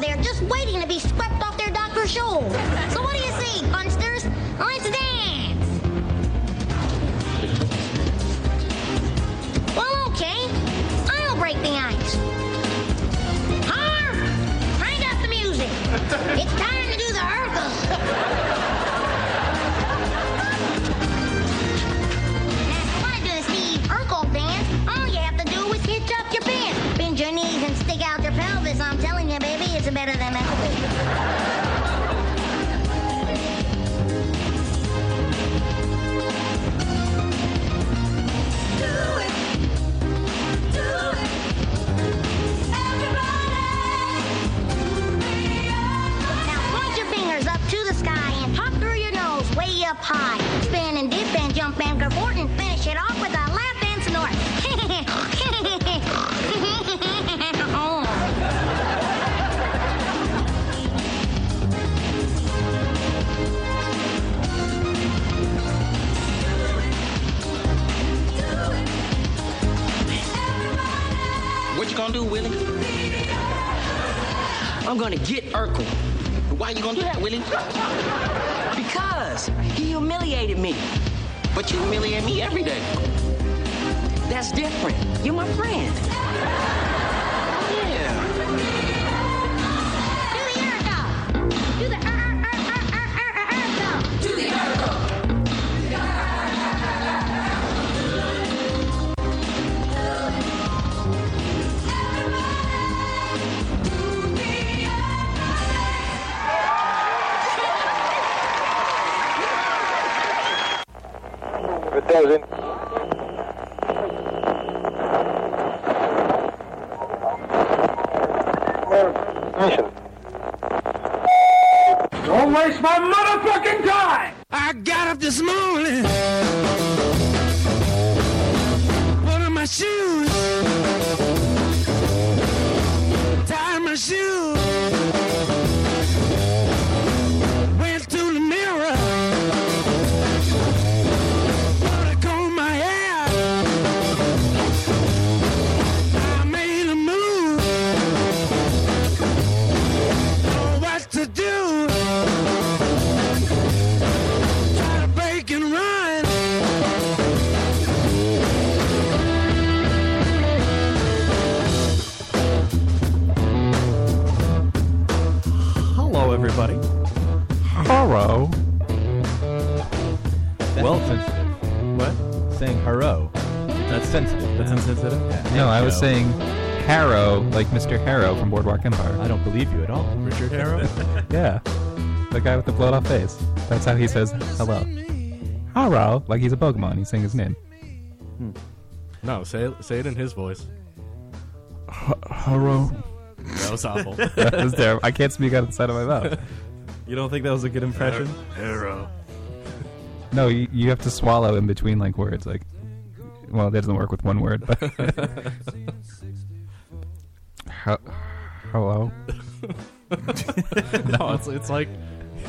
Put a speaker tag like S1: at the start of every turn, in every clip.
S1: there just waiting to be swept off their doctor's shoulder. So what do you say, punsters? Let's dance. Well, okay. I'll break the ice. Harv, crank up the music. It's time to do the Urkel. Now, if you want to do the Steve Urkel dance, all you have to do is hitch up your pants, bend your knees, and stick out your pelvis. I'm telling you, baby, it's better than that. Now point your fingers up to the sky and pop through your nose way up high. Spin and dip and jump and cavort and finish it off with a laugh and snort. Oh.
S2: What you gonna do, Willie? I'm gonna get Urkel. Why you gonna do that, Willie? Because he humiliated me. But you humiliate me every day. That's different. You're my friend. Yeah.
S1: do the Urkel. Do the Ur- Ur- Ur- Ur- Ur- Ur- Ur- Urkel.
S3: It doesn't. Mission.
S4: Don't waste my motherfucking time!
S5: I got up this morning. Put on my shoes. Tied my shoes. Went to the mirror. Put a comb in my hair. I made a move. Know what to do try to break and run.
S6: Hello, everybody. Hello.
S7: That's
S6: Well-
S7: insensitive.
S6: What?
S7: saying "haro." That's sensitive.
S6: Oh. That's insensitive?
S7: No, I was
S6: Harrow.
S7: saying Harrow, like Mr. Harrow from Boardwalk Empire.
S6: I don't believe you at all. Richard Harrow?
S7: Yeah. The guy with the blowed off face. That's how he says hello. Harrow, like he's a Pokemon. He's saying his name.
S8: No, say it- say it in his voice.
S6: Harrow.
S8: That was awful.
S7: That was terrible. I can't speak out of the side of my mouth.
S6: You don't think that was a good impression?
S8: Arrow.
S7: No, you, you have to swallow in between like words. Like, well, that doesn't work with one word. But Ho- hello.
S8: No, it's it's like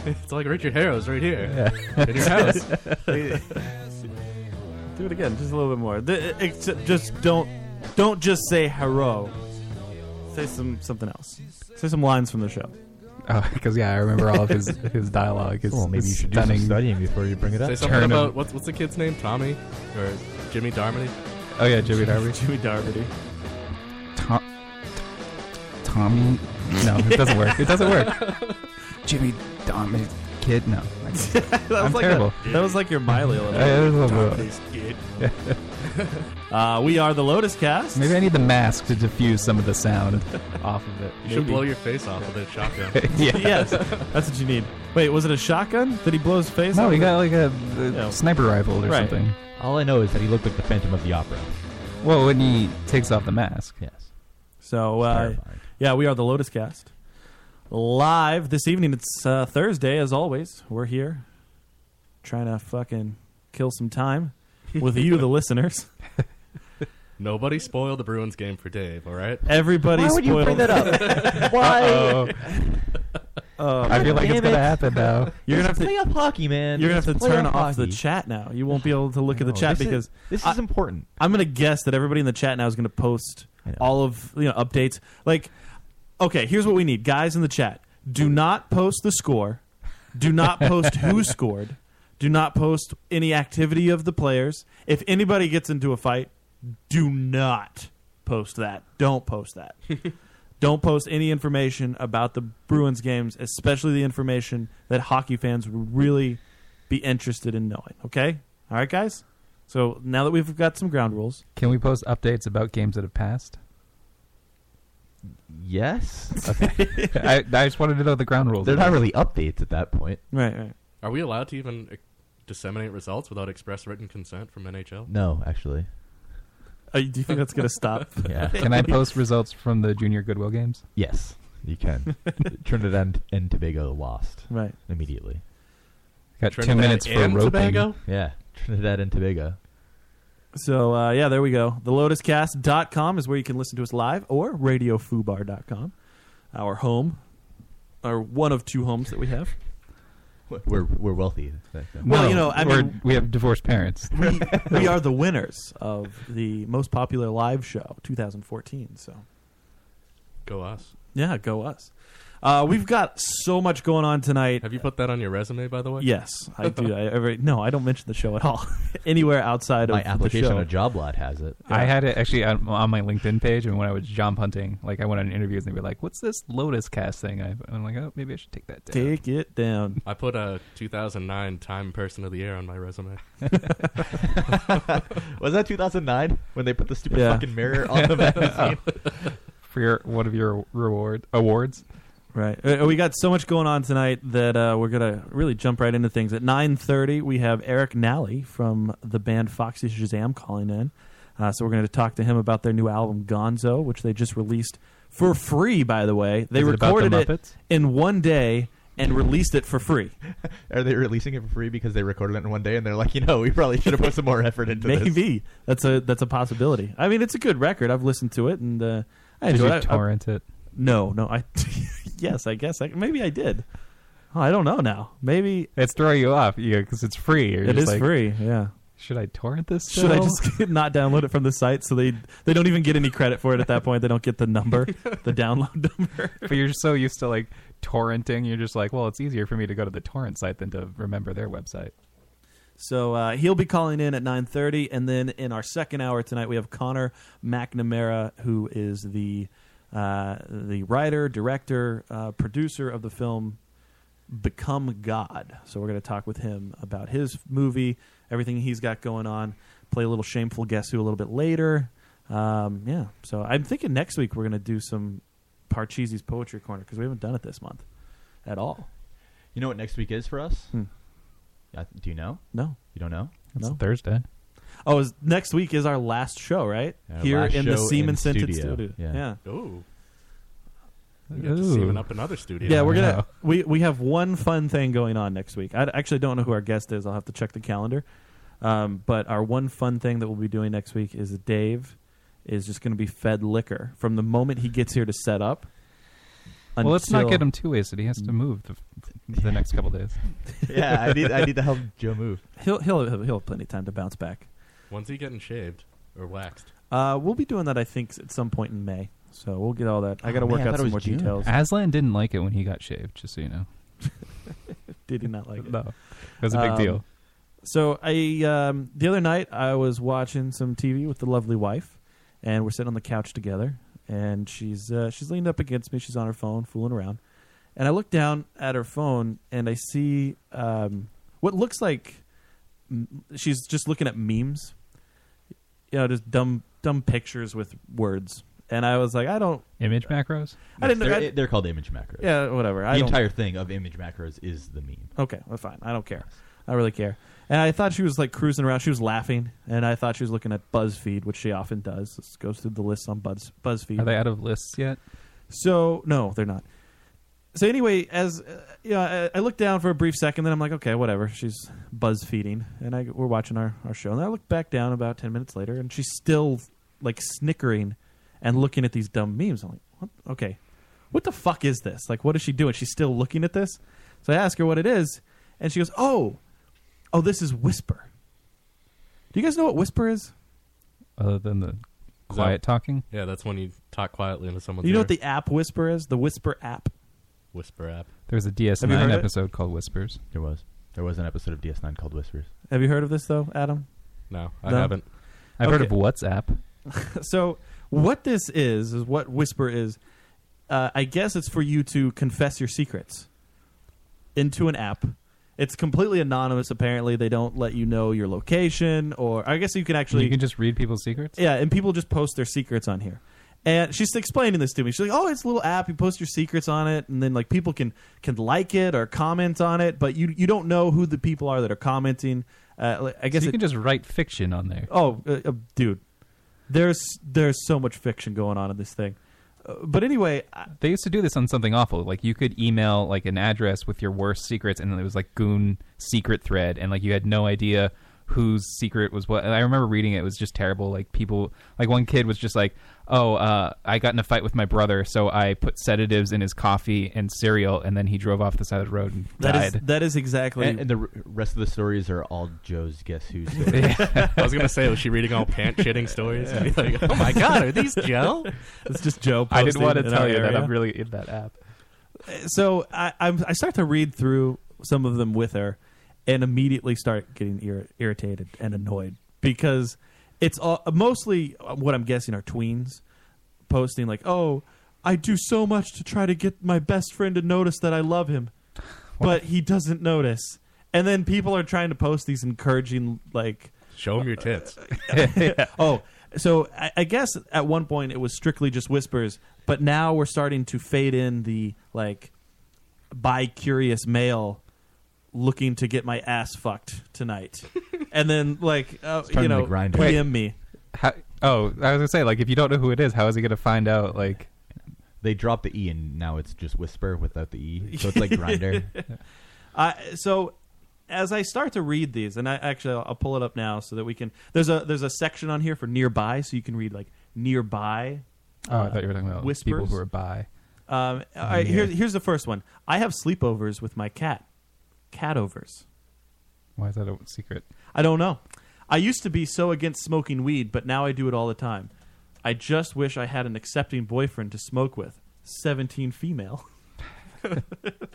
S8: it's like Richard Harrow's right here
S7: Yeah.
S8: in your house.
S5: Do it again, just a little bit more. Th- except just don't don't just say haro. Say some something else. Say some lines from the show.
S7: Because Oh, yeah, I remember all of his his dialogue. His,
S6: Well, maybe
S7: his
S6: you should do some
S7: stunning.
S6: studying before you bring it
S8: Say
S6: up.
S8: something
S7: Turn him.
S8: about what's what's the kid's name? Tommy or Jimmy Darmody?
S7: oh yeah, Jimmy Darby.
S5: Jimmy Darby.
S7: Tom, Tommy. No, it doesn't work. It doesn't work. Jimmy Dominic Kid. No,
S5: that was
S7: I'm
S5: like
S7: terrible.
S5: A, that was like your Miley a little
S7: Yeah, it was a little
S5: Drop
S7: bit.
S5: this kid. uh, we are the Lotus Cast.
S7: Maybe I need the mask to diffuse some of the sound off of it.
S8: You should
S5: Maybe.
S8: blow your face off with a shotgun.
S7: yeah.
S5: yes, that's what you need. Wait, was it a shotgun? Did he blow his face?
S7: No,
S5: off
S7: he
S5: with
S7: got like a, a
S5: Yeah.
S7: sniper rifle or
S5: Right.
S7: something.
S6: All I know is that he looked like the Phantom of the Opera.
S7: Well, when he takes off the mask.
S6: Yes.
S5: it? So uh,
S6: Terrifying.
S5: yeah, we are the Lotus Cast. Live this evening. It's uh, Thursday, as always. We're here trying to fucking kill some time with you, the listeners.
S8: Nobody spoil the Bruins game for Dave. All right.
S5: Everybody spoiled.
S6: up? Why? Uh,
S7: Oh,
S5: Oh,
S7: I feel like it's
S6: Um, Damn
S7: gonna
S6: it.
S7: happen now.
S5: you're gonna have to
S6: playoff hockey, man.
S5: you're gonna have
S6: It's
S5: to turn
S6: playoff
S5: off the
S6: hockey.
S5: chat now. You won't be able to look at the
S6: No,
S5: chat
S6: this is-
S5: because
S6: this
S5: I-
S6: is important.
S5: I'm gonna guess that everybody in the chat now is gonna post
S6: I know.
S5: all of you know updates. Like Okay, here's what we need. Guys in the chat, do not post the score. Do not post who scored. Do not post any activity of the players. If anybody gets into a fight, do not post that. Don't post that. Don't post any information about the Bruins games, especially the information that hockey fans would really be interested in knowing. Okay? All right, guys? So now that we've got some ground rules,
S7: Can we post updates about games that have passed?
S6: Yes.
S7: Okay. I, I just wanted to know the ground rules.
S6: They're not really updates at that point.
S5: right, right.
S8: Are we allowed to even eh, disseminate results without express written consent from NHL?
S6: No, actually.
S5: Uh, do you think that's going to stop?
S6: Yeah.
S7: Can I post results from the junior Goodwill games?
S6: yes, you can. Trinidad and Tobago lost
S5: Right.
S6: immediately.
S7: Got
S8: Trinidad
S7: ten minutes for
S8: and
S7: roping.
S8: Tobago?
S6: Yeah, Trinidad and Tobago.
S5: So, uh, yeah, there we go. TheLotusCast.com is where you can listen to us live or RadioFoobar.com, our home, or one of two homes that we have.
S6: We're we're wealthy.
S5: Well, you know, I
S7: We're-
S5: mean-
S7: we have divorced parents.
S5: we are the winners of the most popular live show 2014. So,
S8: Go us.
S5: yeah, go us. Uh, we've got so much going on tonight.
S8: Have you put that on your resume, by the way?
S5: Yes, I do. I, every, no, I don't mention the show at all anywhere outside of
S6: My application
S5: The
S6: on
S5: show.
S6: Joblot has it.
S7: I had it actually on, on my LinkedIn page, and when I was job hunting, like I went on interviews, and they were like, "What's this Lotus Cast thing?" I, I'm like, "Oh, maybe I should take that down."
S5: Take it down.
S8: I put a 2009 Time Person of the Year on my resume.
S6: Was that 2009 when they put the stupid
S5: Yeah.
S6: fucking mirror on the magazine?
S7: for your one of your reward awards.
S5: Right. Uh, We got so much going on tonight that uh, we're gonna really jump right into things. At nine thirty, we have Eric Nally from the band Foxy Shazam calling in. Uh, so we're going to talk to him about their new album Gonzo, which they just released for free. By the way, they
S7: Is it about the
S5: recorded it
S7: Muppets?
S5: in one day and released it for free.
S6: Are they releasing it for free because they recorded it in one day and they're like, you know, we probably should have put some more effort into this?
S5: Maybe that's a that's a possibility. I mean, it's a good record. I've listened to it and uh, I
S7: Did
S5: enjoy
S7: you
S5: it. I-
S7: torrent it?
S5: No, no. I yes, I guess. I, maybe I did. Oh, I don't know now. Maybe
S7: It's throwing you off, yeah, because it's free. You're
S5: it
S7: just
S5: is
S7: like,
S5: free. Yeah.
S7: Should I torrent this?
S5: Should I
S7: still?"
S5: just not download it from the site so they they don't even get any credit for it at that point? They don't get the number, the download number.
S7: But you're so used to like torrenting, you're just like, well, it's easier for me to go to the torrent site than to remember their website.
S5: So uh, he'll be calling in at nine thirty, and then in our second hour tonight we have Connor McNamara, who is the uh, the writer, director, uh, producer of the film Become God. So we're going to talk with him about his movie, everything he's got going on. Play a little shameful guess who a little bit later. Um, yeah, so I'm thinking next week we're going to do some Parcheesi's poetry corner because we haven't done it this month at all.
S6: You know what next week is for us?
S5: Hmm.
S6: Uh, do you know?
S5: No,
S6: You don't know?
S7: It's
S5: No.
S7: Thursday.
S5: Oh, is, next week is our last show, right?
S6: Our
S5: Here
S6: last
S5: in the
S6: show in
S5: Seaman Scented
S6: studio.
S5: Studio.
S6: Yeah.
S5: yeah.
S8: Ooh. We got to
S7: Ooh.
S8: seaming up another studio.
S5: Yeah, we're
S7: Wow.
S5: gonna we we have one fun thing going on next week. I d- actually don't know who our guest is. I'll have to check the calendar. Um, but our one fun thing that we'll be doing next week is that Dave is just going to be fed liquor from the moment he gets here to set up.
S7: well, let's not
S5: until-
S7: get him too wasted. He has to move the, the next couple days.
S6: yeah, I need I need to help Joe move.
S5: He'll he'll he'll have plenty of time to bounce back.
S8: When's he getting shaved or waxed?
S5: Uh, we'll be doing that, I think, at some point in May. So we'll get all that. I got to
S6: Oh,
S5: work
S6: man, I thought
S5: out
S6: it
S5: some
S6: was
S5: more
S6: June.
S5: details.
S7: Aslan didn't like it when he got shaved. Just so you know,
S5: Did he not like it?
S7: no, it was a big
S5: Um,
S7: deal.
S5: So I um, the other night I was watching some TV with the lovely wife, and we're sitting on the couch together, and she's uh, she's leaned up against me. She's on her phone, fooling around, and I look down at her phone and I see um, what looks like m- she's just looking at memes, you know, just dumb dumb pictures with words. And I was like, I don't,
S7: Image macros.
S5: I didn't know.
S6: they're,
S5: I-
S6: they're called image macros.
S5: Yeah, whatever.
S6: The
S5: I don't,
S6: entire thing of image macros is the meme.
S5: Okay, well, fine. I don't care. I don't really care. And I thought she was like cruising around. She was laughing, and I thought she was looking at BuzzFeed, which she often does. This goes through the lists on Buzz
S7: Are
S5: BuzzFeed.
S7: they out of lists yet?
S5: so no, they're not. So anyway, as uh, you know, I, I looked down for a brief second, then I'm like, okay, whatever. She's BuzzFeeding, and I we're watching our our show, and I look back down about ten minutes later, and she's still like snickering and looking at these dumb memes. I'm like, what? okay, what the fuck is this? Like, what is she doing? She's still looking at this. So I ask her what it is, and she goes, "Oh, oh, this is Whisper." Do you guys know what Whisper is?
S7: Other than the Quiet talking.
S8: Yeah, that's when you talk quietly into someone's
S5: You know
S8: ear.
S5: what the app Whisper is? The Whisper app.
S8: Whisper app.
S7: There's a
S5: Have you heard
S7: DS9
S5: it?
S7: episode called Whispers.
S6: There was. There was an episode of DS9 called Whispers.
S5: Have you heard of this though, Adam?
S8: No, I
S5: No?
S8: haven't.
S7: I've heard of
S5: Okay.
S7: WhatsApp.
S5: So what this is is what Whisper is. Uh, I guess it's for you to confess your secrets into an app. It's completely anonymous. Apparently, they don't let you know your location, or I guess you can actually
S7: you can just read people's secrets.
S5: Yeah, and people just post their secrets on here. And she's explaining this to me. She's like, "Oh, it's a little app. You post your secrets on it, and then like people can can like it or comment on it, but you you don't know who the people are that are commenting." Uh, like, I guess
S7: so you
S5: it,
S7: can just write fiction on there.
S5: oh, uh, uh, dude, there's there's so much fiction going on in this thing. Uh, but anyway, I,
S7: They used to do this on something awful. Like you could email like an address with your worst secrets, and it was like goon secret thread, and like you had no idea whose secret was what. And I remember reading it; it was just terrible. Like people, like one kid was just like, "Oh, uh, I got in a fight with my brother, so I put sedatives in his coffee and cereal, and then he drove off the side of the road and
S5: that is
S7: died."
S5: that is exactly
S6: And, and the r- rest of the stories are all Joe's Guess Who stories.
S8: I was gonna say, was she reading all pant shitting stories? And be like, oh my god, are these Joe?
S5: it's just Joe.
S7: I didn't
S5: posting
S7: want to
S5: in
S7: tell
S5: our
S7: you that
S5: area.
S7: I'm really in that app.
S5: so I, I'm, I start to read through some of them with her, and immediately start getting ir- irritated and annoyed because it's all mostly uh, what I'm guessing are tweens posting like, "Oh, I do so much to try to get my best friend to notice that I love him, but he doesn't notice." And then people are trying to post these encouraging like
S8: Show him your tits.
S5: Oh, so I, I guess at one point it was strictly just whispers, but now we're starting to fade in the like bi curious male looking to get my ass fucked tonight, and then like uh, you
S6: turning
S5: know
S6: to Grindr.
S5: DM me.
S7: How, oh, I was gonna say like if you don't know who it is, how is he gonna find out? Like
S6: they dropped the E and now it's just Whisper without the E. So it's like Grinder.
S5: I, Uh, so as I start to read these, and I actually I'll, I'll pull it up now so that we can. There's a there's a section on here for nearby, so you can read like nearby. uh,
S7: oh, I thought you were talking about people
S5: whispers?
S7: who are bi.
S5: Um, all right, here, here's the first one. I have sleepovers with my cat. Catovers.
S7: Why is that a secret?
S5: I don't know. I used to be so against smoking weed, but now I do it all the time. I just wish I had an accepting boyfriend to smoke with. 17 female.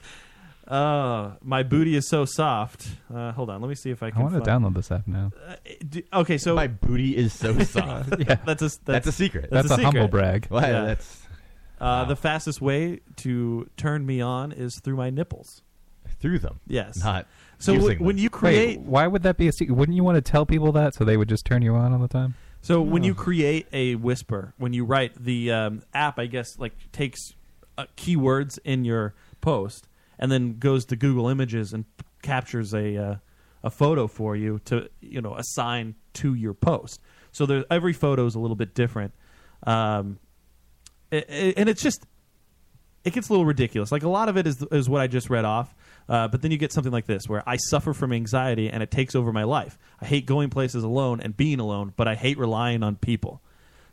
S5: uh, my booty is so soft. Uh, hold on. Let me see if I
S7: I
S5: can.
S7: want to
S5: find- Uh,
S7: download this app now.
S5: D- Okay, so
S6: My booty is so soft.
S5: that's, a, that's,
S6: That's a secret.
S5: That's
S7: That's,
S5: a
S7: a,
S5: secret.
S7: humble brag.
S6: Well,
S5: yeah.
S6: That's
S5: uh, The fastest way to turn me on is through my nipples.
S6: through them.
S5: Yes.
S6: Not
S5: So
S6: using
S5: w-
S6: them.
S5: when you
S7: Wait,
S5: create.
S7: why would that be a secret? Wouldn't you want to tell people that so they would just turn you on all the time?
S5: So when
S6: Oh.
S5: you create a whisper, when you write the um, app, I guess like takes uh, keywords in your post and then goes to Google Images and p- captures a uh, a photo for you to you know assign to your post. So there, every photo is a little bit different, um, a- a- and it's just it gets a little ridiculous. Like a lot of it is is what I just read off. Uh, but then you get something like this, where I suffer from anxiety and it takes over my life. I hate going places alone and being alone, but I hate relying on people.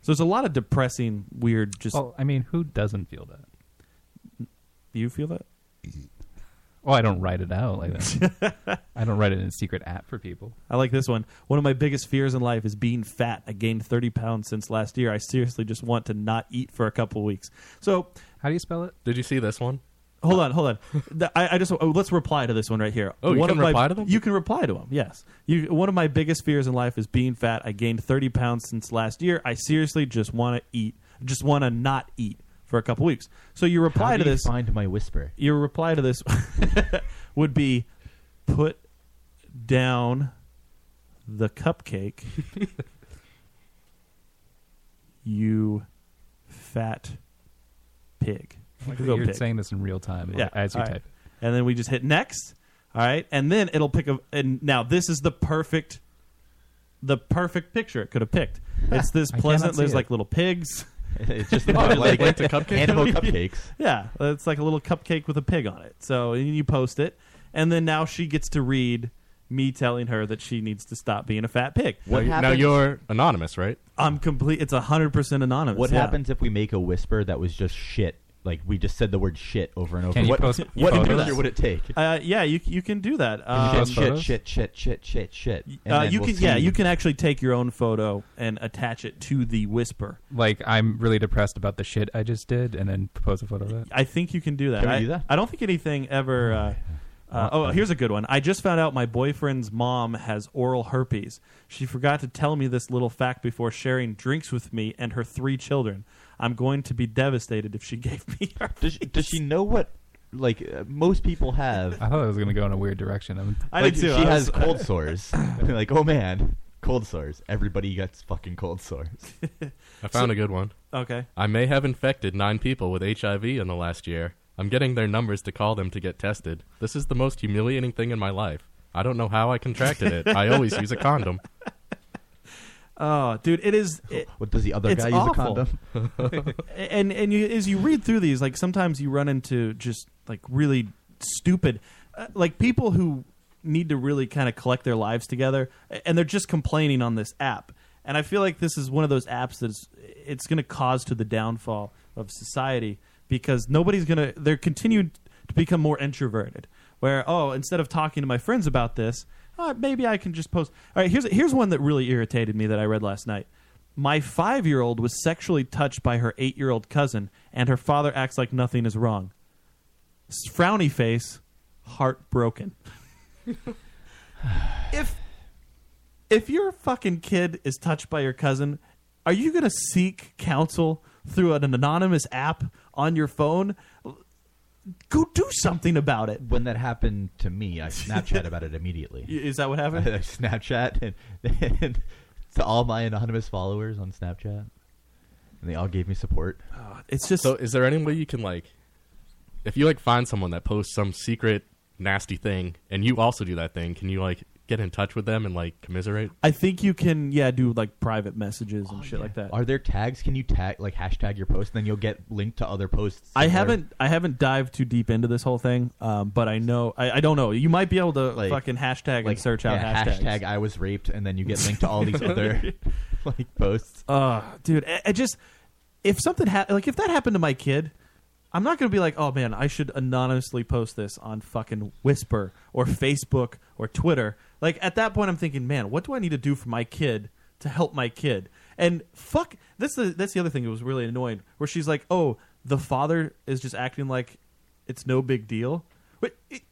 S5: So there's a lot of depressing, weird. Just
S7: Well, I mean, who doesn't feel that?
S5: do you feel that?
S7: Well, Oh, I don't write it out like that. I don't write it in a secret app for people.
S5: I like this one. One of my biggest fears in life is being fat. I gained 30 pounds since last year. I seriously just want to not eat for a couple weeks. So
S7: How do you spell it?
S8: Did you see this one?
S5: Hold on, hold on. Th- I, I just oh, let's reply to this one right here.
S8: Oh, you
S5: One
S8: can
S5: of my-
S8: reply to them?
S5: You can reply to them. Yes. You, one of my biggest fears in life is being fat. I gained thirty pounds since last year. I seriously just want to eat. Just want to not eat for a couple weeks. So your reply
S6: How
S5: to
S6: do you
S5: this,
S6: Find my Whisper.
S5: your reply to this would be, put down the cupcake. you fat pig. Go
S7: You're
S5: pig.
S7: saying this in real time like,
S5: Yeah,
S7: as you
S5: all right.
S7: type it.
S5: and then we just hit next. All right, and then it'll pick a. And now this is the perfect, the perfect picture it could have picked. It's this
S7: Ah, I
S5: pleasant.
S7: cannot see
S5: There's
S7: it.
S5: like little pigs.
S6: It's just about like,
S8: like the cupcake
S6: animal
S8: company?
S6: cupcakes.
S5: Yeah, it's like a little cupcake with a pig on it. So and you post it, and then now she gets to read me telling her that she needs to stop being a fat pig.
S6: What
S8: now, now
S6: happens-
S8: you're anonymous, right?
S5: I'm complete. It's hundred percent anonymous.
S6: What
S5: yeah.
S6: happens if we make a Whisper that was just shit like we just said the word shit over and over.
S7: Can you
S6: what
S7: post- you
S6: what
S7: post
S6: picture
S7: that?
S6: would it take?
S5: Uh, yeah, you you can do that.
S6: You
S5: Um,
S6: said
S7: photos?
S6: shit, shit, shit, shit, shit, shit. and
S5: uh,
S6: then
S5: you
S6: we'll
S5: can yeah
S6: see.
S5: you can actually take your own photo and attach it to the whisper.
S7: Like I'm really depressed about the shit I just did, and then post a photo of it.
S5: I think you can do that.
S6: Can we
S5: I,
S6: do that?
S5: I don't think anything ever. Uh, uh, oh, here's a good one. I just found out my boyfriend's mom has oral herpes. She forgot to tell me this little fact before sharing drinks with me and her three children. I'm going to be devastated if she gave me her.
S6: Does, does she know what? Like uh, most people have.
S7: I thought it was gonna go in a weird direction. I'm,
S5: I
S6: like,
S5: did too.
S6: She
S5: I
S6: has
S5: was-
S6: cold sores. like, oh man, cold sores. Everybody gets fucking cold sores.
S8: I found a good one.
S5: okay.
S8: I may have infected nine people with HIV in the last year. I'm getting their numbers to call them to get tested. This is the most humiliating thing in my life. I don't know how I contracted it. I always use a condom.
S5: Oh, dude, it is. it-
S6: What does the other
S5: It's
S6: guy use a
S5: awful.
S6: condom?
S5: and and you, as you read through these, like sometimes you run into just like really stupid, uh, like people who need to really kind of collect their lives together, and they're just complaining on this app. And I feel like this is one of those apps that's it's going to cause to the downfall of society because nobody's going to they're continued to become more introverted. Where oh, instead of talking to my friends about this, uh, maybe I can just post. All right, here's here's one that really irritated me that I read last night. My five year old was sexually touched by her eight year old cousin, and her father acts like nothing is wrong. S- Frowny face, heartbroken. if if your fucking kid is touched by your cousin, are you gonna seek counsel through an anonymous app on your phone? Go do something about it.
S6: When that happened to me, I Snapchat about it immediately.
S5: Y- Is that what
S6: I
S5: happened?
S6: Snapchat and, and to all my anonymous followers on Snapchat, and they all gave me support.
S5: Uh, It's just
S8: So, is there any way you can like, if you like find someone that posts some secret nasty thing, and you also do that thing, can you like get in touch with them and like commiserate?
S5: I think you can yeah do like private messages and shit like that.
S6: Oh, Are there tags? Can you tag like hashtag your post, and then you'll get linked to other posts?
S5: I
S6: similar?
S5: haven't I haven't dived too deep into this whole thing, um, but I know I, I don't know. You might be able to
S6: Like-
S5: fucking hashtag and search out
S6: yeah,
S5: hashtags.
S6: hashtag I was raped, and then you get linked to all these other like posts.
S5: Ugh, Uh, dude, I, I just if something ha- like if that happened to my kid, I'm not gonna be like, oh man, I should anonymously post this on fucking Whisper or Facebook or Twitter. Like at that point, I'm thinking, man, what do I need to do for my kid to help my kid? And fuck, that's the that's the other thing that was really annoying, where she's like, oh, the father is just acting like it's no big deal. Wait, it,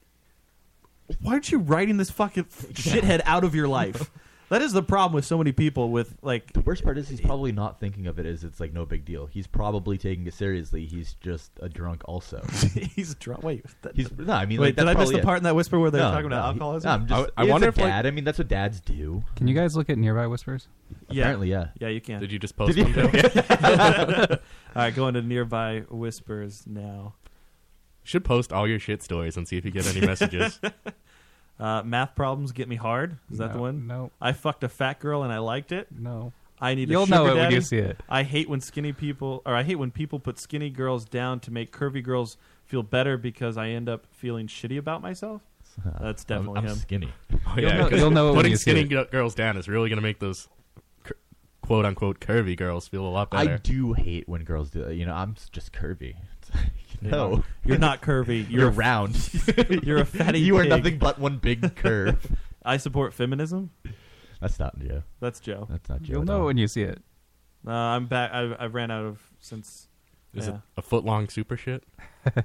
S5: why aren't you writing this fucking shithead out of your life? That is the problem with so many people with like
S6: The worst part is he's probably not thinking of it as it's like no big deal. He's probably taking it seriously. He's just a drunk also.
S5: he's drunk. Wait, that,
S6: He's no, I mean,
S5: wait.
S6: like,
S5: did
S6: that's
S5: I miss
S6: probably
S5: the
S6: it.
S5: part in that whisper where they're
S6: No,
S5: talking about
S6: no, he-
S5: alcohol?
S6: no, I'm just,
S8: I- I
S6: it's
S8: wonder
S6: a
S8: if, like-
S6: dad. I mean, that's what dads do.
S7: can you guys look at nearby whispers?
S6: Apparently, yeah.
S5: yeah, you can.
S8: Did you just post
S6: you-
S8: one? Bill?
S5: All right, going to nearby whispers now.
S8: Should post all your shit stories and see if you get any messages.
S5: Uh, math problems get me hard. Is that
S7: No,
S5: the one?
S7: no.
S5: I fucked a fat girl and I liked it.
S7: No.
S5: I need. a
S7: You'll
S5: sugar
S7: know it when
S5: daddy.
S7: you see it.
S5: I hate when skinny people, or I hate when people put skinny girls down to make curvy girls feel better because I end up feeling shitty about myself. That's
S6: I'm-
S5: definitely
S6: I'm,
S5: him.
S6: skinny.
S8: Oh,
S7: You'll know-
S8: 'cause
S7: you'll know it when
S8: putting
S7: you see
S8: skinny
S7: it.
S8: gi- girls down is really going to make those cur- quote unquote curvy girls feel a lot
S6: I
S8: better.
S6: do hate when girls do. that. You know, I'm s- just curvy. It's like, no,
S5: You're not curvy.
S6: you're,
S5: You're a-
S6: round.
S5: you're a fatty.
S6: you are
S5: pig.
S6: nothing but one big curve.
S5: I support feminism.
S6: that's not Joe.
S5: That's Joe.
S6: That's not Joe.
S7: You'll
S6: at
S7: know
S6: all.
S7: it when you see it.
S5: Uh, I'm back. I've, I've ran out of since.
S8: Is
S5: yeah.
S8: it a foot long super shit?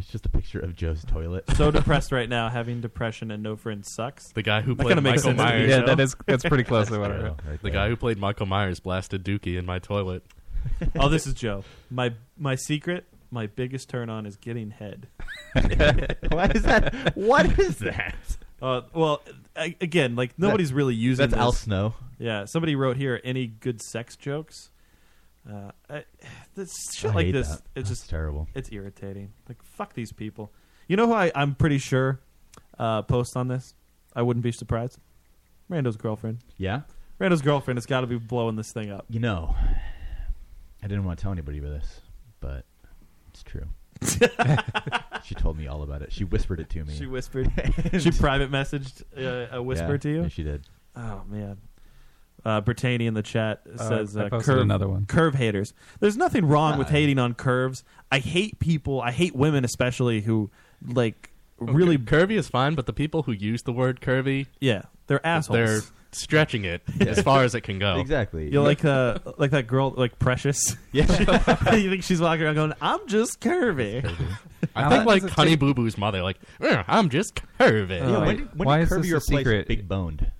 S6: It's just a picture of Joe's toilet.
S5: So depressed right now. Having depression and no friends sucks.
S8: The guy who
S5: That
S8: played
S5: kinda makes
S8: Michael
S5: sense to me.
S8: Myers.
S7: Yeah,
S5: Joe?
S7: that is that's pretty close to what I
S6: Joe,
S7: wrote.
S8: The
S6: right there.
S8: guy who played Michael Myers blasted Dookie in my toilet.
S5: Oh, this is Joe. My my secret. My biggest turn on is getting head.
S6: Why is that? What is that?
S5: Uh, well, a- again, like nobody's really using
S6: That's
S5: this.
S6: Al Snow.
S5: Yeah, somebody wrote here. Any good sex jokes? Uh, I, this shit
S6: I
S5: like
S6: hate
S5: this.
S6: that.
S5: It's
S6: That's
S5: just
S6: terrible.
S5: it's irritating. Like fuck these people. You know who I, I'm pretty sure uh, posts on this. I wouldn't be surprised. Rando's girlfriend.
S6: Yeah.
S5: Rando's girlfriend has got to be blowing this thing up.
S6: You know, I didn't want to tell anybody about this, but it's true. she told me all about it. She whispered it to me.
S5: She whispered. she private messaged uh, a whisper
S6: Yeah,
S5: to you.
S6: yeah, she did.
S5: oh man, Uh, Brittany in the chat says
S7: I
S5: uh,
S7: posted
S5: curve,
S7: another one.
S5: curve haters. There's nothing wrong with hating on curves. I hate people. I hate women especially who like really
S8: curvy is fine, but the people who use the word curvy,
S5: yeah they're assholes.
S8: they're stretching it as far as it can go.
S6: Exactly.
S5: You're like uh, like that girl like Precious. Yeah, you think she's walking around going, "I'm just curvy."
S8: I think
S6: that
S8: like
S6: doesn't
S8: Honey
S6: take-
S8: Boo Boo's mother, like "Eh, I'm just curvy.
S5: Oh,
S6: Yeah,
S7: Wait,
S6: when did, when
S7: why
S6: did
S7: is
S6: curve
S7: this
S6: your
S7: a
S6: place
S7: secret?
S6: big boned?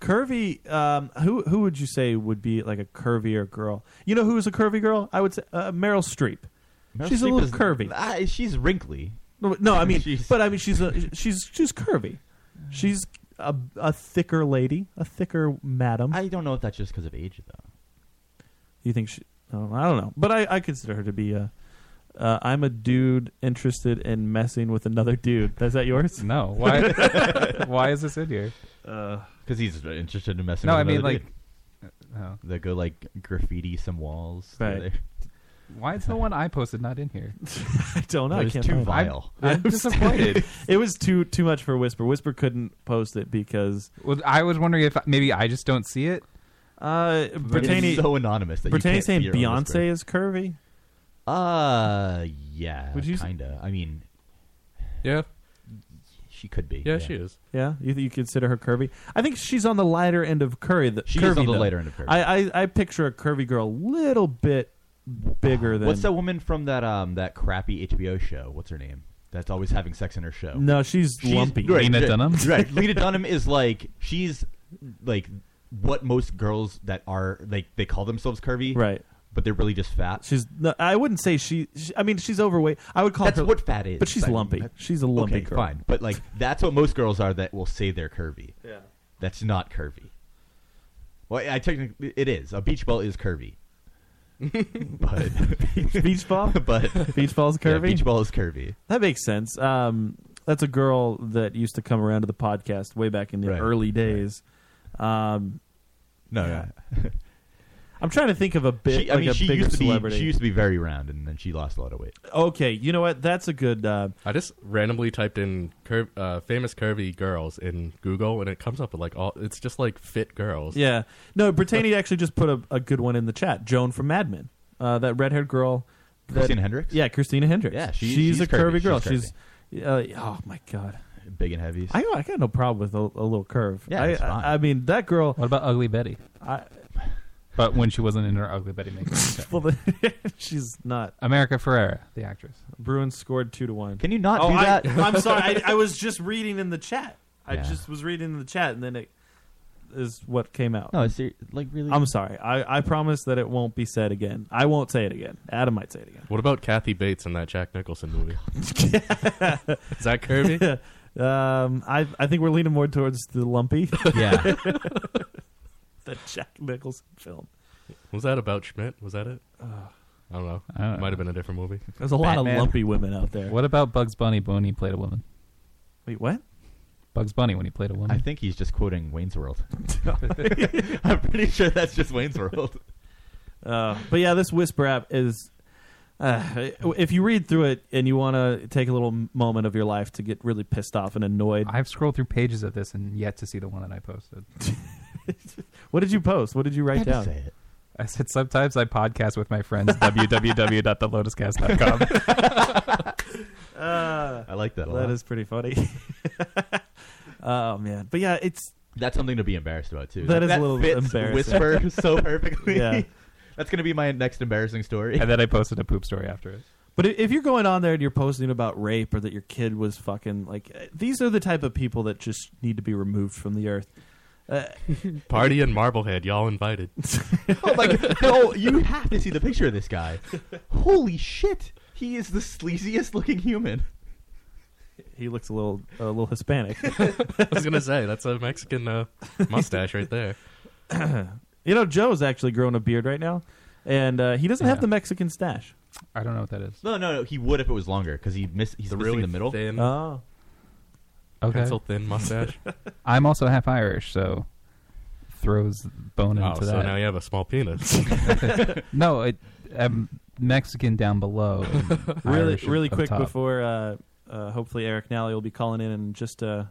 S5: Curvy. Um, who who would you say would be like a curvier girl? You know who is a curvy girl? I would say uh, Meryl Streep.
S6: Meryl
S5: she's a
S6: Streep
S5: little
S6: is-
S5: curvy.
S6: I- she's wrinkly.
S5: No, no, I mean,
S6: She's-
S5: but I mean, she's a she's she's curvy. She's a a thicker lady, a thicker madam.
S6: I don't know if that's just because of age though.
S5: you think she? Oh, I don't know, but I, I consider her to be a. Uh, I'm a dude interested in messing with another dude. Is that yours?
S7: No, why? why is this in here?
S6: Because he's interested in messing.
S7: No,
S6: with
S7: I mean
S6: another
S7: like,
S6: dude.
S7: oh.
S6: they go like graffiti some walls.
S5: Right.
S6: together.
S7: why is the one I posted not in here?
S5: I don't know.
S6: That
S5: I
S6: was
S5: can't.
S6: too
S5: find it.
S6: vile.
S7: I'm disappointed.
S5: It was too too much for Whisper. Whisper couldn't post it because
S7: Well, I was wondering if maybe I just don't see it.
S5: uh,
S6: It's
S5: Brittany
S6: so anonymous that you
S5: Brittany
S6: can't
S5: saying
S6: see your own whisper.
S5: Beyonce is curvy.
S6: Uh, yeah.
S5: Would you s-
S6: kinda? I mean,
S8: Yeah,
S6: she could be.
S8: yeah, she is.
S5: Yeah, you, you consider her curvy? I think she's on the lighter end of curvy. The,
S6: She
S5: curvy
S6: is on the
S5: though.
S6: lighter end of curvy.
S5: I, I I picture a curvy girl a little bit bigger than.
S6: What's that woman from that um that crappy HBO show? What's her name? That's always having sex in her show.
S5: No, she's,
S6: She's-
S5: lumpy.
S6: right,
S7: Lena
S6: right,
S7: Dunham?
S6: Right. Lena Dunham is like she's like what most girls that are like they call themselves curvy.
S5: Right.
S6: But they're really just fat.
S5: She's. No, I wouldn't say she, she. I mean, she's overweight. I would call
S6: that's
S5: her.
S6: what fat is.
S5: but she's
S6: I mean,
S5: lumpy.
S6: that-
S5: She's a lumpy
S6: okay,
S5: girl.
S6: Fine. But like that's what most girls are that will say they're curvy. Yeah. That's not curvy. Well, I technically it is. A beach ball is curvy. but
S5: Beach ball.
S6: but
S5: Beach ball's
S6: yeah,
S5: curvy.
S6: beach ball is curvy.
S5: That makes sense. Um, that's a girl that used to come around to the podcast way back in the
S6: Right.
S5: early days. Um,
S6: No, no.
S5: I'm trying to think of a bit
S6: She,
S5: like
S6: I mean,
S5: a
S6: she
S5: bigger
S6: used to
S5: celebrity.
S6: be she used to be very round, and then she lost a lot of weight.
S5: okay, you know what? That's a good. Uh,
S8: I just randomly typed in cur- uh, famous curvy girls in Google, and it comes up with like all. It's just like fit girls.
S5: yeah, no, Brittany actually just put a, a good one in the chat. Joan from Mad Men, uh, that red-haired girl. That,
S6: Christina Hendricks?
S5: Yeah, Christina Hendricks.
S6: Yeah, she-
S5: she's,
S6: she's
S5: a curvy,
S6: curvy.
S5: girl.
S6: She's
S5: She's. Uh, oh my god,
S6: Big and heavy.
S5: I got, I got no problem with a, a little curve.
S6: Yeah,
S5: I,
S6: it's fine.
S5: I, I mean that girl.
S7: What about Ugly Betty?
S5: I,
S7: But when she wasn't in her Ugly Betty makeup,
S5: well, she's not.
S7: America Ferrera, the actress.
S5: Bruins scored two to one. Oh,
S6: Can you not do
S5: I,
S6: that?
S5: I'm sorry. I, I was just reading in the chat. I
S6: Yeah.
S5: just was reading in the chat, and then it is what came out.
S6: no, it's ser- like really.
S5: I'm sorry. I, I promise that it won't be said again. I won't say it again. Adam might say it again. Oh,
S8: What about Kathy Bates in that Jack Nicholson movie? is that curvy?
S5: Um, I I think we're leaning more towards the lumpy,
S6: yeah,
S5: the Jack Nicholson film.
S8: Was that about Schmidt? Was that it? I don't know.
S7: I don't know.
S8: Might have been a different movie.
S5: There's a lot
S7: Batman.
S5: of lumpy women out there.
S7: What about Bugs Bunny when he played a woman?
S5: Wait, what?
S7: Bugs Bunny when he played a woman.
S6: I think he's just quoting Wayne's World. I'm pretty sure that's just Wayne's World.
S5: Uh, but yeah, this Whisper app is. Uh, if you read through it and you want to take a little moment of your life to get really pissed off and annoyed,
S7: I've scrolled through pages of this and yet to see the one that I posted.
S5: what did you post? What did you
S6: I
S5: write
S6: had to
S5: down?
S6: say it.
S7: I said sometimes I podcast with my friends. www.thelotuscast.com.
S6: I like that a lot.
S5: Uh, That is pretty funny. oh man, but yeah, it's
S6: That's something to be embarrassed about too.
S5: That
S6: Like,
S5: is a little
S6: fits
S5: embarrassing.
S6: Whisper so perfectly.
S5: Yeah.
S6: That's gonna be my next embarrassing story.
S7: and then I posted a poop story after it.
S5: but i- if you're going on there and you're posting about rape or that your kid was fucking like eh, these are the type of people that just need to be removed from the earth. Uh,
S8: Party in Marblehead. Y'all invited.
S6: oh my god! No, you have to see the picture of this guy. Holy shit! He is the sleaziest looking human.
S5: He looks a little a little Hispanic.
S8: I was gonna say that's a Mexican uh, mustache right there.
S5: you know, Joe's actually growing a beard right now, and uh, he doesn't have
S7: Yeah.
S5: the Mexican stash.
S7: I don't know what that is.
S6: No, no, no. He would if it was longer because he miss. He's missing the middle.
S8: thin,
S5: Oh,
S7: Okay.
S8: pencil thin mustache.
S7: I'm also half Irish, so throws bone
S8: oh,
S7: into
S8: so
S7: that.
S8: now you have a small penis.
S7: No, it, I'm Mexican down below. and
S5: really,
S7: Irish up-
S5: really
S7: up
S5: quick
S7: top.
S5: before uh, uh, hopefully Eric Nally will be calling in in just uh,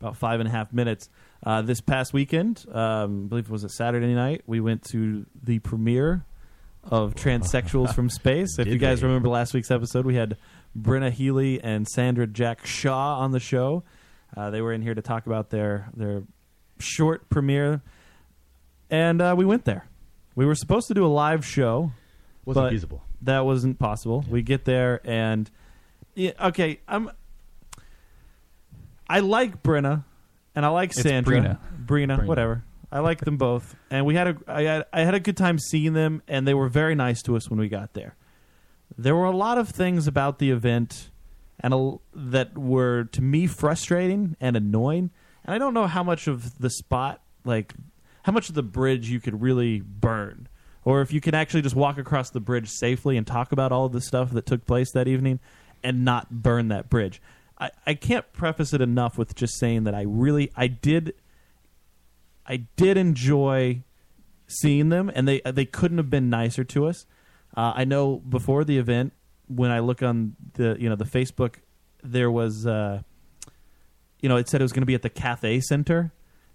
S5: about five and a half minutes. Uh, this past weekend, um, I believe it was a Saturday night, we went to the premiere of Transsexuals from Space. If
S6: Did
S5: you guys
S6: they?
S5: remember last week's episode, we had Brenna Healy and Sandra Jack Shaw on the show. Uh, they were in here to talk about their their short premiere, and uh, we went there. We were supposed to do a live show
S6: Wasn't
S5: but
S6: feasible.
S5: That wasn't possible. We get there and yeah, okay, I'm I like Brenna and I like
S7: It's
S5: Sandra. Brina.
S6: Brina.
S5: whatever. I like them both. And we had a I had, I had a good time seeing them and they were very nice to us when we got there. There were a lot of things about the event and a, that were to me frustrating and annoying. And I don't know how much of the spot, like how much of the bridge you could really burn, or if you can actually just walk across the bridge safely and talk about all of the stuff that took place that evening and not burn that bridge. I, I can't preface it enough with just saying that I really I did I did enjoy seeing them, and they they couldn't have been nicer to us. Uh, I know before the event, when I look on the you know the Facebook, there was uh, you know it said it was going to be at the Cathay Center,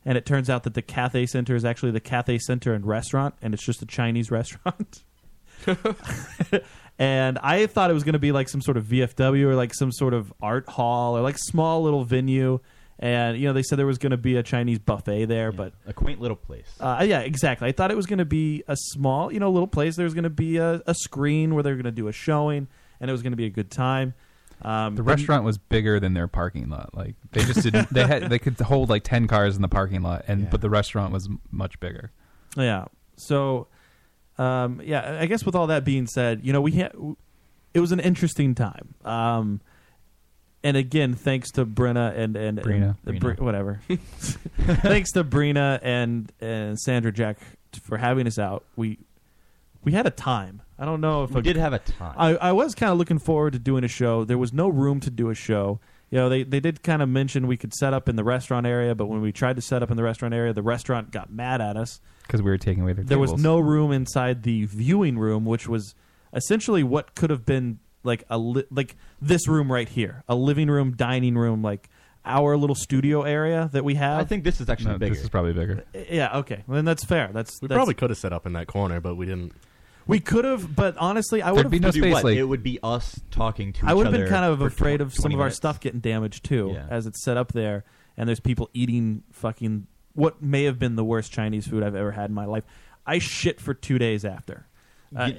S5: and it turns out that the Cathay Center is actually the Cathay Center and restaurant, and it's just a Chinese restaurant. and I thought it was going to be like some sort of VFW or like some sort of art hall or like small little venue. And you know they said there was going to be a Chinese buffet there, but
S6: A quaint little place.
S5: uh, yeah, exactly. I thought it was going to be a small, you know, little place. There was going to be a, a screen where they were going to do a showing, and it was going to be a good time. Um,
S7: The restaurant was bigger than their parking lot. Like they just didn't. they had they could hold like ten cars in the parking lot, and
S6: Yeah.
S7: but the restaurant was m- much bigger.
S5: Yeah. So, um, yeah, I guess with all that being said, you know, we had it was an interesting time. Um, and again, thanks to Brenna and and, and-
S7: Brina.
S5: the
S7: Brina.
S5: Br- whatever. thanks to Brina and and Sandra Jack for having us out. We we had a time. I don't know if
S6: we
S5: a-
S6: did have a time.
S5: I, I was kind of looking forward to doing a show. There was no room to do a show. You know, they, they did kind of mention we could set up in the restaurant area, but when we tried to set up in the restaurant area, the restaurant got mad at us.
S7: Because we were taking away their
S5: There was
S7: tables.
S5: no room inside the viewing room, which was essentially what could have been like a li- like this room right here, a living room, dining room, like our little studio area that we have.
S6: I think this is actually
S7: No,
S6: bigger.
S7: this is probably bigger.
S5: yeah, okay, well, then that's fair. That's
S8: We
S5: that's-
S8: probably could have set up in that corner, but we didn't.
S5: we could have, but honestly, I would
S7: There'd
S5: have
S7: be no
S6: Do
S7: space,
S6: what?
S7: like-
S6: it would be us talking to
S5: I
S6: each
S5: would
S6: other.
S5: have been kind of
S6: for
S5: afraid
S6: tw-
S5: of some
S6: 20
S5: of our
S6: minutes.
S5: stuff getting damaged too,
S6: Yeah.
S5: as it's set up there, and there's people eating fucking what may have been the worst Chinese food I've ever had in my life. I shit for two days after. Uh,
S6: you,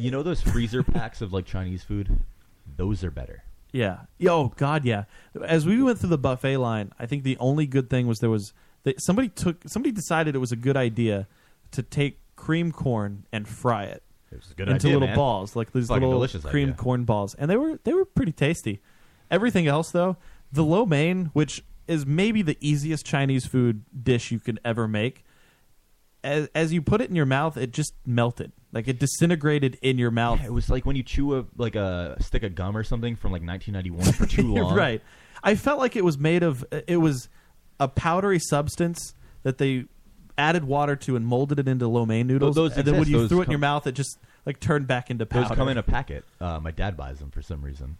S6: you know those freezer packs of like Chinese food? Those are better.
S5: yeah. Yo, God, yeah. As we went through the buffet line, I think the only good thing was there was that somebody took somebody decided it was a good idea to take cream corn and fry it.
S6: It was a good
S5: into
S6: idea,
S5: little
S6: man.
S5: balls, like these
S6: Fucking
S5: little
S6: delicious
S5: cream
S6: idea.
S5: corn balls, and they were they were pretty tasty. Everything else though, the lo mein, which is maybe the easiest Chinese food dish you can ever make, as as you put it in your mouth, it just melted, like it disintegrated in your mouth.
S6: Yeah, it was like when you chew a like a stick of gum or something from like 1991 for too long.
S5: right. I felt like it was made of it was a powdery substance that they added water to and molded it into lo mein noodles.
S6: those
S5: and then when
S6: exist.
S5: you
S6: Those
S5: threw it in
S6: come-
S5: your mouth, it just like turned back into powder.
S6: Those come in a packet. Uh, my dad buys them for some reason.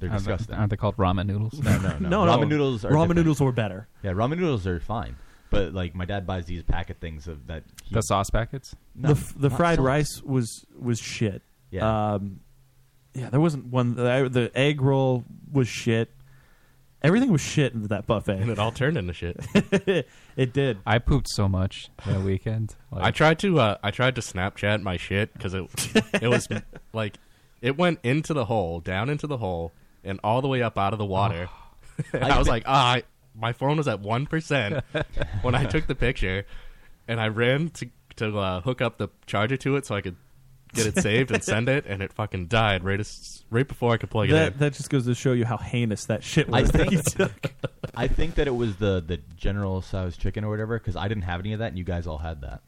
S6: They're
S7: Aren't they-
S6: disgusting.
S7: Aren't they called ramen noodles?
S6: no, no, no.
S5: no,
S6: ramen
S5: no.
S6: noodles are
S5: ramen
S6: different.
S5: noodles were better.
S6: Yeah, ramen noodles are fine. But like my dad buys these packet things of that. He,
S7: the sauce packets.
S6: no,
S5: the f- the
S6: not
S5: fried
S6: sauce.
S5: rice was was shit.
S6: Yeah.
S5: Um, yeah, there wasn't one. The, the egg roll was shit. Everything was shit in that
S8: And
S5: buffet.
S8: it all turned into shit.
S5: it did.
S7: I pooped so much that weekend. Like,
S8: I tried to uh, I tried to Snapchat my shit because it it was like it went into the hole, down into the hole, and all the way up out of the water.
S5: Oh.
S8: and I,
S6: I
S8: was
S6: bet-
S8: like, ah, I, my phone was at one percent when I took the picture, and I ran to to uh, hook up the charger to it so I could get it saved and send it, and it fucking died right as, right before I could plug it
S5: That
S8: in.
S5: that just goes to show you how heinous that shit
S6: I
S5: was. that he
S6: think
S5: took.
S6: I think that it was the the general size chicken or whatever because I didn't have any of that and you guys all had that.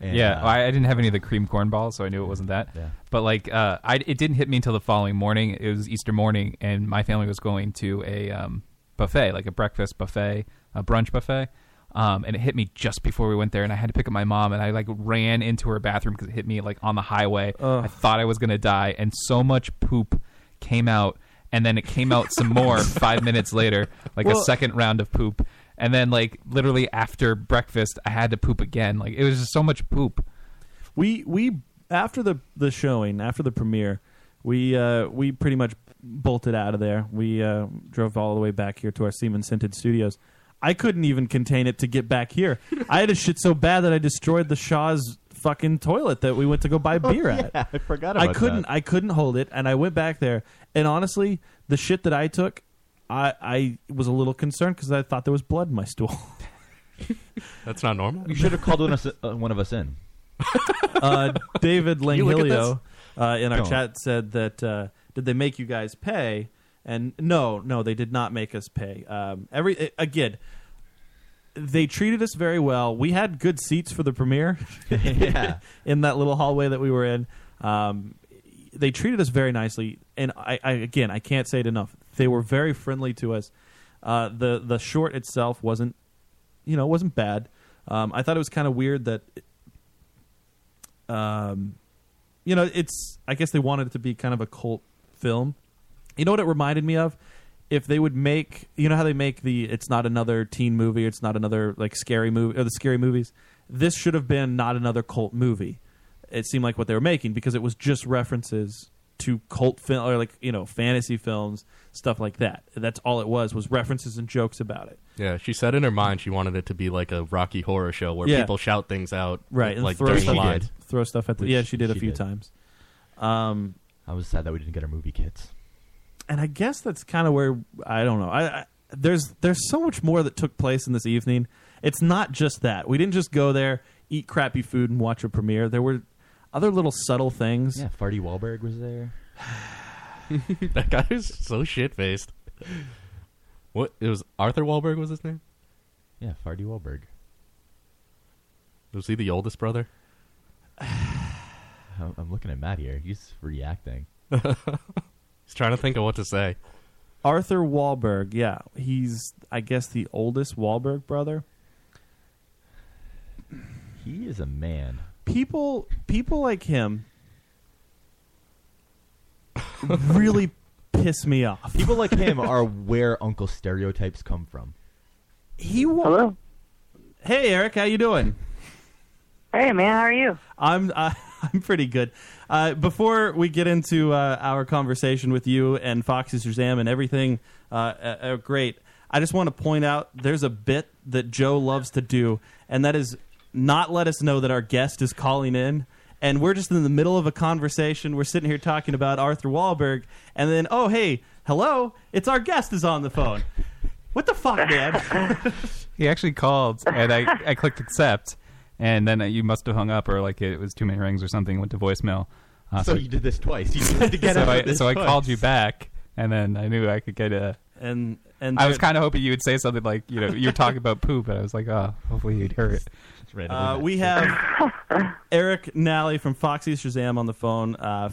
S6: And,
S7: yeah,
S6: uh,
S7: I, I didn't have any of the cream corn balls, so I knew it wasn't that.
S6: Yeah.
S7: But like, uh, I it didn't hit me until the following morning. It was Easter morning, and my family was going to a um, buffet, like a breakfast buffet, a brunch buffet. Um, and it hit me just before we went there, and I had to pick up my mom, and I like ran into her bathroom because it hit me like on the highway. I thought I was gonna die, and so much poop came out, and then it came out some more five minutes later, like
S5: Well-
S7: a second round of poop. and then like literally after breakfast, I had to poop again. Like it was just so much poop.
S5: We we after the the showing after the premiere, we uh, we pretty much bolted out of there. We uh, drove all the way back here to our Siemens Scented Studios. I couldn't even contain it to get back here. I had a shit so bad that I destroyed the Shaw's fucking toilet that we went to go buy beer at.
S6: Oh, I forgot
S5: I
S6: about
S5: couldn't.
S6: that.
S5: I couldn't hold it, and I went back there. And honestly, the shit that I took, I I was a little concerned because I thought there was blood in my stool.
S8: That's not normal.
S6: You should have called one, of us, uh, one of us in.
S5: uh, David
S8: look at
S5: Langhilio uh, in our
S6: Go on.
S5: chat said that uh, did they make you guys pay? And no, no, they did not make us pay. Um, every eh, again, they treated us very well. We had good seats for the premiere.
S6: Yeah.
S5: in that little hallway that we were in. Um, they treated us very nicely, and I, I again I can't say it enough. They were very friendly to us. Uh, the the short itself wasn't, you know, wasn't bad. Um, I thought it was kind of weird that, um, you know, it's I guess they wanted it to be kind of a cult film. You know what it reminded me of? If they would make, you know how they make the it's not another teen movie, it's not another like scary movie or the scary movies. This should have been not another cult movie. It seemed like what they were making because it was just references to cult film or like you know fantasy films stuff like that. That's all it was was references and jokes about it.
S8: Yeah, she said in her mind she wanted it to be like a Rocky Horror show where
S5: Yeah.
S8: people shout things out,
S5: Right, and
S8: Like
S5: throw
S8: during the
S5: stuff
S6: she
S8: line.
S6: did.
S5: Throw stuff at the
S6: Which
S5: yeah she did a
S6: she
S5: few
S6: did.
S5: times. Um,
S6: I was sad that we didn't get our movie kits.
S5: and I guess that's kind of where I don't know. I, I there's there's so much more that took place in this evening. It's not just that we didn't just go there, eat crappy food, and watch a premiere. There were other little subtle things.
S6: Yeah, Farty Wahlberg was there.
S8: That guy is so shit faced. What it was Arthur Wahlberg was his name?
S6: Yeah, Farty Wahlberg.
S8: Was he the oldest brother?
S6: I'm, I'm looking at Matt here. He's reacting.
S8: He's trying to think of what to say.
S5: Arthur Wahlberg. Yeah, he's I guess the oldest Wahlberg brother.
S6: He is a man.
S5: People people like him really piss me off.
S6: People like him are where uncle stereotypes come from.
S5: He wa-
S9: Hello.
S5: Hey Eric, how you doing?
S9: Hey, man, how are you?
S5: I'm uh, I'm pretty good. Uh, before we get into uh, our conversation with you and Foxy Shazam and everything, uh, uh, uh, great. I just want to point out there's a bit that Joe loves to do, and that is not let us know that our guest is calling in. And we're just in the middle of a conversation. We're sitting here talking about Arthur Wahlberg, and then oh hey, hello, it's our guest is on the phone. What the fuck, man?
S7: He actually called, and I, I clicked accept, and then uh, you must have hung up, or like it was too many rings or something, went to voicemail. Uh,
S6: So you did this twice. You tried to get
S7: so
S6: out
S7: I,
S6: of this
S7: so I
S6: twice.
S7: called you back, and then I knew I could get a.
S5: and and
S7: I was kind of hoping you would say something like, you know, you're talking about poop, and I was like, oh, hopefully you'd hear it.
S6: It's randomly
S5: Uh,
S6: Matt.
S5: we have Eric Nally from Foxy Shazam on the phone, uh,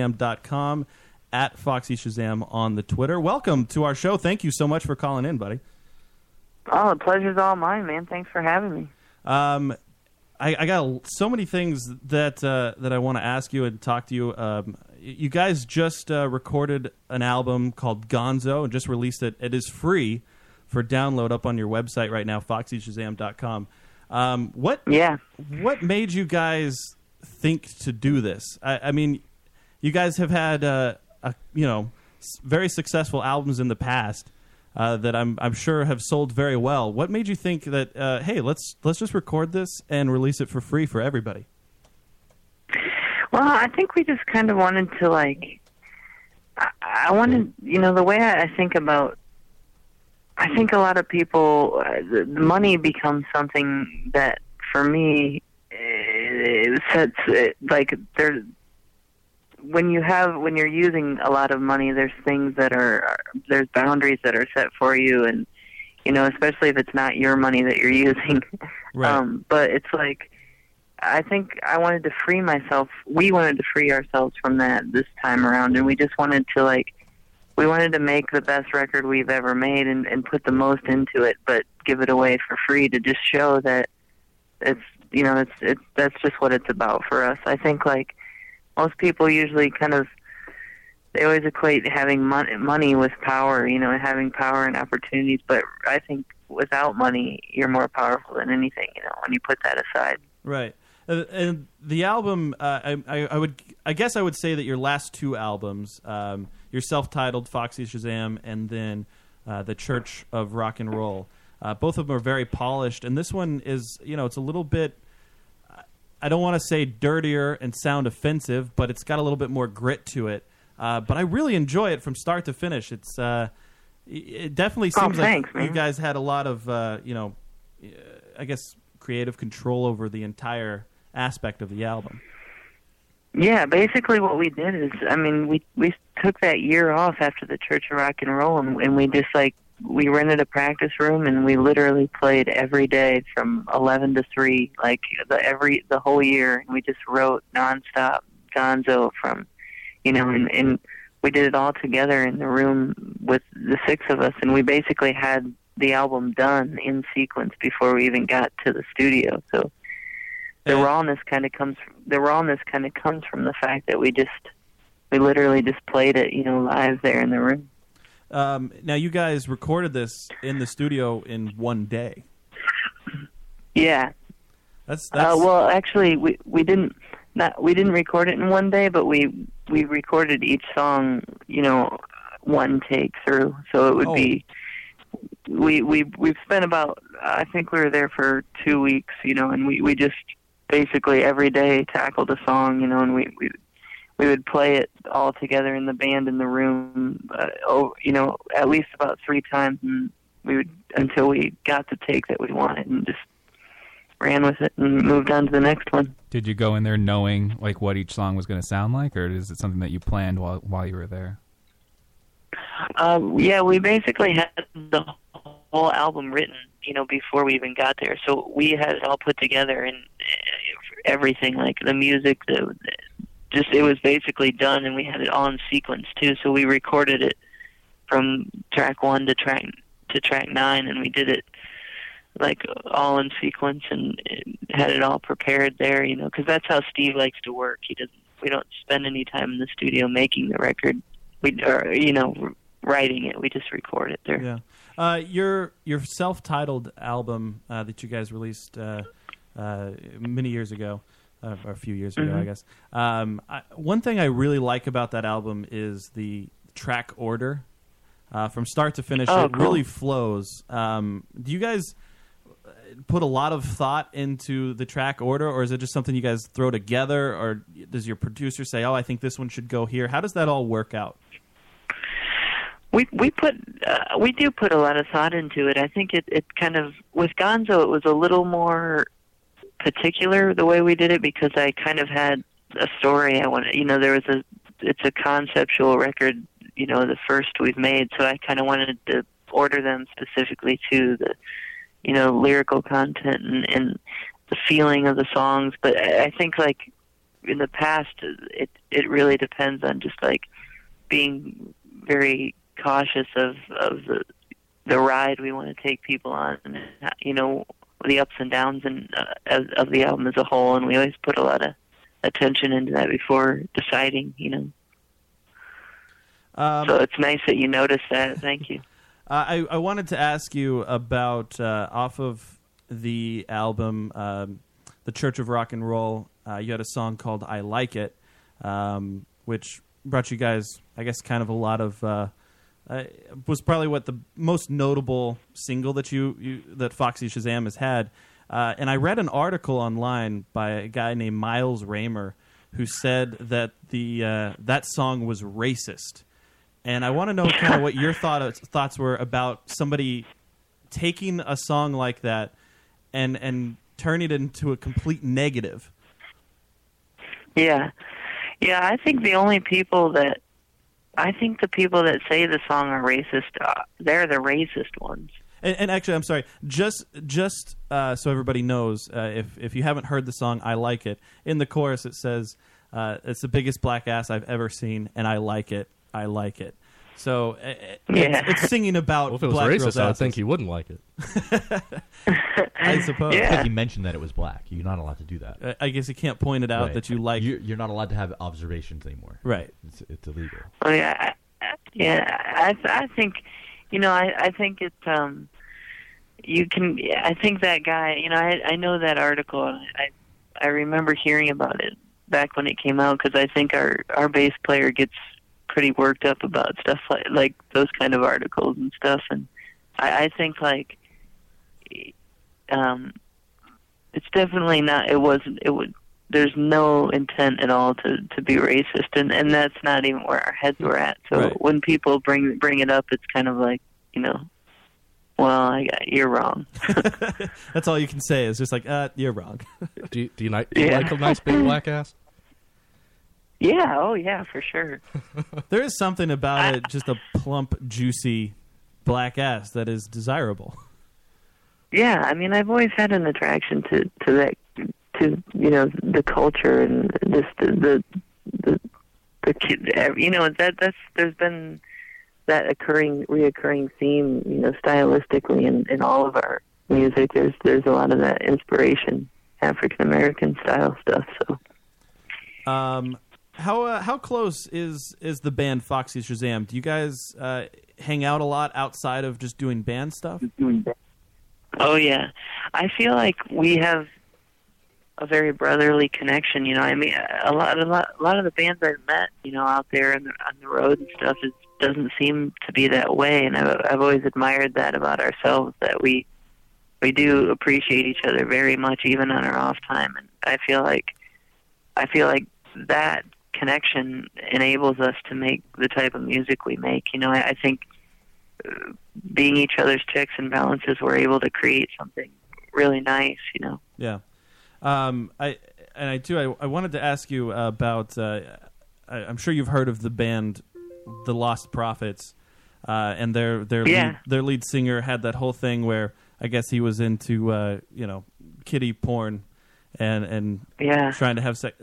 S5: foxyshazam.com, at Foxy Shazam on the Twitter. Welcome to our show. Thank you so much for calling in, buddy.
S9: Oh, the pleasure's all mine, man. Thanks for having me.
S5: Um, I, I got l- so many things that uh, that I want to ask you and talk to you. Um, y- you guys just uh, recorded an album called Gonzo and just released it. It is free for download up on your website right now, foxyshazam.com. Um, what
S9: Yeah.
S5: what made you guys think to do this? I, I mean, you guys have had uh, a, you know s- very successful albums in the past uh, that I'm I'm sure have sold very well. What made you think that uh, hey let's let's just record this and release it for free for everybody?
S9: Well, I think we just kind of wanted to like. I, I wanted, you know, the way I, I think about. I think a lot of people, uh, the, the money becomes something that for me, it sets it like there. When you have when you're using a lot of money, there's things that are are- there's boundaries that are set for you, and you know, especially if it's not your money that you're using. Um, but it's like I think I wanted to free myself. We wanted to free ourselves from that this time around, and we just wanted to like we wanted to make the best record we've ever made and, and put the most into it, but give it away for free to just show that it's you know it's it's that's just what it's about for us. I think like most people usually kind of they always equate having mon- money with power, you know, and having power and opportunities. But I think without money, you're more powerful than anything. You know, when you put that aside.
S5: Right. Uh, And the album, uh, I, I, I would, I guess, I would say that your last two albums, um, your self-titled Foxy Shazam, and then uh, the Church of Rock and Roll, uh, both of them are very polished. And this one is, you know, it's a little bit. I don't want to say dirtier and sound offensive, but it's got a little bit more grit to it. Uh, but I really enjoy it from start to finish. It's uh, it definitely
S9: Oh,
S5: seems
S9: thanks,
S5: like
S9: man.
S5: you guys had a lot of uh, you know, uh, I guess creative control over the entire aspect of the album.
S9: Yeah, basically what we did is, I mean, we we took that year off after the Church of Rock and Roll, and, and we just like we rented a practice room and we literally played every day from eleven to three, like the every the whole year, and we just wrote nonstop Gonzo from, you know, and and we did it all together in the room with the six of us, and we basically had the album done in sequence before we even got to the studio, so the rawness kind of comes the rawness kind of comes from the fact that we just we literally just played it you know live there in the room
S5: Um, now you guys recorded this in the studio in one day.
S9: yeah
S5: That's that's
S9: uh, well actually we we didn't not we didn't record it in one day but we we recorded each song you know one take through so it would
S5: Oh.
S9: be we we we've spent about i think we were there for two weeks you know and we we just basically every day tackled a song you know and we we we would play it all together in the band in the room uh, oh you know at least about three times and we would until we got the take that we wanted and just ran with it and moved on to the next one
S7: Did you go in there knowing like what each song was going to sound like, or is it something that you planned while while you were there?
S9: Um, yeah, we basically had the whole album written, you know, before we even got there. So we had it all put together and uh, everything, like the music, the just it was basically done, and we had it all in sequence too. So we recorded it from track one to track to track nine, and we did it like all in sequence and uh, had it all prepared there, you know, because that's how Steve likes to work. He doesn't. We don't spend any time in the studio making the record. We, or, you know, writing it. We just record it there.
S5: Yeah, uh, your your self titled album uh, that you guys released uh, uh, many years ago, uh, or a few years ago,
S10: Mhm.
S5: I guess. Um, I, one thing I really like about that album is the track order uh, from start to finish.
S10: Oh,
S5: it
S10: cool.
S5: really flows. Um, do you guys uh, put a lot of thought into the track order, or is it just something you guys throw together, or does your producer say, "Oh, I think this one should go here"? How does that all work out?
S9: We we put uh, we do put a lot of thought into it. I think it it kind of with Gonzo it was a little more particular the way we did it because I kind of had a story I wanted. You know, there was a it's a conceptual record. You know, the first we've made, so I kind of wanted to order them specifically to the you know lyrical content and, and the feeling of the songs. But I, I think like in the past, it it really depends on just like being very cautious of of the the ride we want to take people on and you know the ups and downs and uh, of, of the album as a whole and we always put a lot of attention into that before deciding you know
S5: Um,
S9: so it's nice that you notice that thank you
S5: Uh, I, I wanted to ask you about uh, off of the album, um, The Church of Rock and Roll. Uh, you had a song called "I Like It," um, which brought you guys, I guess, kind of a lot of. Uh, uh, was probably what the most notable single that you, you that Foxy Shazam has had. Uh, and I read an article online by a guy named Miles Raymer who said that the uh, that song was racist and I want to know kind of what your thought, thoughts were about somebody taking a song like that and and turning it into a complete negative.
S9: Yeah. Yeah, I think the only people that I think the people that say the song are racist, uh, they're the racist ones.
S5: And, and actually, I'm sorry. Just just uh, so everybody knows, uh, if if you haven't heard the song, I like it. In the chorus, it says, uh, "It's the biggest black ass I've ever seen, and I like it. I like it." So uh, it-
S8: Yeah.
S5: it's, it's singing about
S8: Well, if it was
S5: black
S8: racist,
S5: girls'
S8: I would
S5: asses.
S8: think he wouldn't like it.
S5: I suppose.
S6: I think he mentioned that it was black. You're not allowed to do that.
S5: Uh, I guess you can't point it out
S6: Right.
S5: that you like.
S6: You're, you're not allowed to have observations anymore.
S5: Right.
S6: It's, it's illegal.
S9: I mean, I, I- yeah, I I think, you know, I I think it um, you can. I think that guy. You know, I I know that article. I I remember hearing about it back when it came out because I think our our bass player gets pretty worked up about stuff like like those kind of articles and stuff. And I, I think like, um, it's definitely not. It wasn't. It would. There's no intent at all to to be racist, and and that's not even where our heads were at. So
S5: Right.
S9: when people bring bring it up, it's kind of like you know, well, I got, you're wrong.
S5: That's all you can say is just like, uh, you're wrong.
S8: Do you, do you, ni- do you
S9: Yeah.
S8: like a nice big black ass?
S9: Yeah. Oh, yeah, for sure.
S5: There is something about it, just a plump, juicy black ass that is desirable.
S9: Yeah, I mean, I've always had an attraction to to that to you know the culture and just the the the, the kid. You know that that's there's been that occurring reoccurring theme. You know, stylistically in in all of our music, there's there's a lot of that inspiration, African American style stuff. So
S5: Um, how uh, how close is is the band Foxy Shazam? Do you guys uh, hang out a lot outside of just doing band stuff?
S9: Oh yeah, I feel like we have a very brotherly connection. You know, I mean, a lot, a lot, a lot of the bands I've met, you know, out there on the, on the road and stuff, it doesn't seem to be that way. And I've, I've always admired that about ourselves that we we do appreciate each other very much, even on our off time. And I feel like I feel like that connection enables us to make the type of music we make. You know, I, I think uh, being each other's checks and balances, we're able to create something really nice, you know.
S5: Yeah. Um, I and I too. I, I wanted to ask you about. Uh, I, I'm sure you've heard of the band, The Lost Prophets, uh, and their their
S9: Yeah.
S5: lead, their lead singer had that whole thing where I guess he was into uh, you know kitty porn, and and
S9: Yeah.
S5: trying to have sex.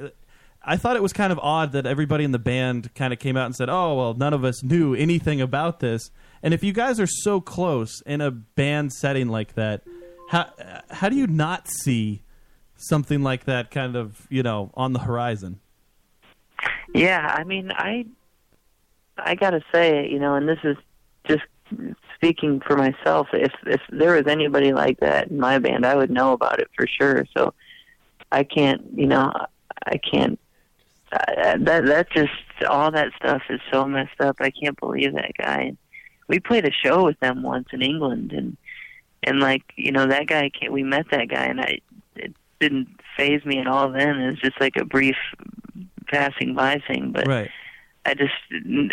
S5: I thought it was kind of odd that everybody in the band kind of came out and said, "Oh, well, none of us knew anything about this." And if you guys are so close in a band setting like that, how uh, how do you not see something like that kind of, you know, on the horizon?
S9: Yeah, I mean, I I gotta say, you know, and this is just speaking for myself. If if there was anybody like that in my band, I would know about it for sure. So I can't, you know, I can't. I, that that just all that stuff is so messed up. I can't believe that guy. We played a show with them once in England, and and like you know that guy. Came, we met that guy, and I it didn't phase me at all. Then it was just like a brief passing by thing, but.
S5: Right.
S9: I just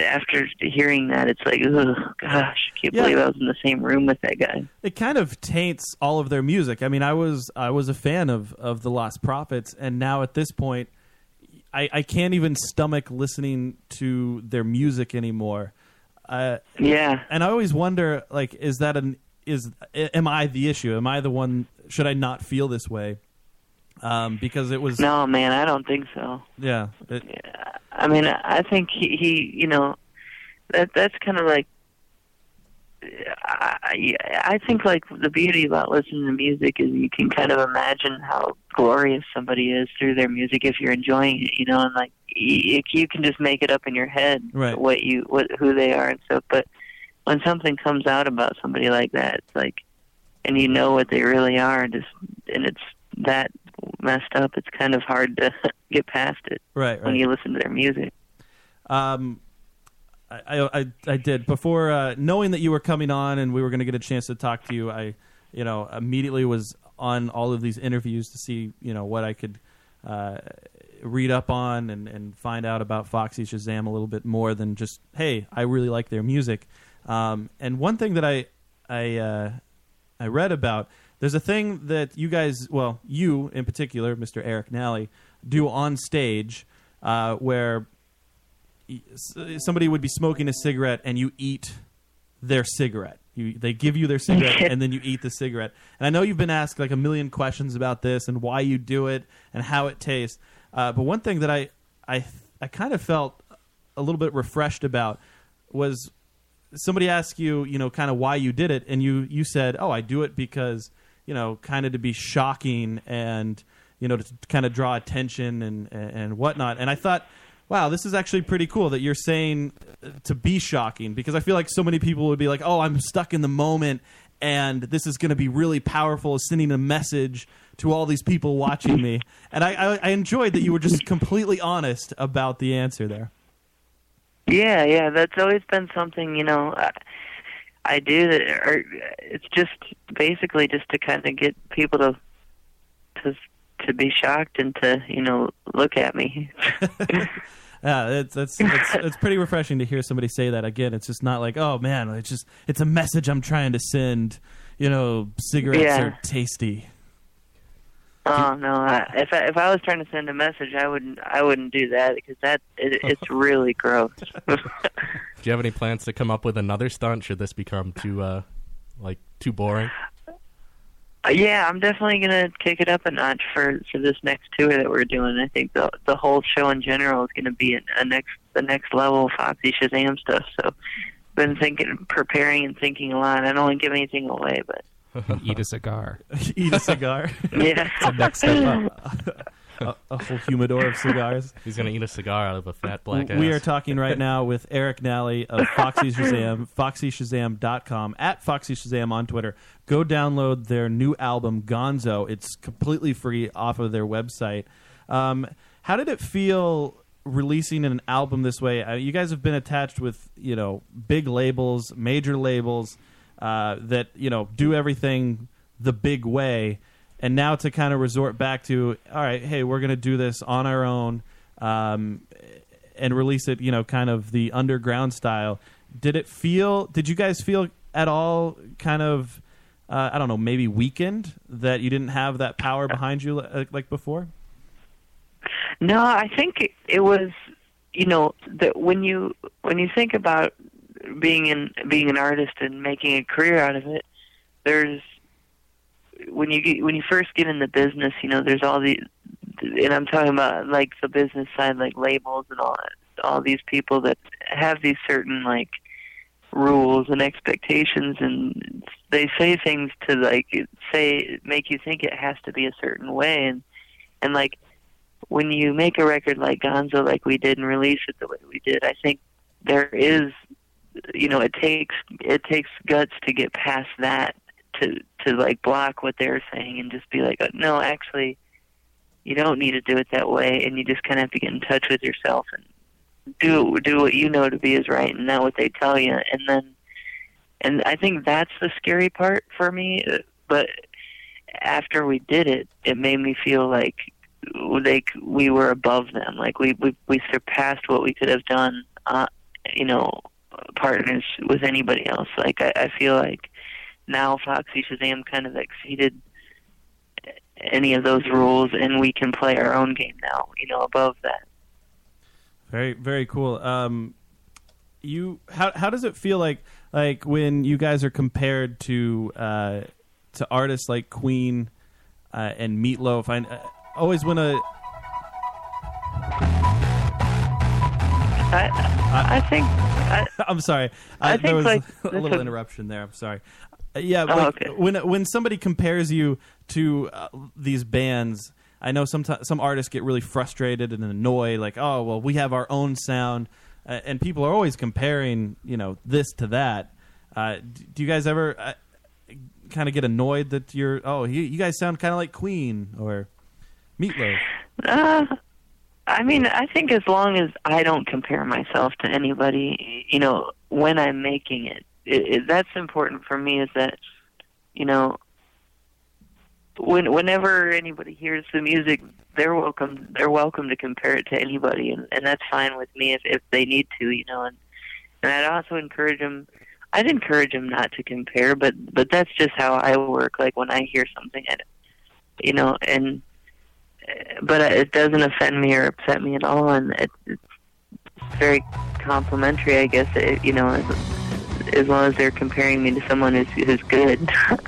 S9: after hearing that, it's like, oh gosh, I can't
S5: Yeah.
S9: believe I was in the same room with that guy.
S5: It kind of taints all of their music. I mean, I was I was a fan of of the Lost Prophets, and now at this point, I, I can't even stomach listening to their music anymore. Uh,
S9: Yeah,
S5: and I always wonder, like, is that an is am I the issue? Am I the one? Should I not feel this way? Um, because it was
S9: no, man, I don't think so.
S5: yeah, it,
S9: I mean, I I think he, he you know, that that's kind of like. I I- I think like the beauty about listening to music is you can kind of imagine how glorious somebody is through their music if you're enjoying it, you know, and like you, you can just make it up in your head
S5: Right.
S9: what you what who they are and stuff. But when something comes out about somebody like that, it's like, and you know what they really are, and just and it's that messed up. It's kind of hard to get past it
S5: right,
S9: when
S5: right.
S9: you listen to their music.
S5: Um, I, I I I did before uh, knowing that you were coming on and we were going to get a chance to talk to you. I you know immediately was on all of these interviews to see you know what I could uh, read up on and and find out about Foxy Shazam a little bit more than just hey I really like their music. Um, and one thing that I I uh, I read about. There's a thing that you guys, well, you in particular, Mr. Eric Nally, do on stage uh, where y- s- somebody would be smoking a cigarette and you eat their cigarette. You, they give you their cigarette and then you eat the cigarette. And I know you've been asked like a million questions about this and why you do it and how it tastes. Uh, but one thing that I, I, I kind of felt a little bit refreshed about was somebody asked you, you know, kind of why you did it, and you you said, "Oh, I do it because you know, kind of to be shocking and you know, to kind of draw attention and and whatnot." And I thought, wow, this is actually pretty cool that you're saying uh, to be shocking because I feel like so many people would be like, "Oh, I'm stuck in the moment." and this is going to be really powerful, sending a message to all these people watching me. And I, I, I enjoyed that you were just completely honest about the answer there.
S9: Yeah, yeah, that's always been something you know I, I do. That, or it's just basically just to kind of get people to to to be shocked and to you know look at me.
S5: Yeah, that's that's that's, that's pretty refreshing to hear somebody say that again. It's just not like, oh man, it's just it's a message I'm trying to send. You know, cigarettes
S9: Yeah.
S5: are tasty.
S9: Oh no! I, if I, if I was trying to send a message, I wouldn't I wouldn't do that because that it, it's really gross.
S8: Do you have any plans to come up with another stunt? Should this become too, uh, like, too boring?
S9: Uh, yeah, I'm definitely gonna kick it up a notch for for this next tour that we're doing. I think the the whole show in general is gonna be a, a next the next level Foxy Shazam stuff. So, been thinking, preparing, and thinking a lot. I don't want to give anything away, but
S7: Eat a cigar.
S5: Eat a cigar.
S9: yeah,
S5: a, a whole humidor of cigars.
S8: He's gonna eat a cigar out of a fat black ass.
S5: We are talking right now with Eric Nally of Foxy Shazam, foxyshazam.com, at Foxy Shazam on Twitter. Go download their new album, Gonzo. It's completely free off of their website. Um, how did it feel releasing an album this way? Uh, you guys have been attached with, you know, big labels, major labels uh, that, you know, do everything the big way and now to kind of resort back to all right hey we're going to do this on our own um, and release it you know kind of the underground style did it feel did you guys feel at all kind of uh, i don't know maybe weakened that you didn't have that power behind you uh, like, like before
S9: No, I think it, it was you know that when you when you think about being in being an artist and making a career out of it, there's when you get, when you first get in the business, you know, there's all the and I'm talking about like the business side, like labels and all that, all these people that have these certain like rules and expectations and they say things to like say make you think it has to be a certain way and and like when you make a record like Gonzo, like we did, and release it the way we did, I think there is, you know, it takes it takes guts to get past that to to like block what they're saying and just be like, "Oh, no, actually, you don't need to do it that way, and you just kind of have to get in touch with yourself and do do what you know to be is right and not what they tell you, and then and I think that's the scary part for me, uh, but. After we did it, it made me feel like like we were above them. Like we we we surpassed what we could have done. Uh, you know, partners with anybody else. Like I, I feel like now Foxy Shazam kind of exceeded any of those rules, and we can play our own game now. You know, above that.
S5: Very very cool. Um, you how how does it feel like like when you guys are compared to uh, to artists like Queen uh, and Meatloaf? I, I always want to.
S9: I I think I,
S5: I'm sorry.
S9: I
S5: there was
S9: think, like,
S5: a
S9: that's
S5: little
S9: a-
S5: interruption there. I'm sorry. Uh, yeah,
S9: Oh,
S5: like,
S9: okay.
S5: when when somebody compares you to uh, these bands, I know some some artists get really frustrated and annoyed, like, oh well, we have our own sound, uh, and people are always comparing, you know, this to that. Uh, d- do you guys ever uh, kind of get annoyed that you're, oh, you, you guys sound kind of like Queen or Meatloaf?
S9: Uh, I mean, I think as long as I don't compare myself to anybody, you know, when I'm making it, it, it that's important for me. Is that, you know, when whenever anybody hears the music, they're welcome. They're welcome to compare it to anybody, and, and that's fine with me if if they need to, you know. And and I'd also encourage them. I'd encourage them not to compare, but but that's just how I work. Like when I hear something, I, you know, and but it doesn't offend me or upset me at all, and it, it's very complimentary, I guess. It, you know, as, as long as they're comparing me to someone who's who's good.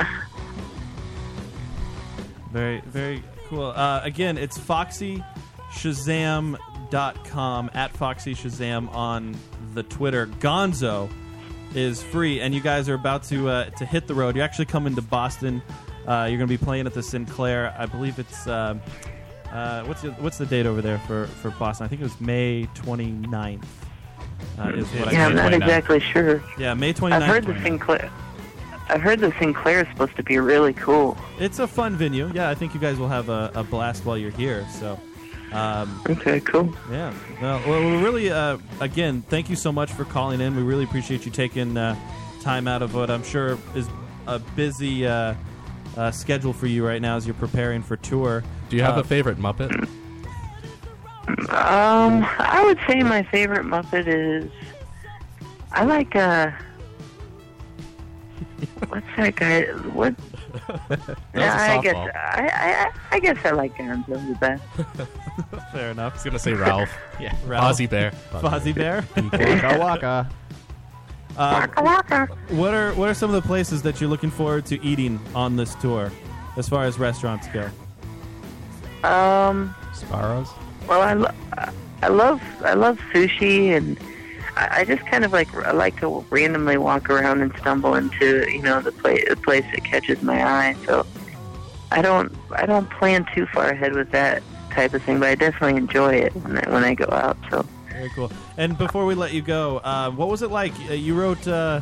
S5: Very, very cool. Uh, again, it's foxyshazam.com at foxyshazam on the Twitter. Gonzo is free, and you guys are about to uh, to hit the road. You're actually coming to Boston. Uh, you're going to be playing at the Sinclair. I believe it's um uh, what's the, what's the date over there for, for Boston? I think it was May 29th. Uh, is what I
S9: yeah, I'm
S5: think.
S9: not exactly sure.
S5: yeah, May 29th.
S9: I've heard the Sinclair. I've heard the Sinclair is supposed to be really cool.
S5: It's a fun venue. Yeah, I think you guys will have a, a blast while you're here. So, um,
S9: Okay, cool.
S5: yeah. Well, well, we're really, uh, again, thank you so much for calling in. We really appreciate you taking uh, time out of what I'm sure is a busy uh, uh, schedule for you right now as you're preparing for tour.
S8: Do you have
S5: Uh,
S8: a favorite Muppet?
S9: Um, I would say my favorite Muppet is I like uh what's that guy? What? I guess
S8: softball.
S9: I, I I guess I like Gonzo the best.
S5: Fair enough.
S8: I was gonna say Ralph,
S6: Yeah.
S5: Ralph,
S8: Ozzie Bear.
S5: Fozzie Bear.
S6: Waka waka.
S5: Uh,
S9: Waka waka.
S5: what are what are some of the places that you're looking forward to eating on this tour, as far as restaurants go?
S9: Um,
S7: Sparrows.
S9: well, I, lo- I love I love sushi, and I, I just kind of like I like to randomly walk around and stumble into you know the place the place that catches my eye. So I don't I don't plan too far ahead with that type of thing, but I definitely enjoy it when I, when I go out. So
S5: Very cool. And before we let you go, uh, what was it like? Uh, you wrote, uh,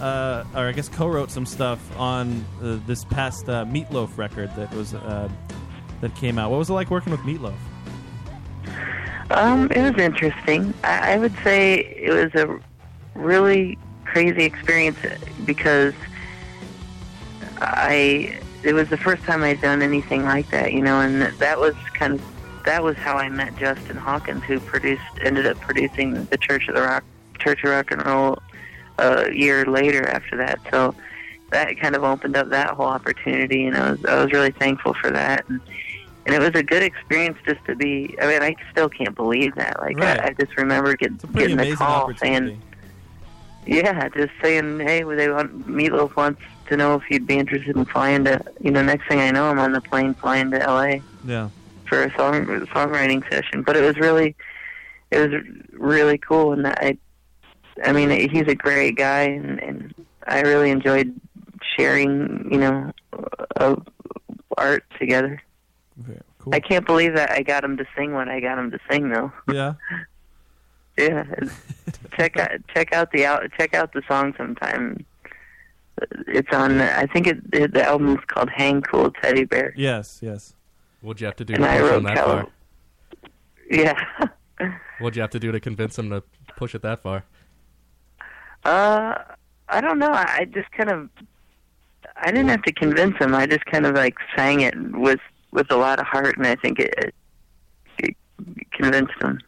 S5: uh, or I guess co-wrote some stuff on uh, this past uh, Meatloaf record that was uh, that came out. What was it like working with Meatloaf?
S9: Um, it was interesting. I, I would say it was a really crazy experience because I it was the first time I'd done anything like that, you know, and that was kind of that was how I met Justin Hawkins, who produced ended up producing the Church of the Rock Church of Rock and Roll uh, a year later after that. So that kind of opened up that whole opportunity, and I was I was really thankful for that. And, and it was a good experience just to be. I mean, I still can't believe that. Like,
S5: Right.
S9: I, I just remember get,
S5: It's a pretty
S9: getting the
S5: amazing
S9: call
S5: opportunity.
S9: saying, "Yeah, just saying, hey, would they want Meatloaf wants to know if you'd be interested in flying to." You know, next thing I know, I'm on the plane flying to L.A.
S5: Yeah,
S9: for a song songwriting session. But it was really, it was really cool, and I, I mean, he's a great guy, and, and I really enjoyed sharing, you know, uh, art together.
S5: Very cool.
S9: I can't believe that I got him to sing what I got him to sing though.
S5: Yeah,
S9: Yeah, check out check out the out check out the song sometime. It's on. I think it, it the album's called "Hang Cool Teddy Bear."
S5: yes, yes.
S8: What'd you have to do to
S9: And I
S8: push him
S9: wrote
S8: that
S9: Cali-
S8: far?
S9: Yeah.
S8: What'd you have to do to convince him to push it that far?
S9: Uh, I don't know. I I just kind of. I didn't have to convince him. I just kind of like sang it with with a lot of heart, and I think it, it convinced him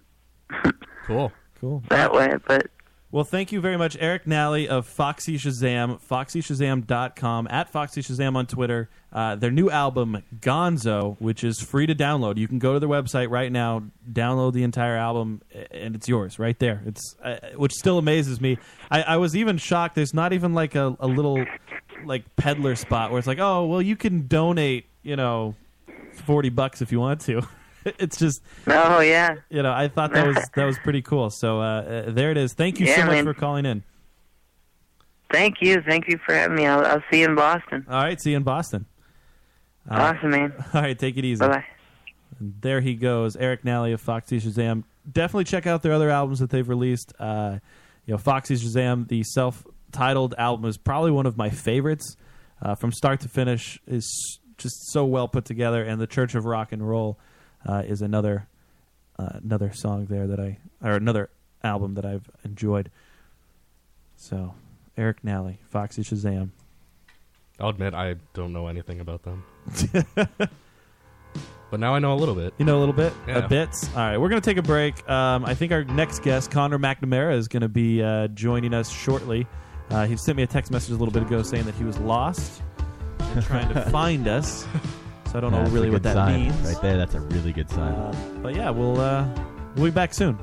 S8: Cool.
S5: Cool.
S9: that way. But
S5: Well, thank you very much, Eric Nally of Foxy Shazam, foxyshazam.com, at Foxy Shazam on Twitter. Uh, their new album, Gonzo, which is free to download. You can go to their website right now, download the entire album, a- and it's yours right there. It's uh, Which still amazes me. I, I was even shocked. There's not even like a, a little like peddler spot where it's like, oh, well, you can donate, you know, 40 bucks if you want to. it's just
S9: oh yeah,
S5: you know, I thought that was that was pretty cool. So uh, uh, there it is. Thank you so
S9: Yeah,
S5: much
S9: man.
S5: for calling in.
S9: thank you, thank you for having me. I'll, I'll see you in Boston.
S5: All right, see you in Boston.
S9: awesome, man.
S5: All right, take it easy.
S9: Bye bye.
S5: There he goes, Eric Nally of Foxy Shazam. Definitely check out their other albums that they've released. Uh, you know, Foxy Shazam, the self-titled album, is probably one of my favorites uh, from start to finish. is just so well put together, and the Church of Rock and Roll uh, is another uh, another song there that I or another album that I've enjoyed. So, Eric Nally, Foxy Shazam.
S8: I'll admit I don't know anything about them. but now I know a little bit.
S5: You know a little bit,
S8: Yeah.
S5: a bit. All right, we're going to take a break. Um, I think our next guest, Connor McNamara, is going to be uh, joining us shortly. Uh, he sent me a text message a little bit ago saying that he was lost and trying to find us. So I don't know
S6: That's a
S5: really what
S6: good
S5: that
S6: sign.
S5: means.
S6: Right there, that's a really good sign.
S5: Uh, but yeah, we'll uh, we'll be back soon.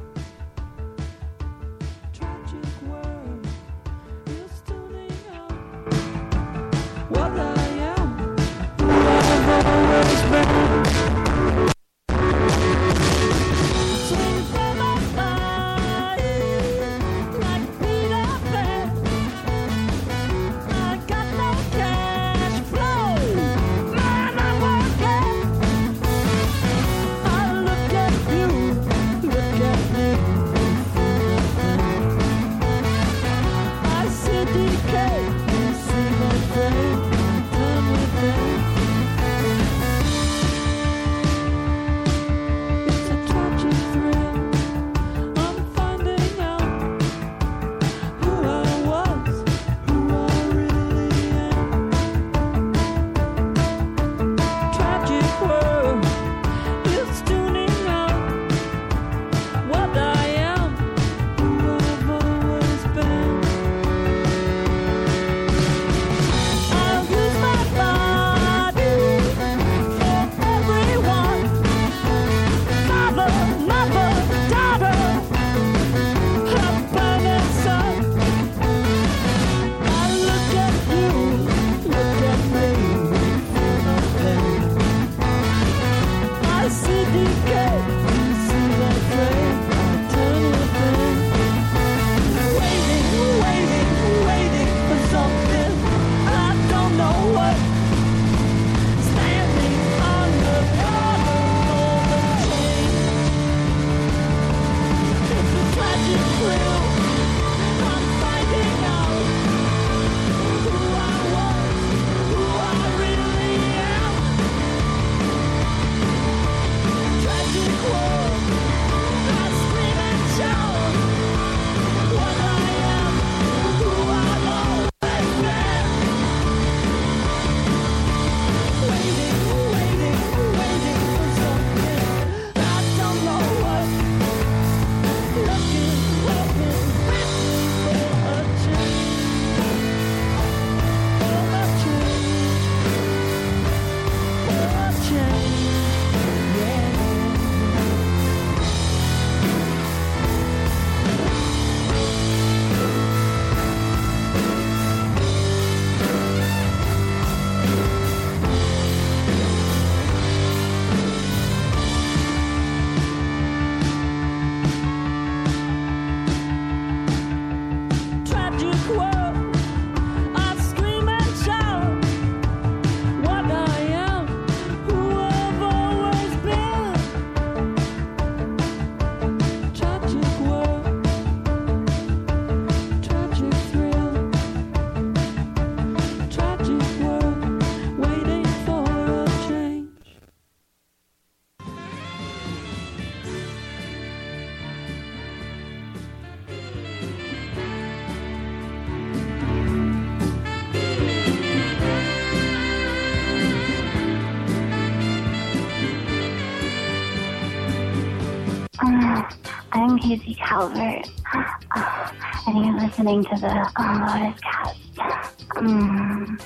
S10: Look at you, look at me. Uh, I'm Casey Calvert, uh, and you're listening to the Unloaded Cast. Mm.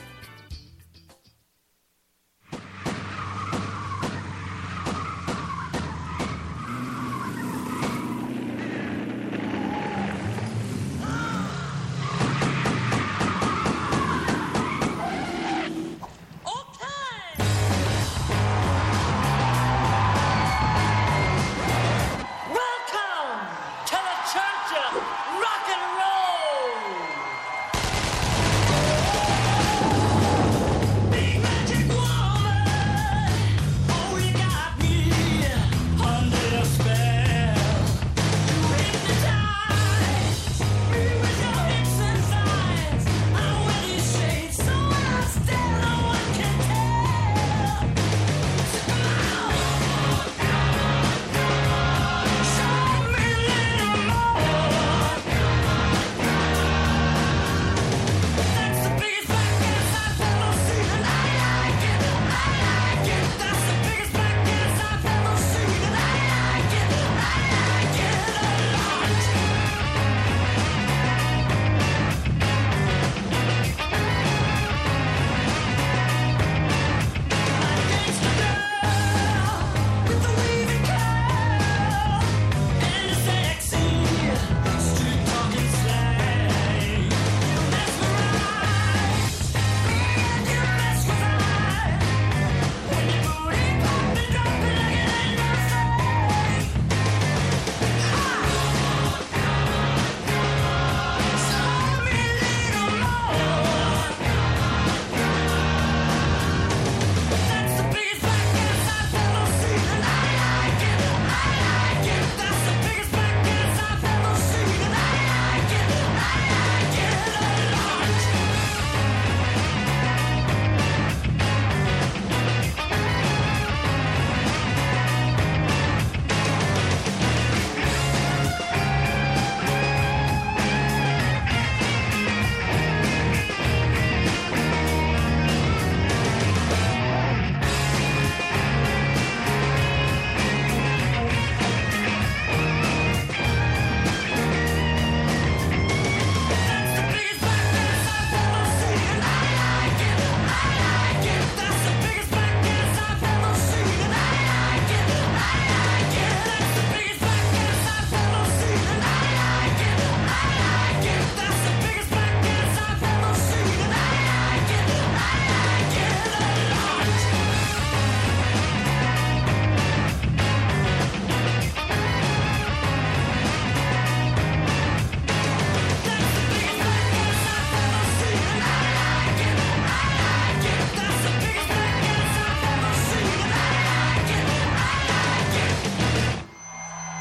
S11: Welcome to the Church of Rock and Roll. Oh,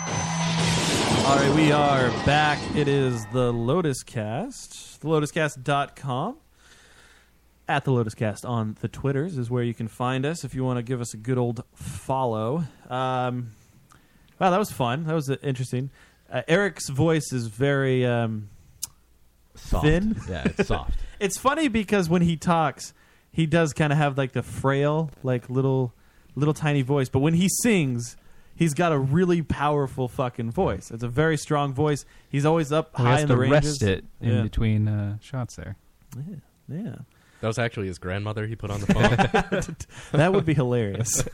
S5: All right, we are back. It is the Lotus Cast, thelotuscast.com. At the Lotus Cast on the Twitters is where you can find us if you want to give us a good old follow. Um, wow, that was fun. That was uh, interesting. Uh, Eric's voice is very um,
S6: Soft.
S5: thin.
S6: Yeah, it's soft.
S5: it's funny because when he talks, he does kind of have like the frail, like little, little tiny voice. But when he sings, he's got a really powerful fucking voice. It's a very strong voice. He's always up
S7: Well, he
S5: high
S7: has
S5: in
S7: to
S5: the ranges.
S7: rest it in
S5: Yeah.
S7: between uh, shots there.
S5: Yeah, yeah.
S8: That was actually his grandmother he put on the phone.
S5: That would be hilarious.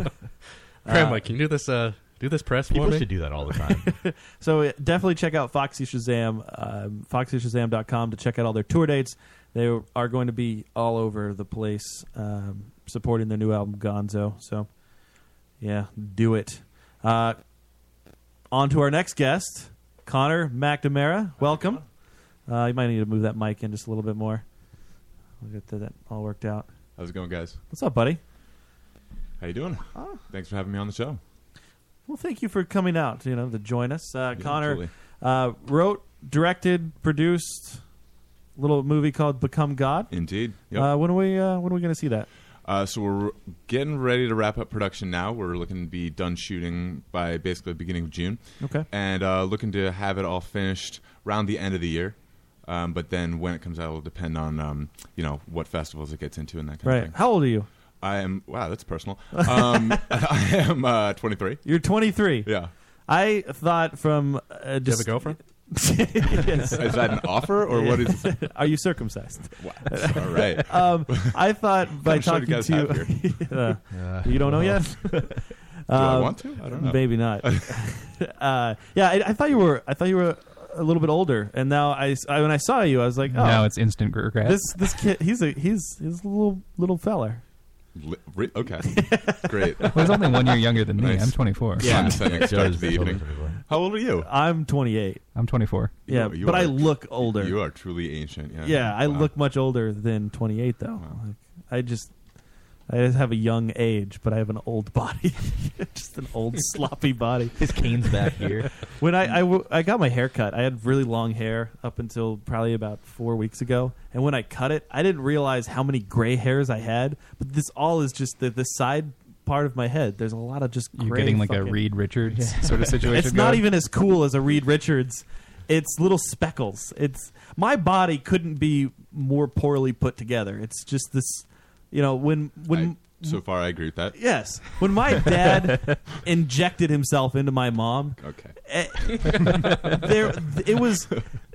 S8: Grandma, can you do this? Uh, do this press for me?
S5: so uh, definitely check out Foxy Shazam, um, foxyshazam.com to check out all their tour dates. They are going to be all over the place um, supporting their new album, Gonzo. So, yeah, do it. Uh, on to our next guest, Connor McNamara. Welcome. Uh, you might need to move that mic in just a little bit more. We'll get that all worked out.
S12: How's it going, guys?
S5: What's up, buddy?
S12: How you doing?
S5: Ah.
S12: Thanks for having me on the show.
S5: Well, thank you for coming out, you know, to join us. Uh,
S12: Yeah,
S5: Connor
S12: absolutely.
S5: uh, wrote, directed, produced a little movie called Become God.
S12: Indeed. Yep.
S5: Uh, when are we uh, when are we going to see that?
S12: Uh, so we're getting ready to wrap up production now. We're looking to be done shooting by basically the beginning of June.
S5: Okay.
S12: And uh, looking to have it all finished around the end of the year. Um, but then when it comes out, will depend on um, you know what festivals it gets into and that kind
S5: Right.
S12: of thing.
S5: How old are you?
S12: I am. Wow, that's personal. Um, I am uh, 23.
S5: You're 23.
S12: Yeah.
S5: I thought from uh,
S8: Do
S5: uh,
S8: you have a
S5: just-
S8: girlfriend?
S5: Yes.
S12: Is that an offer, or what is-
S5: Are you circumcised?
S12: What? All right.
S5: um, I thought by
S12: I'm sure you
S5: talking
S12: guys
S5: to
S12: have
S5: you,
S12: here.
S5: Yeah.
S12: Uh,
S5: you don't know
S12: well.
S5: yet. Um,
S12: Do I want to? I don't know.
S5: Maybe not. uh, yeah, I, I thought you were. I thought you were a little bit older, and now I, s- I- when I saw you, I was like, oh,
S7: Now it's instant regret.
S5: This this kid, he's a he's he's a little little feller.
S12: Li- re- okay. Great.
S7: Well, he's only one year younger than me. I'm 24.
S12: Yeah. Condescending
S7: Yeah.
S12: start to the
S7: Joe's
S12: evening. How old are you?
S5: I'm 28.
S7: I'm 24.
S5: Yeah,
S12: You
S5: but
S12: are-
S5: I look older.
S12: You are truly ancient. Yeah.
S5: Yeah, I
S12: Wow.
S5: look much older than 28 though. Like, I just I just have a young age, but I have an old body. just an old sloppy body.
S6: His cane's back here.
S5: when I I w- I got my hair cut, I had really long hair up until probably about 4 weeks ago, and when I cut it, I didn't realize how many gray hairs I had, but this all is just the the side part of my head. There's a lot of just
S7: You're
S5: gray
S7: getting like a
S5: fucking-
S7: Reed Richards sort of situation
S5: It's not
S7: going?
S5: even as cool as a Reed Richards. It's little speckles. It's my body couldn't be more poorly put together. It's just this, you know, when when
S12: So far, I agree with that.
S5: yes, when my dad injected himself into my mom. eh,
S12: Okay.
S5: there it was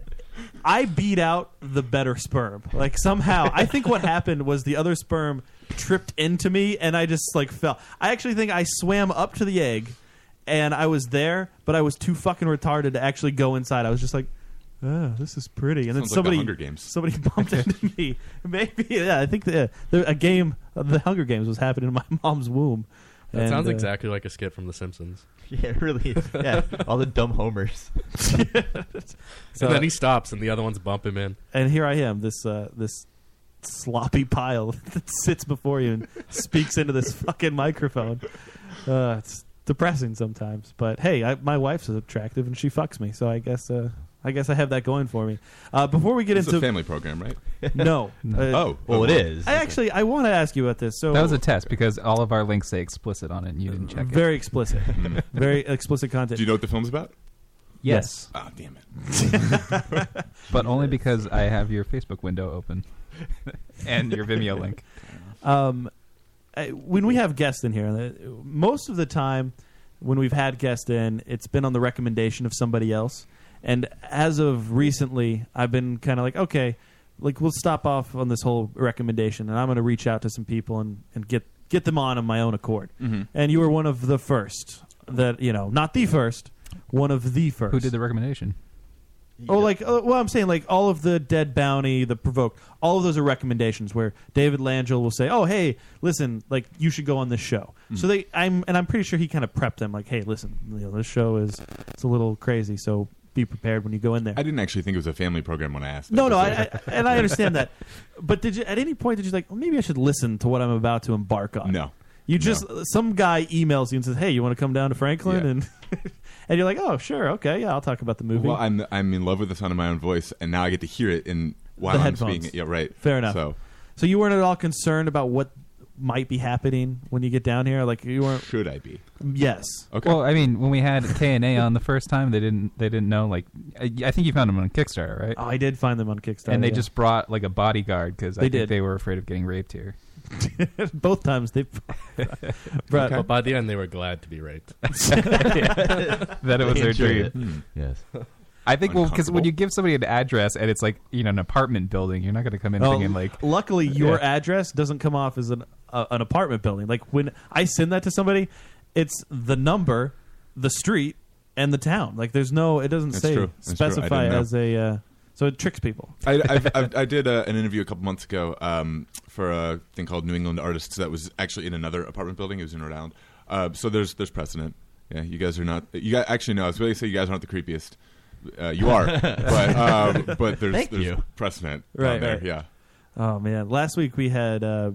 S5: I beat out the better sperm. Like somehow, I think what happened was the other sperm tripped into me, and I just like fell. I actually think I swam up to the egg, and I was there, but I was too fucking retarded to actually go inside. I was just like, "Oh, this is pretty," and then
S12: Sounds like the
S5: somebody
S12: Hunger Games.
S5: somebody bumped into me. Maybe yeah, I think the, the a game of the Hunger Games was happening in my mom's womb.
S8: That
S5: And,
S8: sounds
S5: uh,
S8: exactly like a skit from The Simpsons.
S6: Yeah, it really is. Yeah, all the dumb homers.
S5: So-
S8: and then he stops, and the other ones bump him in.
S5: and here I am, this uh, this sloppy pile that sits before you and speaks into this fucking microphone. Uh, it's depressing sometimes, but hey, I, my wife's attractive and she fucks me, so I guess uh, I guess I have that going for me. Uh, before we get
S12: It's
S5: into
S12: a family program, right?
S5: no, Uh,
S12: oh, well, it is.
S5: I actually I want to ask you about this. So
S7: that was a test because all of our links say explicit on it, and you didn't check it.
S5: very explicit, very explicit content.
S12: Do you know what the film's about?
S7: Yes.
S12: Ah, damn it.
S7: but only because I have your Facebook window open and your Vimeo link.
S5: um, I, when we have guests in here, the- most of the time when we've had guests in, it's been on the recommendation of somebody else. And as of recently, I've been kind of like, okay, like we'll stop off on this whole recommendation, and I'm going to reach out to some people and, and get get them on of my own accord.
S7: Mhm.
S5: And you were one of the first that you know, not the first, one of the first.
S7: Who did the recommendation?
S5: Oh, like uh, well, I'm saying like all of the Dead Bounty, the Provoked, all of those are recommendations where David Langell will say, "Oh, hey, listen, like you should go on this show." So they, I'm, and I'm pretty sure he kind of prepped them, like, "Hey, listen, you know, this show is it's a little crazy, so be prepared when you go in there."
S12: I didn't actually think it was a family program when I asked. that.
S5: no, no, I, I, and I understand that, but did you at any point did you like well, maybe I should listen to what I'm about to embark on? No, you just some guy emails you and says, "Hey, you want to come down to Franklin?" and and you're like, "Oh, sure, okay, yeah, I'll talk about the movie."
S12: Well, I'm I'm in love with the sound of my own voice, and now I get to hear it in while
S5: the
S12: I'm
S5: headphones.
S12: speaking. it. Yeah, right.
S5: Fair enough.
S12: So
S5: So, you weren't at all concerned about what might be happening when you get down here. Like you weren't.
S12: Should I be?
S5: Yes.
S12: Okay.
S7: Well, I mean, when we had KNA on the first time, they didn't they didn't know like I, I think you found them on Kickstarter, right?
S5: Oh, I did find them on Kickstarter,
S7: and they
S5: yeah.
S7: just brought like a bodyguard because I
S5: They
S7: think
S5: did.
S7: they were afraid of getting raped here.
S5: Both times they. Brett,
S8: But by the end, they were glad to be raped.
S7: that it was their dream.
S5: Hmm.
S7: I think well because when you give somebody an address and it's like you know an apartment building, you're not going to come in
S5: Oh,
S7: thinking like
S5: luckily your
S7: Yeah.
S5: address doesn't come off as an uh, an apartment building. Like when I send that to somebody, it's the number, the street, and the town. Like there's no, it doesn't
S12: That's
S5: say
S12: true. That's true. I
S5: specify
S12: didn't know.
S5: as a. Uh, so it tricks people.
S12: I, I've, I've, I did uh, an interview a couple months ago um, for a thing called New England Artists that was actually in another apartment building. It was in Rhode Island. Uh, so there's there's precedent. Yeah, you guys are not. You guys actually no. I was really say you guys aren't the creepiest. Uh, you are, but um, but there's
S5: Thank
S12: there's
S5: you.
S12: precedent
S5: right,
S12: down there.
S5: right.
S12: Yeah.
S5: Oh man, last week we had uh,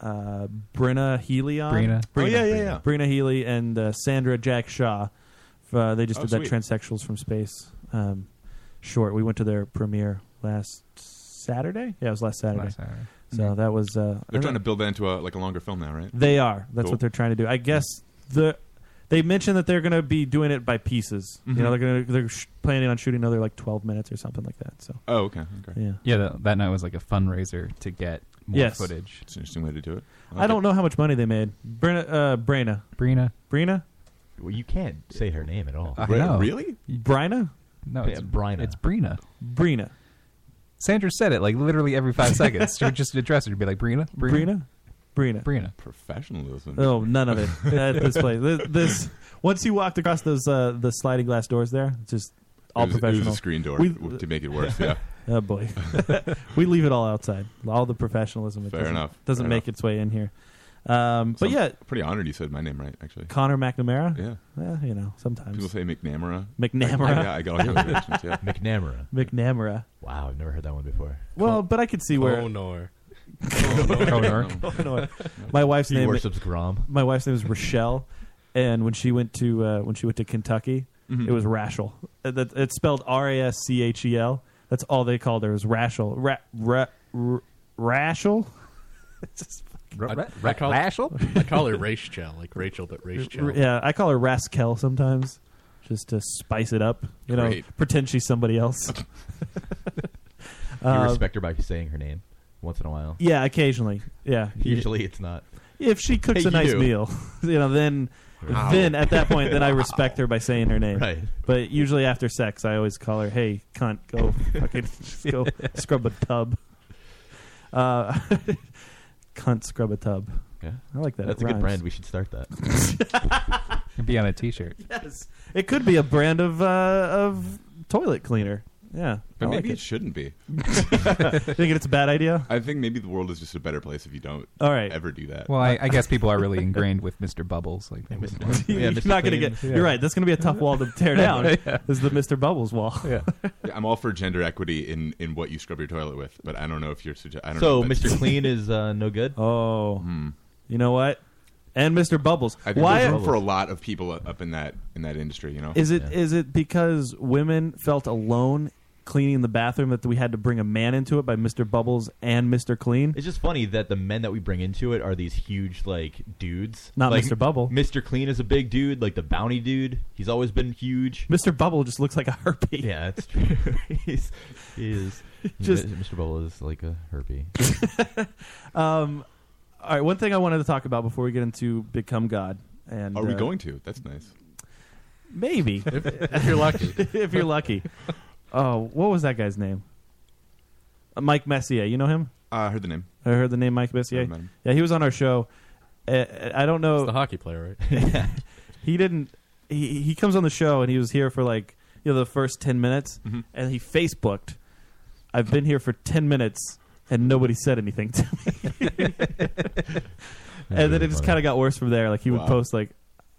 S5: uh, Brenna Healy on.
S12: Brenna. Oh, yeah, yeah, yeah.
S5: Brenna Healy and uh, Sandra Jack Shaw. Uh, they just
S12: Oh,
S5: did that
S12: sweet.
S5: transsexuals from space um, short. We went to their premiere last Saturday. Yeah, it was last Saturday.
S12: Last Saturday. Mm-hmm.
S5: So that was. Uh, I
S12: They're
S5: don't
S12: trying
S5: know.
S12: to build that into a like a longer film now, right?
S5: They are. That's
S12: Cool.
S5: what they're trying to do. I guess the they mentioned that they're going to be doing it by pieces.
S12: Mhm.
S5: You know, they're going to they're sh- planning on shooting another like twelve minutes or something like that. So.
S12: Oh, okay. okay.
S5: Yeah.
S7: yeah that, that night was like a fundraiser to get more
S5: Yes.
S7: footage.
S12: It's an interesting way to do it.
S5: I don't know how much money they made. Brenna, uh, Brina.
S7: Brina.
S5: Brina?
S6: Well, you can't say her name at all.
S7: I Re- know. really?
S5: Brina?
S7: No,
S6: Yeah,
S7: it's
S6: Brina.
S7: It's Brina.
S5: Brina.
S7: Sandra said it like literally every five seconds. She would just address her and be like, Brina?
S5: Brina? Brina.
S7: Brina.
S12: Professionalism.
S5: Oh, none of it at this place. This, this- once you walked across those uh, the sliding glass doors there, it's just all
S12: It was- it was a
S5: professional.
S12: screen door to make it worse, yeah.
S5: oh boy, we leave it all outside. All the professionalism. It
S12: Fair
S5: doesn't,
S12: enough.
S5: Doesn't
S12: Fair
S5: make its way in here. Um,
S12: So
S5: but
S12: I'm
S5: yeah,
S12: pretty honored you said my name right. Actually,
S5: Connor McNamara.
S12: Yeah.
S5: Well, you know, sometimes
S12: people say McNamara.
S5: McNamara.
S12: I, yeah, I got all your abbreviations. Yeah,
S6: McNamara.
S5: McNamara.
S6: Wow, I've never heard that one before.
S5: Well, but I could see where
S8: Conor.
S5: Conor. Conor. My wife's
S6: He
S5: name
S6: worships Grom.
S5: My wife's name is Rochelle, and when she went to uh, when she went to Kentucky,
S6: Mhm.
S5: it was Rachel. Uh, that- It's spelled R A S C H E L. That's all they called her was Rachel. Ra- ra- r- Rachel.
S8: I, I call, I call her Rachel, like Rachel, but Rachel.
S5: R- Yeah, I call her Rascal sometimes, just to spice it up. You know,
S6: Great.
S5: pretend she's somebody else.
S6: You
S5: Uh,
S6: respect her by saying her name once in a while.
S5: Yeah, occasionally. Yeah.
S6: Usually it's not.
S5: If she cooks
S6: Hey,
S5: a nice
S6: you.
S5: meal, you know, then
S6: Wow.
S5: then at that point, then I respect her by saying her name.
S6: Right.
S5: But usually after sex, I always call her, "Hey, cunt, go fucking go scrub a tub." Uh, cunt, scrub a tub.
S6: Yeah.
S5: I like that.
S6: That's a
S5: It
S6: good
S5: rhymes.
S6: brand. We should start that.
S7: It'd be on a t shirt.
S5: Yes. It could be a brand of uh, of toilet cleaner. Yeah,
S12: But
S5: I like
S12: maybe
S5: it.
S12: it shouldn't be.
S5: Think it's a bad idea?
S12: I think maybe the world is just a better place if you don't
S5: All right.
S12: ever do that.
S7: Well, I, I guess people are really ingrained with Mr. Bubbles. Like,
S5: you're not going to get. You're right. That's going to be a tough wall to tear down.
S7: Yeah.
S5: This is the Mister Bubbles wall. Yeah.
S12: Yeah, I'm all for gender equity in, in what you scrub your toilet with, but I don't know if you're sugge- I don't
S6: So
S12: know if that's-
S6: Mr.
S12: Hmm.
S6: Clean is uh, no good.
S5: Oh, you know what? And Mister Bubbles.
S12: I think
S5: Why
S12: there's room for a lot of people up in that in that industry. You know,
S5: is it? Is it because women felt alone cleaning the bathroom that we had to bring a man into it by Mister Bubbles and Mister Clean?
S6: It's just funny that the men that we bring into it are these huge like dudes.
S5: Not
S6: Like,
S5: Mr. Bubble.
S6: Mr. Clean is a big dude, like the bounty dude. He's always been huge.
S5: Mister Bubble just looks like a herpy.
S6: Yeah, that's true. He's, he is.
S5: Just-
S6: Mr. Bubble is like a herpy.
S5: Um, all right. One thing I wanted to talk about before we get into Become God. And
S12: Are we
S5: uh,
S12: going to? That's nice.
S5: Maybe
S12: If- if you're lucky.
S5: if you're lucky. Oh, what was that guy's name? Uh, Mike Messier. You know him?
S12: Uh, I heard the name.
S5: I heard the name Mike Messier.
S12: Heard about him.
S5: Yeah, he was on our show. Uh, I don't know.
S8: He's the hockey player,
S5: right? he didn't. He he comes on the show and he was here for like you know the first ten minutes
S12: Mm-hmm.
S5: and he Facebooked. I've been here for ten minutes and nobody said anything to me. and then
S7: really
S5: it just
S7: funny.
S5: kind of got worse from there. Like he would
S7: Wow.
S5: post like,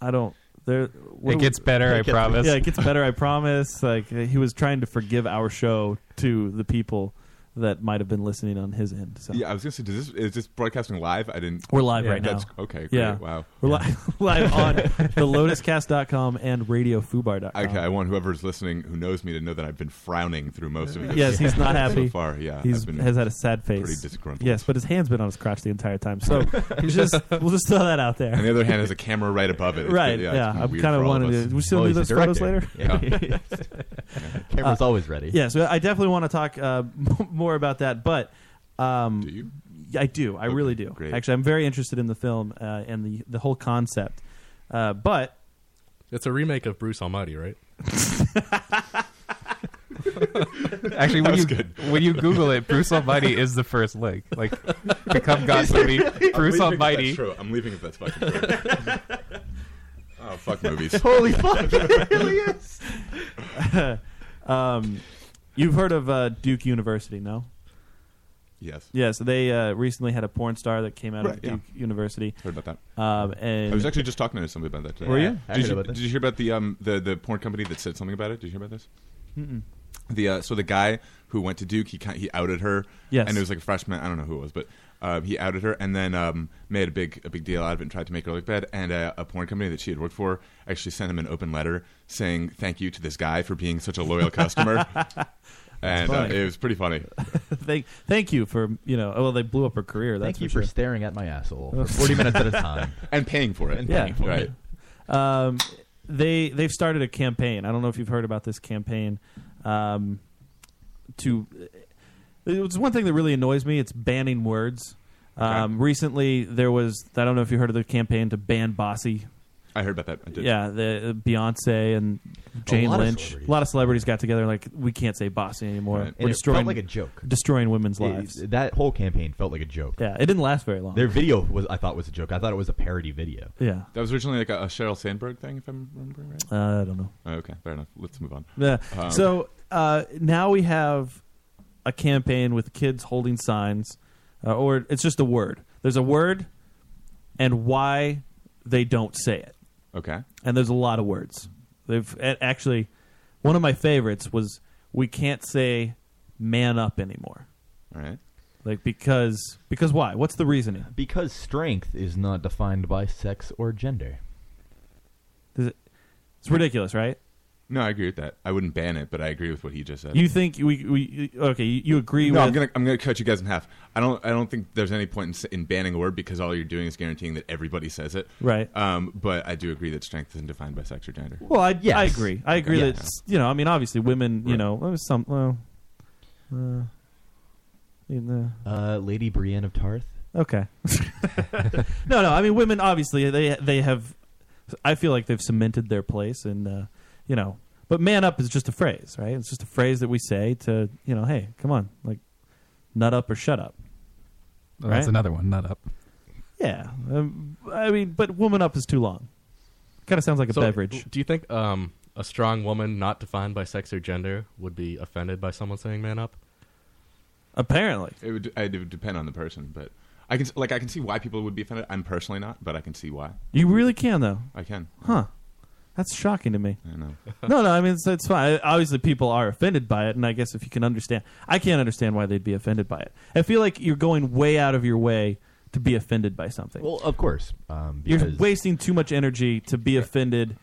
S5: I don't. There, what
S7: It
S5: do
S7: gets better, I promise.
S5: Yeah, it gets better. I promise. Like he was trying to forgive our show to the people that might have been listening on his end. So
S12: Yeah, I was gonna say, does this is this broadcasting live? I didn't.
S5: we're live
S12: Yeah.
S5: right
S12: That's-
S5: now.
S12: Okay. Great.
S5: Yeah.
S12: Wow.
S5: We're li- live on the lotuscast.com and radiofubar.com.
S12: Okay, I want whoever's listening who knows me to know that I've been frowning through most of this.
S5: Yes, he's not happy.
S12: so far. Yeah,
S5: he's
S12: I've been
S5: has had a sad face.
S12: Pretty disgruntled.
S5: Yes, but his hand's been on his crotch the entire time. So we'll just we'll just throw that out there.
S12: And the other hand has a camera right above it. It's-
S5: right?
S12: yeah,
S5: Yeah,
S12: it's been
S5: I'm
S12: weird
S5: kind
S12: for
S5: of
S12: all of
S5: wanting
S12: us.
S5: to. We still
S12: Oh,
S5: do
S12: he's a
S5: those photos later.
S12: director. Yeah.
S6: Camera's
S5: Uh,
S6: always ready.
S5: Yeah, so I definitely want to talk uh, more about that. But um, do
S12: you?
S5: I do. I really do.
S8: great.
S5: Actually, I'm very interested in the film uh, and the the whole concept. Uh, but
S8: It's a remake of Bruce Almighty, right?
S7: Actually, when
S8: That
S7: you
S8: was good.
S7: when you Google it, Bruce Almighty is the first link. Like, become God's
S12: Is it
S7: movie,
S12: really? I'm
S7: Bruce
S12: leaving if
S7: Almighty.
S12: That's true. I'm leaving if that's fucking true. oh fuck movies.
S6: Holy fuck! It really is.
S5: um, you've heard of uh, Duke University, no?
S12: Yes.
S5: Yeah, so they uh, recently had a porn star that came out
S12: Right,
S5: of
S12: yeah.
S5: Duke University.
S12: Heard about
S5: that. Um, and
S12: I was actually just talking to somebody about that today.
S5: Were you? I
S12: Did
S5: heard
S12: you,
S5: about
S12: did
S5: this.
S12: you hear about the um the, the porn company that said something about it? Did you hear about this?
S5: Mm-mm.
S12: The uh, so the guy who went to Duke, he ki- he outed her.
S5: Yes.
S12: and it was like a freshman. I don't know who it was, but uh, he outed her and then um, made a big a big deal out of it and tried to make her look bad. And uh, a porn company that she had worked for actually sent him an open letter saying thank you to this guy for being such a loyal customer. and uh,
S5: funny.
S12: it was pretty funny.
S5: thank thank you for you know. Well, they blew up her career. That's
S6: Thank you
S5: for,
S6: for
S5: sure.
S6: staring at my asshole for 40 minutes at a time
S12: and paying for it.
S6: And
S5: yeah,
S6: paying for
S5: right.
S6: it.
S5: Um, they they've started a campaign. I don't know if you've heard about this campaign. Um, to it's one thing that really annoys me. It's banning words. Um, Recently, there was I don't know if you heard of the campaign to ban bossy.
S12: I heard about that. I did.
S5: Yeah, the uh, Beyonce and Jane
S12: lot of
S5: Lynch. A lot of celebrities got together. Like we can't say bossy anymore.
S6: Right. And
S5: We're
S6: it
S5: destroying
S6: felt like a joke.
S5: destroying women's
S6: It-
S5: lives.
S6: that whole campaign felt like a joke.
S5: Yeah, it didn't last very long.
S6: Their video was I thought was a joke. I thought it was a parody video.
S5: Yeah.
S12: That was originally like a, a Sheryl Sandberg thing, if I'm remembering right.
S5: Uh, I don't know.
S12: Oh, okay, fair enough. Let's move on.
S5: Yeah.
S12: Um,
S5: so uh, now we have a campaign with kids holding signs, uh, or it's just a word. There's a word, and why they don't say it.
S12: Okay.
S5: And there's a lot of words. They've a- actually one of my favorites was we can't say man up anymore.
S12: All right.
S5: Like because because why? What's the reasoning?
S6: Because strength is not defined by sex or gender.
S5: It's ridiculous, right?
S12: No, I agree with that. I wouldn't ban it, but I agree with what he just said.
S5: You think we we okay? You you agree
S12: no,
S5: with
S12: I'm gonna I'm gonna cut you guys in half. I don't I don't think there's any point in, s- in banning a word because all you're doing is guaranteeing that everybody says it.
S5: Right.
S12: Um, but I do agree that strength isn't defined by sex or gender.
S5: Well, I I agree. I agree
S12: Yeah.
S5: that s- you know. I mean, obviously, women. You know, well, some. Well, uh, you know.
S6: Uh, Lady Brienne of Tarth.
S5: Okay. no, no. I mean, women. Obviously, they they have. I feel like they've cemented their place, and uh, you know. But man up is just a phrase, right? It's just a phrase that we say to you know, hey, come on, like, nut up or shut up.
S7: Well, that's
S5: Right?
S7: another one. Nut up.
S5: Yeah, um, I mean, but woman up is too long. Kind of sounds like a
S8: So,
S5: beverage.
S8: Do you think um, a strong woman not defined by sex or gender would be offended by someone saying "man up"?
S5: Apparently,
S12: it would it would depend on the person, but I can s- like I can see why people would be offended. I'm personally not, but I can see why.
S5: You really can though.
S12: I can.
S5: Huh. That's shocking to me.
S12: I know.
S5: no, no, I mean it's, it's fine. Obviously people are offended by it and I guess if you can understand I can't understand why they'd be offended by it. I feel like you're going way out of your way to be offended by something.
S6: Well, of course, um,
S5: You're
S6: because
S5: wasting too much energy to be offended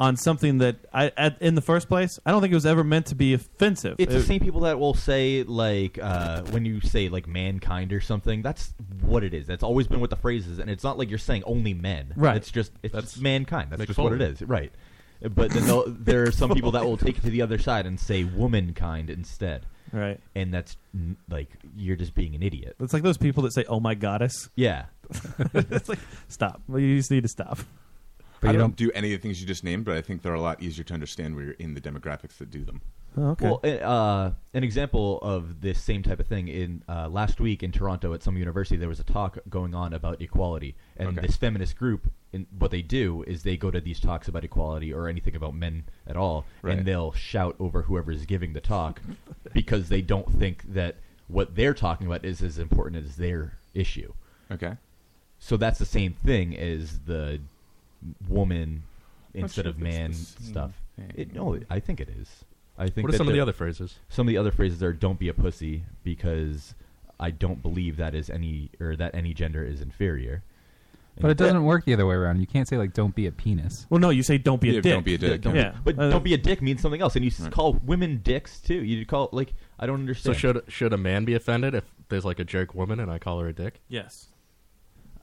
S5: on something that I at, in the first place, I don't think it was ever meant to be offensive.
S6: it's the
S5: It-
S6: same people that will say like uh, when you say like mankind or something. That's what it is. That's always been what the phrase is, and it's not like you're saying only men.
S5: Right.
S6: It's just it's just mankind. That's
S8: Mick
S6: just what it
S8: Foley.
S6: is. Right. But then they'll- there are some people that will take it to the other side and say womankind instead.
S5: Right.
S6: And that's n- like you're just being an idiot.
S5: It's like those people that say, "Oh my goddess."
S6: Yeah.
S5: it's like stop. Well, You just need to stop.
S12: I don't, do any of the things you just named, but I think they're a lot easier to understand when you're in the demographics that do them.
S5: Oh,
S6: Well, a- uh, an example of this same type of thing in uh, last week in Toronto at some university, there was a talk going on about equality, and
S12: Okay.
S6: this feminist group. In, what they do is they go to these talks about equality or anything about men at all,
S12: Right.
S6: and they'll shout over whoever's giving the talk because they don't think that what they're talking about is as important as their issue.
S12: Okay.
S6: So that's the same thing as the woman
S12: Not
S6: instead
S12: sure
S6: of
S12: if it's
S6: man
S12: the same
S6: stuff. It, no, I think it is. I think.
S8: What are
S6: that
S8: some of the
S6: there-
S8: other phrases?
S6: Some of the other phrases are "Don't be a pussy" because I don't believe that is any or that any gender is inferior.
S7: But it doesn't work the other way around. You can't say like "Don't be a penis."
S5: Well, no, you say "Don't
S7: be a Yeah, dick."
S6: Don't be a dick.
S7: Yeah. Yeah.
S6: But
S7: Uh,
S6: don't be a dick means something else, and you s
S7: Right.
S6: call women dicks too. You call like I don't
S8: So
S6: understand.
S8: should should a man be offended if there's like a jerk woman and I call her a dick?
S5: Yes.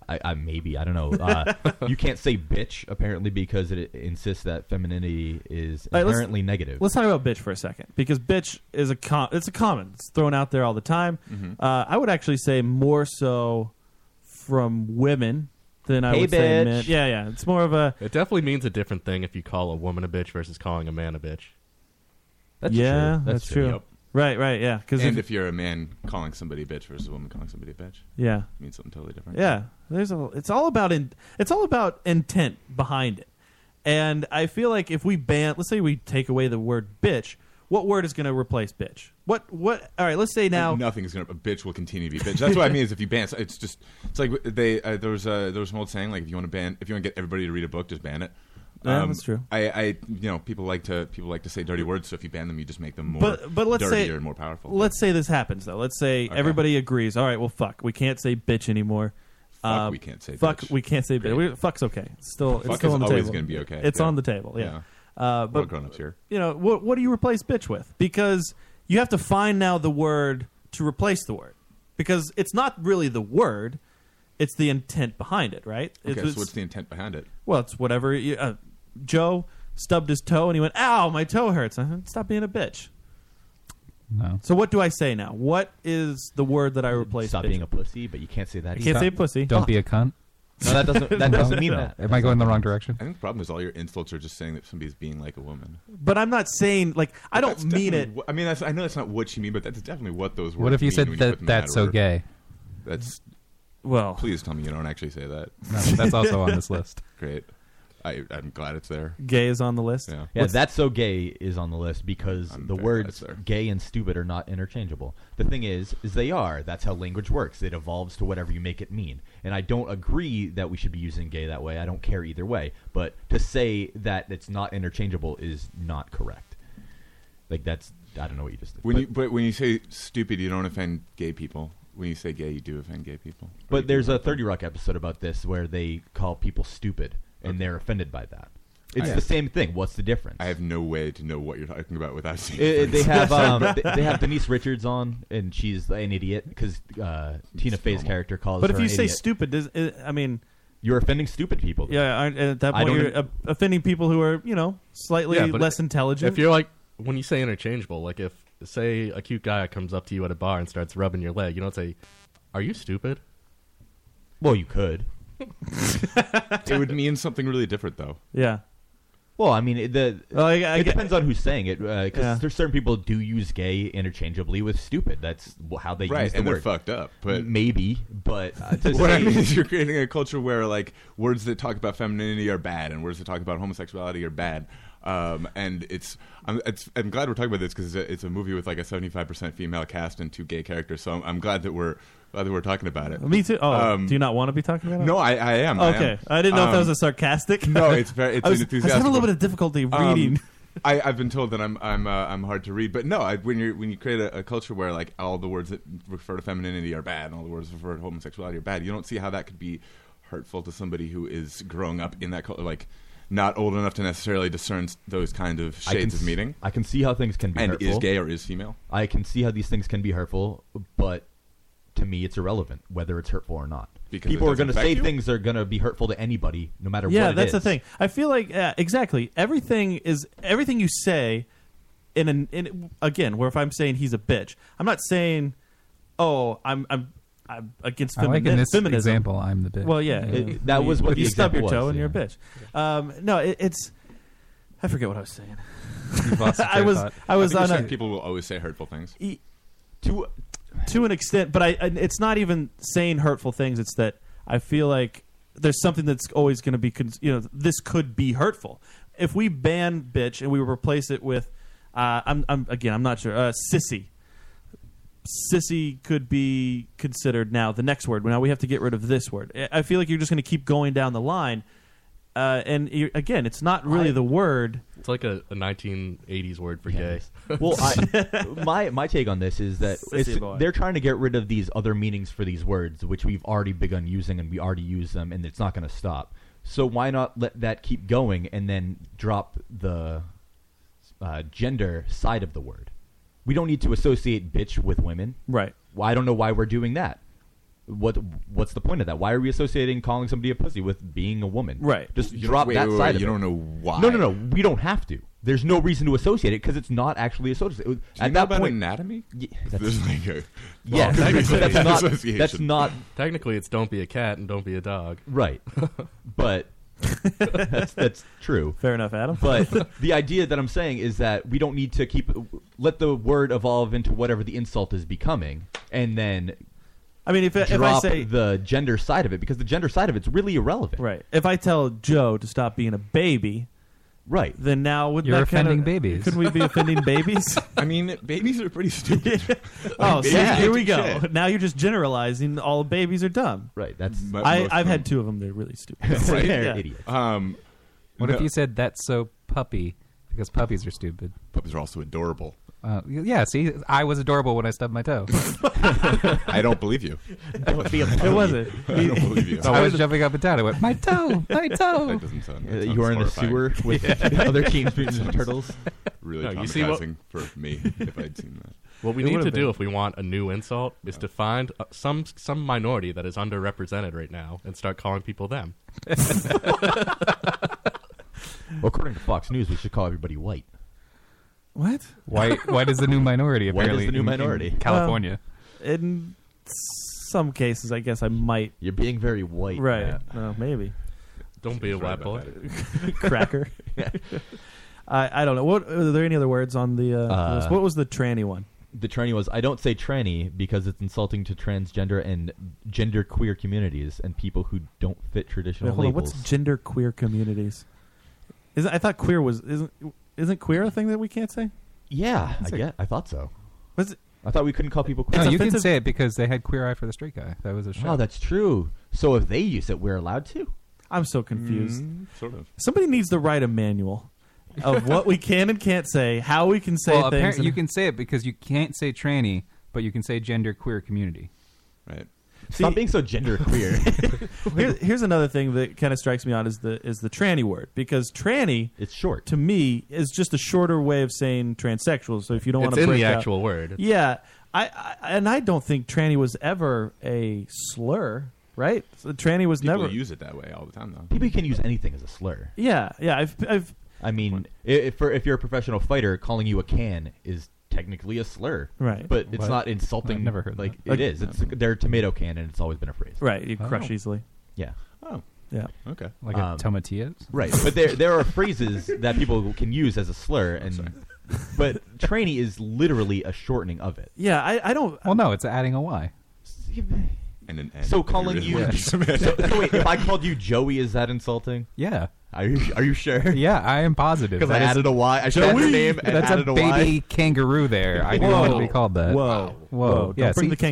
S6: I, I maybe I don't know. Uh, you can't say bitch apparently because it insists that femininity is
S5: All right, let's-
S6: inherently negative.
S5: Let's talk about bitch for a second because bitch is a com- it's a common. It's thrown out there all the time.
S6: Mhm.
S5: Uh, I would actually say more so from women than I
S8: Hey,
S5: would say
S8: bitch.
S5: men. Yeah, yeah. It's more of a
S8: It definitely means a different thing if you call a woman a bitch versus calling a man a bitch.
S5: yeah, that's true. Right, right, yeah. Because
S12: and if, you're a man calling somebody a bitch versus a woman calling somebody a bitch,
S5: Yeah.
S12: it means something totally different.
S5: Yeah, there's a. It's all about in, It's all about intent behind it, and I feel like if we ban, let's say we take away the word bitch, what word is going to replace bitch? What? What? All right, let's say now.
S12: nothing's gonna. A bitch will continue to be a bitch. That's what I mean. Is if you ban, it's just it's like they uh, there was uh, there was an old saying like if you want to ban if you want to get everybody to read a book, just ban it. Um,
S5: Yeah, that's true.
S12: I, I, you know, people like to people like to say dirty words. So if you ban them, you just make them more
S5: but but let's
S12: dirtier
S5: say
S12: and more powerful.
S5: Let's say this happens though. Let's say everybody agrees. All right, well, fuck, we can't say bitch anymore.
S12: Fuck,
S5: Uh,
S12: we can't say
S5: fuck.
S12: bitch.
S5: We can't say bitch.
S12: Great.
S5: We- fuck's okay. It's still it's
S12: Fuck
S5: still
S12: is
S5: on the
S12: always
S5: table.
S12: gonna be okay.
S5: It's
S12: Yeah.
S5: on the table. Yeah. Uh,
S12: We're all
S5: but
S12: grown-ups here.
S5: You know what? What do you replace bitch with? Because you have to find now the word to replace the word because it's not really the word. It's the intent behind it, right?
S12: Okay,
S5: It's-
S12: so what's the intent behind it?
S5: well, it's whatever. you- Uh, Joe stubbed his toe and he went, "Ow, my toe hurts." I said, Stop being a bitch.
S7: No.
S5: So what do I say now? What is the word that I replace?
S6: Stop
S5: bitch
S6: being a
S5: with?
S6: pussy, but you can't say that.
S5: I can't
S6: either.
S5: say pussy.
S7: Don't be a cunt.
S6: No, that doesn't. That doesn't mean that.
S7: Am I going the wrong direction?
S12: I think the problem is all your insults are just saying that somebody's being like a woman.
S5: But I'm not saying like I don't
S12: That's
S5: mean it.
S12: definitely wh- I mean, that's, I know that's not what you mean, but that's definitely what those words.
S7: What if you
S12: mean
S7: said
S12: when
S7: that-
S12: put them in
S7: that's so
S12: order.
S7: gay?
S12: That's
S5: well.
S12: Please tell me you don't actually say that.
S7: No, that's also on this list.
S12: Great. I, I'm glad it's there.
S5: Gay is on the list.
S12: Yeah.
S6: Yeah,
S12: What's-
S6: that's so gay is on the list because the words gay and stupid are not interchangeable. The thing is, is they are. That's how language works. It evolves to whatever you make it mean. And I don't agree that we should be using gay that way. I don't care either way. But to say that it's not interchangeable is not correct. Like that's I don't know what you just did.
S12: When
S6: but,
S12: you but when you say stupid, you don't offend gay people. When you say gay, you do offend gay people.
S6: but there's a Thirty Rock episode about this where they call people stupid and they're offended by that. It's the same thing. What's the difference?
S12: I have no way to know what you're talking about without seeing.
S6: It- it- they
S12: things.
S6: have um, they, they have Denise Richards on, and she's an idiot because uh, Tina Fey's
S5: normal.
S6: character calls.
S5: But
S6: her
S5: if you
S6: an
S5: say
S6: idiot.
S5: stupid, does, uh, I mean,
S6: you're offending stupid people.
S5: Yeah, aren't- at that
S6: I
S5: point
S6: don't
S5: you're
S6: ag-
S5: uh, offending people who are you know slightly
S8: Yeah, but
S5: less intelligent.
S8: If you're like when you say interchangeable, like if say a cute guy comes up to you at a bar and starts rubbing your leg, you don't say, "Are you stupid?"
S6: Well, you could.
S12: it would mean something really different, though.
S5: Yeah.
S6: Well, I mean, it- the
S5: I
S6: it
S5: get-
S6: depends on who's saying it because
S5: Yeah.
S6: there's certain people do use gay interchangeably with stupid. That's wh- how they
S12: Right,
S6: use the
S12: and they're
S6: word.
S12: fucked up, but-
S6: maybe, but uh, to
S12: what I
S6: say-
S12: mean is you're creating a culture where like words that talk about femininity are bad and words that talk about homosexuality are bad. Um, and it's I'm, it's I'm glad we're talking about this because it's, a- it's a movie with like a 75 percent female cast and two gay characters. So I'm, I'm glad that we're glad that we're talking about it.
S5: Me too. Oh,
S12: Um,
S5: do you not want to be talking about it?
S12: no, I, I am. I am.
S5: Okay, I, didn't know if that was
S12: Um,
S5: a sarcastic.
S12: No, it's very. It's
S5: I was, I was
S12: enthusiastic.
S5: having a little bit of difficulty
S12: Um,
S5: reading.
S12: I, I've been told that I'm I'm uh, I'm hard to read, but no. I, when you when you create a, a culture where like all the words that refer to femininity are bad and all the words that refer to homosexuality are bad, you don't see how that could be hurtful to somebody who is growing up in that culture, like not old enough to necessarily discern s- those kind of
S6: I can
S12: shades of
S6: s-
S12: meaning.
S6: I can see how things can be
S12: and
S6: hurtful.
S12: is gay or is female.
S6: I can see how these things can be hurtful, but to me, it's irrelevant whether it's hurtful or not.
S12: Because
S6: people
S12: it
S6: are going to
S12: doesn't affect
S6: say
S12: you?
S6: things that are going to be hurtful to anybody, no matter
S5: yeah,
S6: what. it
S5: that's the
S6: is.
S5: thing. I feel like yeah, exactly everything is everything you say. In an in again, where if I'm saying he's a bitch, I'm not saying, oh, I'm I'm I'm against
S7: I like
S5: femini-
S7: in this
S5: feminism.
S7: example, I'm the bitch.
S5: Well, yeah,
S7: Yeah.
S5: yeah.
S7: That was what
S5: If
S7: the
S5: you stub your
S7: example
S5: toe
S7: was,
S5: and you're a bitch. Um, no, it, it's I forget what I was saying.
S12: lost your
S5: I
S12: train of
S5: was
S12: thought.
S5: I was
S12: I think
S5: on
S12: you're
S5: a,
S12: saying people will always say hurtful things.
S5: E- to to an extent, but I and it's not even saying hurtful things. It's that I feel like there's something that's always going to be cons- you know this could be hurtful if we ban bitch and we replace it with uh, I'm I'm again I'm not sure uh, sissy. Sissy could be considered now the next word. Now we have to get rid of this word. I- I feel like you're just going to keep going down the line, uh, and you again, it's not really
S8: I-
S5: the word.
S8: It's like a, a 1980s word for gay.
S6: well, I, my my take on this is that
S8: Sissy
S6: it's,
S8: boy.
S6: they're trying to get rid of these other meanings for these words, which we've already begun using and we already use them, and it's not going to stop. So why not let that keep going and then drop the uh, gender side of the word? We don't need to associate bitch with women,
S5: right?
S6: Well, I don't know why we're doing that. What what's the point of that? Why are we associating calling somebody a pussy with being a woman?
S5: Right.
S6: Just
S5: You don't-
S6: drop
S5: wait,
S6: that
S5: wait, wait,
S6: side of
S5: you
S6: it.
S5: don't know why.
S6: No, no, no. We don't have to. There's no reason to associate it because it's not actually associated. Do
S12: you
S6: At
S12: know
S6: that
S12: about
S6: point,
S12: anatomy?
S6: Ye-
S12: There's like a-
S6: yeah,
S8: Well, technically,
S6: that's not.
S8: association.
S6: That's not
S8: Technically, it's don't be a cat and don't be a dog.
S6: Right. But that's that's true.
S5: Fair enough, Adam.
S6: But the idea that I'm saying is that we don't need to keep let the word evolve into whatever the insult is becoming, and then.
S5: I mean, if, if I
S6: drop
S5: say
S6: the gender side of it, because the gender side of it's really irrelevant.
S5: Right. If I tell Joe to stop being a baby,
S6: right,
S5: then now would
S6: You're
S5: that kind
S6: offending
S5: of,
S6: babies.
S5: Could we be offending babies?
S12: I mean, babies are pretty stupid.
S5: oh,
S12: Like,
S5: see,
S12: babies
S5: here
S12: do
S5: we go.
S12: shit.
S5: Now you're just generalizing. All babies are dumb.
S6: Right. That's
S5: I, I've had two of them. They're really stupid. Yeah.
S12: Um,
S7: what if
S12: no.
S7: you said that's so puppy because puppies are stupid?
S12: Puppies are also adorable.
S7: Uh, y- yeah, see, I was adorable when I stubbed my toe.
S12: I don't believe you.
S6: Don't be a
S12: It wasn't. I don't believe you.
S7: I was jumping up and down. I went, my toe, my toe.
S12: That doesn't sound. That
S6: Uh,
S12: sounds
S6: you are in a
S12: horrifying.
S6: sewer with other Teenage Mutant Ninja Turtles.
S12: Really
S8: No,
S12: traumatizing
S8: you see what-
S12: for me if I'd seen that.
S8: What we
S12: It
S8: need to
S12: would've
S8: do
S12: been.
S8: if we want a new insult is to find uh, some some minority that is underrepresented right now and start calling people them.
S6: Well, according to Fox News, we should call everybody white.
S5: What?
S7: White, white is the new minority.
S6: White is
S7: Apparently,
S6: the new
S7: in- in
S6: minority.
S7: California.
S5: Well, in some cases, I guess I might.
S6: You're being very white,
S5: right?
S6: Matt.
S5: No, maybe.
S8: Don't be a white boy.
S5: Cracker. I I don't know. What are there any other words on the? Uh,
S6: Uh,
S5: list? What was the tranny one?
S6: The tranny was I don't say tranny because it's insulting to transgender and gender queer communities and people who don't fit
S5: Wait,
S6: traditional
S5: hold on.
S6: labels.
S5: What's gender queer communities? Isn't I thought queer was isn't isn't queer a thing that we can't say?
S6: Yeah, I
S5: It's like-
S6: get. I thought so.
S5: Was it?
S6: I thought we couldn't call people queer.
S7: No, you can say it because they had Queer Eye for the Straight Guy. That was a show.
S6: Oh, that's true. So if they use it, we're allowed to.
S5: I'm so confused.
S6: Mm, sort of.
S5: Somebody needs to write a manual of what we can and can't say, how we can say
S7: well,
S5: things.
S7: apparently
S5: and-
S7: you can say it because you can't say tranny, but you can say gender queer community.
S6: Right.
S5: Stop See- being so
S6: gender queer.
S5: Here, here's another thing that kind of strikes me on is the is the tranny word because tranny
S6: it's short
S5: to me is just a shorter way of saying transsexual. So if you don't
S8: It's
S5: want
S8: in
S5: to break
S8: the
S5: out-
S8: actual word.
S5: yeah. I, I and I don't think tranny was ever a slur, right? So tranny was
S12: People
S5: never
S12: use it that way all the time, though.
S6: People can use anything as a slur.
S5: Yeah, yeah. I've, I've
S6: I mean, i- if for, if you're a professional fighter, calling you a can is technically a slur,
S5: Right.
S6: But it's
S5: What?
S6: not insulting.
S5: I've never heard
S6: like
S5: that.
S6: it is. It's their tomato can, and it's always been a phrase.
S5: Right, you crush Oh. easily.
S6: Yeah. Um,
S12: Oh.
S5: Yeah.
S12: Okay.
S7: Like a tomatillos?
S6: Right. But there there are phrases that people can use as a slur, and but tranny is literally a shortening of it.
S5: Yeah, I, I don't.
S7: Well, no, it's adding a Y.
S12: And an
S6: So calling you so, so wait, if I called you Joey, is that insulting?
S7: Yeah.
S6: Are you are you sure?
S7: Yeah, I am positive.
S6: Because I
S7: That is-
S6: added a Y. I shortened the name and
S7: That's
S6: added
S7: a
S6: a
S7: baby
S6: Y.
S7: kangaroo there. I didn't want it to be called that.
S5: Whoa,
S7: Whoa. Yeah, see?
S6: Yeah,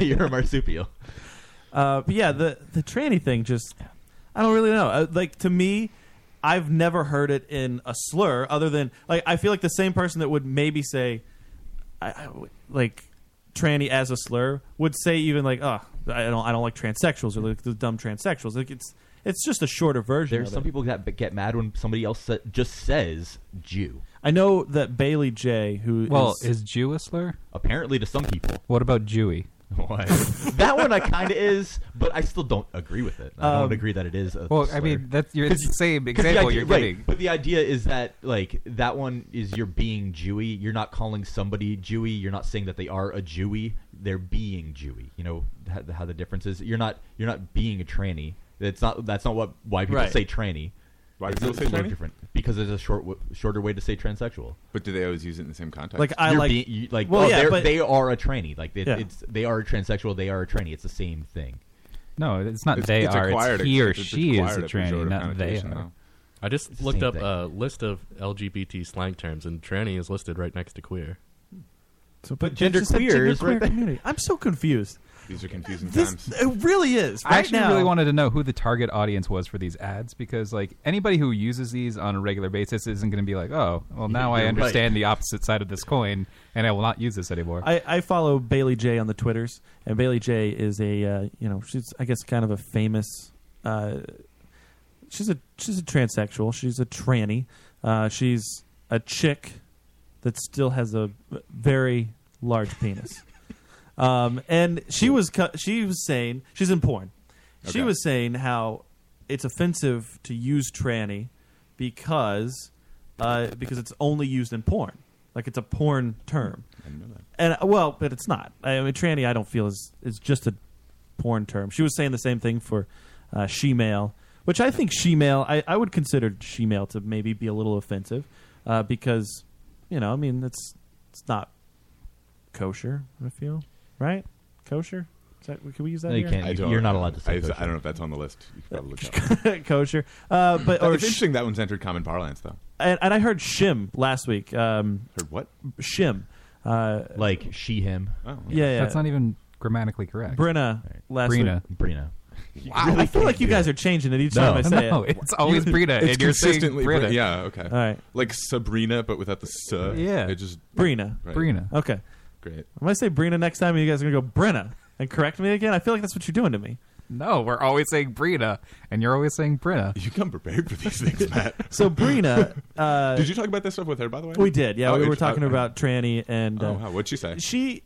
S6: you're a marsupial.
S5: Uh, but yeah, the the tranny thing just I don't really know. Uh, like to me, I've never heard it in a slur other than like I feel like the same person that would maybe say I, I w- like tranny as a slur would say even like oh I don't I don't like transsexuals or like the dumb transsexuals. Like it's it's just a shorter version.
S6: There's
S5: of
S6: some
S5: it.
S6: people that get mad when somebody else sa- just says Jew.
S5: I know that Bailey J, who
S7: Well,
S5: is
S7: is Jew a slur?
S6: Apparently, to some people.
S7: What about Jewy?
S6: Why? that one I kind of is, but I still don't agree with it. I
S7: Um,
S6: don't agree that it is. A
S7: well, I
S6: slur.
S7: mean, that's- you're- it's
S6: 'Cause-
S7: the same
S6: 'cause the
S7: example
S6: idea-
S7: you're
S6: right,
S7: giving.
S6: But the idea is that like that one is you're being Jewy. You're not calling somebody Jewy. You're not saying that they are a Jewy. They're being Jewy. You know how, how the difference is. You're not you're not being a tranny. That's not that's not what why people
S12: Right.
S6: say tranny.
S12: Why do
S6: It's
S12: people
S6: a
S12: say
S6: little
S12: tranny?
S6: Different because there's a short w- shorter way to say transsexual.
S12: But do they always use it in the same context?
S5: Like, I
S6: You're
S5: like-
S6: being- you- like
S5: Well,
S6: oh,
S5: yeah,
S6: they're-
S5: but-
S6: they are a tranny. Like it,
S5: Yeah.
S6: it's they are a transsexual. They are a tranny. It's the same thing.
S7: No, it's not they are. It's he or she is a tranny, not they are.
S8: I just
S7: It's the
S8: looked
S7: same
S8: up
S7: thing.
S8: a list of LGBT slang terms, and tranny is listed right next to queer.
S5: So,
S6: but gender
S5: just said
S6: queer
S5: gender
S6: is right there.
S5: community. I'm so confused.
S12: These are confusing
S5: This it really is. Right
S7: I actually
S5: now,
S7: really wanted to know who the target audience was for these ads because, like, anybody who uses these on a regular basis isn't going to be like, "Oh, well, now I
S5: You're right.
S7: understand the opposite side of this coin, and I will not use this anymore."
S5: I, I follow Bailey J on the Twitters, and Bailey J is a uh, you know she's I guess kind of a famous. Uh, she's a she's a transsexual. She's a tranny. Uh, she's a chick that still has a very large penis. Um, and she was cu- she was saying she's in porn. She
S13: Okay.
S5: was saying how it's offensive to use tranny because uh, because it's only used in porn. Like it's a porn term. And uh, well, but it's not. I mean, tranny. I don't feel is is just a porn term. She was saying the same thing for uh, she male, which I think she male. I, I would consider she male to maybe be a little offensive uh, because you know, I mean, it's it's not kosher. I feel right. Kosher. Is that, can we use that?
S6: No, you
S5: here?
S6: can't.
S12: I
S6: You-
S12: don't-
S6: you're not allowed to say
S12: I,
S6: kosher.
S12: I don't know if that's on the list. You could probably look it up.
S5: kosher. Uh, but or
S12: it's
S5: sh-
S12: interesting that one's entered common parlance though.
S5: and, and I heard shim last week. Um,
S12: heard what?
S5: Shim. Uh,
S6: like she him.
S12: Oh,
S5: yeah, yeah.
S7: That's not even grammatically correct.
S5: Brenna last
S7: Brina.
S5: week.
S6: Brina.
S5: Wow, I feel like you guys are changing it each
S7: No.
S5: time I say
S7: No,
S5: it.
S7: it's always You- Brina,
S12: It's
S7: and you're saying
S12: consistently
S7: Brita.
S12: Bri- Yeah, okay. All
S5: right.
S12: Like Sabrina, but without the s.
S5: Yeah.
S12: It just
S5: Brina.
S12: Right.
S5: Okay.
S12: Great.
S5: I'm gonna say Brina next time, and you guys are gonna go Brenna and correct me again. I feel like that's what you're doing to me.
S7: No, we're always saying Brina, and you're always saying Brina.
S12: You come prepared for these things, Matt.
S5: So Brina, uh,
S12: Did you talk about this stuff with her, by the way?
S5: We did. Yeah,
S12: Oh,
S5: we were
S12: it-
S5: talking
S12: oh,
S5: about tranny and.
S12: Oh,
S5: uh,
S12: wow. What'd she say?
S5: She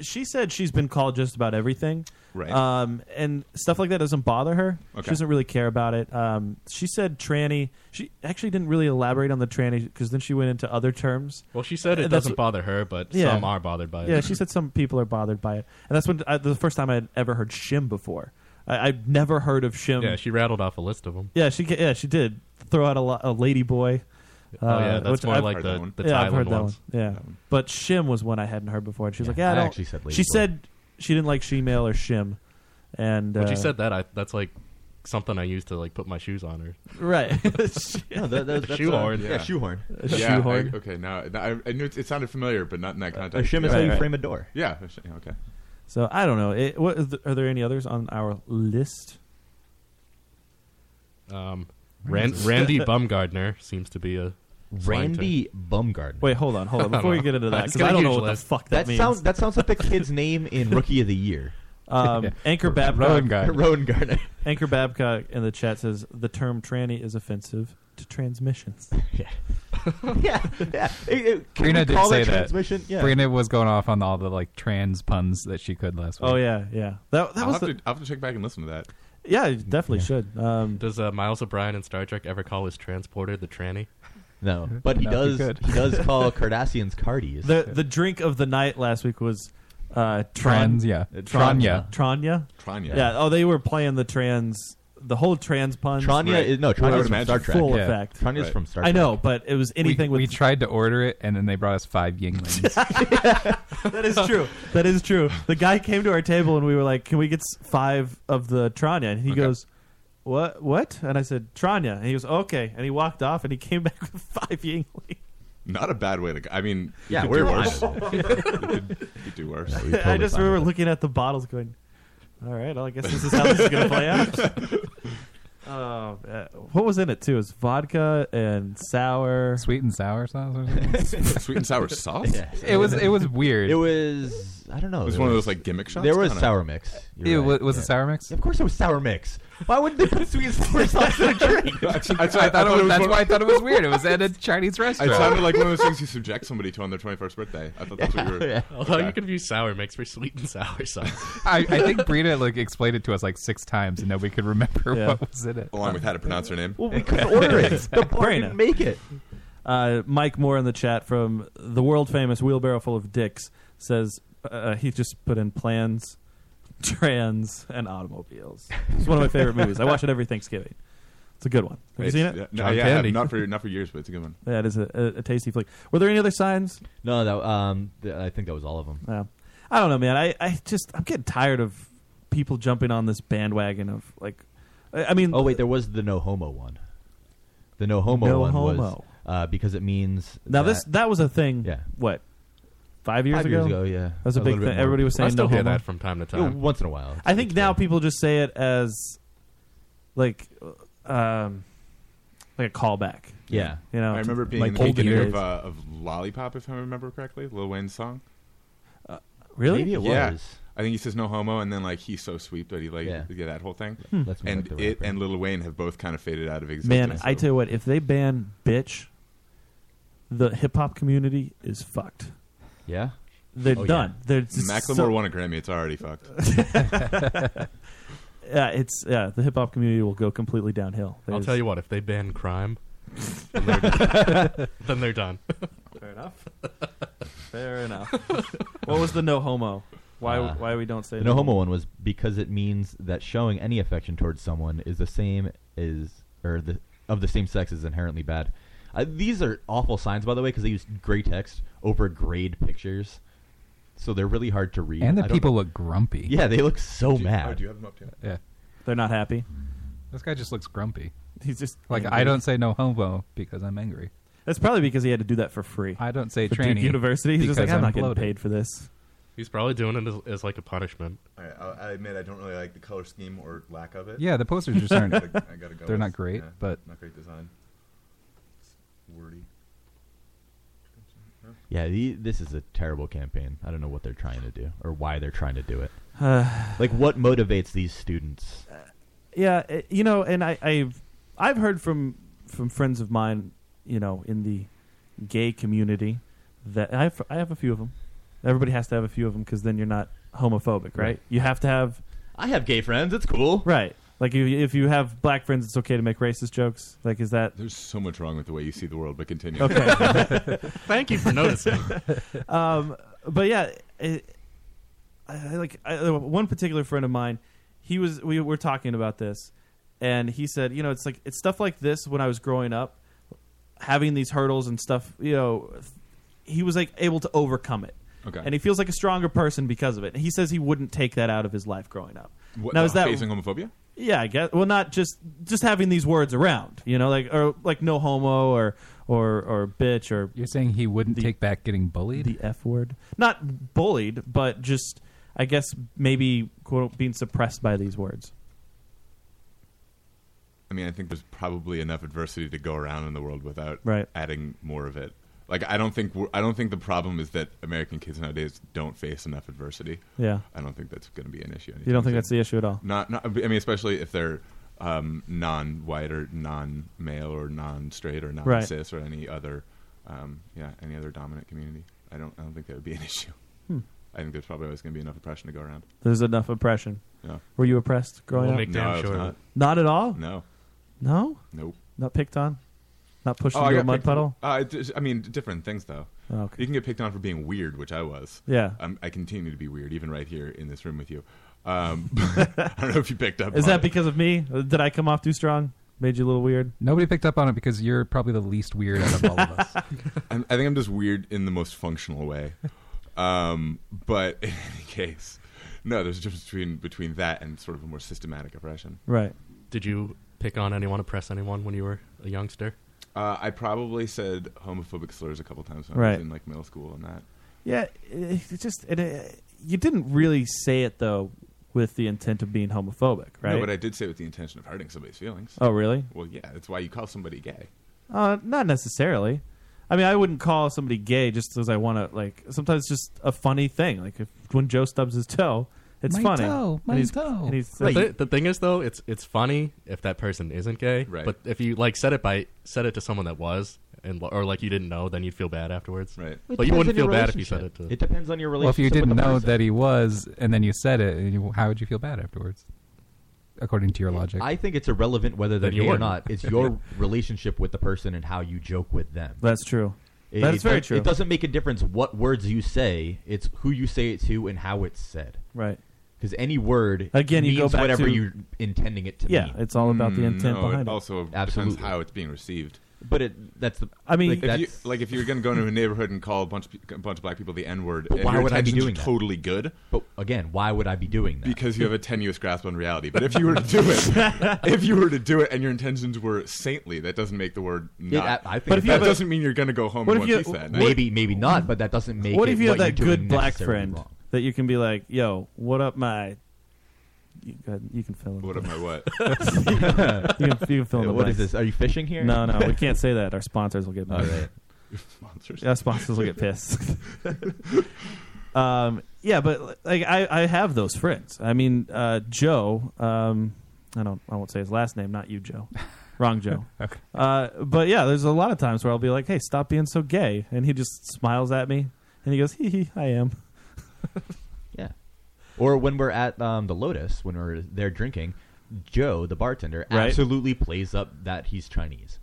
S5: she said she's been called just about everything.
S12: Right.
S5: Um, and stuff like that doesn't bother her. She
S12: Okay.
S5: doesn't really care about it. Um, she said tranny. She actually didn't really elaborate on the tranny because then she went into other terms.
S8: Well, she said it
S5: Uh, that's
S8: doesn't
S5: what-
S8: bother her, but
S5: Yeah.
S8: some are bothered by it.
S5: Yeah, she said some people are bothered by it, and that's when I, the first time I had ever heard shim before. I, I've never heard of shim.
S8: yeah, she rattled off a list of them.
S5: Yeah, she ca- yeah she did throw out a, lo- a lady boy.
S8: Oh, yeah, that's more like Heard the- that one. the
S5: yeah, I've
S8: Thailand
S5: heard that one.
S8: ones.
S5: Yeah, but shim was one I hadn't heard before, and she was like, "Yeah, I,
S8: I
S5: don't-
S8: actually said lady
S5: she
S8: boy.
S5: said she didn't like shemale or shim, and
S8: When
S5: uh,
S8: she said that, I, that's like something I used to like put my shoes on or
S5: Right.
S6: No, that- that- that's uh,
S8: shoehorn.
S6: a- yeah, shoehorn.
S12: A yeah, I, okay, now now I, I knew it, it sounded familiar, but not in that context.
S6: shim is
S12: yeah.
S6: how you frame a door.
S12: Yeah. a shim, Okay.
S5: So I don't know. It, what, are there any others on our list?
S8: Um, Ran- Randy Bumgardner seems to be a slang
S6: Randy
S8: term.
S6: Bumgardner.
S5: Wait, hold on, hold on. Before we get into that, because I don't know what the fuck that, means.
S6: Sounds, that sounds like the kid's name in Rookie of the Year.
S5: Um, Anchor Babcock.
S6: Rowan Gardner.
S5: Anchor Babcock in the chat says the term tranny is offensive to transmissions.
S6: yeah. yeah, yeah. It- it- can
S7: Brina
S6: we
S7: did
S6: call
S7: say
S6: it
S7: that.
S6: transmission? Yeah.
S7: Brina was going off on all the like trans puns that she could last week.
S5: Oh yeah, yeah. That that
S12: I'll,
S5: was
S12: have
S5: the,
S12: to, I'll have to check back and listen to that.
S5: yeah. You definitely should. Um,
S8: Does uh, Miles O'Brien in Star Trek ever call his transporter the tranny?
S6: No, but he does. He does call Cardassians Cardies.
S5: the the drink of the night last week was uh, Tron,
S6: Trans, yeah.
S5: Tron-
S6: Tranya.
S5: Tranya,
S12: Tranya.
S5: Yeah. Oh, they were playing the trans, the whole trans puns.
S6: Tranya Right. is- no, Tranya's
S5: were
S6: from
S5: in
S6: Star Trek.
S5: Full
S6: Yeah.
S5: effect.
S6: Tranya's Right. from Star
S5: I know, but it was anything
S7: we, with. We tried to order it, and then they brought us five Yinglings.
S5: that is true. That is true. The guy came to our table and we were like, "Can we get s- five of the Tranya?" And he goes, "What? What?" And I said, "Tranya." And he goes, "Okay." And he walked off and he came back with five Yingling.
S12: Not a bad way to. go. I mean, you
S5: Yeah,
S12: could
S5: we're
S12: do worse.
S5: fine.
S12: you, could, you could do worse.
S5: I just remember looking at the bottles, going, "All right, well, I guess this is how this is going to play out." Oh, uh, what was in it too? It was vodka and sour,
S7: sweet and sour sauce.
S12: Sweet and sour sauce?
S7: It was it was weird.
S6: It was. I don't know.
S12: It was
S6: there
S12: one of those, like, gimmick shots?
S6: There
S12: I
S6: was
S12: don't know.
S6: sour mix. You're
S7: It
S6: right.
S7: wa- was
S6: Yeah.
S7: it sour mix?
S6: Of course, it was sour mix. Why would they put sweet and sour sauce in a drink?
S12: I thought- I thought it was
S7: that's
S12: one-
S7: why I thought it was weird. It was at a Chinese restaurant.
S12: It sounded like one of those things you subject somebody to on their 21st birthday. I thought that's what you were.
S8: Although
S12: Okay.
S8: you could use sour mix for sweet and sour sauce.
S7: I, I think Brita like explained it to us like six times, and nobody could remember
S5: Yeah.
S7: what was in it.
S12: Along with how to pronounce her name.
S5: Well,
S12: we couldn't order it. The bar
S5: Braina.
S12: didn't make it.
S5: Uh, Mike Moore in the chat from the world famous wheelbarrow full of dicks says uh, he just put in plans, trans, and automobiles. It's one of my favorite movies. I watch it every Thanksgiving. It's a good one. Have you
S12: It's-
S5: seen it?
S12: yeah, no, yeah, I have. not for not for years, but it's a good one.
S5: Yeah, it is a, a, a tasty flick. Were there any other signs?
S6: No, that um, th- I think that was all of them.
S5: Yeah. I don't know, man. I, I just I'm getting tired of people jumping on this bandwagon of like, I, I mean,
S6: oh wait, there was the no homo one. The no homo
S5: No
S6: one was
S5: homo.
S6: uh, because it means
S5: now
S6: that,
S5: this that was a thing. Yeah. What? Five years
S6: Five
S5: ago.
S6: years ago, yeah.
S5: That was a,
S6: A
S5: big
S6: little bit
S5: thing.
S6: more.
S5: Everybody was
S6: I
S5: saying
S6: still
S5: no
S6: hear
S5: homo.
S6: that from time to time. You know, once in a while.
S5: I think now people just say it as like um like a callback.
S6: Yeah.
S5: You know,
S12: I remember being
S5: like
S12: in the beginning
S5: older
S12: of,
S5: days.
S12: uh, of Lollipop, if I remember correctly, Lil Wayne's song.
S5: Uh, really? Maybe it
S12: yeah.
S5: was.
S12: I think he says no homo, and then like he's so sweet, but he like yeah, that whole thing.
S5: Hmm. That's
S6: more
S12: and
S6: like the
S12: it and Lil Wayne have both kind of faded out of existence.
S5: Man, I tell you what, if they ban bitch, the hip hop community is fucked.
S6: Yeah.
S5: They're
S12: Oh, yeah.
S5: done. They're just
S12: Macklemore
S5: so-
S12: won a Grammy. It's already fucked.
S5: Yeah, it's yeah, the hip hop community will go completely downhill.
S8: I'll
S5: There's-
S8: tell you what, if they ban crime, then they're done. Then they're done.
S5: Fair enough. Fair enough. what was the no homo? Why
S6: Uh,
S5: why we don't say
S6: the
S5: no
S6: no homo one was because it means that showing any affection towards someone is the same as or the of the same sex is inherently bad. Uh, these are awful signs, by the way, because they use gray text over grayed pictures, so they're really hard to read.
S7: And the
S6: I don't
S7: people
S6: know-
S7: look grumpy.
S6: Yeah, they look so
S7: Do you- oh,
S6: mad.
S7: do you
S12: have them up yet?
S7: Yeah.
S5: They're not happy.
S7: This guy just looks grumpy.
S5: He's just
S7: like
S5: angry.
S7: I don't say "Oh." no homo because I'm angry.
S5: That's probably because he had to do that for free.
S7: I don't say
S5: For Duke
S7: tranny
S5: University. He's just like
S7: because
S5: I'm,
S7: I'm
S5: not
S7: bloated."
S5: getting paid for this.
S8: He's probably doing it as, as like a punishment.
S12: All right, I, I admit I don't really like the color scheme or lack of it.
S7: Yeah, the posters just aren't- I gotta- I gotta go they're not with- great, yeah, but-
S12: not great design. wordy.
S6: Yeah, the, this is a terrible campaign. I don't know what they're trying to do or why they're trying to do it.
S5: Uh,
S6: like what motivates these students?
S5: Yeah, eh, you know, and I, I've I've heard from from friends of mine, you know, in the gay community that I have I have a few of them. Everybody has to have a few of them because then you're not homophobic, right?
S6: Right.
S5: You have to have
S6: I have gay friends. It's cool,
S5: right? Like if, if you have black friends, it's okay to make racist jokes. Like is that
S12: There's so much wrong with the way you see the world, but continue.
S5: okay?
S8: Thank you for noticing.
S5: um, but yeah, it, I, I like I, one particular friend of mine, he was we were talking about this, and he said, you know, it's like it's stuff like this when I was growing up, having these hurdles and stuff. You know, he was like able to overcome it.
S12: Okay.
S5: And he feels like a stronger person because of it. And he says he wouldn't take that out of his life growing up.
S12: What,
S5: now is that
S12: facing homophobia?
S5: yeah, I guess. Well, not just just having these words around, you know, like or like no homo or or or bitch or.
S7: You're saying he wouldn't take back getting bullied?
S5: The f word, not bullied, but just I guess maybe quote being suppressed by these words.
S12: I mean, I think there's probably enough adversity to go around in the world without
S5: Right.
S12: adding more of it. Like I don't think we're, I don't think the problem is that American kids nowadays don't face enough adversity.
S5: Yeah.
S12: I don't think that's going to be an issue.
S5: You don't think that's the issue at all?
S12: Not, not I mean, especially if they're um, non-white or non-male or non-straight or non-cis or any other, um, yeah, any other dominant community. I don't, I don't think that would be an issue.
S5: Hmm.
S12: I think there's probably always going to be enough oppression to go around.
S5: There's enough oppression.
S12: Yeah.
S5: Were you oppressed growing
S12: We'll
S5: up?
S12: make damn No, I was sure of not. it.
S5: Not at all.
S12: No.
S5: No.
S12: Nope.
S5: Not picked on. Not pushed
S12: I
S5: into a
S12: got
S5: mud
S12: picked-
S5: puddle.
S12: Uh, it just- I mean, different things though.
S5: Oh, okay.
S12: You can get picked on for being weird, which I was.
S5: Yeah.
S12: Um, I continue to be weird, even right here in this room with you. Um, I don't know if you picked up.
S5: Is
S12: on
S5: that
S12: it.
S5: because of me? Did I come off too strong? Made you a little weird?
S7: Nobody picked up on it because you're probably the least weird out of all of us.
S12: I'm, I think I'm just weird in the most functional way. Um, but in any case, no, there's a difference between between that and sort of a more systematic oppression.
S5: Right.
S8: Did you pick on anyone, oppress anyone when you were a youngster?
S12: Uh, I probably said homophobic slurs a couple times when I
S5: Right.
S12: was in like middle school and that.
S5: Yeah, it, it just it, it, you didn't really say it though with the intent of being homophobic, right?
S12: No, but I did say it with the intention of hurting somebody's feelings.
S5: Oh, really?
S12: Well, yeah, that's why you call somebody gay.
S5: Uh, not necessarily. I mean, I wouldn't call somebody gay just because I want to. Like sometimes it's just a funny thing. Like if when Joe stubs his toe, it's
S7: My
S5: funny.
S7: toe, my
S5: and he's,
S7: toe.
S5: And he's
S8: Oh. The, thi- the thing is, though, it's it's funny if that person isn't gay. Right. But if you like said it by said it to someone that was, and or like you didn't know, then you'd feel bad afterwards.
S12: Right.
S8: But you wouldn't feel bad if you said it to.
S6: It depends on your
S7: Well, if
S6: relationship.
S7: you
S6: with
S7: didn't
S6: the
S7: know
S6: person.
S7: that he was, and then you said it, and you, how would you feel bad afterwards? According to your logic,
S6: I think it's irrelevant whether they're
S7: Then you
S6: gay or
S7: wouldn't.
S6: not. It's your relationship with the person and how you joke with them.
S5: That's true.
S6: It-
S5: That's
S6: it
S5: very
S6: does-
S5: true.
S6: It doesn't make a difference what words you say. It's who you say it to and how it's said.
S5: Right.
S6: Because any word
S5: Again, you
S6: means
S5: go back
S6: whatever
S5: to-
S6: you're intending it to
S5: Yeah,
S6: mean.
S5: it's all about the
S12: Mm,
S5: intent
S12: no,
S5: behind
S12: it.
S5: it.
S12: Also, depends
S6: Absolutely.
S12: how it's being received.
S6: But it, that's the.
S5: I mean-
S6: like,
S12: if you,
S6: that's-
S12: like if you're going to go into a neighborhood and call a bunch of, pe- a bunch of black people the N word,
S6: But why would I be doing that?
S12: totally good?
S6: But again, why would I be doing that?
S12: Because you have a tenuous grasp on reality. But if you were to do it, if you were to do it, and your intentions were saintly, that doesn't make the word. Not,
S6: I- I think
S12: but
S6: if you
S12: that
S6: have a-
S12: doesn't mean you're going to go home
S5: What
S12: and one
S5: if you-
S12: piece that night.
S6: maybe, maybe not. But that doesn't make.
S5: what
S6: it
S5: if you have that
S6: you're doing
S5: good black
S6: necessarily
S5: friend
S6: wrong.
S5: that you can be like, "Yo, what up, my?" You, go ahead, you can fill in.
S12: What up, my what?
S5: you, can, you can fill in the
S6: What is
S5: blanks.
S6: this? Are you fishing here?
S5: No, no, we can't say that. Our sponsors will get
S6: All
S5: mad.
S6: right.
S12: Sponsors.
S5: Our sponsors will get pissed. um, yeah, but like I, I have those friends. I mean, uh, Joe. Um, I don't. I won't say his last name. Not you, Joe. Wrong, Joe.
S7: Okay.
S5: Uh, but yeah, there's a lot of times where I'll be like, "Hey, stop being so gay," and he just smiles at me, and he goes, "Hee hee, I am."
S6: Yeah. Or when we're at um, the Lotus, when we're there drinking, Joe, the bartender,
S5: Right.
S6: absolutely plays up that he's Chinese.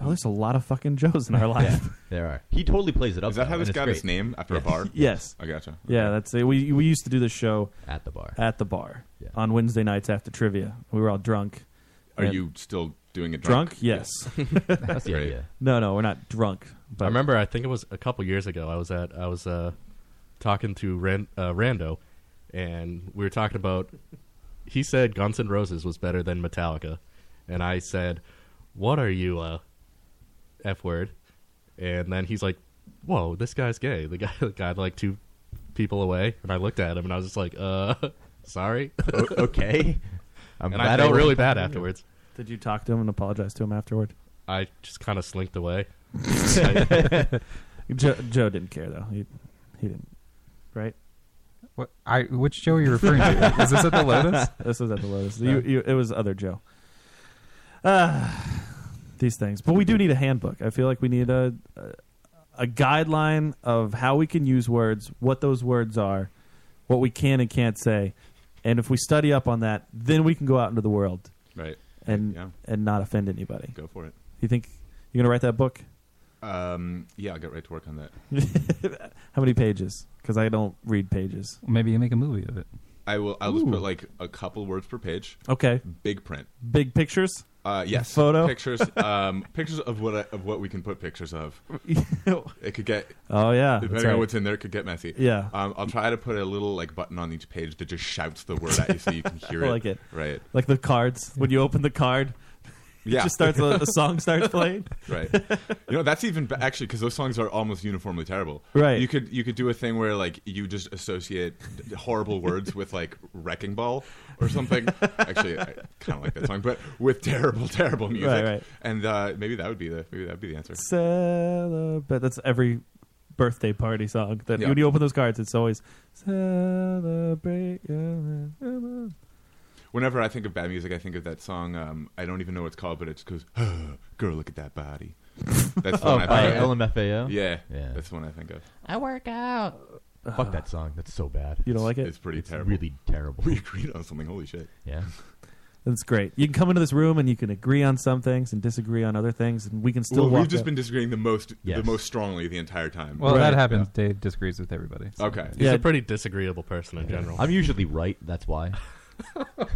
S5: Oh, there's a lot of fucking Joes in our life.
S6: Yeah, there are. He totally plays it up.
S12: Is that
S6: though,
S12: how this
S6: and it's
S12: got
S6: great.
S12: his name after
S6: Yes.
S12: a bar?
S5: Yes.
S12: I gotcha.
S5: Yeah, that's it. We we used to do the show
S6: At the bar.
S5: At the bar on Wednesday nights after trivia. We were all drunk.
S12: Are
S5: And-
S12: you still doing it drunk?
S5: drunk? Yes.
S6: That's the
S12: Great.
S6: idea.
S5: no, no, we're not drunk. But
S8: I remember. I think it was a couple years ago. I was at. I was uh, talking to Ran, uh, Rando, and we were talking about. He said Guns N' Roses was better than Metallica, and I said, "What are you, uh, f word?" And then he's like, "Whoa, this guy's gay." The guy, the guy, like two people away, and I looked at him, and I was just like, "Uh, sorry,
S6: O- okay. I'm
S8: and I
S6: glad I
S8: felt really
S6: wasn't
S8: bad
S6: talking to you.
S8: afterwards.
S5: Did you talk to him and apologize to him afterward?
S8: I just kind of slinked away. I-
S5: Joe, Joe didn't care though. He he didn't. Right?
S7: What, I which show are you referring to? Is this at the Lotus?
S5: this was at the Lotus. You, you, it was other Joe. Uh, these things, but we do need a handbook. I feel like we need a, a a guideline of how we can use words, what those words are, what we can and can't say, And if we study up on that, then we can go out into the world,
S12: Right.
S5: And
S12: Yeah.
S5: and not offend anybody.
S12: Go for it.
S5: You think you're gonna write that book?
S12: Um, yeah, I'll get right to work on that.
S5: How many pages? Because I don't read pages.
S7: Maybe you make a movie of it.
S12: I will. I'll just
S5: Ooh.
S12: put like a couple words per page.
S5: Okay.
S12: Big print.
S5: Big pictures.
S12: Uh, yes.
S5: Photo.
S12: Pictures. um, pictures of what I, of what we can put pictures of. it could get.
S5: Oh, yeah,
S12: Depending
S5: that's
S12: on
S5: right.
S12: what's in there, it could get messy.
S5: Yeah.
S12: Um, I'll try to put a little like button on each page that just shouts the word at you so you can hear
S5: I
S12: it.
S5: like it.
S12: Right.
S5: Like the cards. When you open the card,
S12: Yeah.
S5: it just starts a, a song starts playing.
S12: right. You know that's even ba- actually because those songs are almost uniformly terrible.
S5: Right.
S12: You could you could do a thing where like you just associate d- horrible words with like wrecking ball or something. actually, I kind of like that song, but with terrible terrible music.
S5: Right, right.
S12: And uh, maybe that would be the maybe that would be the answer.
S5: Celebrate. That's every birthday party song. That
S12: Yeah.
S5: when you open those cards, it's always celebrate. your-
S12: Whenever I think of bad music, I think of that song. Um, I don't even know what it's called, but it just goes, "Girl, look at that body." That's the
S6: Oh,
S12: one I
S6: by
S12: think of.
S6: LMFAO?
S12: Yeah,
S6: Yeah.
S12: that's the one I think of.
S6: I work out. Fuck that song. That's so bad.
S5: You don't like it?
S12: Uh-huh. It's pretty
S6: It's
S12: terrible.
S6: Really terrible.
S12: We agreed on something. Holy shit!
S6: Yeah.
S5: That's great. You can come into this room and you can agree on some things and disagree on other things, and we can still.
S12: well,
S5: walk
S12: we've just
S5: out-
S12: been disagreeing the most, the
S5: Yes.
S12: most strongly the entire time.
S7: Well, that happens. Dave disagrees with everybody.
S12: Okay.
S8: He's a pretty disagreeable person in general.
S6: I'm usually right. That's why.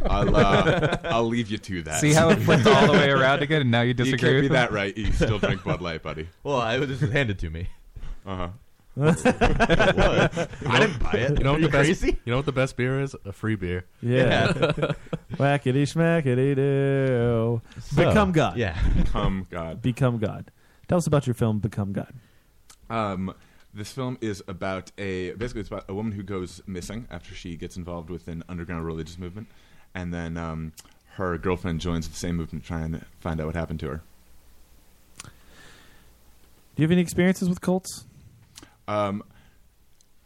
S12: I'll, uh, I'll leave you to that.
S7: See how it flipped all the way around again, and now you
S12: You
S7: disagree
S12: can't
S7: with
S12: be
S7: him?
S12: that right. You still drink Bud Light, buddy.
S6: Well, I was just handed to me.
S12: Uh
S6: huh. I didn't buy it.
S8: You know
S6: Are
S8: what the
S6: you
S8: best,
S6: crazy?
S8: You know what the best beer is? A free beer.
S5: Yeah. Whackity schmackity do.
S8: So,
S5: Become God.
S8: yeah.
S12: Become God.
S5: Become God. Tell us about your film, Become God.
S12: Um, this film is about a basically it's about a woman who goes missing after she gets involved with an underground religious movement, and then um, her girlfriend joins the same movement to try and find out what happened to her.
S5: Do you have any experiences with cults?
S12: Um,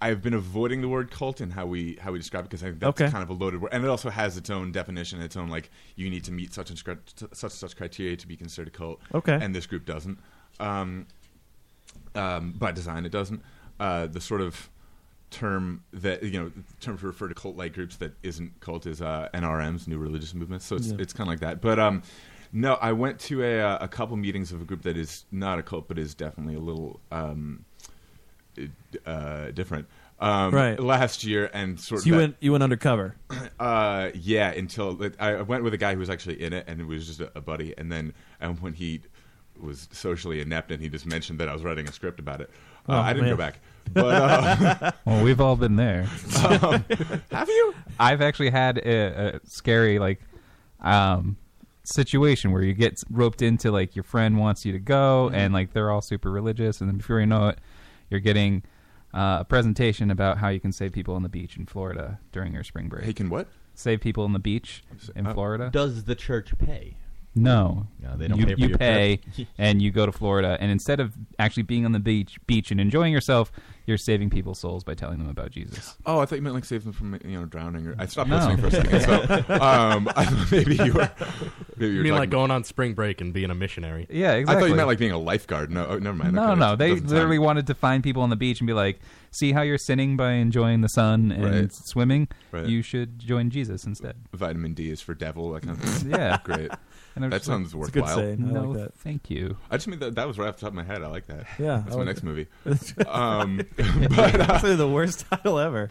S12: I've been avoiding the word cult and how we how we describe it because I think that's
S5: Okay.
S12: kind of a loaded word, and it also has its own definition, its own like you need to meet such and scr- such and such criteria to be considered a cult.
S5: Okay.
S12: and this group doesn't. Um, um, by design, it doesn't. Uh, the sort of term that you know the term to refer to cult-like groups that isn't cult is uh, NRMs, new religious movements. So it's
S6: Yeah.
S12: it's kind of like that. But um, no, I went to a uh, a couple meetings of a group that is not a cult, but is definitely a little um, uh, different. Um,
S5: Right.
S12: Last year, and sort
S5: So
S12: of
S5: you
S12: that-
S5: went you went undercover.
S12: uh, yeah, until like, I I went with a guy who was actually in it, and it was just a, a buddy. And then, and when he was socially inept, and he just mentioned that I was writing a script about it, uh,
S7: Oh,
S12: I didn't
S7: man.
S12: go back. But uh,
S7: well, we've all been there.
S12: Um, have you?
S7: I've actually had a, a scary like um, situation where you get roped into like your friend wants you to go,
S12: Mm-hmm.
S7: and like they're all super religious, and then before you know it, you're getting uh, a presentation about how you can save people on the beach in Florida during your spring break.
S12: You can what? uh,
S7: Save people on the beach in Florida.
S6: Does the church pay?
S7: No,
S6: No, they don't
S7: You,
S6: pay for
S7: you
S6: your
S7: pay,
S6: trip.
S7: and you go to Florida, and instead of actually being on the beach, beach and enjoying yourself, you're saving people's souls by telling them about Jesus.
S12: oh, I thought you meant like save them from you know drowning. Or I stopped
S7: No.
S12: listening for a second. So um, I thought maybe you were. Maybe you
S8: You mean
S12: were talking
S8: like going on spring break and being a missionary?
S12: I
S7: Yeah,
S12: thought
S7: exactly.
S12: you meant like being a lifeguard. No, oh, never mind.
S7: No,
S12: Okay,
S7: no,
S12: that
S7: they
S12: doesn't sound-
S7: literally wanted to find people on the beach and be like, "See how you're sinning by enjoying the sun and
S12: Right.
S7: swimming?
S12: Right.
S7: You should join Jesus instead."
S12: vitamin D is for devil. That kind of thing.
S7: Yeah.
S12: great.
S7: And I'm
S12: that
S7: just like,
S12: sounds
S7: it's a good
S12: worthwhile.
S7: saying. I No, like that. thank you.
S12: I just mean that that was right off the top of my head. I like that.
S5: Yeah,
S12: that's
S5: I
S12: my
S5: like
S12: next
S5: it.
S12: movie. um, but uh,
S5: That's the worst title ever.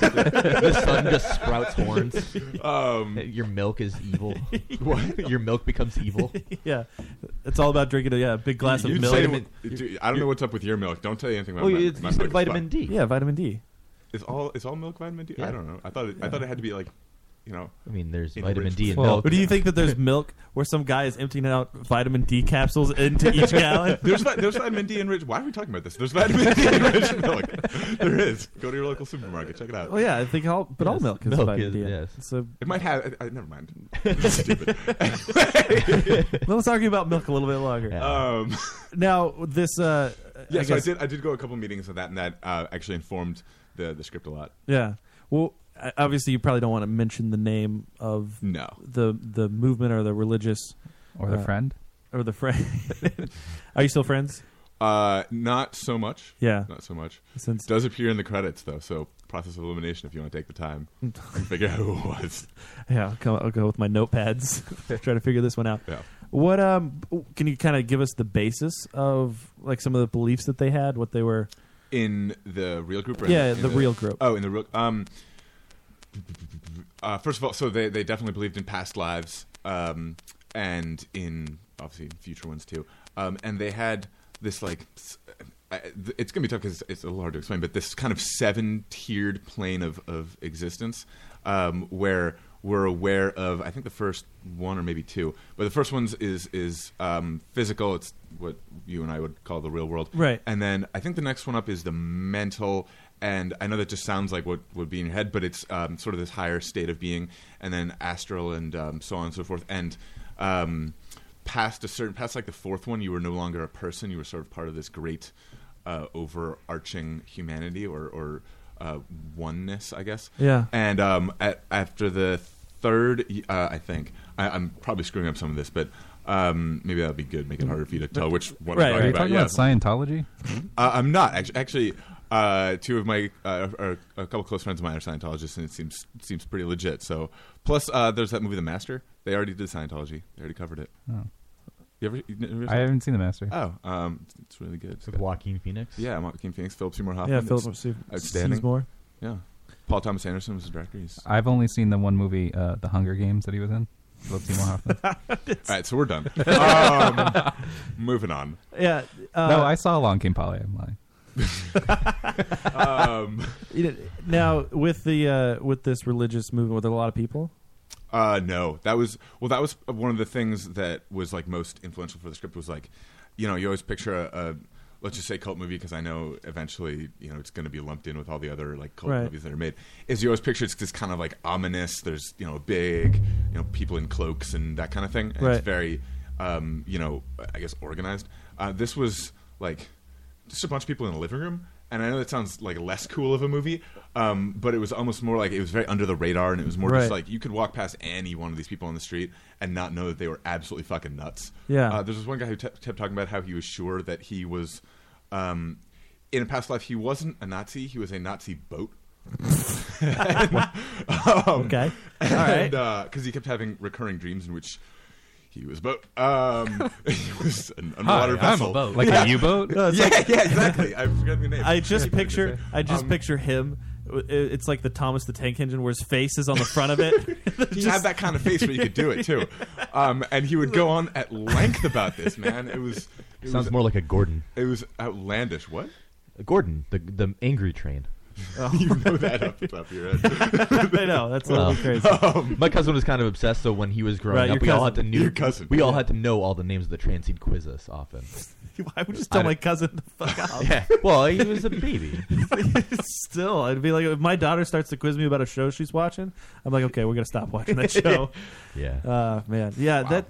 S6: the sun just sprouts horns.
S12: Um,
S6: Your milk is evil. Your milk becomes evil.
S5: yeah, it's all about drinking a yeah, big glass
S12: you
S5: of
S12: said
S5: milk.
S12: it- dude, I don't know what's up with your milk. Don't tell you anything about
S6: Oh,
S12: my,
S6: you- you
S12: my
S6: said
S12: milk.
S6: vitamin
S12: It's
S6: D.
S5: Yeah, vitamin D.
S12: fine. Is all is all milk vitamin D? I
S6: Yeah.
S12: don't know. I thought it, I
S6: Yeah.
S12: thought it had to be like, you know.
S6: I mean, there's
S12: enriched
S6: vitamin D
S12: with-
S6: in
S5: Well,
S6: milk.
S5: but do you think that there's milk where some guy is emptying out vitamin D capsules into each gallon?
S12: there's vi- there's vitamin D enriched. Why are we talking about this? There's vitamin D enriched milk. There is. Go to your local supermarket. Check it out.
S5: Well, Oh, yeah, I think all, but all
S12: Yes,
S5: milk is
S12: milk
S5: vitamin
S12: is-
S5: D.
S12: yes.
S5: So
S12: It might have. I, I, never mind.
S5: Well, let's argue about milk a little bit longer.
S12: Um,
S5: now this, uh,
S12: Yeah,
S5: I
S12: so I
S5: guess-
S12: did. I did go a couple meetings of that, and that uh, actually informed the the script a lot.
S5: Yeah. Well, I- obviously, you probably don't want to mention the name of
S12: no
S5: the the movement or the religious
S7: Or the friend.
S5: or the friend. Are you still friends?
S12: Uh, not so much.
S5: Yeah.
S12: not so much.
S5: Since-
S12: does appear in the credits though, so process of elimination if you want to take the time and figure out who it was.
S5: Yeah, I'll, come, I'll go with my notepads. try to figure this one out.
S12: Yeah.
S5: What um can you kind of give us the basis of like some of the beliefs that they had, what they were?
S12: in the real group. Or in
S5: Yeah,
S12: in
S5: the real group.
S12: Oh, in the real. Um, uh, first of all, so they they definitely believed in past lives, um, and in obviously future ones too. Um, and they had this like. s- I- th- It's gonna be tough because it's a little hard to explain, but this kind of seven-tiered plane of of existence, um, where we're aware of, I think the first one or maybe two, but the first one's is is um, physical. It's what you and I would call the real world,
S5: Right.
S12: and then I think the next one up is the mental. And I know that just sounds like what would be in your head, but it's um, sort of this higher state of being, and then astral and um, so on and so forth. And um, past a certain, past like the fourth one, you were no longer a person. You were sort of part of this great uh, overarching humanity or, or uh, oneness, I guess.
S5: Yeah.
S12: And um, at, after the third, uh, I think I, I'm probably screwing up some of this, but um, maybe that'll be good. Make it harder for you to tell which one. I'm
S7: Right, are
S12: talking
S7: you
S12: about.
S7: talking
S12: yeah.
S7: about Scientology?
S12: Uh, I'm not actually. Actually, uh, two of my uh, or a couple close friends of mine are Scientologists, and it seems seems pretty legit. So, plus uh, there's that movie, The Master. They already did Scientology. They already covered it.
S7: Oh.
S12: You ever? You never
S7: I haven't seen The Master.
S12: Oh, um, it's- it's really good. It's
S6: With Joaquin Phoenix.
S12: Yeah, Joaquin Phoenix, Philip Seymour Hoffman.
S5: Yeah,
S12: It's
S5: Philip Seymour-
S12: Outstanding.
S5: Seymour.
S12: Yeah, Paul Thomas Anderson was the director. He's
S7: I've only seen the one movie, uh, The Hunger Games, that he was in. Philip Seymour Hoffman.
S12: All right, so we're done. um, moving on.
S5: Yeah, uh,
S7: no, I saw Long Came Polly. I'm lying.
S12: Um,
S5: You know, now with the uh, with this religious movement, were there a lot of people?
S12: Uh, no, that was well. That was one of the things that was like most influential for the script was like, you know, you always picture a, a let's just say cult movie because I know eventually you know it's going to be lumped in with all the other like cult
S5: Right.
S12: movies that are made. Is you always picture it's this kind of like ominous. There's you know big, you know people in cloaks and that kind of thing. And
S5: Right.
S12: It's very, um, you know, I guess organized. Uh, this was like just a bunch of people in a living room. And I know that sounds like less cool of a movie, um, but it was almost more like it was very under the radar, and it was more just
S5: Right.
S12: like you could walk past any one of these people on the street and not know that they were absolutely fucking nuts.
S5: Yeah.
S12: Uh, there's this one guy who te- kept talking about how he was sure that he was, um, in a past life, he wasn't a Nazi. He was a Nazi boat. Um,
S5: Okay. All right.
S12: And because he kept having recurring dreams in which he was a boat. Um, he was an underwater
S5: Hi, I'm a
S12: vessel,
S5: boat. Like a U-boat? No, it's
S12: yeah,
S5: like-
S12: yeah, exactly. I forgot the name.
S5: I just picture I just
S12: Um,
S5: picture him. It- It's like the Thomas the Tank Engine, where his face is on the front of it.
S12: he had that kind of face where you could do it too. Um, and he would go on at length about this, man. It was it
S6: Sounds
S12: was,
S6: more like a Gordon.
S12: It was outlandish. What?
S6: Gordon, the the angry train.
S5: Oh.
S12: you know that off the top of your Um, head.
S5: I know, that's a
S6: Well,
S5: little crazy.
S2: um,
S6: my cousin was kind of obsessed, so when he was growing
S5: Right,
S6: up,
S5: your
S6: we all had to
S5: cousin.
S6: knew,
S5: Your cousin.
S6: we all
S5: Yeah.
S6: had to know all the names of the trains he'd quiz us often.
S5: I would just tell
S6: I
S5: my
S6: don't-
S5: cousin to fuck off.
S6: Yeah. Well, he was a baby.
S5: Still, I'd be like, if my daughter starts to quiz me about a show she's watching, I'm like, okay, we're gonna stop watching that show.
S6: Yeah.
S5: Uh, man. Yeah. That.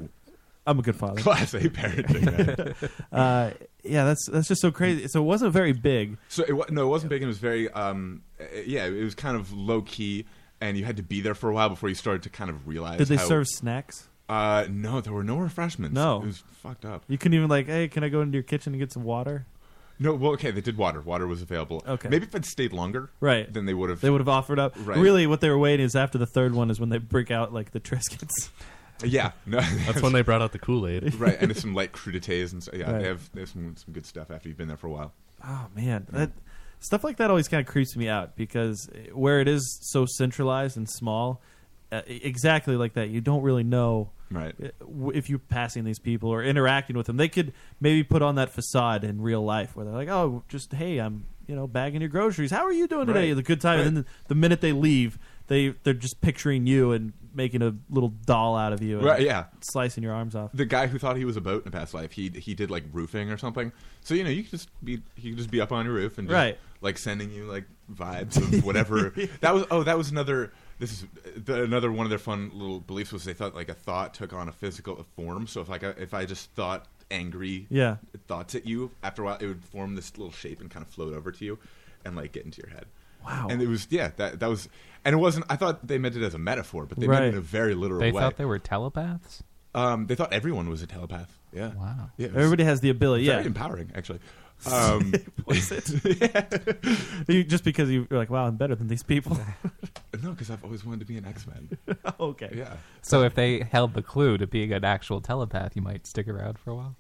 S5: I'm a good father.
S12: Class A parenting, man.
S5: uh, yeah, that's that's just so crazy. So it wasn't very big.
S12: So it, wa- no, it wasn't big. and It was very, um, uh, yeah, it was kind of low key, and you had to be there for a while before you started to kind of realize.
S5: Did they
S12: how-
S5: serve snacks?
S12: Uh, no, there were no refreshments.
S5: No.
S12: it was fucked up.
S5: You couldn't even like, hey, can I go into your kitchen and get some water?
S12: No, well, okay, they did water. Water was available.
S5: Okay.
S12: maybe if it stayed longer,
S5: Right.
S12: then they would have.
S5: They would have offered up.
S12: Right.
S5: Really, what they were waiting is after the third one is when they break out like the Triscuits.
S12: Yeah, no,
S8: That's when they brought out the Kool Aid.
S12: right, and it's some light crudités and so, yeah,
S5: Right.
S12: they have they have some some good stuff after you've been there for a while.
S5: Oh man, that stuff like that always kind of creeps me out because eh, where it is so centralized and small, uh, e- exactly like that, you don't really know uh,
S12: right
S5: if you're passing these people or interacting with them. They could maybe put on that facade in real life where they're like, "Oh, just hey, I'm you know bagging your groceries. How are you doing today?
S12: Right.
S5: The good time." And then the, the minute they leave, they they're just picturing you and making a little doll out of you. and
S12: Right, yeah.
S5: slicing your arms off.
S12: The guy who thought he was a boat in a past life, he he did like roofing or something. So you know, you could just be he could just be up on your roof and just,
S5: Right.
S12: like sending you like vibes of whatever. that was oh, that was another. This is the, another one of their fun little beliefs was they thought like a thought took on a physical form. So if like I, if I just thought angry
S5: Yeah.
S12: thoughts at you, after a while it would form this little shape and kind of float over to you, and like get into your head.
S5: Wow.
S12: And it was yeah that that was and it wasn't. I thought they meant it as a metaphor, but they meant
S7: Right.
S12: it in a very literal
S7: They
S12: way.
S7: thought they were telepaths?
S12: Um, they thought everyone was a telepath. Yeah.
S7: Wow.
S12: Yeah, it was
S5: Everybody has the ability.
S12: very
S5: yeah,
S12: empowering, actually. Um,
S5: Was it? You- just because you- you're like, wow, I'm better than these people.
S12: no, because I've always wanted to be an X Man.
S5: okay.
S12: Yeah.
S7: So if they held the clue to being an actual telepath, you might stick around for a while.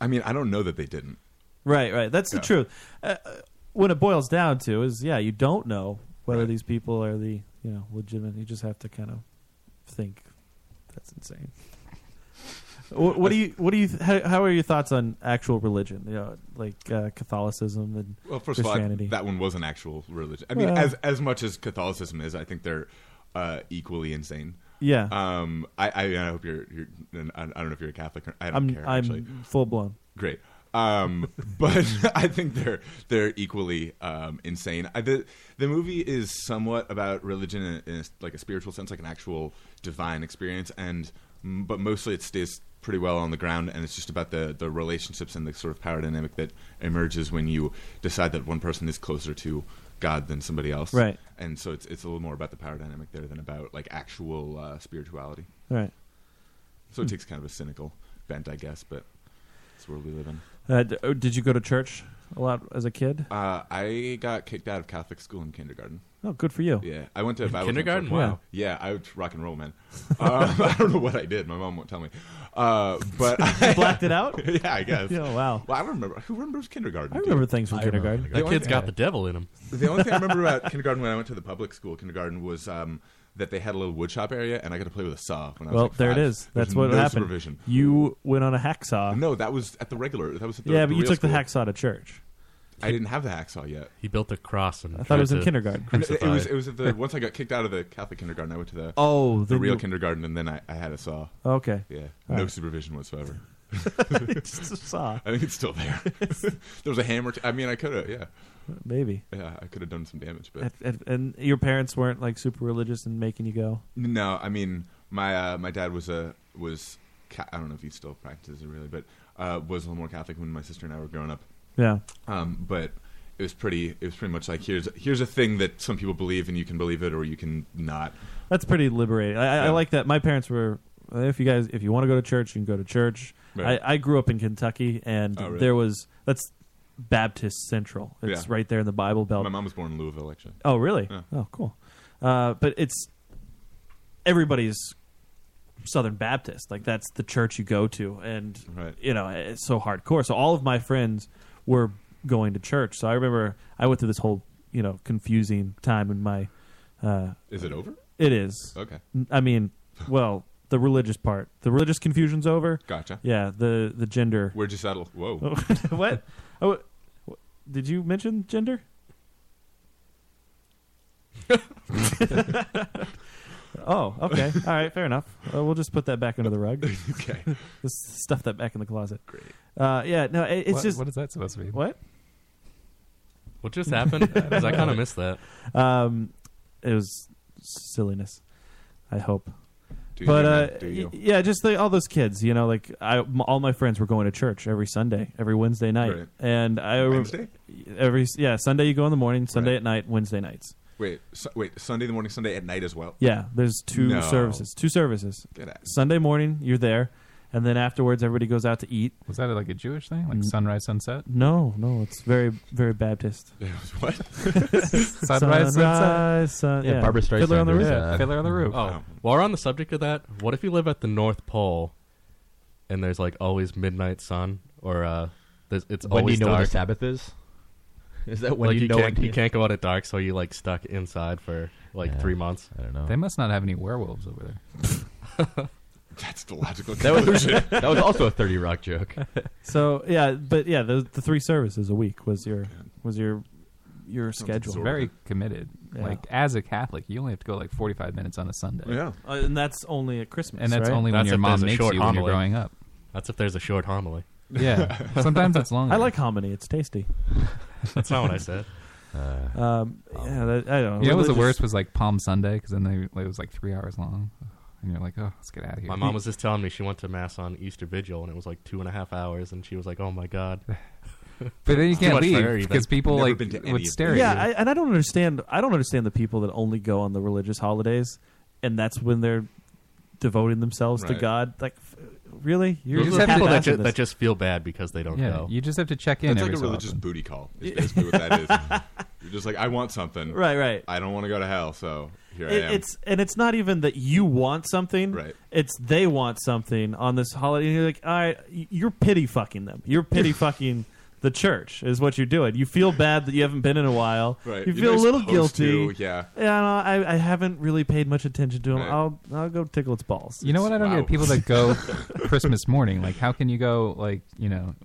S12: I mean, I don't know that they didn't.
S5: Right, right. That's
S12: Yeah.
S5: the truth. Uh, uh, what it boils down to is, yeah, you don't know whether these people are the you know legitimate. You just have to kind of think. That's insane. What, what do you? What do you? How, how are your thoughts on actual religion? You know, like uh, Catholicism and
S12: Well, first of all, I-
S5: Christianity.
S12: that one was an actual religion. I mean,
S5: Well-
S12: as as much as Catholicism is, I think they're uh, equally insane.
S5: Yeah.
S12: Um. I, I, I hope you're. you're I I don't know if you're a Catholic. Or, I don't
S5: I'm
S12: care.
S5: I'm
S12: actually.
S5: full blown.
S12: Great. Um, but I think they're they're equally um, insane. I, the the movie is somewhat about religion in, a- in a, like a spiritual sense, like an actual divine experience, and mm, but mostly it stays pretty well on the ground, and it's just about the the relationships and the sort of power dynamic that emerges when you decide that one person is closer to God than somebody else,
S5: Right.
S12: And so it's it's a little more about the power dynamic there than about like actual uh, spirituality.
S5: Right. Hmm.
S12: So it takes kind of a cynical bent, I guess, but it's the world we live in.
S5: Uh, d- oh, did you go to church a lot as a kid?
S12: Uh, I got kicked out of Catholic school in kindergarten.
S5: Oh, good for you.
S12: Yeah, I went to
S5: In
S12: Bible
S5: kindergarten?
S12: camp for-
S5: Wow.
S12: Yeah, I would rock and roll, man. Uh, I don't know what I did. My mom won't tell me. Uh, but I,
S5: blacked it out.
S12: yeah, I guess.
S5: Yeah, wow.
S12: Well, I don't remember. Who remembers kindergarten?
S5: I remember things from kindergarten.
S12: The only thing-
S8: devil in him.
S12: The only thing I remember about kindergarten when I went to the public school kindergarten was um, that they had a little woodshop area, and I got to play with a saw. When I was
S5: Well,
S12: like,
S5: there it
S12: five.
S5: is.
S12: There was
S5: That's what
S12: no
S5: happened.
S12: Supervision.
S5: You went on a hacksaw.
S12: No, that was at the regular. That was at the,
S5: yeah,
S12: the
S5: but you
S12: real
S5: took
S12: school.
S5: the hacksaw to church.
S12: I didn't have the hacksaw yet.
S8: He built a cross and
S5: I thought it was in kindergarten.
S12: It was. It was at the once I got kicked out of the Catholic kindergarten. I went to the
S5: Oh,
S12: the
S5: then
S12: real
S5: you-
S12: kindergarten, and then I, I had a saw.
S5: Okay.
S12: Yeah.
S5: All
S12: no
S5: right.
S12: supervision whatsoever.
S5: Just a saw.
S12: I think it's still there. there was a hammer. T- I mean, I could have. Yeah.
S5: Maybe.
S12: Yeah, I could have done some damage, but
S5: And, and, and your parents weren't like super religious and making you go.
S12: no. I mean, my uh, my dad was a was. Ca- I don't know if he still practices it really, but uh, was a little more Catholic when my sister and I were growing up.
S5: Yeah.
S12: Um, but it was pretty. It was pretty much like here's here's a thing that some people believe, and you can believe it or you can not.
S5: That's pretty liberating. I, I- I
S12: Yeah.
S5: like that. My parents were. If you guys, if you want to go to church, you can go to church.
S12: Right.
S5: I, I grew up in Kentucky, and
S12: Oh, really?
S5: there was that's Baptist Central. It's
S12: Yeah.
S5: right there in the Bible Belt.
S12: My mom was born in Louisville, actually.
S5: Oh, really?
S12: Yeah.
S5: Oh, cool. Uh, but it's everybody's Southern Baptist. Like that's the church you go to, and you know it's so hardcore. So all of my friends were going to church. So I remember I went through this whole you know confusing time in my. Uh,
S12: Is it over?
S5: It is.
S12: Okay.
S5: N- I mean, well, the religious part, the religious confusion's over.
S12: Gotcha.
S5: Yeah. The the gender.
S12: Where'd you settle? Whoa.
S5: what? Oh, wh- did you mention gender? oh, okay. All right, fair enough. Uh, we'll just put that back under the rug.
S12: okay.
S5: Just stuff that back in the closet. Great. Uh, yeah, no, it, it's
S7: What-
S5: just.
S7: what is that supposed to be?
S5: What?
S8: What just happened? 'Cause I kind of missed that.
S5: Um, it was silliness. I hope.
S8: Do
S5: but
S8: you,
S5: uh,
S8: man, do you.
S5: y- yeah, just like all those kids, you know, like I, m- all my friends were going to church every Sunday, every Wednesday night,
S12: Right.
S5: and I re-
S12: Wednesday?
S5: every yeah Sunday you go in the morning, Sunday at night, Wednesday nights.
S12: Wait, su- wait. Sunday in the morning, Sunday at night as well.
S5: Yeah, there's two
S12: No.
S5: services. Two services.
S12: Get out.
S5: Sunday morning, you're there, and then afterwards, everybody goes out to eat.
S7: Was that like a Jewish thing, like
S5: Mm.
S7: sunrise, sunset?
S5: No, no, it's very, very Baptist.
S12: what?
S7: Sunrise,
S5: Sunrise,
S7: sunset.
S5: sun-
S7: Yeah,
S5: yeah.
S7: Barbra Streisand
S5: Fiddler on the
S7: is,
S5: Roof.
S7: uh, Fiddler on the Roof.
S8: Oh, while we're on the subject of that, what if you live at the North Pole and there's like always midnight sun or uh, there's, it's
S6: When do you
S8: always
S6: know when the
S8: dark?
S6: Sabbath is? Is that when
S8: Like,
S6: you know
S8: can't,
S6: when-
S8: you can't go out at dark, so you like stuck inside for like three months?
S6: I don't know.
S7: They must not have any werewolves over there.
S12: That's the logical
S6: That was-
S12: conclusion.
S6: that was also a 30 Rock joke.
S5: So yeah, but yeah, the, the three services a week was your was your your schedule.
S7: Very committed.
S5: Yeah.
S7: Like as a Catholic, you only have to go like forty five minutes on a Sunday.
S5: Uh, and that's only at Christmas,
S7: And that's
S5: right?
S7: only when
S8: That's
S7: your
S8: if
S7: mom
S8: there's a
S7: makes
S8: short
S7: you when you're
S8: homily.
S7: growing up.
S8: That's if there's a short homily.
S7: Yeah. Sometimes it's longer.
S5: I like hominy; it's tasty.
S8: That's not what I said.
S5: Um,
S6: Uh,
S5: yeah, that, I don't know.
S7: Uh, You know what was the
S5: Religious-
S7: worst was like Palm Sunday because then they, it was like three hours long, and you're like, oh, let's get out of here.
S8: My mom was just telling me she went to mass on Easter Vigil and it was like two and a half hours, and she was like, "Oh my god!" but
S7: then you can't leave, because people,
S8: Never
S7: like,
S8: been to any
S7: would
S8: of
S7: stare
S5: Yeah,
S7: at
S5: I, and I don't understand. I don't understand the people that only go on the religious holidays, and that's when they're devoting themselves to
S8: Right.
S5: oh, God. Like, f- really?
S8: You just have people that,
S5: half-assing
S8: ju-
S5: this.
S8: that just feel bad because they don't
S7: Yeah,
S8: know.
S7: you just have to check
S12: That's like a religious booty call. Is basically what that is. You're just like, I want something.
S5: Right, right.
S12: I don't want to go to hell, so here
S5: It-
S12: I am.
S5: It's and it's not even that you want something. Right. It's they want something on this holiday. And you're like, all right, y- you're pity fucking them. You're pity fucking the church is what you're doing. You feel bad that you haven't been in a while.
S12: Right.
S5: You
S12: You're
S5: feel a
S12: not
S5: little
S12: supposed
S5: guilty.
S12: to, yeah.
S5: Yeah. No, I, I haven't really paid much attention to them.
S7: Right.
S5: I'll I'll go tickle its balls.
S7: You know what? I don't
S5: Wow.
S7: get people that go Christmas morning. Like, how can you go like you know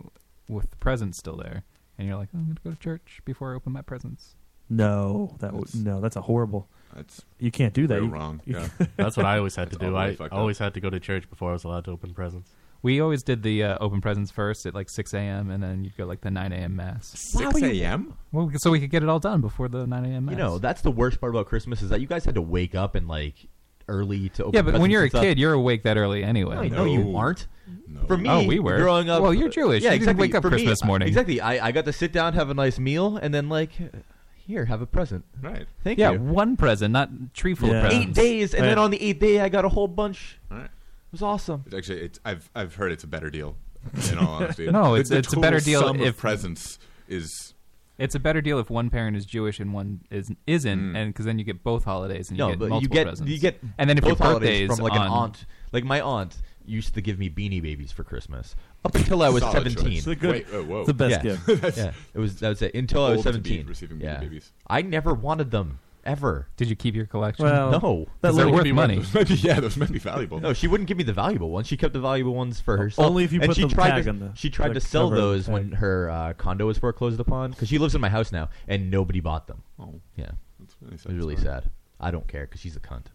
S7: with the presents still there? And you're like, I'm gonna go to church before I open my presents.
S5: No, that w- no, that's a horrible.
S12: That's
S5: you can't do that.
S12: real
S5: You-
S12: wrong,
S5: you-
S8: That's what I always had to
S7: That's
S8: do.
S7: all the way
S8: I
S7: fucked up.
S8: always had to go to church before I was allowed to open presents.
S7: We always did the uh, open presents first at like 6 a.m. and then you'd go like the 9 a.m. mass.
S6: 6 a.m.?
S7: Well, so we could get it all done before the 9 a.m. mass.
S6: You know, that's the worst part about Christmas is that you guys had to wake up and like early to open.
S7: yeah, but when
S6: presents
S7: you're a
S6: and stuff.
S7: kid, you're awake that early anyway.
S6: No, you aren't. For me,
S7: oh, we were
S6: growing up.
S7: Well, you're Jewish.
S6: Yeah,
S7: you
S6: exactly.
S7: didn't wake up
S6: For me,
S7: Christmas
S6: I-
S7: morning.
S6: Exactly. I, I got to sit down, have a nice meal, and then like, here, have a present.
S12: Right.
S6: Thank
S7: yeah,
S6: you.
S7: one present, not tree full of presents.
S6: Eight days, and
S7: Right.
S6: then on the eighth day, I got a whole bunch.
S12: It
S6: was awesome.
S12: It's actually, it's, I've I've heard it's a better deal. In all honesty,
S7: No,
S12: The-
S7: it's-
S12: the
S7: it's a better
S12: total
S7: deal
S12: Sum
S7: if-
S12: of presents is
S7: It's a better deal if one parent is Jewish and one is isn't,
S6: Mm.
S7: and because then you get both holidays and you
S6: no,
S7: get
S6: but
S7: multiple
S6: you get
S7: presents.
S6: you get
S7: and then if your
S6: both
S7: birthday
S6: holidays
S7: is
S6: from like
S7: on,
S6: an aunt, like my aunt used to give me beanie babies for Christmas up until I was
S12: Solid
S6: seventeen.
S12: choice. It's a good- Wait, oh, whoa. the
S6: yeah.
S12: best gift. That's-
S6: yeah, it was that was it until I was
S12: old to be
S6: seventeen.
S12: receiving beanie
S6: yeah.
S12: babies.
S6: I never wanted them ever.
S7: Did you keep your collection?
S5: Well,
S6: no,
S5: that
S6: 'Cause they're
S5: lady-
S6: worth
S5: Be worth-
S6: money.
S5: those might be-
S12: yeah, those might be valuable.
S6: No, she wouldn't give me the valuable ones. She kept the valuable ones for herself.
S5: Only if you
S6: and
S5: put
S6: she
S5: the
S6: tried
S5: tag
S6: to,
S5: on the-
S6: She tried
S5: the
S6: to sell
S5: cover of the
S6: those when her uh, condo was foreclosed upon because she lives in my house now and nobody bought them.
S12: Oh,
S6: yeah,
S12: that's really
S6: It was really sad. I don't care because she's a cunt.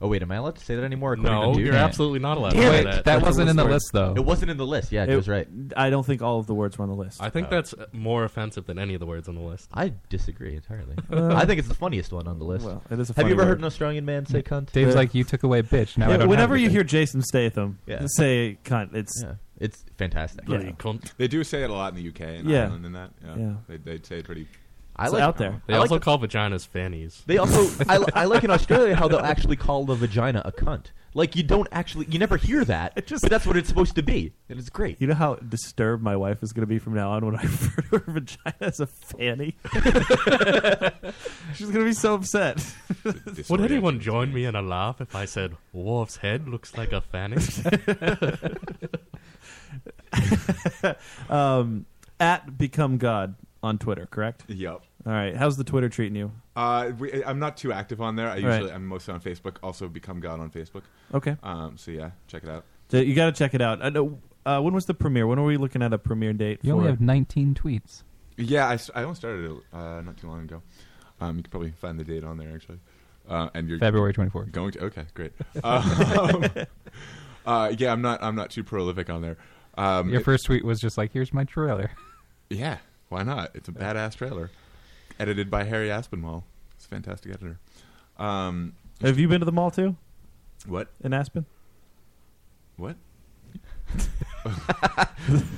S6: Oh wait, am I allowed to say that anymore?
S8: No,
S6: according to Duke?
S8: you're absolutely not allowed to
S6: Damn
S8: say
S6: it.
S8: that.
S6: That's
S8: That wasn't in the
S6: worst
S8: list,
S6: part.
S8: though.
S6: It wasn't in the list. Yeah, it was right.
S5: I don't think all of the words were on the list.
S8: I think that's uh, more offensive than any of the words on the list.
S6: uh, I disagree entirely.
S5: Uh,
S6: I think it's the funniest one on the list.
S5: well, it is a
S6: Have
S5: funny
S6: you ever
S5: word.
S6: heard an Australian man say cunt?
S7: Dave's like, you took away bitch. Now I
S5: Yeah,
S7: don't
S5: whenever
S7: have
S5: you
S7: anything."
S5: hear Jason Statham
S7: Yeah.
S5: say cunt, it's
S6: it's fantastic.
S5: Yeah.
S12: They do say it a lot in the UK and
S5: Yeah.
S12: Ireland and that. Yeah,
S5: Yeah.
S12: They, they say it pretty.
S6: I It's like- out there.
S8: They
S6: I like
S8: also
S6: the-
S8: call vaginas fannies.
S6: They also, I, I like in Australia how they'll actually call the vagina a cunt. Like you don't actually, you never hear that, but that's what it's supposed to be, and it's great.
S5: You know how disturbed my wife is going to be from now on when I refer to her vagina as a fanny? She's going to be so upset.
S8: Would anyone join me in a laugh if I said Worf's head looks like a fanny?
S5: um, at Become God on Twitter, correct?
S12: Yep.
S5: All right. How's the Twitter treating you?
S12: Uh, we, I'm not too active on there. I
S5: Right.
S12: usually I'm mostly on Facebook. Also, become God on Facebook.
S5: Okay.
S12: Um. So yeah, check it out.
S5: So you got to check it out. I know, uh, when was the premiere? When are we looking at a premiere date?
S7: You only
S5: for-
S7: have 19 tweets.
S12: Yeah, I, s- I only started it uh, not too long ago. Um, you can probably find the date on there actually. Uh, and you're
S7: February 24th.
S12: Going to okay, great. Um, uh, yeah, I'm not I'm not too prolific on there. Um,
S7: Your
S12: it-
S7: first tweet was just like, here's my trailer.
S12: yeah, why not? It's a badass trailer, edited by Harry Aspinwall. He's a fantastic editor. Um,
S5: Have you been to the mall too?
S12: What
S5: in Aspen?
S12: What?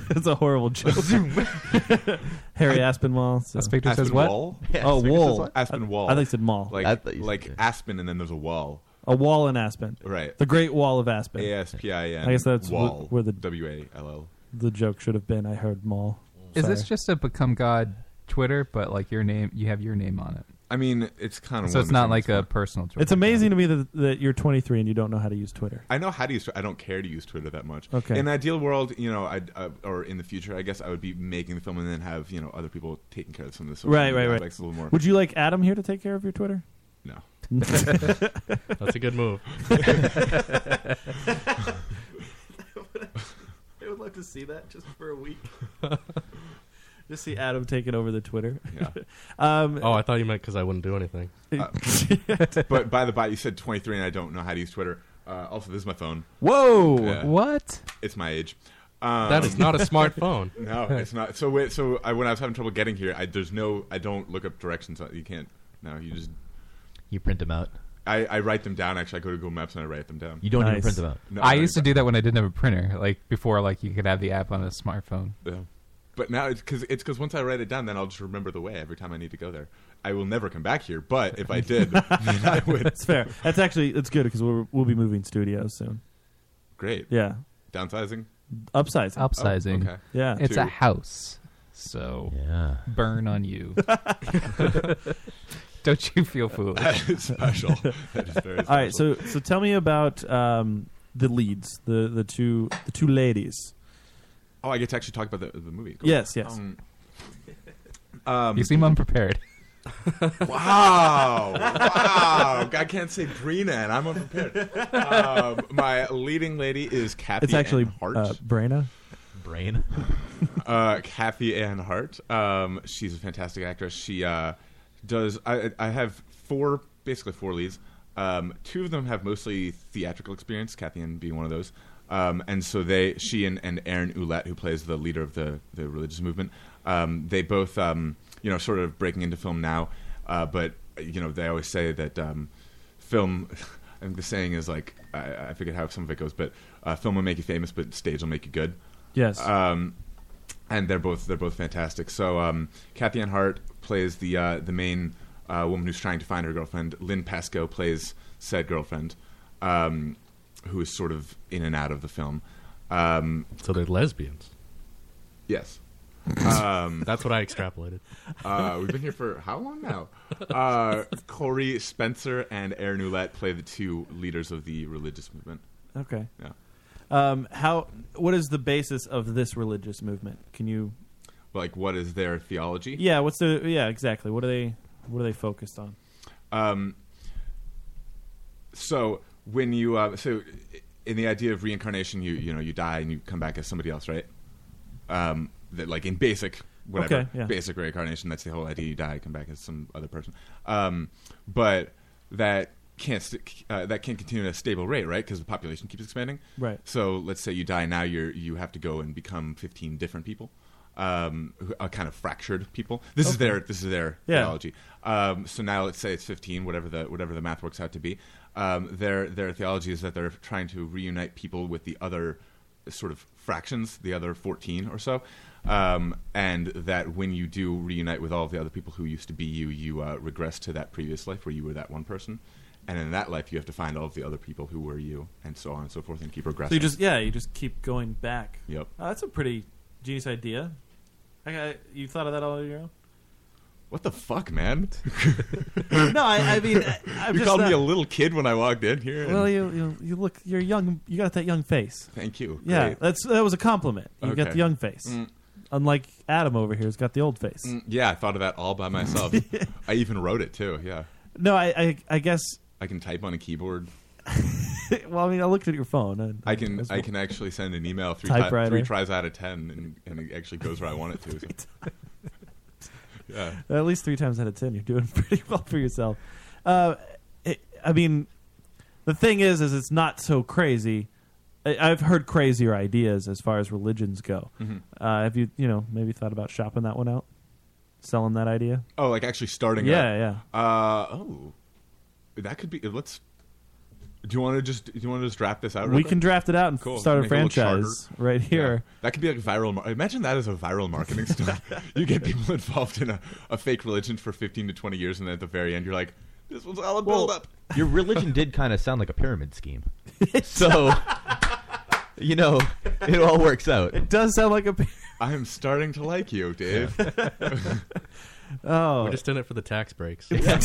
S5: That's a horrible joke. Harry Aspen Mall. So.
S7: Aspector
S12: Aspen Wall?
S5: oh,
S12: Aspector
S5: wall.
S12: says what? Aspen Wall.
S5: I think it said mall.
S12: Like like Aspen, and then there's a wall.
S5: a wall in Aspen.
S12: Right.
S5: The Great Wall of Aspen.
S12: A S P I N.
S5: I guess that's wh-
S12: wall.
S5: where the
S12: W A L L.
S5: the joke should have been. I heard mall.
S7: Is this
S5: Sorry.
S7: just a become God Twitter, but like your name, you have your name on it?
S12: I mean, it's kind of
S7: So it's not like a personal Twitter.
S5: It's amazing to me that, that you're 23 and you don't know how to use Twitter.
S12: I know how to use. Twi- I don't care to use Twitter that much.
S5: Okay.
S12: In an ideal world, you know, I'd, uh, or in the future, I guess I would be making the film and then have you know other people taking care of some of this.
S5: right, right, right.
S12: A little more.
S5: Would you like Adam here to take care of your Twitter?
S12: No.
S8: That's a good move.
S5: I would love to see that just for a week. just see Adam taking over the Twitter.
S12: Yeah.
S5: um,
S8: oh, I thought you meant because I wouldn't do anything.
S12: Uh, but by the by, you said 23, and I don't know how to use Twitter. Uh, also, this is my phone.
S5: Whoa!
S7: What?
S12: It's my age. Um,
S8: That is not a smartphone.
S12: No, it's not. So wait, so I, when I was having trouble getting here, I, there's no. I don't look up directions. You can't. No, you just.
S6: You print them out.
S12: I, I write them down. Actually, I go to Google Maps and I write them down.
S6: You don't even Nice. print them out.
S12: No,
S7: I
S12: don't
S7: used to do that when I didn't have a printer, like before, like you could have the app on a smartphone.
S12: Yeah. But now it's because it's because once I write it down, then I'll just remember the way every time I need to go there. I will never come back here, but if I did, then I would.
S5: That's fair. That's actually that's good because we'll we'll be moving studios soon.
S12: Great.
S5: Yeah.
S12: Downsizing.
S5: Upsizing.
S7: Upsizing.
S12: Oh, okay.
S5: Yeah.
S7: It's
S12: Two.
S7: a house. So burn on you. Don't you feel foolish?
S12: That is special. That is very
S5: All right, so so tell me about um, the leads, the the two the two ladies.
S12: Oh, I get to actually talk about the, the movie.
S5: Yes, yes.
S12: Um, um,
S7: you seem unprepared.
S12: Wow! wow! I can't say Brina, and I'm unprepared. Um, my leading lady is Kathy.
S5: it's actually
S12: Ann Hart.
S5: uh, Brana.
S6: Brain.
S12: uh, Kathy Ann Hart. Um, she's a fantastic actress. She uh, does. I, I have four, basically four leads. Um, two of them have mostly theatrical experience. Kathy Ann being one of those. Um, and so they, she and, and Aaron Ouellette, who plays the leader of the the religious movement, um, they both, um, you know, sort of breaking into film now. Uh, but you know, they always say that um, film. I think the saying is like I, I forget how some of it goes, but uh, film will make you famous, but stage will make you good.
S5: Yes.
S12: Um, and they're both they're both fantastic. So um, Kathy Ann Hart plays the uh, the main uh, woman who's trying to find her girlfriend. Lynn Pascoe plays said girlfriend, um, who is sort of in and out of the film. Um,
S8: so they're lesbians.
S12: Yes. Um,
S8: That's what I extrapolated.
S12: uh, we've been here for how long now? Uh, Corey Spencer and Aaron Ouellette play the two leaders of the religious movement.
S5: Okay.
S12: Yeah.
S5: Um, how? What is the basis of this religious movement? Can you?
S12: Like, what is their theology?
S5: Yeah. What's the? Yeah. Exactly. What are they? What are they focused on?
S12: Um, so when you uh, so in the idea of reincarnation, you you know you die and you come back as somebody else, right? Um, that like in basic whatever
S5: Okay, yeah.
S12: basic reincarnation, that's the whole idea. You die, come back as some other person. Um, but that can't st- uh, that can't continue at a stable rate, right? Because the population keeps expanding.
S5: Right.
S12: So let's say you die now, you you have to go and become fifteen different people. Um, who are kind of fractured people. This is
S5: Okay.
S12: their this is their
S5: Yeah.
S12: theology theology. Um, so now let's say it's 15, whatever the whatever the math works out to be. Um, their their theology is that they're trying to reunite people with the other sort of fractions, the other 14 or so, um, and that when you do reunite with all of the other people who used to be you, you uh, regress to that previous life where you were that one person. And in that life, you have to find all of the other people who were you, and so on and so forth, and keep regressing.
S5: So you just yeah, you just keep going back.
S12: Yep.
S5: Oh, that's a pretty genius idea. Okay, you thought of that all on your own?
S12: what the fuck, man?
S5: no, I, I mean, I, I'm
S12: you
S5: just
S12: called
S5: not-
S12: me a little kid when I walked in here. and-
S5: Well, you, you you look you're young. You got that young face.
S12: Thank you.
S5: Yeah,
S12: Great.
S5: that's that was a compliment. You got
S12: Okay.
S5: the young face.
S12: Mm.
S5: Unlike Adam over here, who's got the old face.
S12: Mm, Yeah, I thought of that all by myself. I even wrote it too. Yeah,
S5: No, I I, I guess.
S12: I can type on a keyboard.
S5: well, I mean, I looked at your phone. and-
S12: I can
S5: as
S12: I
S5: well.
S12: can actually send an email three
S5: Typewriter.
S12: ti- three tries out of ten, and, and it actually goes where I want it to. so. yeah,
S5: At least three times out of ten, you're doing pretty well for yourself. Uh, it, I mean, the thing is, is it's not so crazy. I, I've heard crazier ideas as far as religions go.
S12: Mhm.
S5: Uh, have you, you know, maybe thought about shopping that one out, selling that idea?
S12: Oh, like actually starting.
S5: Yeah,
S12: up. yeah. Uh, oh, that could be. Let's. Do you want to just do you want to just draft this out? real
S5: we
S12: quick?
S5: can draft it out and
S12: Cool.
S5: start a
S12: Make it a little
S5: franchise
S12: charter.
S5: right here.
S12: That could be like viral. Mar- Imagine that as a viral marketing stunt. you get people involved in a, a fake religion for fifteen to twenty years, and then at the very end, you're like, "This was all a build up."
S6: Your religion did kind of sound like a pyramid scheme. so, you know, it all works out.
S5: It does sound like a.
S12: I am starting to like you, Dave.
S5: Oh,
S8: We're just in it for the tax breaks.
S12: yeah.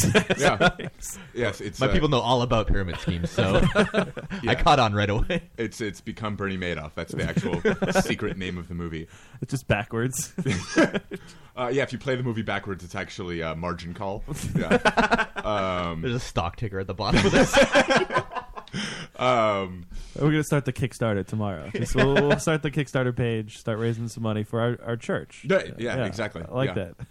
S12: Yes, it's
S6: My
S12: uh,
S6: people know all about pyramid schemes, so I caught on right away.
S12: It's it's become Bernie Madoff. That's the actual secret name of the movie.
S5: it's just backwards.
S12: Uh, yeah, if you play the movie backwards, it's actually uh, Margin Call. Yeah. um,
S6: There's a stock ticker at the bottom of this.
S12: um,
S5: We're gonna start the Kickstarter tomorrow. Just- we'll, we'll start the Kickstarter page. Start raising some money for our, our church.
S12: Yeah, yeah, exactly.
S5: I like
S12: Yeah.
S5: that.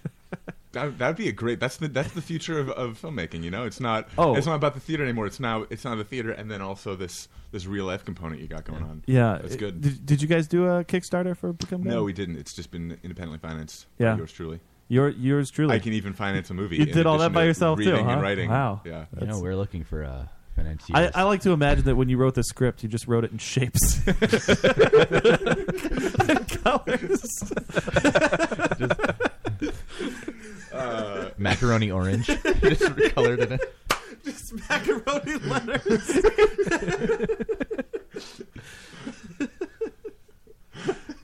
S12: that would be a great. That's the that's the future of, of filmmaking. You know, it's not
S5: Oh.
S12: it's not about the theater anymore. It's now it's now the theater, and then also this this real life component you got going on.
S5: Yeah,
S12: that's
S5: it-
S12: good.
S5: Did, did you guys do a Kickstarter for Become
S12: no,
S5: Bad?
S12: we didn't. It's just been independently financed.
S5: Yeah.
S12: yours truly.
S5: Your, yours truly.
S12: I can even finance a movie.
S5: You
S12: in
S5: did all that
S12: addition
S5: by
S12: to
S5: yourself too,
S12: reading and
S5: huh?
S12: writing.
S5: Wow.
S12: Yeah.
S6: you know, we're looking for uh, a happen. And she
S5: I,
S6: was-
S5: I like to imagine that when you wrote the script, you just wrote it in shapes, colors.
S12: Uh,
S6: macaroni orange. Just colored in it.
S5: Just macaroni letters.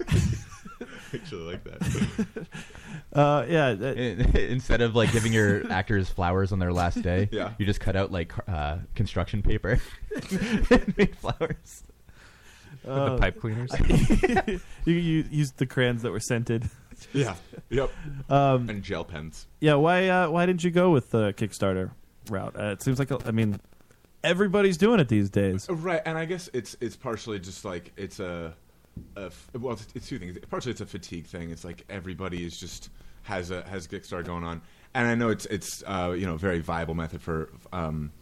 S12: Actually, like that.
S5: Uh, yeah.
S6: Instead of like giving your actors flowers on their last day,
S12: Yeah.
S6: you just cut out like car- uh, construction paper. Made flowers.
S5: Uh, you, you used the crayons that were scented.
S12: Yeah. Yep.
S5: Um,
S12: and gel pens.
S5: Yeah, why uh, why didn't you go with the Kickstarter route? Uh, it seems like a- I mean everybody's doing it these days.
S12: Uh, Right, and I guess it's it's partially just like it's a, a f- well, it's, it's two things. Partially, it's a fatigue thing. It's like everybody is just has a has Kickstarter going on, and I know it's it's uh, you know a very viable method for um,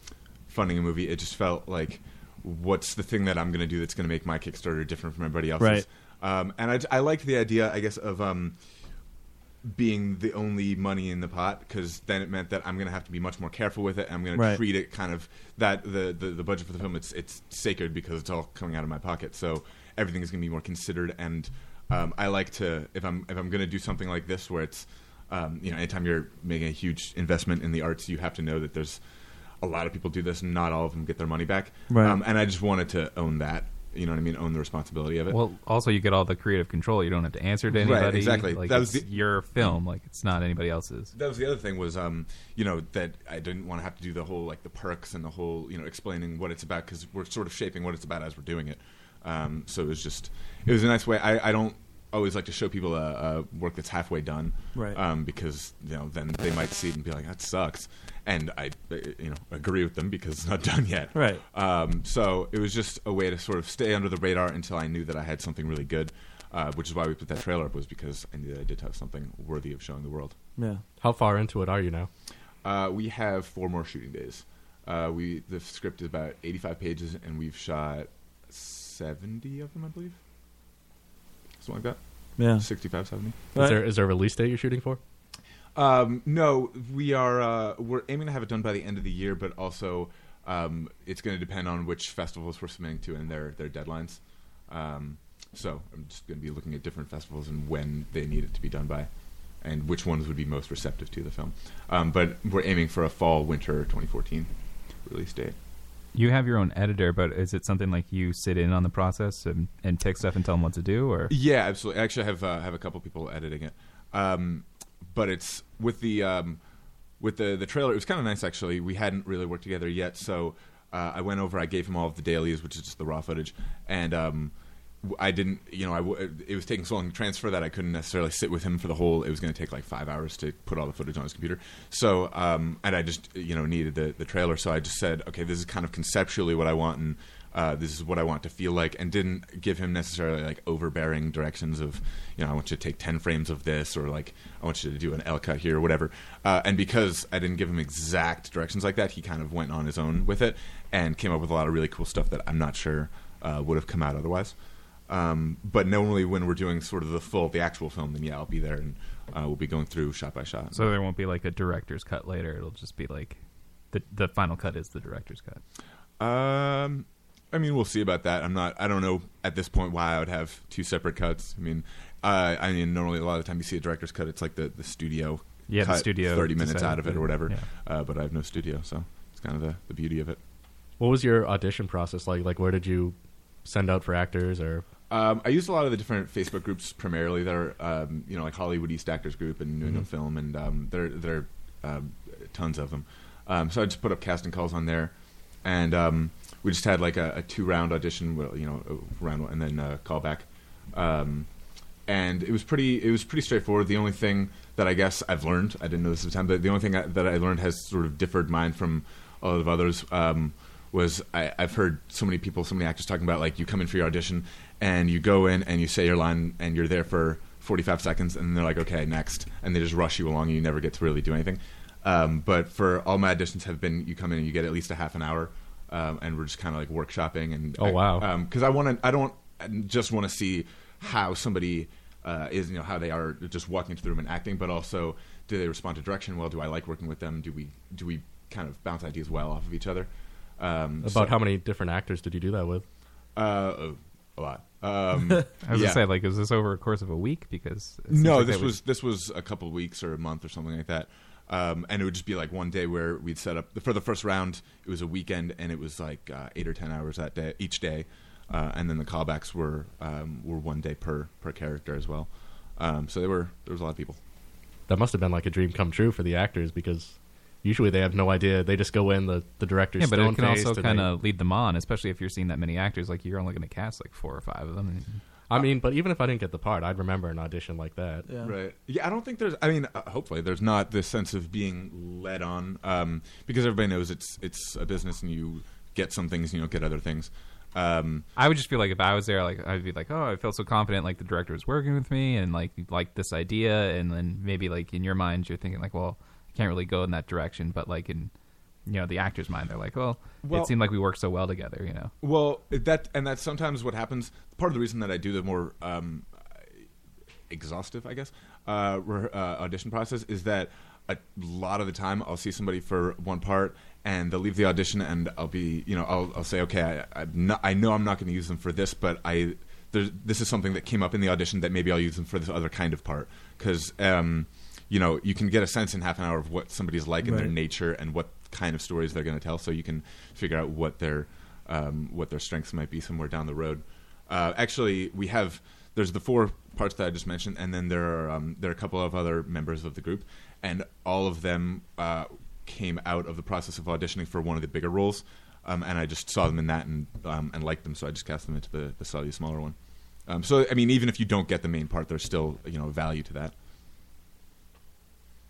S12: funding a movie. It just felt like what's the thing that I'm going to do that's going to make my Kickstarter different from everybody else's.
S5: Right.
S12: Um, and I, I liked the idea, I guess, of um, being the only money in the pot because then it meant that I'm going to have to be much more careful with it. and I'm going
S5: Right.
S12: to treat it kind of that the, the the budget for the film it's it's sacred because it's all coming out of my pocket. So everything's going to be more considered. And um, I like to if I'm if I'm going to do something like this where it's um, you know anytime you're making a huge investment in the arts, you have to know that there's a lot of people do this and not all of them get their money back.
S7: Right.
S12: Um, and I just wanted to own that. You know what I mean? Own the responsibility of it.
S7: Well, also you get all the creative control. You don't have to answer to
S12: Right,
S7: anybody.
S12: exactly.
S7: Like,
S12: That was
S7: it's
S12: the-
S7: your film. Like it's not anybody else's.
S12: That was the other thing was, um, you know, that I didn't want to have to do the whole like the perks and the whole you know explaining what it's about because we're sort of shaping what it's about as we're doing it. Um, so it was just it was a nice way. I, I don't always like to show people uh, uh, work that's halfway done,
S5: Right.
S12: Um, because you know then they might see it and be like that sucks, and I uh, you know agree with them because it's not done yet,
S5: Right.
S12: Um, so it was just a way to sort of stay under the radar until I knew that I had something really good. Uh, which is why we put that trailer up was because I knew that I did have something worthy of showing the world.
S5: Yeah.
S8: How far into it are you now?
S12: Uh, we have four more shooting days. Uh, we the script is about 85 pages, and we've shot 70 of them, I believe. Something like that.
S5: Yeah.
S12: 65, 70.
S8: Is there is there a release date you're shooting for?
S12: Um, no, we are uh, we're aiming to have it done by the end of the year, but also um, it's going to depend on which festivals we're submitting to and their their deadlines. Um, so I'm just going to be looking at different festivals and when they need it to be done by, and which ones would be most receptive to the film. Um, but we're aiming for a fall winter 2014 release date.
S7: You have your own editor, but is it something like you sit in on the process and, and pick stuff and tell them what to do, or
S12: Yeah, absolutely. Actually, I have uh, have a couple people editing it, um, but it's with the um, with the the trailer. It was kind of nice actually. We hadn't really worked together yet, so uh, I went over. I gave him all of the dailies, which is just the raw footage, and. Um, w- I didn't, you know, I w- it was taking so long to transfer that I couldn't necessarily sit with him for the whole. It was going to take like five hours to put all the footage on his computer. So, um, and I just, you know, needed the the trailer. So I just said, okay, this is kind of conceptually what I want, and uh, this is what I want to feel like, and didn't give him necessarily like overbearing directions of, you know, I want you to take 10 frames of this, or like, I want you to do an L cut here, or whatever. Uh, and because I didn't give him exact directions like that, he kind of went on his own with it and came up with a lot of really cool stuff that I'm not sure uh, would have come out otherwise. Um, but normally, when we're doing sort of the full, the actual film, then yeah, I'll be there and uh, we'll be going through shot by shot.
S7: so there won't be like a director's cut later. It'll just be like the the final cut is the director's cut.
S12: Um, I mean, we'll see about that. I'm not. I don't know at this point why I would have two separate cuts. I mean, uh, I mean, normally a lot of the time you see a director's cut, it's like the the studio.
S7: Yeah, the
S12: cut
S7: studio
S12: thirty minutes
S7: decided
S12: out of it
S7: to-
S12: or whatever.
S7: yeah.
S12: Uh, but I have no studio, so it's kind of the, the beauty of it.
S8: What was your audition process like? Like where did you send out for actors or
S12: Um, I used a lot of the different Facebook groups primarily that are, um, you know, like Hollywood East Actors Group and New England
S8: Mhm.
S12: Film, and um, there there are um, tons of them. Um, so I just put up casting calls on there, and um, we just had like a, a two round audition, well, you know, a round one, and then a callback. Um, and it was pretty it was pretty straightforward. The only thing that I guess I've learned, I didn't know this at the time, but the only thing I, that I learned has sort of differed mine from a lot of others. Um, was I, I've heard so many people, so many actors talking about like you come in for your audition and you go in and you say your line and you're there for 45 seconds and they're like okay next and they just rush you along and you never get to really do anything. Um, but for all my auditions have been you come in and you get at least a half an hour um, and we're just kind of like workshopping and
S8: Oh, wow.
S12: um, because I want to. I don't I just want to see how somebody uh, is, you know, how they are just walking into the room and acting, but also do they respond to direction well? Do I like working with them? Do we do we kind of bounce ideas well off of each other? Um,
S8: About how many different actors did you do that with?
S12: Uh, a lot. Um,
S7: I was
S12: yeah.
S7: gonna say, like, is this over a course of a week? Because it seems
S12: No,
S7: like
S12: this
S7: that
S12: was this was a couple weeks or a month or something like that. Um, and it would just be like one day where we'd set up for the first round. It was a weekend, and it was like uh, eight or ten hours that day each day, uh, and then the callbacks were um, were one day per per character as well. Um, so there were there was a lot of people.
S8: That must have been like a dream come true for the actors because usually they have no idea. They just go in the the director's
S7: yeah, but it can
S8: stone-faced
S7: also
S8: and they-
S7: kind of lead them on, especially if you're seeing that many actors. Like, you're only going to cast like four or five of them. and-
S8: I mean, but even if I didn't get the part, I'd remember an audition like that.
S12: Right. Yeah, I don't think there's. I mean, uh, hopefully, there's not this sense of being led on, um, because everybody knows it's it's a business, and you get some things, and you don't get other things. Um,
S7: I would just feel like if I was there, like I'd be like, oh, I feel so confident. Like the director was working with me, and like you like this idea, and then maybe like in your mind, you're thinking like, well, I can't really go in that direction, but like in you know the actor's mind, they're like, well,
S12: Well-
S7: it seemed like we worked so well together, you know.
S12: Well, that and that's sometimes what happens. Part of the reason that I do the more um, exhaustive, I guess, uh, re- uh, audition process is that a lot of the time I'll see somebody for one part and they'll leave the audition and I'll be, you know, I'll, I'll say, okay, I, I'm not, I know I'm not going to use them for this, but I there's, this is something that came up in the audition that maybe I'll use them for this other kind of part because. Um, you know, you can get a sense in half an hour of what somebody's like and their
S5: Right.
S12: nature and what kind of stories they're going to tell, so you can figure out what their um, what their strengths might be somewhere down the road. Uh, actually, we have there's the four parts that I just mentioned, and then there are um, there are a couple of other members of the group, and all of them uh, came out of the process of auditioning for one of the bigger roles, um, and I just saw them in that and um, and liked them, so I just cast them into the the slightly smaller one. Um, so I mean, even if you don't get the main part, there's still you know value to that.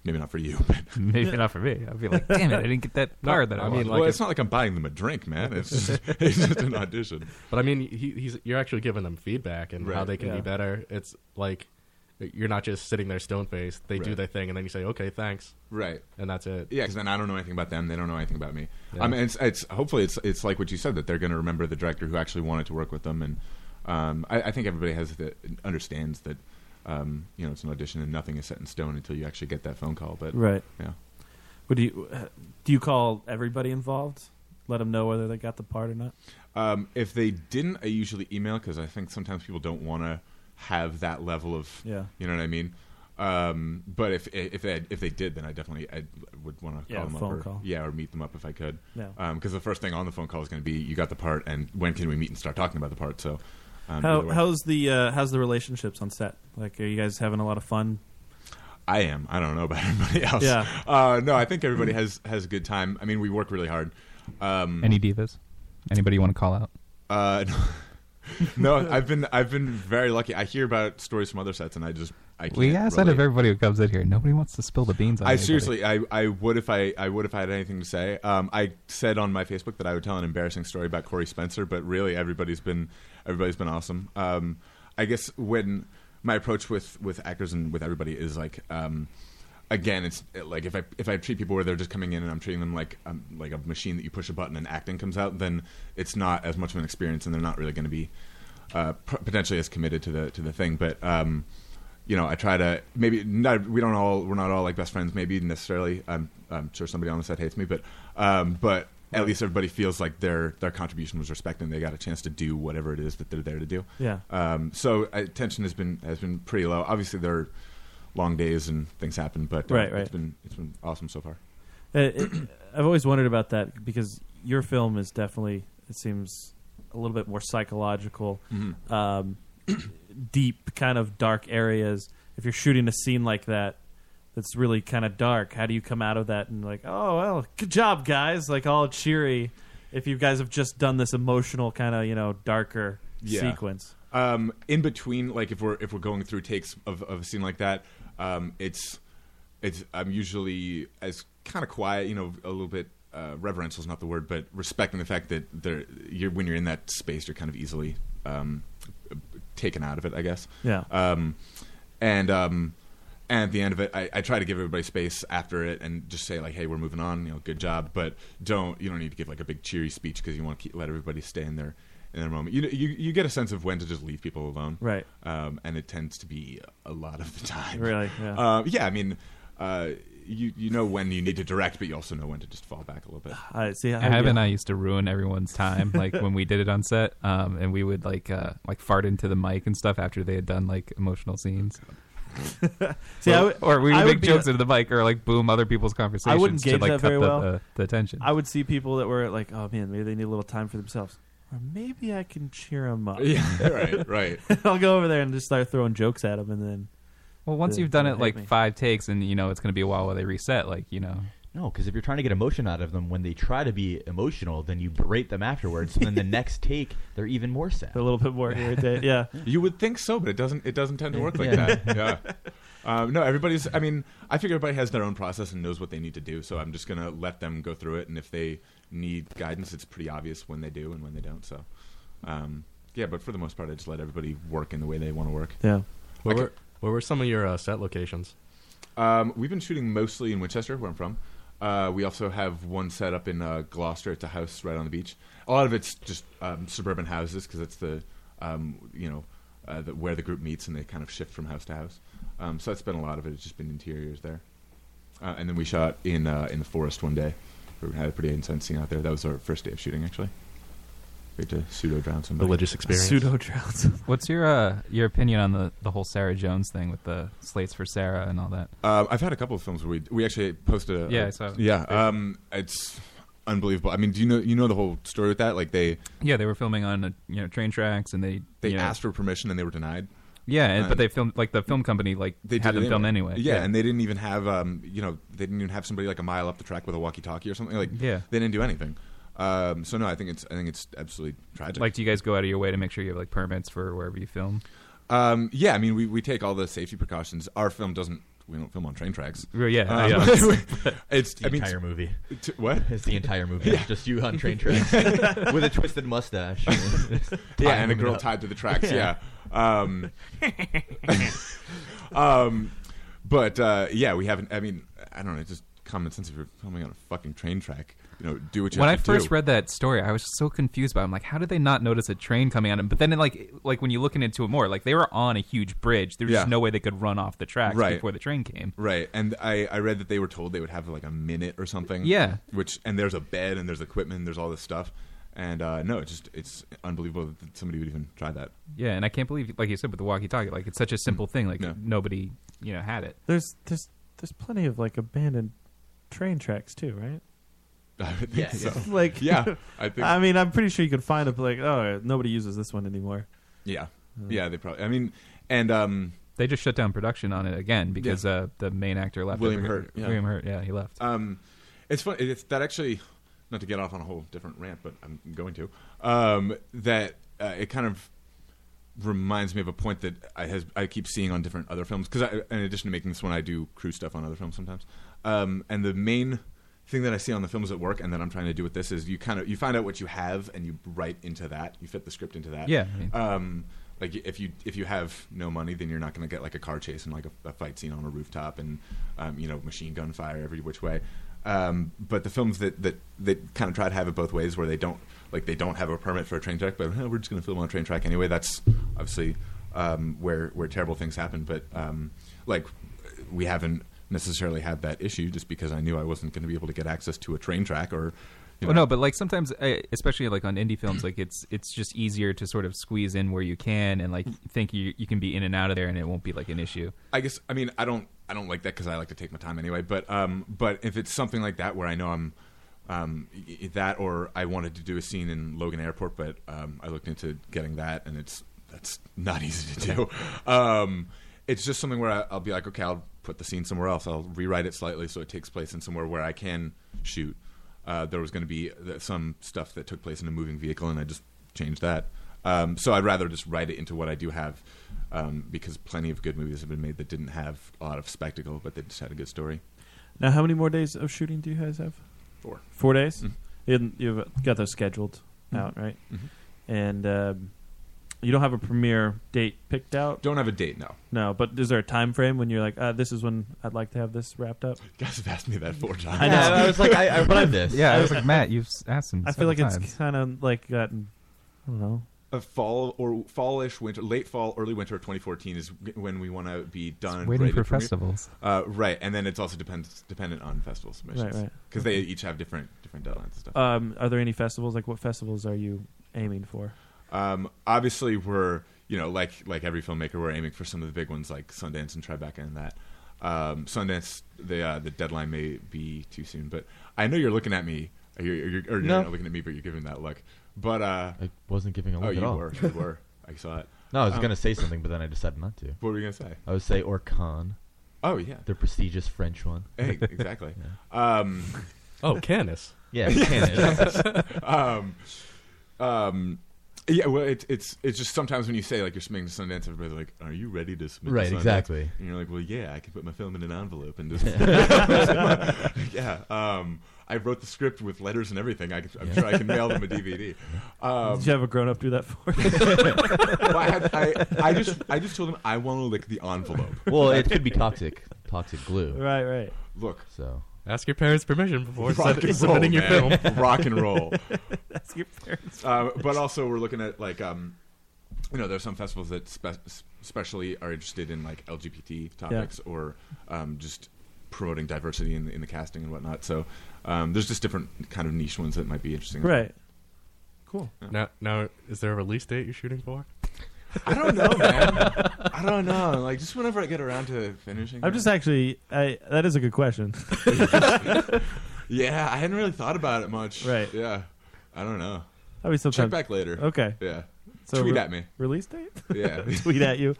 S12: Maybe not for you, but
S7: Maybe not for me. I'd be like, damn it, I didn't get that
S8: No,
S7: part that I,
S8: I mean,
S7: wanted.
S8: like,
S12: well,
S8: if-
S12: it's not like I'm buying them a drink, man. It's just, it's just an audition.
S8: But I mean, he, he's you're actually giving them feedback and how
S12: Right.
S8: they can
S12: Yeah.
S8: be better. It's like you're not just sitting there stone faced. They do
S12: Right.
S8: their thing, and then you say, "Okay, thanks."
S12: Right.
S8: And that's it.
S12: Yeah, because then I don't know anything about them. They don't know anything about me.
S8: Yeah.
S12: I mean, it's, it's hopefully it's it's like what you said that they're going to remember the director who actually wanted to work with them, and um, I, I think everybody has the, understands that um, you know it's an audition and nothing is set in stone until you actually get that phone call. But
S5: Right.
S12: yeah,
S5: Would you uh, do you call everybody involved? Let them know whether they got the part or not.
S12: um, if they didn't, I usually email because I think sometimes people don't want to have that level of
S5: Yeah.
S12: you know what I mean. Um, but if if they if they did, then I definitely I would want to call
S5: Yeah,
S12: them
S5: phone
S12: up or,
S5: call.
S12: yeah, or meet them up if I could.
S5: Yeah.
S12: Because the first thing on the phone call is going to be, you got the part, and when can we meet and start talking about the part? So, um,
S5: How,
S12: either way.
S5: how's the uh, how's the relationships on set? Like, are you guys having a lot of fun?
S12: I am. I don't know about everybody else.
S5: Yeah.
S12: Uh, no, I think everybody has has a good time. I mean, we work really hard. Um,
S7: Mm-hmm. Any divas? Anybody you want to call out?
S12: Uh, no, no, I've been I've been very lucky. I hear about stories from other sets, and I just I can't
S7: We ask that
S12: relate.
S7: of everybody who comes in here. Nobody wants to spill the beans on.
S12: I
S7: anybody.
S12: seriously, I, I would if I, I would if I had anything to say. Um, I said on my Facebook that I would tell an embarrassing story about Corey Spencer, but really everybody's been everybody's been awesome. Um, I guess when my approach with, with actors and with everybody is like, um, again, it's uh, like if I if I treat people where they're just coming in and I'm treating them like um, like a machine that you push a button and acting comes out, then it's not as much of an experience, and they're not really going to be uh, p- potentially as committed to the to the thing. But um, you know, I try to maybe not. We don't all. We're not all like best friends. Maybe necessarily. I'm. I'm sure somebody on the set hates me, but um, but at least everybody feels like their their contribution was respected. and They got a chance to do whatever it is that they're there to do.
S5: Yeah.
S12: Um, so uh, tension has been has been pretty low. Obviously, there are long days and things happen, but uh,
S5: Right, right.
S12: It's been it's been awesome so far.
S5: Uh, it, I've always wondered about that because your film is definitely it seems a little bit more psychological,
S12: Mhm.
S5: um, deep kind of dark areas. If you're shooting a scene like that, that's really kind of dark. How do you come out of that and like, oh well, good job guys, like all cheery. If you guys have just done this emotional kind of you know darker sequence.
S12: Um, in between, like if we're if we're going through takes of, of a scene like that, um, it's it's I'm usually as kind of quiet, you know, a little bit uh, reverential is not the word, but respecting the fact that there you're when you're in that space, you're kind of easily um, taken out of it, I guess.
S5: Yeah.
S12: Um, and um, and at the end of it, I, I try to give everybody space after it and just say like, "Hey, we're moving on. You know, good job." But don't you don't need to give like a big cheery speech because you want to keep, let everybody stay in their in their moment. You, you you get a sense of when to just leave people alone,
S5: Right.
S12: Um, and it tends to be a lot of the time,
S5: Really? Yeah.
S12: Uh, yeah, I mean, uh, you you know when you need to direct, but you also know when to just fall back a little bit.
S5: I see.
S7: Yeah, Evan and I used to ruin everyone's time, like when we did it on set, um, and we would like uh, like fart into the mic and stuff after they had done like emotional scenes.
S5: See, I
S7: or,
S5: would-
S7: or we
S5: I
S7: would
S5: would
S7: make
S5: be
S7: jokes
S5: a-
S7: into the mic, or like boom other people's conversations
S5: I wouldn't
S7: to
S5: gauge
S7: like
S5: that
S7: cut
S5: very
S7: the,
S5: well.
S7: the, the tension.
S5: I would see people that were like, "Oh man, maybe they need a little time for themselves." Or maybe I can cheer them up.
S7: Yeah, right,
S12: right.
S5: I'll go over there and just start throwing jokes at them, and then.
S7: Well, once
S5: they-
S7: you've done
S5: they
S7: it
S5: hate
S7: like
S5: me.
S7: five takes, and you know it's going to be a while while they reset. Like you know,
S6: No, because if you're trying to get emotion out of them, when they try to be emotional, then you berate them afterwards. and then the next take, they're even more sad.
S5: They're a little bit more irritated. Yeah.
S12: You would think so, but it doesn't. It doesn't tend to work like
S6: Yeah.
S12: that. Yeah. Um, no, everybody's. I mean, I figure everybody has their own process and knows what they need to do. So I'm just gonna let them go through it, and if they need guidance, it's pretty obvious when they do and when they don't. So, um, yeah. But for the most part, I just let everybody work in the way they want to work.
S5: Yeah.
S8: Where
S12: Okay.
S8: were, where were some of your uh, set locations?
S12: Um, we've been shooting mostly in Winchester, where I'm from. Uh, we also have one set up in uh, Gloucester. It's a house right on the beach. A lot of it's just um, suburban houses because it's the um, you know uh, the, where the group meets and they kind of shift from house to house. Um, so that's been a lot of it. It's just been interiors there, uh, and then we shot in uh, in the forest one day. We had a pretty intense scene out there. That was our first day of shooting, actually. We had to pseudo drown somebody.
S5: drowns.
S7: What's your uh, your opinion on the the whole Sarah Jones thing with the slates for Sarah and all that?
S12: Um, I've had a couple of films where we we actually posted a
S7: Yeah,
S12: a-
S7: I saw it.
S12: yeah. Um, it's unbelievable. I mean, do you know you know the whole story with that? Like they
S7: Yeah, they were filming on uh, you know train tracks, and they
S12: they
S7: you know-
S12: asked for permission and they were denied.
S7: Yeah, and- but
S12: And
S7: they filmed like the film company like
S12: they
S7: had
S12: did
S7: them
S12: it
S7: film anyway.
S12: Yeah, and they didn't even have um you know they didn't even have somebody like a mile up the track with a walkie-talkie or something. Like
S7: Yeah.
S12: they didn't do anything. Um, so no, I think it's I think it's absolutely tragic.
S7: like, do you guys go out of your way to make sure you have like permits for wherever you film?
S12: Um, yeah, I mean, we, we take all the safety precautions. Our film doesn't. We don't film on train tracks.
S7: Well, yeah,
S12: Um,
S7: yeah.
S12: it's
S6: The
S12: I mean,
S6: entire movie.
S12: t- what?
S6: It's the entire movie. Just you on train tracks. With a twisted mustache.
S12: yeah,
S6: Tying
S12: and a
S6: them
S12: girl
S6: up.
S12: tied to the tracks. Yeah. Um, um, but uh, yeah, we haven't. I mean, I don't know. Just common sense. If you're filming on a fucking train track, you know, do what you
S7: when I
S12: have to
S7: first
S12: do.
S7: read that story, I was just so confused by. It. I'm like, how did they not notice a train coming at them? But then, it, like, like when you look into it more, like they were on a huge bridge. There was just
S12: Yeah.
S7: no way they could run off the tracks
S12: Right.
S7: before the train came.
S12: Right, and I, I read that they were told they would have like a minute or something.
S7: Yeah.
S12: Which and there's a bed and there's equipment and there's all this stuff, and uh, no, it's just it's unbelievable that somebody would even try that.
S7: Yeah, and I can't believe, like you said, with the walkie-talkie, like it's such a simple thing. Like nobody, you know, had it.
S5: There's there's there's plenty of like abandoned train tracks too, right?
S12: I would think
S5: Yeah,
S12: so.
S5: like
S12: Yeah, I think-
S5: I mean, I'm pretty sure you could find a like, oh, nobody uses this one anymore.
S12: Yeah, yeah, they probably. I mean, and um,
S7: They just shut down production on it again because
S12: Yeah.
S7: uh, the main actor left. I
S12: William
S7: forget-
S12: Hurt. Yeah.
S7: William Hurt. Yeah, he left.
S12: Um, it's fun. It's that actually, not to get off on a whole different rant, but I'm going to. Um, that uh, it kind of reminds me of a point that I has I keep seeing on different other films because in addition to making this one, I do crew stuff on other films sometimes. Um, and the main thing that I see on the films at work, and that I'm trying to do with this is you kind of you find out what you have and you write into that. You fit the script into that.
S7: Yeah, I mean-
S12: Um, like if you if you have no money, then you're not going to get like a car chase and like a, a fight scene on a rooftop and um, you know machine gun fire every which way. Um, but the films that that that kind of try to have it both ways, where they don't like they don't have a permit for a train track, but "Eh, we're just going to film on a train track anyway. That's obviously um, where where terrible things happen. But um, like we haven't necessarily had that issue just because I knew I wasn't going to be able to get access to a train track or. You know,
S7: Well, no, but like sometimes, uh, especially like on indie films, like it's it's just easier to sort of squeeze in where you can and like think you you can be in and out of there and it won't be like an issue.
S12: I guess I mean I don't I don't like that because I like to take my time anyway. But um, but if it's something like that where I know I'm um y- y- that or I wanted to do a scene in Logan Airport, but um, I looked into getting that and it's that's not easy to do. um, it's just something where I, I'll be like, okay, I'll put the scene somewhere else. I'll rewrite it slightly so it takes place in somewhere where I can shoot. Uh, there was going to be th- some stuff that took place in a moving vehicle, and I just changed that. Um, so I'd rather just write it into what I do have, um, because plenty of good movies have been made that didn't have a lot of spectacle, but they just had a good story.
S5: Now, how many more days of shooting do you guys have?
S12: Four.
S5: Four days.
S12: Mm-hmm.
S5: You You've got those scheduled
S12: Mhm.
S5: out, right?
S12: Mhm.
S5: And um, you don't have a premiere date picked out.
S12: Don't have a date, no.
S5: No, but is there a time frame when you're like, uh, this is when I'd like to have this wrapped up?
S12: guys have asked me that four times.
S5: I know.
S12: Yeah, I was like, I- I
S5: But
S12: read this. Yeah, I was like,
S7: Matt, you've asked him
S5: I feel
S7: several
S5: like it's
S7: times.
S5: kind of like gotten. I don't know.
S12: a fall or fallish winter, late fall, early winter of 2014 is when we want to be done.
S7: It's waiting
S12: ready
S7: for
S12: premiere.
S7: festivals.
S12: Uh, right, and then it's also depends dependent on festival submissions,
S5: Right, right.
S12: Because they each have different different deadlines and stuff.
S5: Um, are there any festivals? Like, what festivals are you aiming for?
S12: Um, obviously, we're you know like like every filmmaker, we're aiming for some of the big ones like Sundance and Tribeca and that. Um, Sundance, the uh, the deadline may be too soon, but I know you're looking at me. Or you're, or you're, or
S6: No.
S12: you're not looking at me, but you're giving that look. But uh,
S6: I wasn't giving a
S12: oh,
S6: look at
S12: you
S6: all.
S12: were, you were. I saw it.
S6: No, I was
S12: Um,
S6: gonna say something, but then I decided not to.
S12: What were you gonna say?
S6: I would say Orcan.
S12: Oh, yeah.
S6: the prestigious French one.
S12: Hey, exactly. um,
S8: Oh, Canis.
S6: Yeah, Canis.
S12: um, um, yeah, well, it, it's it's just sometimes when you say like you're submitting to Sundance, everybody's like, "Are you ready to submit?" to
S6: Right,
S12: Sundance?"
S6: exactly.
S12: And you're like, "Well, yeah, I can put my film in an envelope and just yeah." Um, I wrote the script with letters and everything. I could, I'm sure I can mail them a DVD. Um,
S5: Did you have a grown up do that for you?
S12: well, I, had, I, I just I just told him I want to lick the envelope.
S6: Well, it could be toxic, toxic glue.
S5: Right, right.
S12: Look,
S6: so
S8: Ask your parents' permission before
S12: Rock
S8: sub-
S12: and
S8: submitting
S12: roll,
S8: your
S12: man.
S8: film.
S12: Rock and roll.
S5: That's your parents.
S12: Uh, but also, we're looking at like, um, you know, there are some festivals that spe- especially are interested in like LGBT topics or um, just promoting diversity in, in the casting and whatnot. So um, there's just different kind of niche ones that might be interesting.
S5: Right. Cool.
S8: Now, now, is there a release date you're shooting for?
S12: I don't know, man. I don't know. Like, just whenever I get around to finishing.
S5: I'm
S12: it.
S5: just actually. I, that is a good question.
S12: Yeah, I hadn't really thought about it much. Right. Yeah. I don't know.
S5: I mean,
S12: Check
S5: sometimes-
S12: back later.
S5: Okay.
S12: Yeah.
S5: So
S12: Tweet
S5: re-
S12: at me.
S5: Release date?
S12: Yeah.
S5: Tweet at you.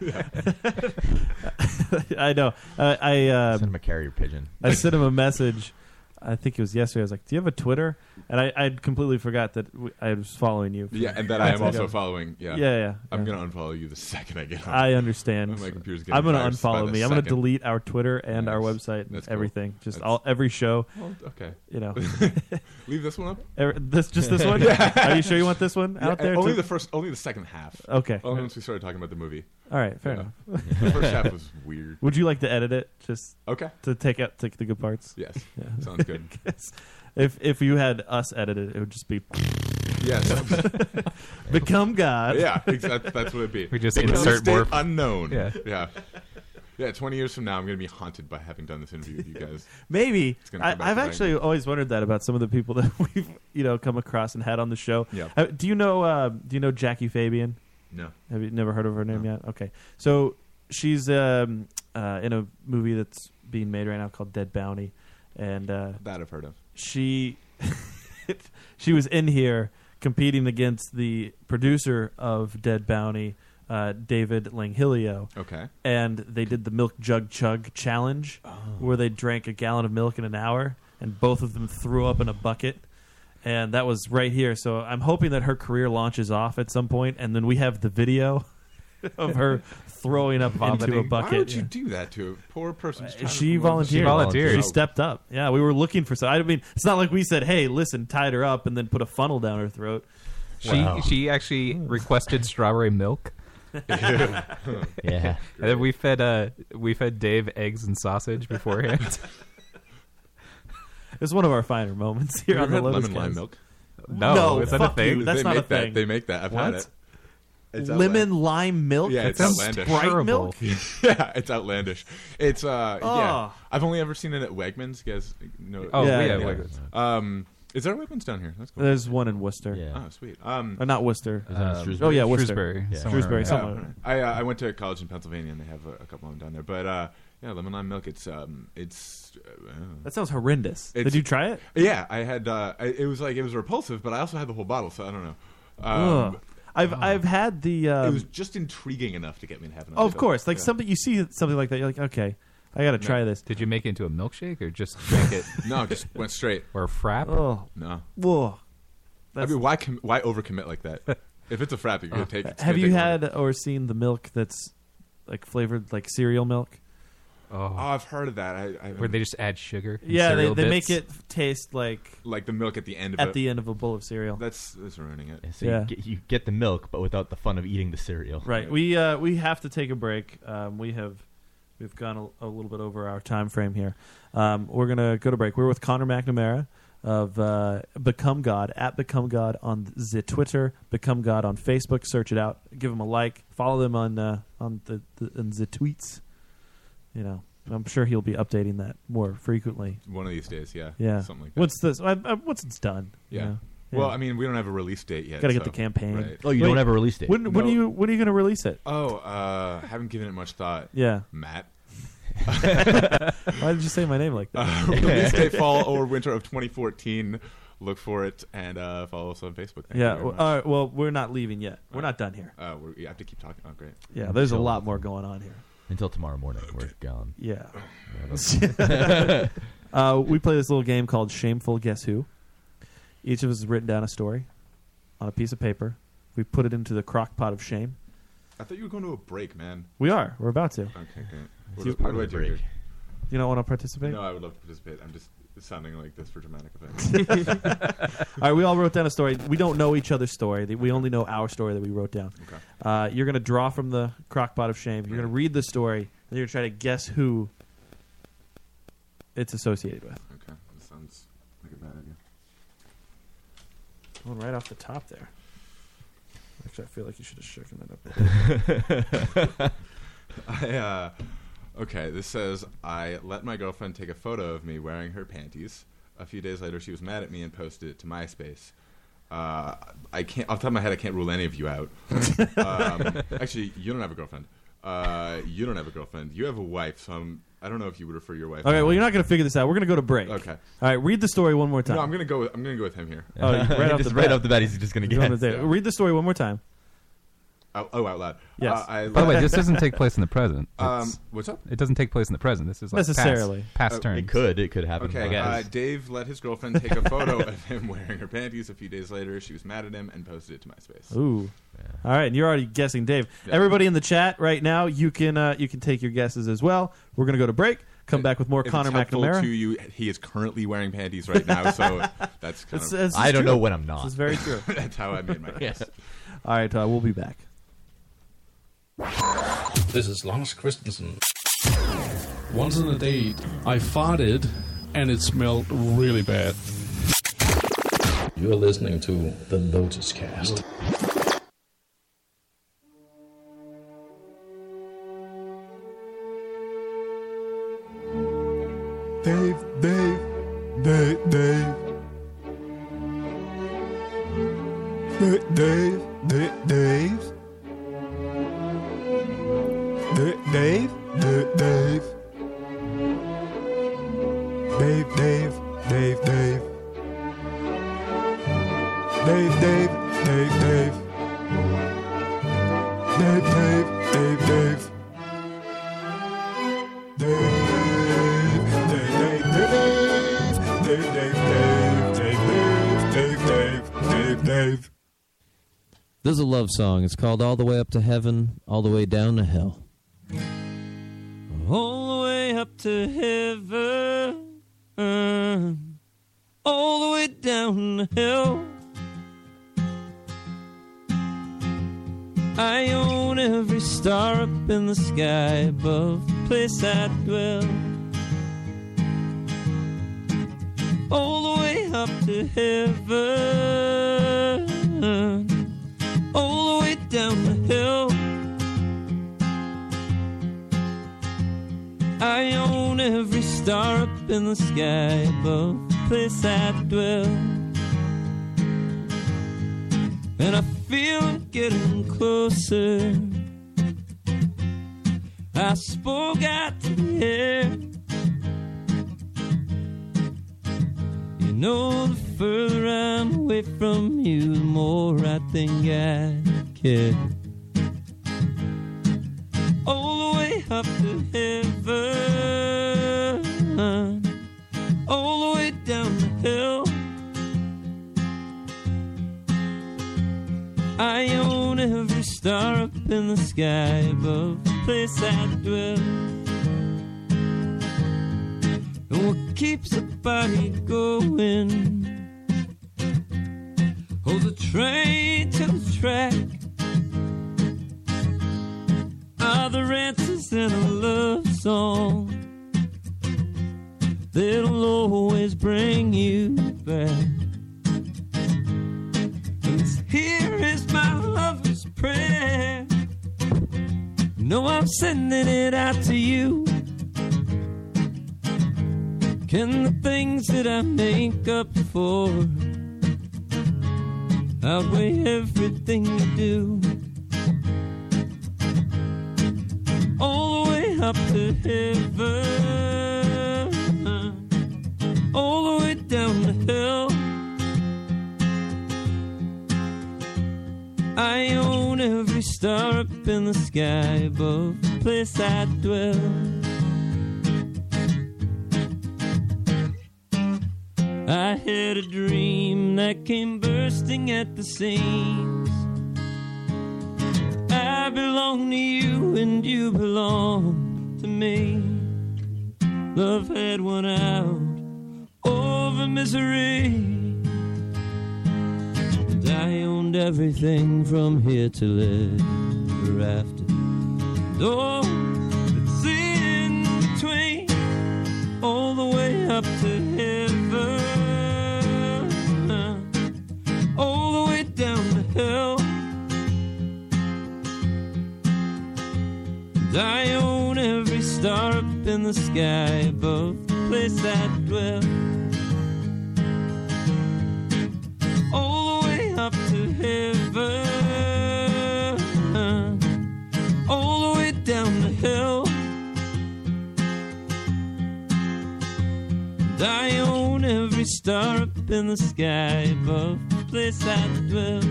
S12: Yeah.
S5: I know. I, I uh,
S6: sent him a carrier pigeon.
S5: I sent him a message. I think it was yesterday. I was like, "Do you have a Twitter?" And I I'd completely forgot that w- I was following you.
S12: Yeah, and that I am also following. Yeah,
S5: Yeah. Yeah.
S12: I'm
S5: yeah.
S12: gonna unfollow you the second I get. on.
S5: I understand.
S12: My computer's getting
S5: I'm going to
S12: virus by
S5: unfollow
S12: the
S5: me. I'm going to
S12: second.
S5: delete our Twitter and our website and everything. Just all every show.
S12: Well, okay.
S5: You know.
S12: Leave this one up.
S5: Every- this just this one? Are you sure you want this one
S12: Yeah, oh,
S5: out there
S12: Only
S5: too?
S12: the first, only the second half.
S5: Okay.
S12: Only once we started talking about the movie.
S5: All right, fair
S12: Yeah.
S5: enough.
S12: the first half was weird.
S5: Would you like to edit it? Just
S12: Okay.
S5: to take out take the good parts.
S12: Yes. Sounds good.
S5: Yes. if if you had us edit it, it would just be.
S12: Yes.
S5: Become God.
S12: Yeah, ex- that- that's what it'd be.
S7: We just
S12: Become
S7: insert
S12: state
S7: more-
S12: unknown.
S7: Yeah.
S12: yeah, yeah. Twenty years from now, I'm gonna be haunted by having done this interview with you guys.
S5: Maybe
S12: It's gonna
S5: I,
S12: come back
S5: I've
S12: to bite
S5: actually always wondered that about some of the people that we've you know come across and had on the show.
S12: Yeah.
S5: Uh, do you know uh, Do you know Jackie Fabian?
S12: No.
S5: Have you never heard of her name yet? Okay, so she's um, uh, in a movie that's being made right now called Dead Bounty, and uh,
S12: that I've heard of.
S5: She she was in here competing against the producer of Dead Bounty, uh, David Langhilio.
S12: Okay.
S5: And they did the milk jug chug challenge,
S12: Oh.
S5: where they drank a gallon of milk in an hour, and both of them threw up in a bucket. And that was right here. So I'm hoping that her career launches off at some point, and then we have the video of her throwing up into a
S12: Vomiting.
S5: bucket. Uh,
S12: Why would you do that to a poor person? who's trying to
S5: She
S12: remove-
S5: volunteered. she volunteered. She
S12: Oh,
S5: stepped up. Yeah, we were looking for some. I mean, it's not like we said, "Hey, listen, tied her up and then put a funnel down her throat."
S7: She she actually requested strawberry milk. yeah, and then we fed uh we fed Dave eggs and sausage beforehand.
S5: It's one of our finer moments here
S12: You
S5: on
S12: ever
S5: the
S12: had
S5: Lotus
S12: lemon lime
S5: Cast.
S12: milk?
S7: No,
S5: no,
S7: is that a
S5: Oh, fuck
S7: thing?
S5: you, That's
S12: They
S5: not
S12: make
S5: a
S12: that-
S5: thing.
S12: they make that. I've had
S5: what?
S12: it. It's
S5: lemon lime milk.
S12: Yeah,
S5: That's
S12: it's outlandish.
S5: Sprite milk.
S12: yeah, it's outlandish. It's uh, yeah.
S5: Oh.
S12: I've only ever seen it at Wegmans. You guys know?
S5: Oh, we Yeah, have yeah. Wegmans.
S12: Um, is there a Wegmans down here? That's cool.
S5: There's one in Worcester.
S12: Yeah. Oh, sweet. Um,
S5: Or not Worcester.
S12: Is that in
S5: Um,
S12: Shrewsbury?
S5: Oh yeah, Worcester.
S7: Shrewsbury,
S5: Yeah.
S7: somewhere
S5: Shrewsbury.
S7: around
S5: Somewhere.
S12: I, uh, I went to college in Pennsylvania, and they have a, a couple of them down there. But uh, yeah, lemon lime milk. It's um, it's. Uh,
S5: That sounds horrendous.
S12: It's-
S5: Did you try it?
S12: Yeah, I had. Uh, I, it was like it was repulsive, but I also had the whole bottle, so I don't know. Um,
S5: Ugh. I've I've had the. Um,
S12: it was just intriguing enough to get me to have an.
S5: of course, like something you see something like that, you're like, okay, I got to try this.
S7: Did you make it into a milkshake or just drink it?
S12: no, just went straight
S7: or a frap.
S5: Oh
S12: no.
S5: Whoa.
S12: I mean, why com- why overcommit like that? if it's a frap, you're gonna take. It's
S5: Have
S12: gonna
S5: you
S12: take
S5: had or seen the milk that's like flavored like cereal milk?
S7: Oh,
S12: I've heard of that. I, I
S7: Where they just add sugar? and
S5: Yeah, they,
S7: cereal
S5: they
S7: bits?
S5: make it taste like
S12: like the milk at the end of
S5: at
S12: it.
S5: the end of a bowl of cereal.
S12: That's that's ruining it.
S6: So
S5: Yeah.
S6: you, get, you get the milk, but without the fun of eating the cereal.
S5: Right. We uh, we have to take a break. Um, we have we've gone a, a little bit over our time frame here. Um, we're gonna go to break. We're with Connor McNamara. of uh, Become God at Become God on the Twitter, Become God on Facebook. Search it out. Give them a like. Follow them on uh, on the, the on the tweets. You know, I'm sure he'll be updating that more frequently.
S12: One of these days, yeah.
S5: Yeah.
S12: Something like that.
S5: Once this, I, I, once it's done. you
S12: Yeah.
S5: know?
S12: Well,
S5: Yeah.
S12: I mean, we don't have a release date yet.
S5: Gotta get
S12: so-
S5: the campaign.
S12: Right.
S5: Wait, When, when
S12: No.
S5: are you when are you going to release it?
S12: Oh, uh, haven't given it much thought.
S5: Yeah.
S12: Matt.
S5: Why did you say my name like that?
S12: Uh, release date fall or winter of 2014. Look for it and uh, follow us on Facebook. Thank you
S5: yeah.
S12: very
S5: Well, uh,
S12: much.
S5: all right, well, we're not leaving yet. We're not done here.
S12: Uh, we're, you have to keep talking. Oh, great.
S5: Yeah, there's a lot more going on here.
S6: Until tomorrow morning, we're gone.
S5: Yeah.
S6: Yeah.
S5: uh, we play this little game called Shameful Guess Who. Each of us has written down a story on a piece of paper. We put it into the crock pot of shame.
S12: I thought you were going to a break, man.
S5: We are. We're about to.
S12: Okay, great. What,
S5: Do you-
S12: do- what do I do here?
S5: You don't want to participate?
S12: No, I would love to participate. I'm just sounding like this for dramatic effect.
S5: all right, we all wrote down a story. We don't know each other's story. We only know our story that we wrote down.
S12: Okay.
S5: Uh, you're going to draw from the crock pot of shame. You're going to read the story, and you're going to try to guess who it's associated with.
S12: okay, that sounds like a bad idea.
S5: Going right off the top there. Actually, I feel like you should have shaken that up. A
S12: I, uh, okay, this says I let my girlfriend take a photo of me wearing her panties. A few days later, she was mad at me and posted it to MySpace. Uh, I can't off the top of my head. I can't rule any of you out. um, actually, you don't have a girlfriend. Uh, you don't have a girlfriend. You have a wife. So I'm, I don't know if you would refer your wife.
S5: All right, well, you're not going to figure this out. We're going to go to break. Okay. All right, read the story one more time.
S12: No, I'm gonna go. With, I'm gonna go with him here.
S5: Oh, right off the bat. He's going to say it.
S12: Yeah.
S5: Read the story one more time.
S12: Oh, oh, out loud.
S5: Yes.
S12: Uh, I
S7: By the way,
S12: let-
S7: this doesn't take place in the present.
S12: Um,
S7: It's-
S12: what's up?
S7: It doesn't take place in the present. This is like
S5: Necessarily.
S7: past, past
S12: Uh,
S7: turn.
S12: it
S6: could. It could happen.
S12: Okay, uh, Dave let his girlfriend take a photo of him wearing her panties. A few days later, she was mad at him and posted it to MySpace.
S5: Ooh. All right, and you're already guessing, Dave. Everybody in the chat right now, you can uh, you can take your guesses as well. We're going to go to break. Come back with more
S12: If
S5: Connor
S12: it's helpful
S5: McNamara.
S12: To you, he is currently wearing panties right now, so that's kind
S5: This-
S12: of.
S5: this is true. This is very true.
S12: that's how I made my guess.
S5: All right, uh, we'll be back.
S13: This is Lars Christensen.
S14: Once on a date, I farted and it smelled really bad.
S13: You're listening to the Lotus Cast.
S15: Dave, Dave, Dave, Dave. Da- Dave, Da- Dave, Da- Dave, Da- Dave, Dave, Dave, Dave, Dave, Dave, Dave, Dave, Dave, Dave, Dave, Dave, Dave.
S16: There's a love song. It's called All the Way Up to Heaven, All the Way Down to Hell.
S17: All the way up to heaven, all the way down the hill. I own every star up in the sky above the place I dwell. All the way up to heaven, all the way down the hill. I own every star up in the sky above the place I dwell. And I feel I'm getting closer. I spoke out to the air. You know, the further I'm away from you, the more I think I care all the way up to heaven, all the way down the hill. I own every star up in the sky above the place I dwell. And what keeps a body going? Oh, the train to the track are the answers in a love song that'll always bring you back. I'm sending it out to you. Can the things that I make up for outweigh everything you do? All the way up to heaven, all the way down the hill. I own every star up in the sky above the place I dwell. I had a dream that came bursting at the seams. I belong to you and you belong to me. Love had won out over misery. And I owned everything from here till hereafter. And all that's in between, all the way up to heaven, all the way down the hill. And I own every star up in the sky above the place I dwell. all the way up to heaven, all the way down the hill. And I own every star up in the sky above the place I dwell.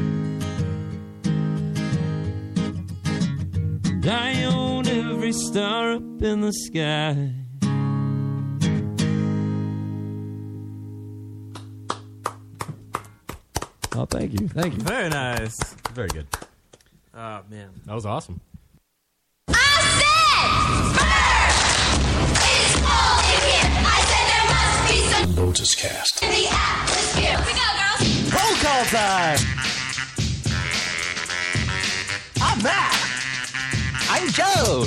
S17: And I own every star up in the sky.
S16: Oh, thank you. Thank you.
S5: Very nice.
S6: Very good.
S5: Oh man,
S8: that was awesome.
S13: Lotus Cast.
S11: Roll call time. I'm back. I'm Joe.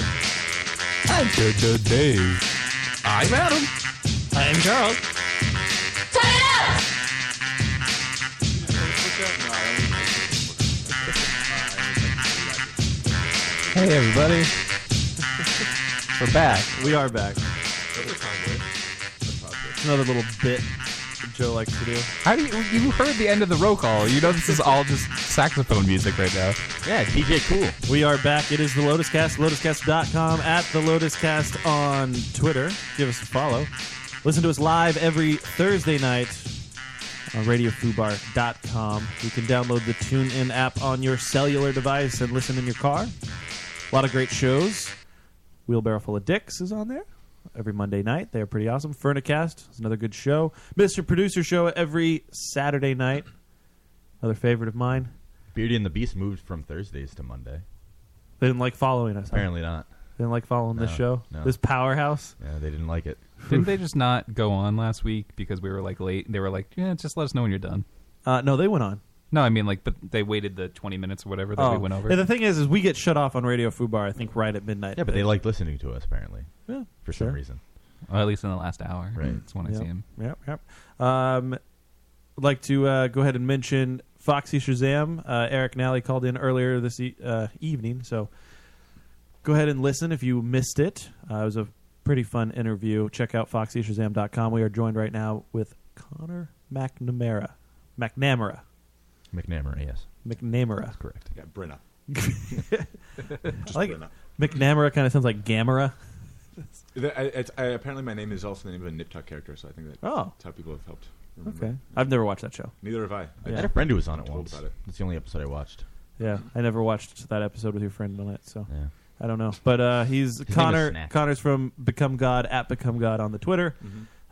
S15: I'm JoJo Dave.
S11: I'm Adam. I'm Charles. Turn it up.
S16: Hey, everybody. We're back.
S5: We are back. Another little bit that Joe likes to do.
S7: How do you? You heard the end of the roll call. You know this is all just saxophone music right now.
S6: Yeah, DJ Cool.
S5: We are back. It is the Lotus Cast, lotuscast.com, at the Lotus Cast on Twitter. Give us a follow. Listen to us live every Thursday night on radiofubar.com. You can download the TuneIn app on your cellular device and listen in your car. A lot of great shows. Wheelbarrow Full of Dicks is on there every Monday night. They're pretty awesome. Furnicast is another good show. Mr. Producer Show every Saturday night. Another favorite of mine.
S6: Beauty and the Beast moved from Thursdays to Monday.
S5: They didn't like following us. huh?
S6: Apparently not.
S5: They didn't like following this
S6: No,
S5: show.
S6: no.
S5: This powerhouse.
S6: Yeah, they didn't like it.
S7: Didn't they just not go on last week because we were like late? They were like, yeah, just let us know when you're done.
S5: Uh, no, they went on. Oh.
S7: No, I mean like, but they waited the 20 minutes or whatever that we went over.
S5: Yeah, the thing is, is we get shut off on Radio Fubar. I think right at midnight.
S6: Yeah, but they liked listening to us apparently.
S5: Yeah,
S6: for
S5: sure.
S6: some reason.
S7: Or at least in the last hour.
S6: Right.
S7: That's when I see
S5: Yep,
S7: him.
S5: Yep, yep. Um, I'd like to uh, go ahead and mention Foxy Shazam. Uh, Eric Nally called in earlier this e- uh, evening, so go ahead and listen if you missed it. Uh, it was a pretty fun interview. Check out foxyshazam.com. We are joined right now with Connor McNamara. McNamara.
S6: McNamara, yes.
S5: McNamara. That's
S6: correct.
S12: Yeah, Brenna.
S5: I like it. McNamara kind of sounds like Gamera.
S12: The- I, it's- I- apparently, my name is also the name of a Nip Tuck character, so I think that,
S5: Oh.
S12: that's how people have helped. remember.
S5: Okay. I've never watched that show.
S12: Neither have I.
S6: Mm-hmm. I had a friend who was on
S12: I'm
S6: it
S12: told
S6: once.
S12: about it.
S6: That's the only episode I watched.
S5: Yeah, I never watched that episode with your friend on it, so
S6: Yeah.
S5: I don't know. But uh, he's
S6: is
S5: Connor.
S6: Snack.
S5: Connor's from Become God at Become God on the Twitter,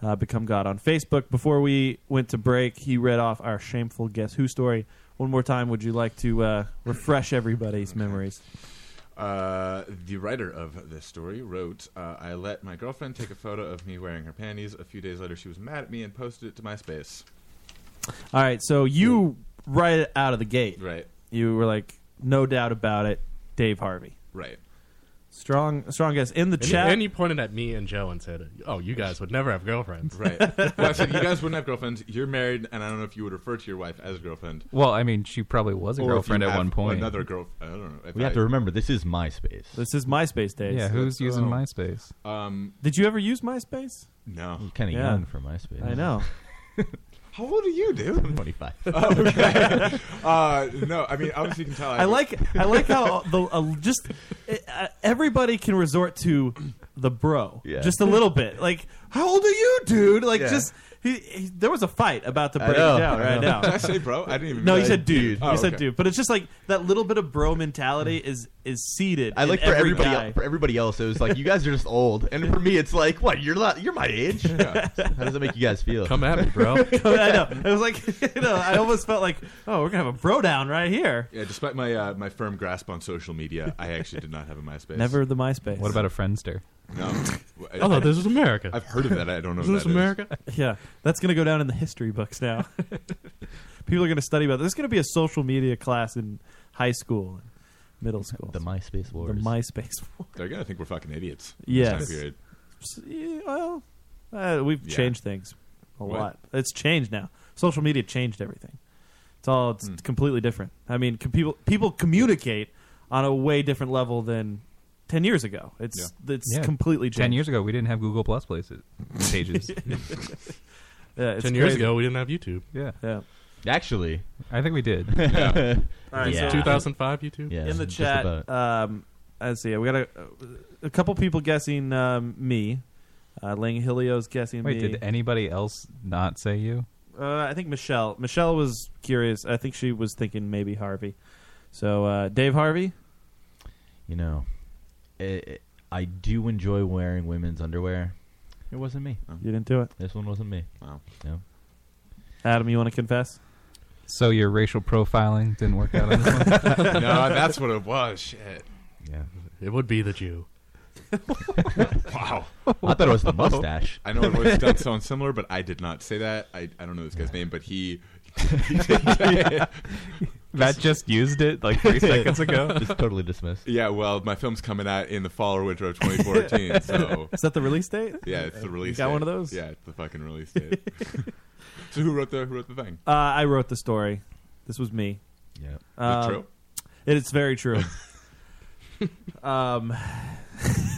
S5: uh, Become God on Facebook. Before we went to break, he read off our shameful guess who story one more time. Would you like to uh, refresh everybody's memories?
S12: Uh, the writer of this story wrote, uh, I let my girlfriend take a photo of me wearing her panties. A few days later, she was mad at me and posted it to MySpace.
S5: All right, so you right out of the gate,
S12: right?
S5: You were like, no doubt about it, Dave Harvey,
S12: Right.
S5: Strong, strong guess in the
S8: and,
S5: chat.
S8: You, and you pointed at me and Joe and said, "Oh, you guys would never have girlfriends."
S12: Right. Well, I said you guys wouldn't have girlfriends. You're married, and I don't know if you would refer to your wife as girlfriend.
S7: Well, I mean, she probably was a
S12: Or if
S7: girlfriend
S12: you
S7: at
S12: have
S7: one point.
S12: Another girl. I don't know. If
S6: We
S12: I-
S6: have to remember this is MySpace.
S5: This is MySpace days.
S7: Yeah, who's using
S5: Oh.
S7: MySpace?
S12: Um,
S5: Did you ever use MySpace?
S12: No.
S6: You're kinda
S5: Yeah.
S6: young for MySpace.
S5: I know.
S12: How old are you, dude? I'm
S6: 25.
S12: Oh, okay. uh, no, I mean, obviously you can tell.
S5: I like I like how the uh, just uh, everybody can resort to the bro
S12: Yeah.
S5: just a little bit. Like, how old are you, dude? Like,
S12: Yeah.
S5: just he, he, there was a fight about to
S12: I
S5: break
S12: know,
S5: down
S12: I
S5: right
S12: know.
S5: now.
S12: Did I say bro? I didn't even
S5: No, you
S12: realize-
S5: said dude.
S12: Dude. Oh,
S5: you said
S12: okay.
S5: dude. But it's just like that little bit of bro mentality is is seated.
S6: Mm. I
S5: in
S6: like for
S5: every
S6: everybody
S5: guy.
S6: for everybody else. It was like you guys are just old, and for me, it's like what you're not, you're my age. How does that make you guys feel?
S8: Come at me, bro.
S5: I know. It was like you know. I almost felt like, oh, we're gonna have a bro down right here.
S12: Yeah, despite my uh, my firm grasp on social media, I actually did not have a MySpace.
S5: Never the MySpace.
S7: What about a Friendster?
S12: No. I-
S8: Oh, this is America.
S12: I've heard of that. I don't know.
S8: Isn't
S12: what
S8: this
S12: that is.
S8: America?
S5: Yeah, that's going to go down in the history books now. People are going to study about this. This is going to be a social media class in high school, and middle school. The
S6: MySpace wars.
S5: The MySpace wars.
S12: They're gonna think we're fucking idiots. this
S5: Yes.
S12: time period.
S5: S- yeah, Well, uh, we've
S12: Yeah.
S5: changed things a
S12: What?
S5: lot. It's changed now. Social media changed everything. It's all it's
S8: Hmm.
S5: completely different. I mean, com- people people communicate on a way different level than ten years ago. It's it's
S7: Yeah.
S5: completely changed.
S7: Ten years ago, we didn't have Google Plus places pages.
S5: Yeah, it's
S8: Ten years
S5: crazy.
S8: ago, we didn't have YouTube.
S7: Yeah.
S5: Yeah.
S6: Actually,
S7: I think we did.
S8: Yeah.
S5: All right,
S8: Yeah.
S5: so-
S8: 2005 YouTube? Yeah,
S5: in the
S8: just
S5: chat,
S8: about.
S5: um, let's see. We got a, a couple people guessing um, me. Uh, Lang Hilio's guessing
S7: Wait,
S5: me.
S7: did anybody else not say you?
S5: Uh, I think Michelle. Michelle was curious. I think she was thinking maybe Harvey. So uh, Dave Harvey.
S6: You know, it, I do enjoy wearing women's underwear. It wasn't me.
S5: You didn't do it.
S6: This one wasn't me.
S12: Oh. Wow.
S6: No.
S5: Adam, you want to confess?
S7: So your racial profiling didn't work out on this one?
S12: no, that's what it was. Shit.
S6: Yeah.
S8: It would be the Jew.
S12: Wow.
S6: I thought it was the mustache.
S12: I know it was done sound similar, but I did not say that. I, I don't know this guy's name, but he. he did that.
S7: Matt just used it like three seconds ago.
S6: Just totally dismissed.
S12: Yeah, well, my film's coming out in the fall or winter of 2014, so.
S5: Is that the release date?
S12: Yeah, it's the
S5: You
S12: release
S5: got
S12: date.
S5: one of those?
S12: Yeah, it's the fucking release date. so who wrote the who wrote the thing?
S5: Uh, I wrote the story. This was me. Um,
S6: Yeah. Is
S12: it true?
S5: It is very true. um,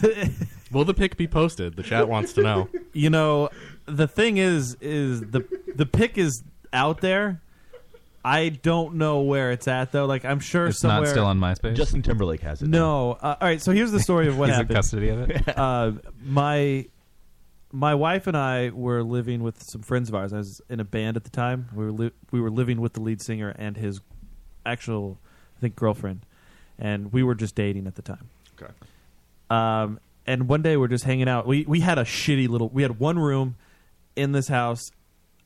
S8: Will the pic be posted? The chat wants to know.
S5: you know, the thing is, is the the pick is out there. I don't know where it's at though. Like I'm sure
S7: It's
S5: somewhere
S7: not still on MySpace.
S6: Justin Timberlake has it.
S5: No. Uh, all right. So here's the story of what
S7: He's in
S5: happened.
S7: custody of it?
S5: Uh, my my wife and I were living with some friends of ours. I was in a band at the time. We were li- we were living with the lead singer and his actual, I think, girlfriend, and we were just dating at the time.
S12: Okay.
S5: Um, and one day we're just hanging out. We we had a shitty little. We had one room in this house,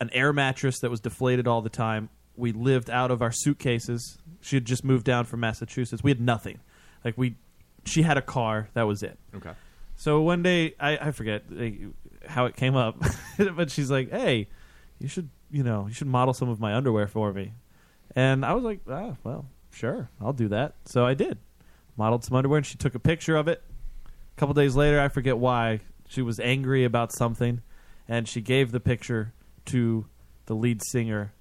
S5: an air mattress that was deflated all the time. We lived out of our suitcases. She had just moved down from Massachusetts. We had nothing. Like we, she had a car. That was it.
S12: Okay.
S5: So one day, I, I forget like, how it came up, but she's like, "Hey, you should, you know, you should model some of my underwear for me." And I was like, "Ah, well, sure, I'll do that." So I did, modeled some underwear, and she took a picture of it. A couple days later, I forget why she was angry about something, and she gave the picture to the lead singer,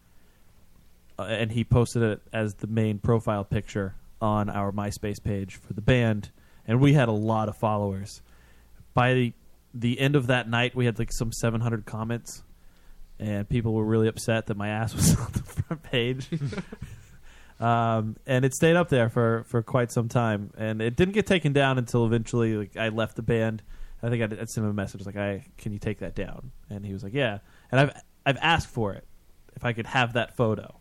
S5: uh, and he posted it as the main profile picture on our MySpace page for the band, and we had a lot of followers. By the the end of that night, we had like some 700 comments, and people were really upset that my ass was on the front page. um, and it stayed up there for, for quite some time, and it didn't get taken down until eventually like, I left the band. I think I, did- I sent him a message like, "I can you take that down?" And he was like, "Yeah." And I've I've asked for it if I could have that photo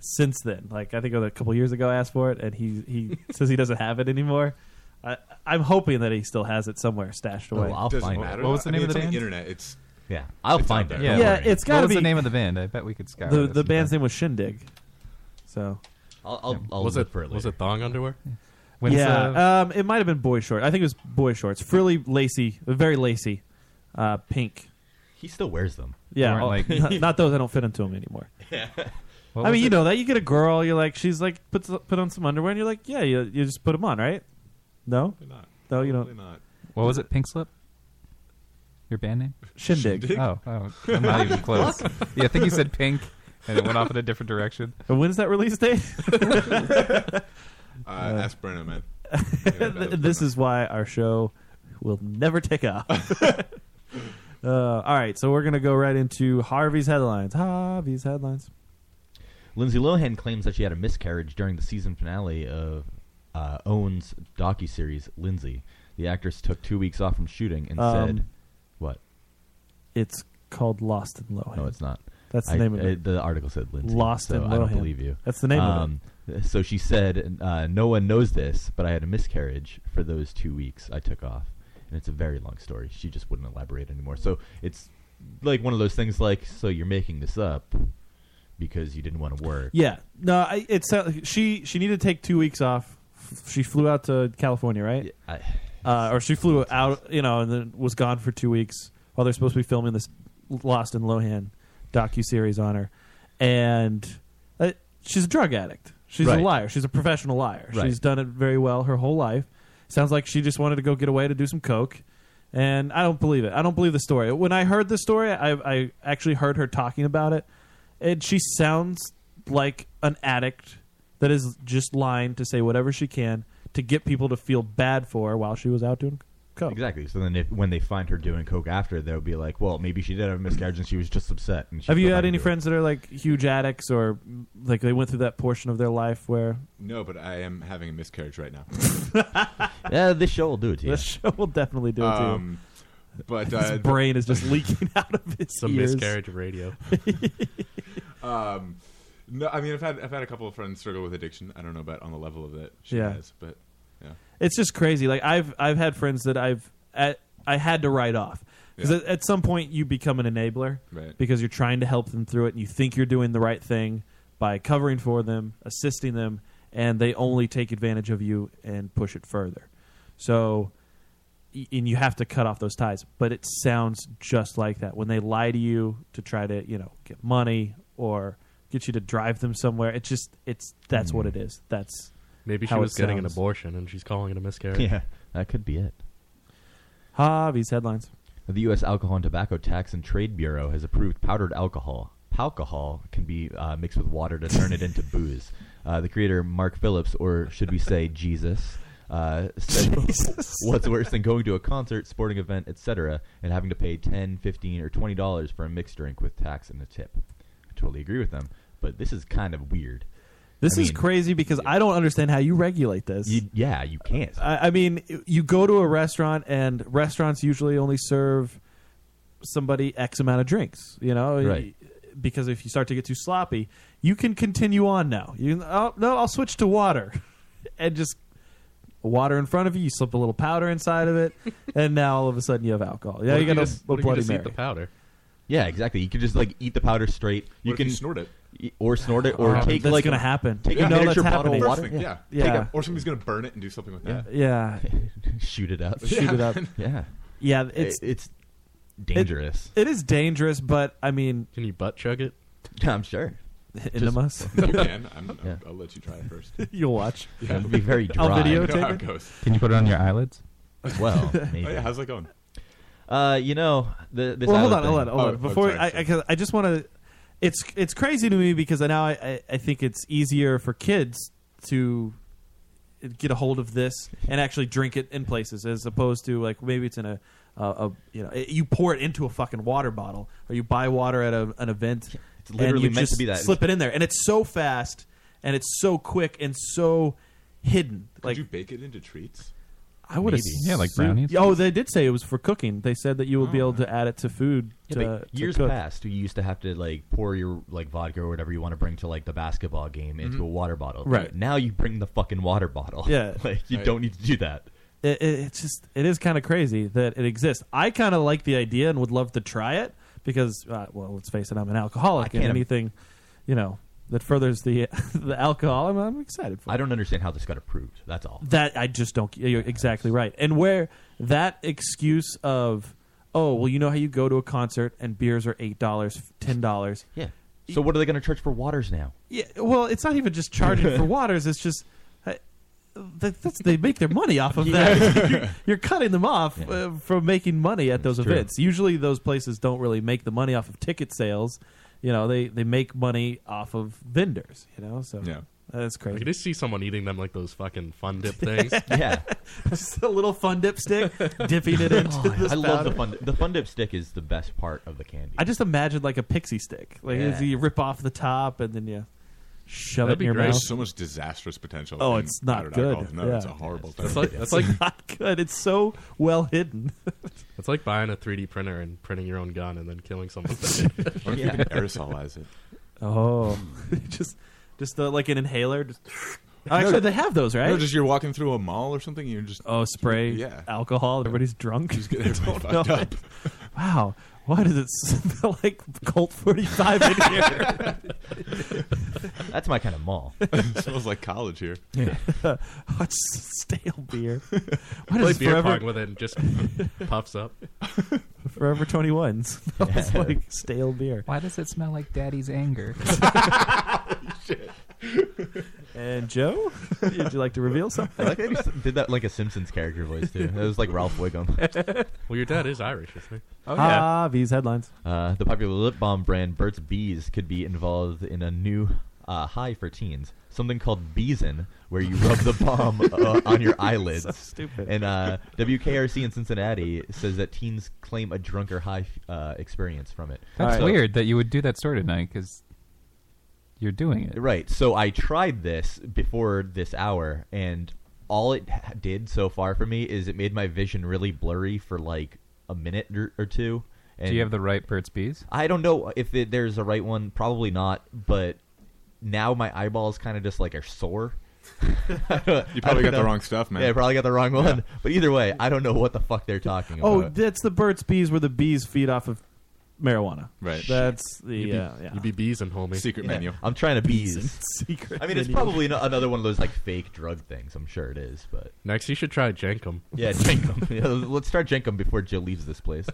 S5: since then. Like I think a couple years ago, I asked for it, and he he says he doesn't have it anymore. I, I'm hoping that he still has it somewhere stashed
S7: Oh,
S5: away.
S12: Doesn't matter.
S7: What was
S12: I
S7: the name
S12: mean,
S7: of the
S12: it's on
S7: band?
S12: the internet. It's
S6: Yeah, I'll
S12: it's
S6: find
S12: out
S6: it.
S12: there.
S5: Yeah, Yeah, it's gotta
S7: What was
S5: be-
S7: the name of the band? I bet we could scour
S5: the
S7: this
S5: the band's name was Shindig. So
S6: I'll,
S8: was it was it thong underwear? uh,
S5: yeah,
S6: uh,
S5: um, it might have been boy shorts. I think it was boy shorts, frilly, lacy, very lacy, uh, pink.
S6: He still wears them.
S5: Yeah,
S6: They
S5: oh,
S6: weren't
S5: not, not those. I don't fit into them anymore.
S6: Yeah.
S5: I
S6: What
S5: mean,
S6: was
S5: you
S6: it?
S5: know that you get a girl, you're like, she's like, put put on some underwear, and you're like, yeah, you, you just put them on, right? No,
S12: not.
S5: though. You know,
S7: What was it? Pink Slip? Your band name?
S5: Shindig. Shindig?
S7: Oh, oh, I'm not even close. yeah, I think you said pink, and it went off in a different direction.
S5: And when's that release date?
S12: Uh, ask Brenna, man.
S5: this is why our show will never take off. uh, all right, so we're gonna go right into Harvey's headlines. Harvey's headlines.
S6: Lindsay Lohan claims that she had a miscarriage during the season finale of uh, Owen's docuseries, Lindsay. The actress took two weeks off from shooting and said,
S5: Um,
S6: "What?
S5: It's called Lost in Lohan.
S6: No, it's not.
S5: That's the
S6: I-
S5: name of it.
S6: uh, the article said Lindsay.
S5: Lost
S6: so
S5: in
S6: I don't
S5: Lohan.
S6: believe you. Um,
S5: That's the name of it.
S6: of it. So she said, uh, "No one knows this, but I had a miscarriage for those two weeks I took off, and it's a very long story. She just wouldn't elaborate anymore. So it's like one of those things, like so you're making this up because you didn't want to work.
S5: Yeah. No, I, it's uh, she. She needed to take two weeks off. F- She flew out to California, right? uh, or she flew out, you know, and then was gone for two weeks while they're supposed to be filming this Lost in Lohan docu series on her. And uh, she's a drug addict. She's
S6: Right.
S5: a liar. She's a professional liar.
S6: Right.
S5: She's done it very well her whole life. Sounds like she just wanted to go get away to do some coke. And I don't believe it. I don't believe the story. When I heard the story, I, I actually heard her talking about it, and she sounds like an addict that is just lying to say whatever she can to get people to feel bad for her while she was out doing coke.
S6: Exactly. So then, if when they find her doing coke after, they'll be like, "Well, maybe she did have a miscarriage and she was just upset." And she
S5: Have you
S6: felt
S5: had
S6: bad to
S5: any
S6: do it."
S5: friends that are like huge addicts or like they went through that portion of their life where
S12: No, but I am having a miscarriage right now.
S6: Yeah, this show will do it to you.
S5: This show will definitely do it to you.
S12: Um, but
S5: his
S12: uh,
S5: brain is just leaking out of his
S8: Some
S5: ears.
S8: miscarriage of radio.
S12: um, no, I mean, I've had I've had a couple of friends struggle with addiction. I don't know about on the level of that she
S5: Yeah.
S12: has, but yeah,
S5: It's just crazy. Like I've I've had friends that I've at, I had to write off because
S12: Yeah.
S5: at, at some point you become an enabler
S12: Right.
S5: because you're trying to help them through it and you think you're doing the right thing by covering for them, assisting them, and they only take advantage of you and push it further. So y- and you have to cut off those ties. But it sounds just like that when they lie to you to try to you know get money or get you to drive them somewhere. It just it's that's what
S12: Hmm.
S5: it is. That's
S8: Maybe she
S5: how it
S8: was getting an
S5: sounds.
S8: abortion and she's calling it a miscarriage.
S6: Yeah, that could be it.
S5: Hobbies headlines.
S6: The U.S. Alcohol and Tobacco Tax and Trade Bureau has approved powdered alcohol. Alcohol can be uh, mixed with water to turn it into booze. Uh, the creator Mark Phillips, or should we say Jesus, uh, said what's worse than going to a concert, sporting event, etc., and having to pay 10 15 or $20 dollars for a mixed drink with tax and a tip. I totally agree with them, but this is kind of weird.
S5: This
S6: I
S5: is
S6: mean,
S5: crazy because I don't understand how you regulate this.
S6: yeah, you can't.
S5: I, I mean, you go to a restaurant, and restaurants usually only serve somebody X amount of drinks, you know?
S6: Right.
S5: Because if you start to get too sloppy, you can continue on now. You oh, No, I'll switch to water. and just water in front of you, you slip a little powder inside of it, and now all of a sudden you have alcohol. Yeah,
S8: What
S5: you
S8: if
S5: got a,
S8: just-
S5: a
S8: what if you
S5: Bloody
S8: just
S5: Mary.
S8: Eat the powder.
S6: Yeah, exactly. You could just like eat the powder straight. You
S12: What if
S6: can
S12: you snort it?
S6: y- or snort it, or
S5: Oh,
S6: take
S5: that's
S6: like
S5: gonna happen.
S6: Take
S5: You
S6: a
S5: know that's
S6: miniature bottle of
S5: happening.
S6: water.
S5: First thing,
S12: yeah,
S5: Yeah.
S12: Take a- or somebody's gonna burn it and do something with that.
S5: Yeah.
S6: Shoot it up.
S5: Shoot it up.
S6: Yeah.
S5: Yeah, it's
S6: it's dangerous.
S5: it is dangerous, but I mean,
S8: can you butt chug it?
S6: I'm sure.
S5: Enemas.
S12: You can. I'm, I'm, I'll let you try it first.
S5: You'll watch.
S12: Yeah.
S6: It'd be very dry.
S5: I'll
S12: You know how
S5: videotape
S12: it
S5: it.
S12: goes.
S7: Can you put it on your eyelids?
S6: Well,
S12: Oh,
S6: maybe.
S12: yeah, how's that going?
S6: Uh, you know, the, this
S5: well, hold
S6: eyelid
S5: on,
S6: thing- Oh,
S5: hold on, hold
S12: Oh,
S5: on. Before I, I, 'cause I just want to. It's it's crazy to me because I now I, I, I think it's easier for kids to get a hold of this and actually drink it in places as opposed to like maybe it's in a. Uh, a you know, it- you pour it into a fucking water bottle, or you buy water at a, an event. It's
S6: literally
S5: and you
S6: meant to
S5: just
S6: be that.
S5: Slip it in there, and it's so fast, and it's so quick, and so hidden.
S12: Could you bake it into treats?
S5: I would have
S7: Yeah, like brownies.
S5: Oh, they did say it was for cooking. They said that you would be able to add it to food.
S6: Oh. Yeah,
S5: to,
S6: but
S5: to
S6: years
S5: cook.
S6: past, you used to have to like pour your like vodka or whatever you want to bring to like the basketball game into
S5: Mhm.
S12: Mm-hmm.
S6: a water bottle.
S5: Right.
S6: now, you bring the fucking water bottle.
S5: Yeah.
S6: like you
S5: Right.
S6: don't need to do that.
S5: It, it, it's just it is kind of crazy that it exists. I kind of like the idea and would love to try it because, uh, well, let's face it, I'm an alcoholic
S6: can't
S5: and
S6: im-
S5: anything, you know, that furthers the the alcohol, I'm, I'm excited for.
S6: I don't understand how this got approved. That's all.
S5: That I just don't. You're exactly right. And where that excuse of, oh, well, you know how you go to a concert and beers are eight dollars, ten dollars.
S6: Yeah. So what are they going to charge for waters now?
S5: Yeah, well, it's not even just charging for waters. It's just uh, that, that's, they make their money off of that. you're, you're cutting them off uh, from making money at those
S6: true.
S5: events. Usually, those places don't really make the money off of ticket sales. You know, they they make money off of vendors. You know, so
S8: Yeah.
S5: that's
S8: I
S5: crazy.
S8: could just see someone eating them like those fucking fun dip things.
S5: just a little fun dip stick, dipping it into.
S6: Oh,
S5: this
S6: I love
S5: powder.
S6: the fun. Dip. The fun dip stick is the best part of the candy.
S5: I just imagined like a pixie stick. Like
S6: Yeah.
S5: you rip off the top and then you shove
S12: That'd
S5: it
S12: be
S5: in your
S12: great.
S5: mouth.
S12: There's so much disastrous potential.
S5: Oh,
S12: in
S5: it's not
S12: powdered
S5: good.
S12: alcohol. No,
S5: yeah.
S12: it's a horrible thing.
S8: It's like- it's like-
S5: not good. It's so well hidden.
S8: It's like buying a 3D printer and printing your own gun and then killing someone. with it.
S12: Or if you can aerosolize it.
S5: Oh, just just uh, like an inhaler. Just Oh, actually, they have those, right?
S12: No, just you're walking through a mall or something. You're just
S5: oh spray
S12: Yeah,
S5: alcohol. Everybody's drunk.
S12: get everybody
S5: Don't know
S12: fucked up.
S5: it. Wow. Why does it smell like Colt 45 in here?
S6: That's my kind of mall.
S12: smells like college here.
S5: oh, it's stale beer. Why
S8: Play
S5: does
S8: beer
S5: forever,
S8: pong with it and just puffs up.
S5: forever 21 smells
S7: Yeah.
S5: like stale beer?
S7: Why does it smell like daddy's anger?
S5: And Joe, would you like to reveal
S6: I
S5: something?
S6: like that he s- did that like a Simpsons character voice too. That was like Ralph Wiggum.
S8: Well, your dad is Irish, isn't he?
S5: Ah, these headlines.
S6: Uh, the popular lip balm brand Burt's Bees could be involved in a new uh, high for teens, something called Beesin, where you rub the balm uh, on your eyelids.
S5: So stupid.
S6: And uh, WKRC in Cincinnati says that teens claim a drunker high uh, experience from it.
S7: That's
S6: So-
S7: weird that you would do that story tonight because you're doing it.
S6: Right. So I tried this before this hour, and all it h- did so far for me is it made my vision really blurry for like a minute or, or two. And
S7: you have the right Burt's Bees?
S6: I don't know if it, there's a right one. Probably not. But now my eyeballs kind of just like are sore. you
S12: You probably got the wrong stuff, man.
S6: Yeah, I probably got the wrong one.
S12: Yeah.
S6: But either way, I don't know what the fuck they're talking about.
S5: Oh, that's the Burt's Bees where the bees feed off of marijuana.
S6: Right.
S5: That's the uh,
S6: You'd be-
S5: yeah, yeah.
S8: You'd be bees and homie.
S12: Secret
S6: Yeah.
S12: menu.
S6: I'm trying to
S5: Bees
S6: bees.
S5: and secret
S6: I mean, it's
S5: menu.
S6: probably no- another one of those like fake drug things. I'm sure it is, but
S8: Next, you should try Jankum.
S6: yeah, Jenkum. Yeah, let's start Jenkum before Joe leaves this place.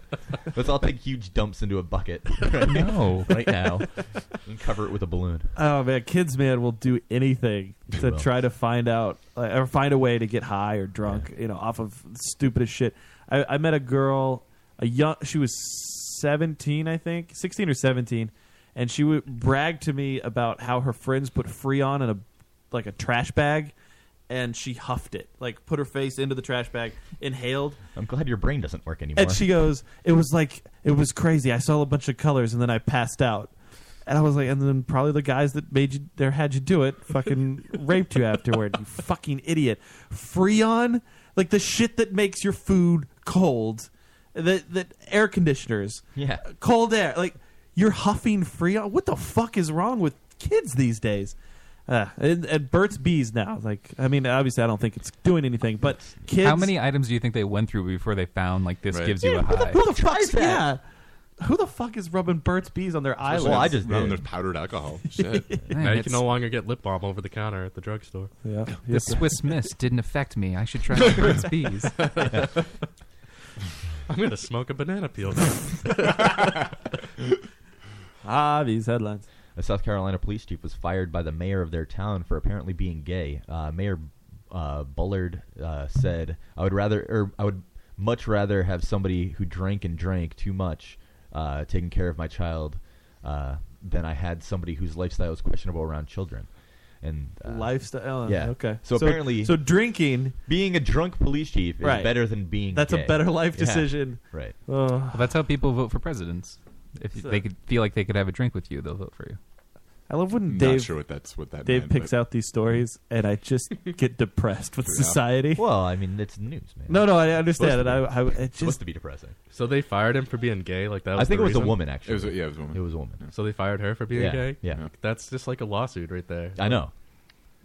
S6: Let's all take huge dumps into a bucket.
S7: No.
S6: right now, and cover it with a balloon.
S5: Oh man, kids, man, will do anything to
S6: will.
S5: try to find out like, or find a way to get high or drunk, you know, off of stupidest shit. I, I met a girl, a young, she was seventeen, I think, sixteen or seventeen, and she would brag to me about how her friends put Freon in a like a trash bag, and she huffed it, like put her face into the trash bag, inhaled,
S6: I'm glad your brain doesn't work anymore.
S5: and she goes, "It was like it was crazy. I saw a bunch of colors, and then I passed out." And I was like, "And then probably the guys that made you there had you do it, fucking raped you afterward. You fucking idiot. Freon, like the shit that makes your food cold, that that air conditioners,
S6: Yeah.
S5: cold air. Like you're huffing Freon. What the fuck is wrong with kids these days?" Uh, and, and Burt's Bees now. Like, I mean, obviously, I don't think it's doing anything, but kids.
S7: How many items do you think they went through before they found like this
S5: Right.
S7: gives you
S5: Yeah,
S7: a
S5: who the
S7: high?
S5: fuck tries that? Yeah. Who the fuck is rubbing Burt's Bees on their eyelids?
S6: Well, I just
S12: Rubbing
S6: did.
S12: their powdered alcohol. Shit.
S8: now you
S7: it's-
S8: can no longer get lip balm over the counter at the drugstore.
S5: Yeah.
S7: The Swiss Miss didn't affect me. I should try the Burt's Bees.
S8: I'm gonna smoke a banana peel.
S5: Ah, these headlines.
S6: A South Carolina police chief was fired by the mayor of their town for apparently being gay. Uh, mayor uh, Bullard uh, said, "I would rather, or I would much rather have somebody who drank and drank too much uh, taking care of my child uh, than I had somebody whose lifestyle is questionable around children." And uh,
S5: Lifestyle. oh,
S6: yeah.
S5: Okay.
S6: So, apparently,
S5: so drinking,
S6: being a drunk police chief is
S5: Right.
S6: better than being.
S5: That's a
S6: gay.
S5: better life
S6: Yeah.
S5: decision.
S6: Right.
S5: Ugh.
S7: Well, that's how people vote for presidents. If
S5: So-
S7: they could feel like they could have a drink with you, they'll vote for you.
S5: I love when
S12: Not
S5: Dave.
S12: sure what that's- what that
S5: Dave
S12: meant,
S5: picks
S12: but-
S5: out these stories, and I just get depressed with society.
S6: Well, I mean, it's news, man.
S5: No, no, I understand
S6: Supposed
S5: it.
S6: to
S5: I,
S6: be.
S5: I it
S6: It's
S5: just
S6: supposed to be depressing.
S8: So they fired him for being gay. Like that.
S6: I
S8: Was
S6: think
S8: the
S6: it was a
S8: reason?
S6: woman, actually.
S12: It was a- yeah, it was a woman.
S6: It was a woman.
S8: So they fired her for being
S6: Yeah,
S8: gay.
S6: yeah.
S8: That's just like a lawsuit right there.
S6: I know.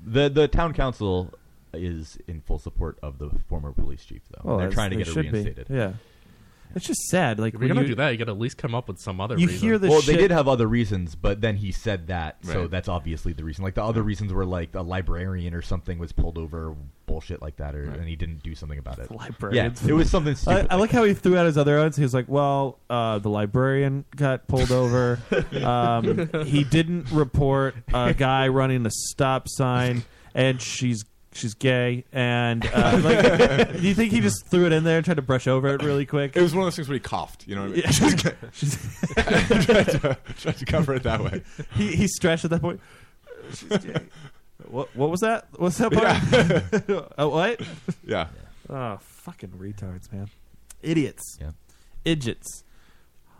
S6: The the town council is in full support of the former police chief, though.
S5: Well,
S6: They're
S5: that's-
S6: trying to
S5: they
S6: get her
S5: should be.
S6: reinstated.
S5: Yeah. It's just sad. Like
S8: If
S5: when
S8: you're gonna
S5: you-
S8: do that, you gotta at least come up with some other.
S5: You
S8: reason.
S5: hear this
S6: well,
S5: shit-
S6: they did have other reasons, but then he said that, so
S8: Right.
S6: that's obviously the reason. Like the other reasons were like a librarian or something was pulled over, bullshit like that, or and he didn't do something about it.
S5: Librarians.
S6: Yeah, it was something
S5: I,
S6: stupid.
S5: I like how he threw out his other odds. He was like, "Well, uh, the librarian got pulled over. um, he didn't report a guy running a stop sign, and she's she's gay, and uh, like, do you think he just threw it in there and tried to brush over it really quick?
S12: It was one of those things where he coughed. You know what I mean?
S5: Yeah.
S12: She's gay. tried, to, tried to cover it that way.
S5: He he stretched at that point. She's gay. What what was that? What's that part? oh, what?
S12: Yeah.
S5: Oh, fucking retards, man. Idiots. Yeah. Idiots.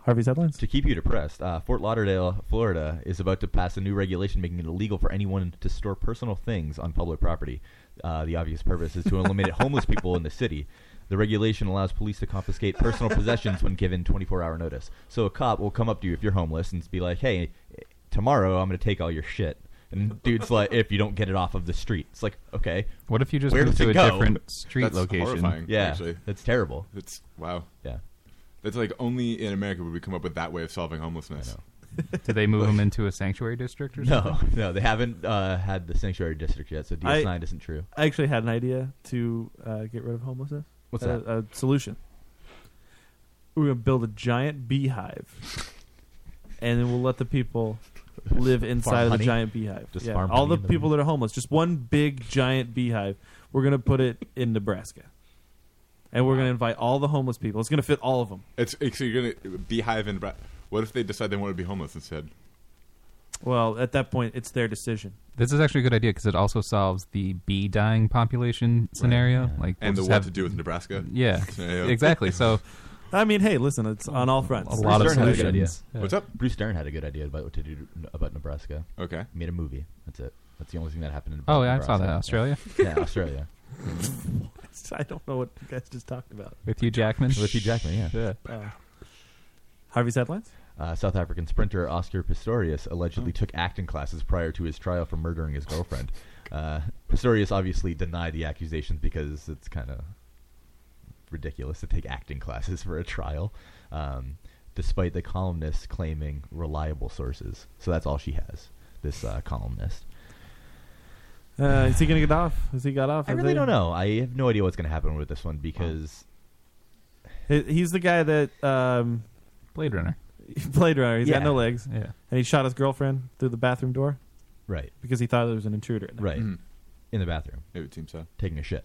S5: Harvey's headlines.
S6: To keep you depressed, uh, Fort Lauderdale, Florida, is about to pass a new regulation making it illegal for anyone to store personal things on public property. Uh, the obvious purpose is to eliminate homeless people in the city. The regulation allows police to confiscate personal possessions when given 24-hour notice. So a cop will come up to you if you're homeless and be like, "Hey, tomorrow I'm going to take all your shit." And dude's like, "If you don't get it off of the street, it's like, okay,
S7: What if you just
S6: where
S7: move
S6: does it
S7: to a
S6: go?
S7: different street
S12: That's
S7: location?
S12: Horrifying,
S6: Yeah,
S12: actually.
S6: that's terrible.
S12: It's wow.
S6: Yeah.
S12: That's like only in America would we come up with that way of solving homelessness.
S7: Did they move him into a sanctuary district or
S6: No,
S7: something?
S6: no, they haven't uh, had the sanctuary district yet, so DS9 isn't true.
S5: I actually had an idea to uh, get rid of homelessness.
S6: What's
S5: Uh, A, solution. We're gonna build a giant beehive, and then we'll let the people live inside of the
S6: honey?
S5: giant beehive.
S6: Just
S5: Yeah,
S6: farm
S5: all
S6: honey
S5: the
S6: in the
S5: people that are homeless, just one big giant beehive. We're gonna put it in Nebraska, and we're gonna invite all the homeless people. It's gonna fit all of them.
S12: It's, it's you're gonna beehive and bra- what if they decide they want to be homeless instead?
S5: Well, at that point, it's their decision.
S7: This is actually a good idea because it also solves the bee dying population scenario. Like,
S12: And
S7: we'll
S12: the
S7: just
S12: what
S7: have-
S12: to do with Nebraska
S7: Yeah,
S12: scenario.
S7: exactly. So,
S5: I mean, hey, listen, it's on all fronts.
S7: A lot of
S6: Stern had a good
S7: solutions.
S6: idea.
S7: Yeah.
S12: What's up?
S6: Bruce Stern had a good idea about what to do about Nebraska.
S12: Okay.
S6: Made a movie. That's it. That's the only thing that happened in
S7: Oh, yeah, I saw that.
S6: Nebraska.
S7: Australia?
S6: Yeah, Australia.
S5: I don't know what you guys just talked about.
S7: With you, Jackman.
S6: With Hugh Jackman, yeah.
S5: Uh, Harvey's headlines?
S6: Uh, South African sprinter Oscar Pistorius allegedly took acting classes prior to his trial for murdering his girlfriend. Uh, Pistorius obviously denied the accusations because it's kind of ridiculous to take acting classes for a trial, um, despite the columnist claiming reliable sources. So that's all she has, this uh, columnist.
S5: Uh, is he gonna get off? Has he got off?
S6: I
S5: Have
S6: really
S5: they-
S6: don't know. I have no idea what's going to happen with this one because
S5: He- He's the guy that um,
S7: Blade Runner.
S5: Blade Runner. He's got
S6: Yeah.
S5: no legs.
S6: Yeah.
S5: And he shot his girlfriend through the bathroom door.
S6: Right.
S5: Because he thought there was an intruder. In there.
S7: Mm.
S6: right in the bathroom,
S12: it would seem so.
S6: taking a shit.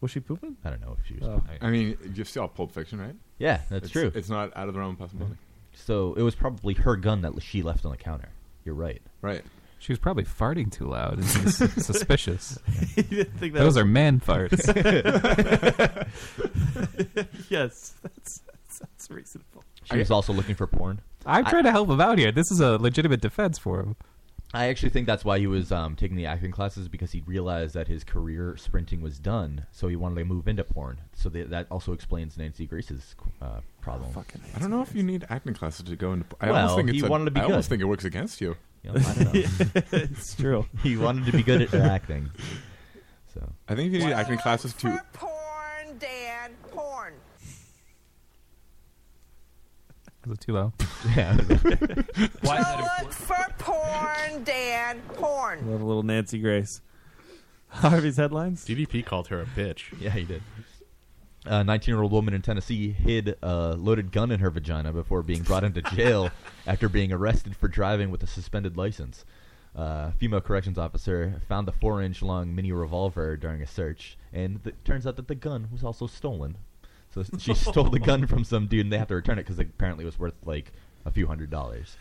S5: Was she pooping?
S6: I don't know if she was.
S5: Oh.
S12: I mean, you saw Pulp Fiction, right?
S6: Yeah, that's
S12: It's-
S6: true.
S12: It's not out of the realm of possibility.
S6: So it was probably her gun that she left on the counter. You're right.
S12: Right.
S7: She was probably farting too loud. and It's suspicious.
S5: He didn't think that
S7: Those
S5: was-
S7: are man farts.
S5: yes, that's, that's, that's reasonable.
S6: She was also looking for porn.
S7: I'm trying to help him out here. This is a legitimate defense for him.
S6: I actually think that's why he was um, taking the acting classes because he realized that his career sprinting was done, so he wanted to move into porn. So that that also explains Nancy Grace's uh, problem.
S12: I don't know if you need acting classes to go into. I
S6: Well,
S12: almost think
S6: he
S12: it's a-
S6: wanted to be
S12: I almost
S6: good.
S12: think it works against you.
S6: You know, I don't know.
S5: it's true.
S6: He wanted to be good at acting. So
S12: I think you need acting classes to.
S18: Porn, Dan, porn.
S7: Is it too low?
S6: Yeah.
S7: Why is that
S18: Look for porn, Dan, porn.
S5: Love a little Nancy Grace. Harvey's headlines.
S6: DDP called her a bitch. yeah, he did. A 19-year-old woman in Tennessee hid a loaded gun in her vagina before being brought into jail after being arrested for driving with a suspended license. Uh, female corrections officer found the four-inch-long mini revolver during a search, and it turns out that the gun was also stolen. So she stole the gun from some dude, and they have to return it because apparently it was worth like a few hundred dollars.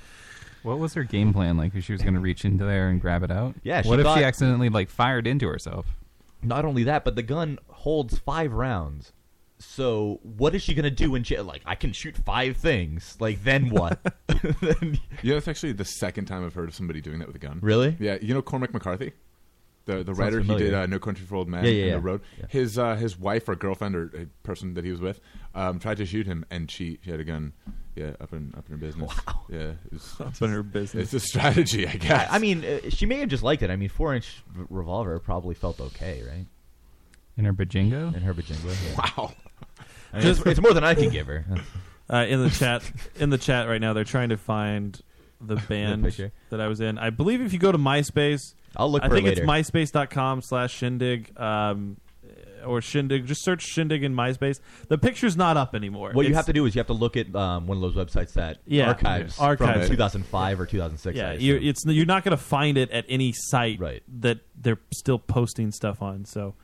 S7: What was her game plan? Like, if she was going to reach into there and grab it out?
S6: Yeah, she
S7: What if
S6: thought-
S7: she accidentally like fired into herself?
S6: Not only that, but the gun holds five rounds. So what is she gonna do when she like I can shoot five things? Like then what?
S12: You know, it's actually the second time I've heard of somebody doing that with a gun.
S6: Really?
S12: Yeah. You know Cormac McCarthy, the the
S6: Sounds
S12: writer.
S6: familiar.
S12: He did uh, No Country for Old Men
S6: Yeah, yeah,
S12: and
S6: yeah.
S12: The Road.
S6: Yeah.
S12: His uh, his wife or girlfriend or a person that he was with um, tried to shoot him, and she, she had a gun. Yeah, up in up in her business. Wow. Yeah, it's,
S5: up in her business.
S12: It's a strategy, I guess.
S6: I mean, uh, she may have just liked it. I mean, four inch revolver probably felt okay, right?
S7: In her bajingo?
S6: In her bajingo. Yeah.
S12: Wow.
S6: I mean, it's, it's more than I can give her.
S5: Uh, in the chat, in the chat right now, they're trying to find the band
S6: picture.
S5: that I was in. I believe if you go to MySpace,
S6: I'll look
S5: I
S6: for it
S5: think it's
S6: later.
S5: MySpace.com/slash Shindig. Um, or Shindig. Just search Shindig in MySpace. The picture's not up anymore.
S6: What you
S5: It's-
S6: have to do is you have to look at um, one of those websites that
S5: Yeah.
S6: archives,
S5: Yeah. Archives.
S6: from 2005 or 2006. I
S5: yeah,
S6: assume.
S5: you're, it's you're not going to find it at any site that they're still posting stuff on. So,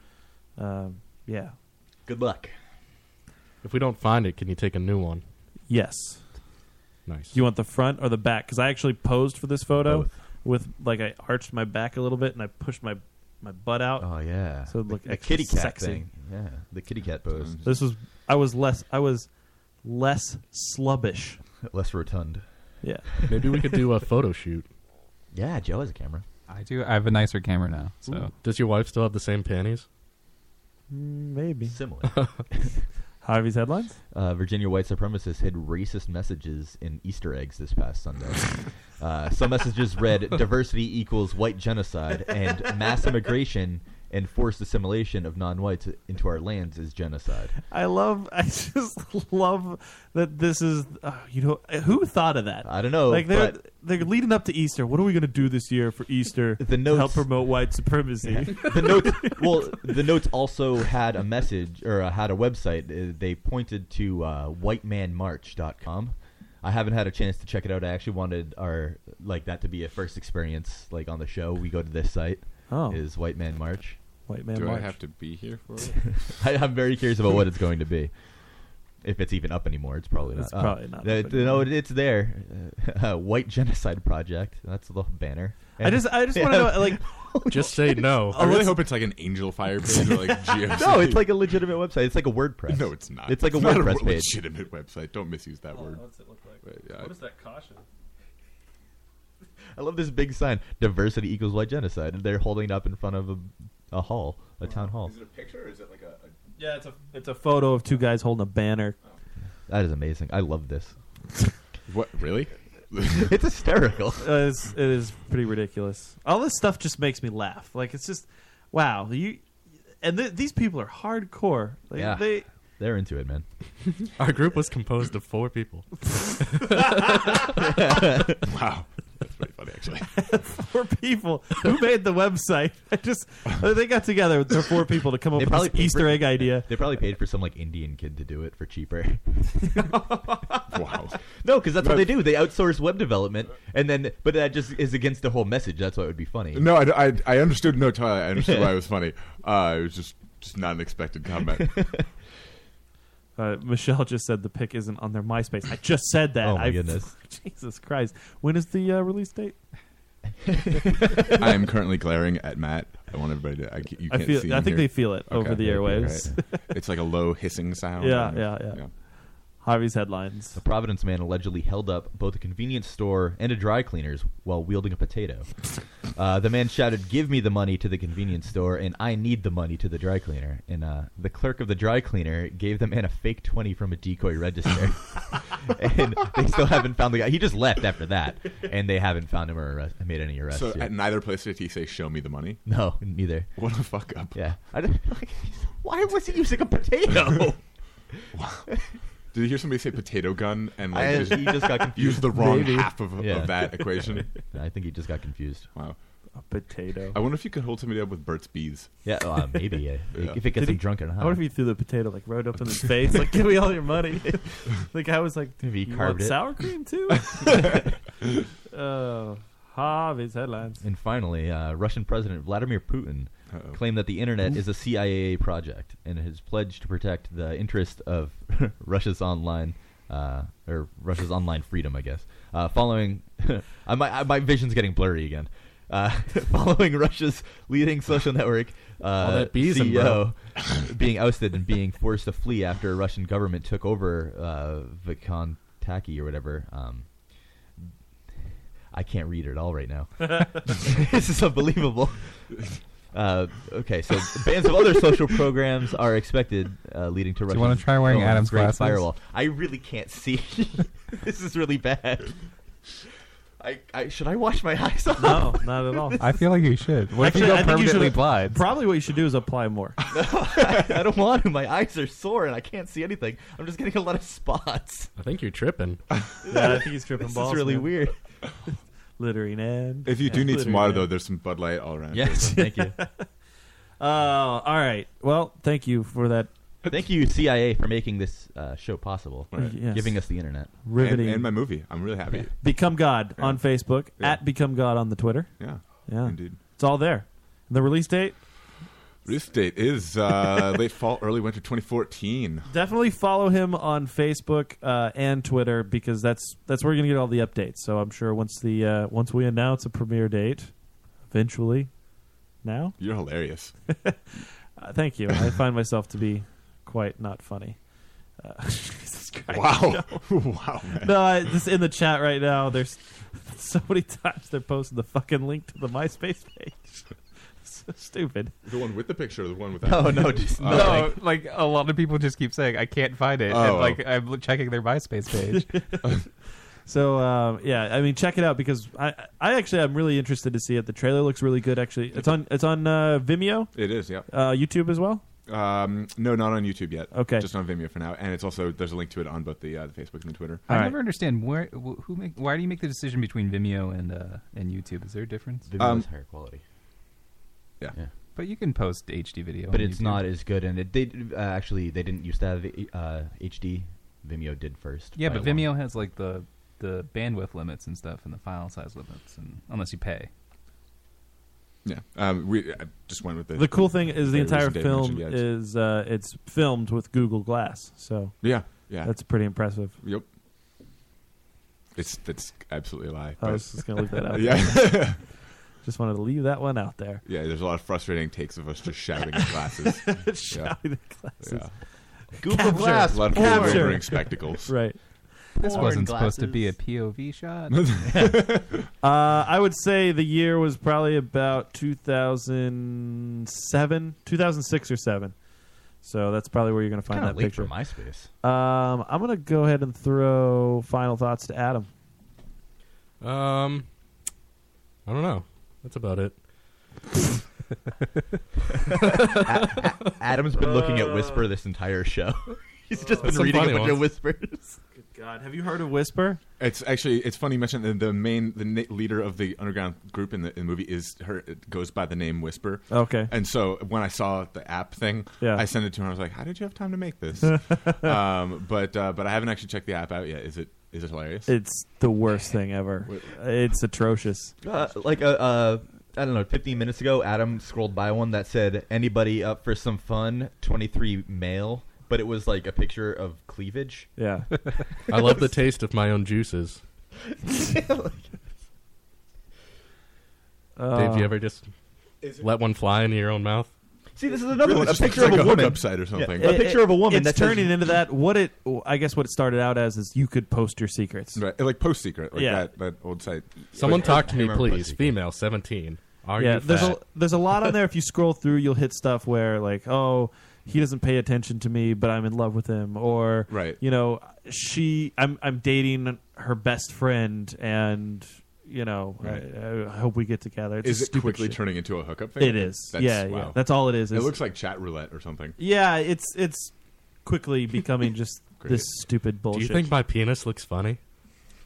S5: um, yeah,
S6: good luck.
S8: If we don't find it, can you take a new one?
S5: Yes.
S8: Nice.
S5: Do you want the front or the back? Because I actually posed for this photo with like I arched my back a little bit and I pushed my my butt out.
S6: Oh yeah,
S5: so it looked
S6: the
S5: extra
S6: kitty cat
S5: sexy.
S6: thing. Yeah, the kitty cat pose.
S5: This was I was less I was less slubbish,
S6: less rotund.
S5: Yeah,
S8: Maybe we could do a photo shoot.
S6: Yeah, Joe has a camera.
S7: I do. I have a nicer camera now. So
S8: Does your wife still have the same panties?
S5: maybe
S6: similar.
S5: Harvey's headlines.
S6: Uh, Virginia white supremacists hid racist messages in Easter eggs this past Sunday. uh, some messages read "Diversity equals white genocide" and "Mass immigration and forced assimilation of non-whites into our lands is genocide."
S5: I love. I just love that this is. Uh, you know, who thought of that?
S6: I don't know,
S5: Like they're
S6: Oh, but-
S5: they're leading up to Easter. What are we going to do this year for Easter? The to help
S6: notes-
S5: promote white supremacy.
S6: the notes well the notes also had a message or uh, had a website uh, they pointed to uh, whitemanmarch.com i haven't had a chance to check it out i actually wanted our like that to be a first experience like on the show we go to this site
S5: Oh.
S6: is white man march
S5: White Man
S12: Do
S5: March.
S12: I have to be here for it?
S6: I, i'm very curious about what it's going to be if it's even up anymore, it's probably not.
S5: It's probably not
S6: Uh,
S5: up
S6: no, it- it's there. Uh, White Genocide Project. That's the banner.
S5: I just- I just wanna know, like-
S8: just say no.
S12: I really hope it's like an angel fire page or like GFC.
S6: no, it's like a legitimate website. It's like a WordPress.
S12: No, it's not.
S6: It's like a
S12: not
S6: WordPress
S12: a
S6: page.
S12: legitimate website. Don't misuse that word.
S5: What's it look like?
S12: yeah,
S5: What is that caution?
S6: I love this big sign: "Diversity equals white genocide." And they're holding it up in front of a, a hall, a town hall.
S12: Is it a picture or is it like a? a
S5: Yeah, it's a it's a photo of two guys holding a banner.
S6: That is amazing. I love this.
S12: what really?
S6: it's hysterical.
S5: Uh, it's, it is pretty ridiculous. All this stuff just makes me laugh. Like it's just, wow. You and th- these people are hardcore. Like,
S6: yeah,
S5: They,
S6: they, are into it, man.
S8: Our group was composed of four people.
S12: Wow. That's pretty funny, actually.
S5: four people who made the website. I just uh, they got together with their four people to come up
S6: They
S5: with
S6: probably
S5: this
S6: paid
S5: Easter
S6: for-
S5: egg idea.
S6: They probably paid for some like Indian kid to do it for cheaper.
S12: wow.
S6: No, because that's what they do. They outsource web development, and then but that just is against the whole message. That's why it would be funny.
S12: No, I, I, I understood. No, Tyler, I understood why it was funny. Uh, it was just just not an expected comment.
S5: Uh, Michelle just said the pic isn't on their MySpace. I just said that.
S6: Oh my
S5: I-
S6: goodness.
S5: Jesus Christ! When is the uh, release date?
S12: I am currently glaring at Matt. I want everybody to. I, c- you
S5: I
S12: can't
S5: feel-
S12: see.
S5: I
S12: him
S5: think
S12: here.
S5: they feel it over the
S12: okay,
S5: airwaves.
S12: right. It's like a low hissing sound.
S5: Yeah, yeah, yeah, Harvey's headlines.
S6: A Providence man allegedly held up both a convenience store and a dry cleaner's while wielding a potato. uh, the man shouted, "Give me the money to the convenience store, and I need the money to the dry cleaner." And uh, the clerk of the dry cleaner gave the man a fake twenty from a decoy register, and they still haven't found the guy. He just left after that, and they haven't found him or arrest- made any arrests.
S12: So
S6: yet.
S12: at neither place did he say, "Show me the money."
S6: no, neither.
S12: What a fuck up.
S6: Yeah, I don't, like, why was he using a potato?
S12: Did you hear somebody say potato gun and like
S6: I-
S12: just,
S6: he just got confused.
S12: used the wrong
S6: Maybe.
S12: half of,
S6: Yeah.
S12: of that equation?
S6: I think he just got confused.
S12: Wow.
S5: A potato.
S12: I wonder if you could hold somebody up with Burt's Bees.
S6: Yeah, uh, maybe, uh, if it gets
S5: Oh. Did
S6: him
S5: he-
S6: drunk and
S5: I
S6: high.
S5: wonder if he threw the potato like right up in his face, like give me all your money. like I was like,
S6: If he
S5: "You want
S6: carved it."
S5: sour cream too.
S8: Uh,
S5: oh, Harvey's headlines.
S6: And finally, uh, Russian President Vladimir Putin claimed that the internet is a CIA project and has pledged to protect the interest of Russia's online uh, or Russia's online freedom. I guess uh, following I, my I, my vision's getting blurry again. Uh, following Russia's leading social network uh,
S8: that bees in,
S6: CEO being ousted and being forced to flee after a Russian government took over uh, Vkontakte or whatever. Um, I can't read it all right now. this is unbelievable. Uh, okay, so bans of other social programs are expected, uh, leading to. Do
S7: you wanna try wearing Adam's
S6: Great
S7: glasses?
S6: Firewall. I really can't see. this is really bad. I, I should I wash my eyes off?
S5: No, not at all.
S7: I feel like you should. What if you go permanently blind?
S5: Probably what you should do is apply more.
S6: I don't want to. My eyes are sore and I can't see anything. I'm just getting a lot of spots.
S8: I think you're tripping.
S5: yeah, I think he's tripping
S6: This is
S5: balls.
S6: really
S5: man.
S6: weird.
S5: Littering and
S12: If you do need some
S5: littering
S12: water,
S5: and-
S12: though, there's some Bud Light all around.
S6: Yes, thank you.
S5: Oh, all right. Well, thank you for that.
S6: Thank you, CIA, for making this uh, show possible,
S5: Right. Yes.
S6: giving us the internet.
S5: Riveting.
S12: And, and my movie. I'm really happy.
S5: Become God on Facebook at Become God on the Twitter.
S12: Yeah.
S5: yeah, indeed. It's all there. The release date.
S12: Release date is uh, late fall, early winter 2014.
S5: Definitely follow him on Facebook uh, and Twitter because that's that's where you're gonna get all the updates. So I'm sure once the uh, once we announce a premiere date, eventually, now.
S12: You're hilarious.
S5: Uh, thank you. I find myself to be quite not funny. Uh, Jesus Christ,
S12: Wow.
S5: no.
S12: Wow, man.
S5: No, I, this in the chat right now. There's so many times they're posting the fucking link to the MySpace page. so stupid.
S12: The one with the picture, or the one without.
S7: Oh no, just,
S12: Uh,
S7: no! Like a lot of people just keep saying, "I can't find it," and
S5: Oh.
S7: like I'm l- checking their MySpace page.
S5: So um, yeah, I mean, check it out because I I actually I'm really interested to see it. The trailer looks really good. Actually, it's on it's on uh, Vimeo.
S12: It is, yeah.
S5: Uh, YouTube as well.
S12: Um, no, not on YouTube yet.
S5: Okay.
S12: just on Vimeo for now, and it's also there's a link to it on both the uh, the Facebook and the Twitter.
S7: I never understand where wh- who make why do you make the decision between Vimeo and uh, and YouTube? Is there a difference?
S6: Vimeo Um, is higher quality.
S12: Yeah.
S7: but you can post HD video,
S6: but
S7: on
S6: it's
S7: YouTube.
S6: not as good. And it, they uh, actually they didn't used to have uh, HD. Vimeo did first.
S7: Yeah,
S6: by
S7: but
S6: a long-
S7: Vimeo has like the the bandwidth limits and stuff, and the file size limits, and unless you pay.
S12: Yeah, um, we I just went with the
S5: The cool thing is the
S12: very
S5: entire
S12: reason Dave mentioned,
S5: film
S12: yeah, it's-
S5: is uh, it's filmed with Google Glass. So
S12: Yeah, yeah.
S5: that's pretty impressive.
S12: Yep. It's that's absolutely a lie.
S5: I
S12: but-
S5: was just gonna leave that out.
S12: yeah,
S5: just wanted to leave that one out there.
S12: yeah. There's a lot of frustrating takes of us just shouting at glasses.
S5: Shouting at glasses.
S6: Google
S5: Capture.
S6: Glass
S12: A lot of
S6: porn.
S12: people wearing spectacles.
S5: Right.
S7: This
S6: Porn
S7: wasn't supposed to be a POV shot.
S5: Uh, I would say the year was probably about 2007, 2006 or seven. So that's probably where you're going to find
S6: Kinda
S5: that
S6: late
S5: picture.
S6: for MySpace.
S5: Um, I'm going to go ahead and throw final thoughts to Adam.
S8: Um, I don't know. That's about it.
S6: A- Adam's been looking at Whisper this entire show. He's just been
S8: Some
S6: reading a
S8: funny
S6: bunch of
S8: ones.
S6: whispers.
S5: Good God, have you heard of Whisper?
S12: It's actually it's funny you mentioned the, the main the na- leader of the underground group in the, in the movie is her it goes by the name Whisper.
S5: Okay.
S12: And so when I saw the app thing,
S5: Yeah.
S12: I sent it to her. I was like, "How did you have time to make this?" um, but uh, but I haven't actually checked the app out yet. Is it is it hilarious?
S5: It's the worst thing ever. It's atrocious.
S6: Uh, like uh, uh, I don't know, 15 minutes ago, Adam scrolled by one that said "Anybody up for some fun?" 23 male, but it was like a picture of cleavage.
S5: Yeah.
S8: I love the taste of my own juices.
S6: Uh,
S8: Dave, you ever just let one fly into your own mouth?
S6: See, this is another
S12: Really,
S6: one. A
S12: it's
S6: picture
S12: like
S6: of a,
S12: a
S6: woman
S12: hookup site or something.
S6: Yeah, a
S5: It-
S6: picture of a woman.
S5: It's
S6: that says-
S5: turning into that. What it? I guess what it started out as is you could post your secrets.
S12: Right, like post secret, like
S5: Yeah.
S12: that, that old site.
S8: Someone
S12: Like,
S8: talk to
S12: I
S8: me,
S12: remember
S8: please.
S12: Postsecret.
S8: Female, seventeen. Are
S5: yeah,
S8: you
S5: there's
S8: fat?
S5: a there's a lot on there. If you scroll through, you'll hit stuff where like, oh, he doesn't pay attention to me, but I'm in love with him, or
S12: Right.
S5: you know, she, I'm I'm dating her best friend, and you know, I- I, I hope we get together. It's
S12: Is
S5: just
S12: it
S5: stupid
S12: quickly
S5: shit.
S12: turning into a hookup thing?
S5: It is. yeah, yeah. That's all it is.
S12: It
S5: It's-
S12: looks like chat roulette or something.
S5: Yeah, it's it's quickly becoming just
S12: Great.
S5: this stupid
S8: Do
S5: bullshit.
S8: you think my penis looks funny?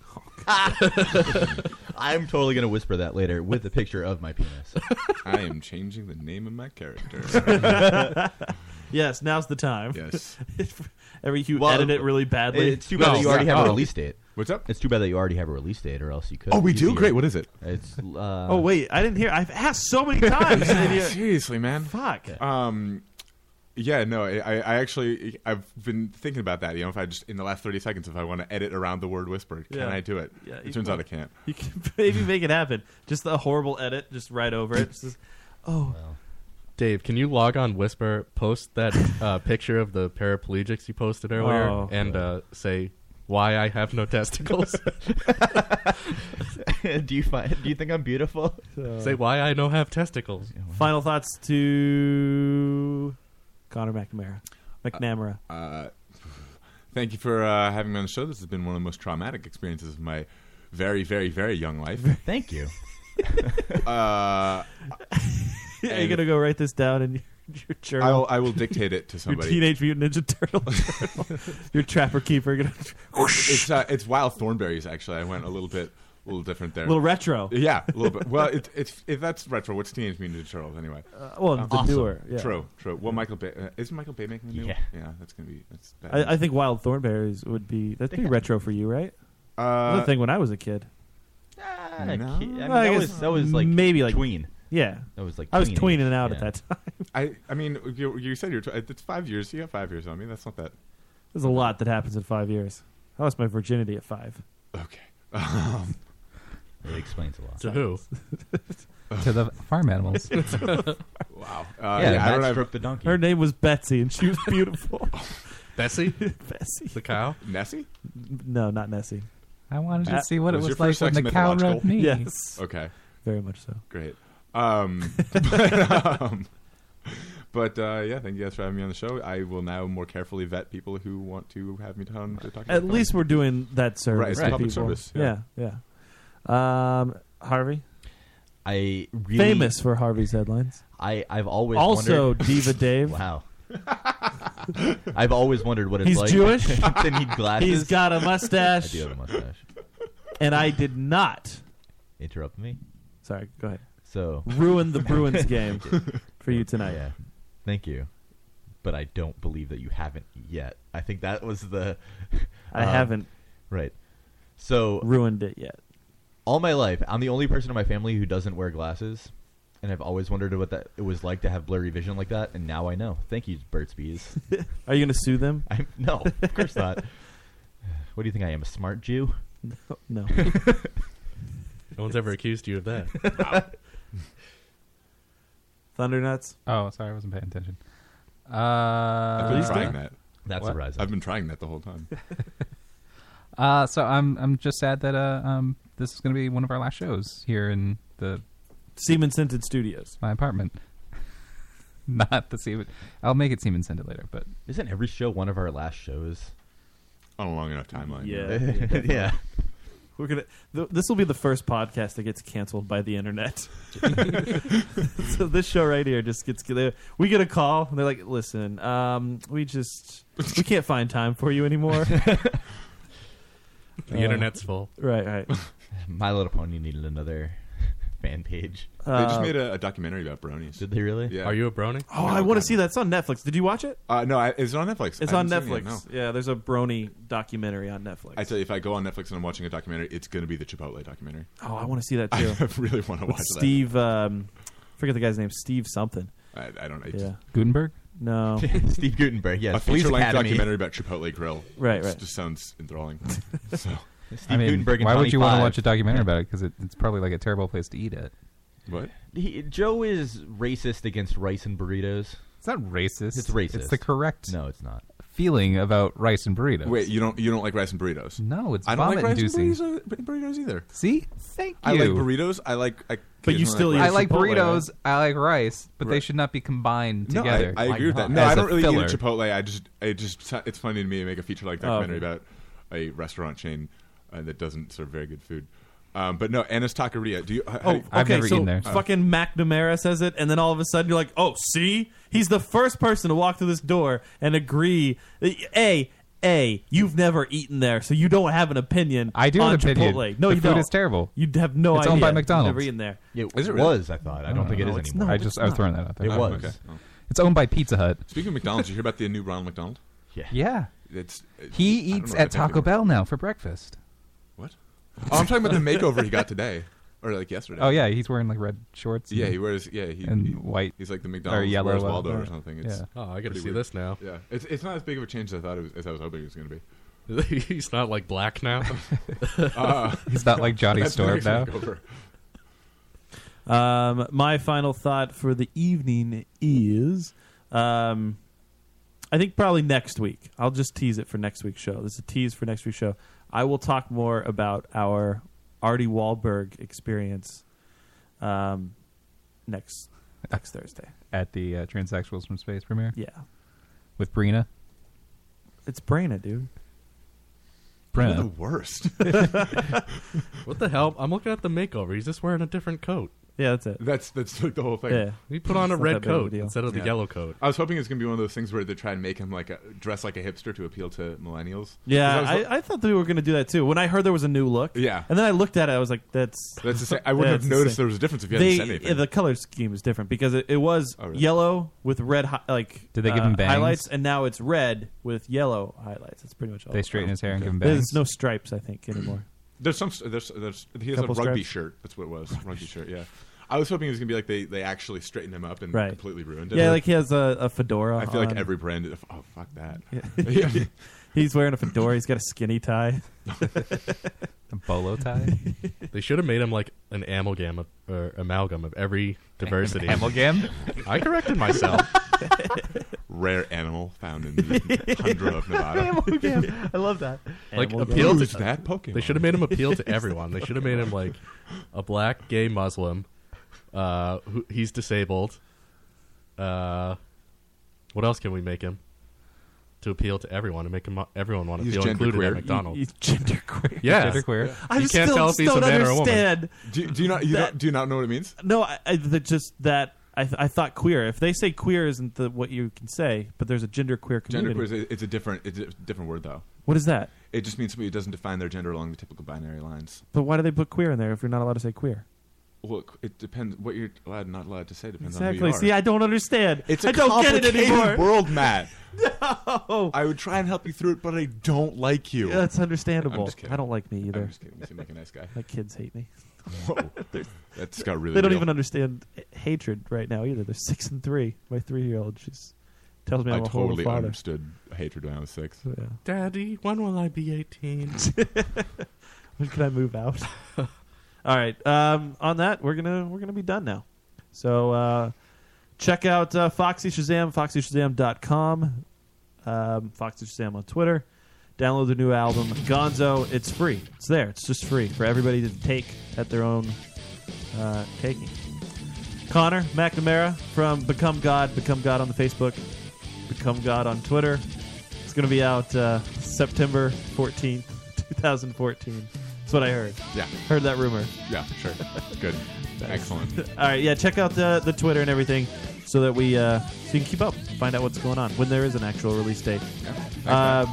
S6: I'm totally gonna whisper that later with a picture of my penis.
S12: I am changing the name of my character.
S5: yes, now's the time.
S12: Yes.
S5: Every you
S6: Well,
S5: edit it really badly.
S6: It's too bad that you already have a release date.
S12: Oh. What's up?
S6: It's too bad that you already have a release date, or else you could.
S12: Oh, we do?
S6: easier.
S12: Great, what is it?
S6: It's. Uh,
S5: Oh wait, I didn't hear. I've asked so many times. and you-
S12: Seriously, man.
S5: Fuck.
S12: Um, yeah, no, I, I I actually I've been thinking about that. You know, if I just in the last thirty seconds, if I want to edit around the word whisper, can
S5: Yeah.
S12: I do it?
S5: Yeah, you
S12: it turns
S5: can.
S12: out I can't.
S5: You can maybe make it happen. Just a horrible edit, just right over it. It's just, oh,
S8: Dave, can you log on Whisper, post that uh, picture of the paraplegics you posted earlier,
S5: Oh.
S8: and uh, say why I have no testicles.
S6: do you find? Do you think I'm beautiful?
S8: Uh, say why I don't have testicles.
S5: final thoughts to Connor McNamara. McNamara.
S12: Uh, thank you for uh, having me on the show. This has been one of the most traumatic experiences of my very, very, very young life.
S6: Thank you.
S12: uh,
S5: Are you
S12: and-
S5: gonna go write this down in your, your journal?
S12: I will, I will dictate it to
S5: Your
S12: somebody.
S5: Teenage Mutant Ninja Turtle. journal. your Trapper Keeper. Gonna
S12: it's uh, it's Wild Thornberries. Actually, I went a little bit little different there.
S5: Little retro.
S12: Yeah, a little bit. Well, it, it's if that's retro, what's Teenage Mutant Ninja Turtles anyway? Um,
S5: Uh, well, the
S12: awesome.
S5: newer, yeah.
S12: True, true. Well, Michael Bay uh, isn't Michael Bay making the new?
S6: Yeah.
S12: one? yeah. That's gonna be. That's bad.
S5: I, I think Wild Thornberries would be that'd be retro for you, right?
S12: Uh,
S5: Another thing when I was a kid.
S6: I
S5: No.
S6: mean, that
S5: I guess
S6: was that was like
S5: maybe like
S6: tween.
S5: Yeah,
S6: that was like
S5: I was
S6: tween age,
S5: tweening out
S6: yeah.
S5: at that time.
S12: I I mean, you, you said you're. Tw- it's five years. You have five years on me. That's not that.
S5: There's a lot that happens in five years. I lost my virginity at five.
S12: Okay. Um,
S6: It explains a lot.
S8: To who?
S7: to the farm animals.
S12: wow.
S7: Yeah,
S12: yeah, Uh, I
S7: Matt
S12: don't know.
S7: stroked the donkey.
S5: Her name was Betsy, and she was beautiful.
S8: Bessie?
S5: Bessie.
S8: The cow?
S12: Nessie?
S5: no, not Nessie.
S7: I wanted to
S5: Uh,
S7: see what it
S5: was
S7: was
S5: your
S7: like
S5: first
S7: when
S5: sex
S7: the cow
S5: mythological?
S7: rubbed me.
S5: Yes.
S12: Okay.
S5: Very much so.
S12: Great. Um, but um, but uh, yeah, thank you guys for having me on the show. I will now more carefully vet people who want to have me on to talk. About
S5: At least we're doing that service.
S12: Right, it's
S5: to
S12: public
S5: people.
S12: service,
S5: Yeah, yeah. Um, Harvey,
S6: I really
S5: famous for Harvey's headlines.
S6: I I've always
S5: also
S6: wondered-
S5: Diva Dave.
S6: wow. I've always wondered what it's
S5: He's
S6: like.
S5: Jewish.
S6: to need glasses.
S5: He's got a mustache.
S6: I do have a mustache.
S5: And I did not
S6: Interrupt me.
S5: Sorry. Go ahead.
S6: So
S5: ruin the Bruins game
S6: I did.
S5: for you tonight.
S6: Yeah. Thank you. But I don't believe that you haven't yet. I think that was the. um,
S5: I haven't
S6: Right. So
S5: ruined it yet.
S6: All my life, I'm the only person in my family who doesn't wear glasses, and I've always wondered what that it was like to have blurry vision like that. And now I know. Thank you, Burt's Bees.
S5: Are you going to sue them?
S6: I, no, of course not. What do you think I am, a smart Jew?
S5: No.
S8: No one's ever accused you of that.
S5: Thundernuts.
S7: Oh, sorry, I wasn't paying attention. Uh,
S12: I've been trying that.
S7: That's
S12: what?
S7: a rise up.
S12: I've been trying that the whole time.
S7: Uh, so I'm I'm just sad that uh, um this is going to be one of our last shows here in the
S5: Siemens Scented Studios,
S7: my apartment. Not the Siemens. I'll make it Siemens Scented later, but
S6: isn't every show one of our last shows?
S12: On a long enough timeline.
S6: Yeah. yeah.
S5: We're gonna. Th- this will be the first podcast that gets canceled by the internet. so this show right here just gets. they- We get a call. And they're like, "Listen, um, we just we can't find time for you anymore." the
S8: The internet's full.
S5: Uh, Right, right.
S6: My Little Pony needed another fan page.
S5: Uh,
S12: they just made a, a documentary about bronies.
S6: Did they really?
S12: Yeah.
S8: Are you a brony?
S5: Oh, I want to see that. It's on Netflix. Did you watch it?
S12: Uh, no, I, it's on Netflix.
S5: It's
S12: I
S5: on
S12: haven't seen it,
S5: Netflix. Yeah, there's a Brony documentary on Netflix.
S12: I tell you, if I go on Netflix and I'm watching a documentary, it's going to be the Chipotle documentary.
S5: Oh, I want to see that too.
S12: I really want to
S5: With
S12: watch that.
S5: Steve. Um, forget the guy's name. Steve something.
S12: I, I don't know. It's-
S5: Yeah.
S7: Gutenberg.
S5: No.
S6: Steve Gutenberg, yes.
S12: a
S6: Police
S12: feature-length
S6: Academy.
S12: documentary about Chipotle Grill.
S5: Right,
S12: It's-
S5: right.
S12: Just sounds enthralling. so,
S7: I mean,
S6: Gutenberg and
S7: why would
S6: Tony
S7: you want
S6: Five.
S7: to watch a documentary about it? Because it, it's probably like a terrible place to eat at.
S12: What?
S6: He, Joe is racist against rice and burritos.
S7: It's not racist.
S6: It's racist.
S7: It's the correct.
S6: No, it's not.
S7: Feeling about rice and burritos.
S12: wait, you don't you don't like rice and burritos?
S7: No, it's
S12: I don't like rice and
S7: vomit-inducing.
S12: burritos, but burritos either.
S7: See, thank
S12: I like
S7: you.
S12: burritos. I like. I
S5: But you
S12: occasionally
S5: still
S12: rice.
S7: I like burritos. I like rice, but they should not be combined
S12: No,
S7: together.
S12: I, I agree with that. No,
S7: As
S12: I
S7: a
S12: don't really
S7: filler.
S12: eat at Chipotle. I just, it just, it's funny to me to make a feature like
S7: Oh,
S12: documentary about a restaurant chain uh, that doesn't serve very good food. Um, but no, Anna's Taqueria. Do you? how- how
S5: Oh,
S12: do
S5: okay.
S12: you- uh,
S5: so Fucking McNamara says it, and then all of a sudden you're like, "Oh, see, he's the first person to walk through this door and agree." A, a, you've never eaten there, so you don't have an opinion.
S7: I do
S5: on
S7: have an opinion.
S5: Chipotle. No,
S7: The
S5: you
S7: food
S5: don't.
S7: is terrible.
S5: You have no
S7: It's
S5: idea.
S7: owned by
S5: You've
S7: McDonald's.
S5: Never eaten there.
S6: It
S12: Is it really?
S6: was, I thought. I don't think it
S5: no,
S6: is
S5: it's
S6: anymore.
S5: not.
S7: I just I was
S5: not.
S7: throwing that out there.
S6: It
S12: Oh,
S6: was.
S12: okay.
S7: It's owned by Pizza Hut.
S12: Speaking of McDonald's, you hear about the new Ronald McDonald?
S6: Yeah.
S7: Yeah.
S12: It's, it's- I
S7: He
S12: don't
S7: eats
S12: know if I
S7: at
S12: think
S7: Taco
S12: it-
S7: Bell now for breakfast.
S12: What? Oh, I'm talking about the makeover he got today, or like yesterday.
S7: Oh yeah, he's wearing like red shorts.
S12: Yeah,
S7: and-
S12: he wears. Yeah, he,
S7: and
S12: he-
S7: white.
S12: He's like the McDonald's
S7: or yellow
S12: wears
S7: uh,
S12: Waldo
S7: uh,
S12: or something. It's
S7: yeah.
S8: Oh, I gotta
S12: pretty
S8: see
S12: weird.
S8: this now.
S12: Yeah, it's, it's not as big of a change as I thought it was, as I was hoping it was going to be.
S8: He's not like black now.
S12: Uh,
S7: He's not like Johnny
S12: that's the
S7: Storm
S12: next
S7: now.
S12: makeover.
S5: Um, my final thought for the evening is, um, I think probably next week. I'll just tease it for next week's show. This is a tease for next week's show. I will talk more about our Artie Wahlberg experience um, next next Thursday.
S7: at the uh, Transsexuals from Space premiere.
S5: Yeah,
S7: with Brina.
S5: It's Brina, dude.
S7: Brina.
S12: You're the worst.
S8: what the hell? I'm looking at the makeover. He's just wearing a different coat.
S5: Yeah, that's it.
S12: That's that's like the whole thing.
S5: Yeah.
S8: He put on a
S5: It's not
S8: red
S5: that big of a
S8: coat
S5: deal.
S8: instead of the
S12: Yeah.
S8: yellow coat.
S12: I was hoping it's gonna be one of those things where they try and make him like a, dress like a hipster to appeal to millennials. 'Cause
S5: Yeah,
S12: was-
S5: I, I thought they were going to do that too. When I heard there was a new look,
S12: Yeah.
S5: and then I looked at it, I was like, "That's
S12: That's the same- I wouldn't
S5: that's
S12: have
S5: the
S12: noticed
S5: same.
S12: there was a difference if you hadn't
S5: they,
S12: said anything. Oh,
S5: yeah, the color scheme is different because it, it was yellow with red, hi- like
S7: Did they give
S5: uh,
S7: him bangs?
S5: highlights, and now it's red with yellow highlights. That's pretty much all.
S7: They straighten his hair and give him
S5: There's
S7: bangs?
S5: no stripes, I think, anymore.
S12: There's some. There's. There's. He has
S5: Couple
S12: a rugby
S5: stripes.
S12: shirt. That's what it was. Rugby, shirt. Yeah. I was hoping it was gonna be like they, they actually straightened him up and
S5: Right.
S12: completely ruined it.
S5: Yeah, like he has a, a fedora.
S12: I feel like
S5: on.
S12: every brand. Oh fuck that.
S5: Yeah. he's wearing a fedora. He's got a skinny tie.
S7: A bolo tie?
S8: They should have made him like an amalgam of, or amalgam of every diversity.
S7: Amalgam?
S8: I corrected myself.
S12: Rare animal found in the tundra of Nevada.
S8: Amalgam.
S6: I love that.
S8: like
S12: Animal
S8: appeal
S12: Who's
S8: to
S12: that Pokemon?
S8: They should have made him appeal to everyone. They should have made him like a black gay Muslim. Uh, who, he's disabled. Uh, what else can we make him to appeal to everyone and make him everyone want to
S12: He's
S8: feel included
S12: genderqueer.
S8: at McDonald's?
S5: He's genderqueer.
S8: Yeah,
S7: Genderqueer.
S5: I
S8: you
S5: just
S8: can't
S5: still
S8: tell if he's a
S5: don't
S8: man
S5: understand.
S12: Do you, do you not? You
S5: That-
S12: don't, do you not know what it means?
S5: No, I, I that just that I, th- I thought queer. If they say queer isn't the, what you can say, but there's a gender queer community.
S12: Genderqueer is a, it's a different it's a different word though.
S5: What is that?
S12: It just means somebody who doesn't define their gender along the typical binary lines.
S5: But why do they put queer in there if you're not allowed to say queer?
S12: Look, it depends. What you're allowed and not allowed to say depends on who
S5: Exactly.
S12: you are.
S5: See, I don't understand.
S12: It's
S5: I
S12: a
S5: don't get it
S12: complicated
S5: anymore.
S12: world, Matt.
S5: no.
S12: I would try and help you through it, but I don't like you.
S5: Yeah, that's understandable.
S12: I'm just kidding.
S5: I don't like me either.
S12: I'm just kidding. You seem like a nice guy.
S5: My kids hate me.
S12: Whoa, that's got really.
S5: they don't
S12: real.
S5: even understand h- hatred right now either. They're six and three. My three-year-old, she's tells me
S12: I
S5: I'm a horrible
S12: totally
S5: father.
S12: understood hatred when I was six.
S5: Yeah.
S8: Daddy, when will I be eighteen?
S5: When can I move out? All right. Um, on that, we're gonna we're gonna be done now. So uh, check out uh, Foxy Shazam, FoxyShazam.com, um, Foxy Shazam on Twitter. Download the new album Gonzo. It's free. It's there. It's just free for everybody to take at their own uh, taking. Connor McNamara from Become God, Become God on the Facebook, Become God on Twitter. It's going to be out uh, September 14th, 2014. That's what I heard.
S12: Yeah.
S5: Heard that rumor.
S12: Yeah, sure. Good. Excellent.
S5: All right, yeah, check out the, the Twitter and everything so that we uh, so you can keep up, find out what's going on when there is an actual release date.
S12: Yeah,
S5: Uh,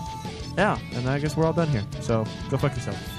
S5: yeah, and I guess we're all done here. So go fuck yourself.
S2: Oh,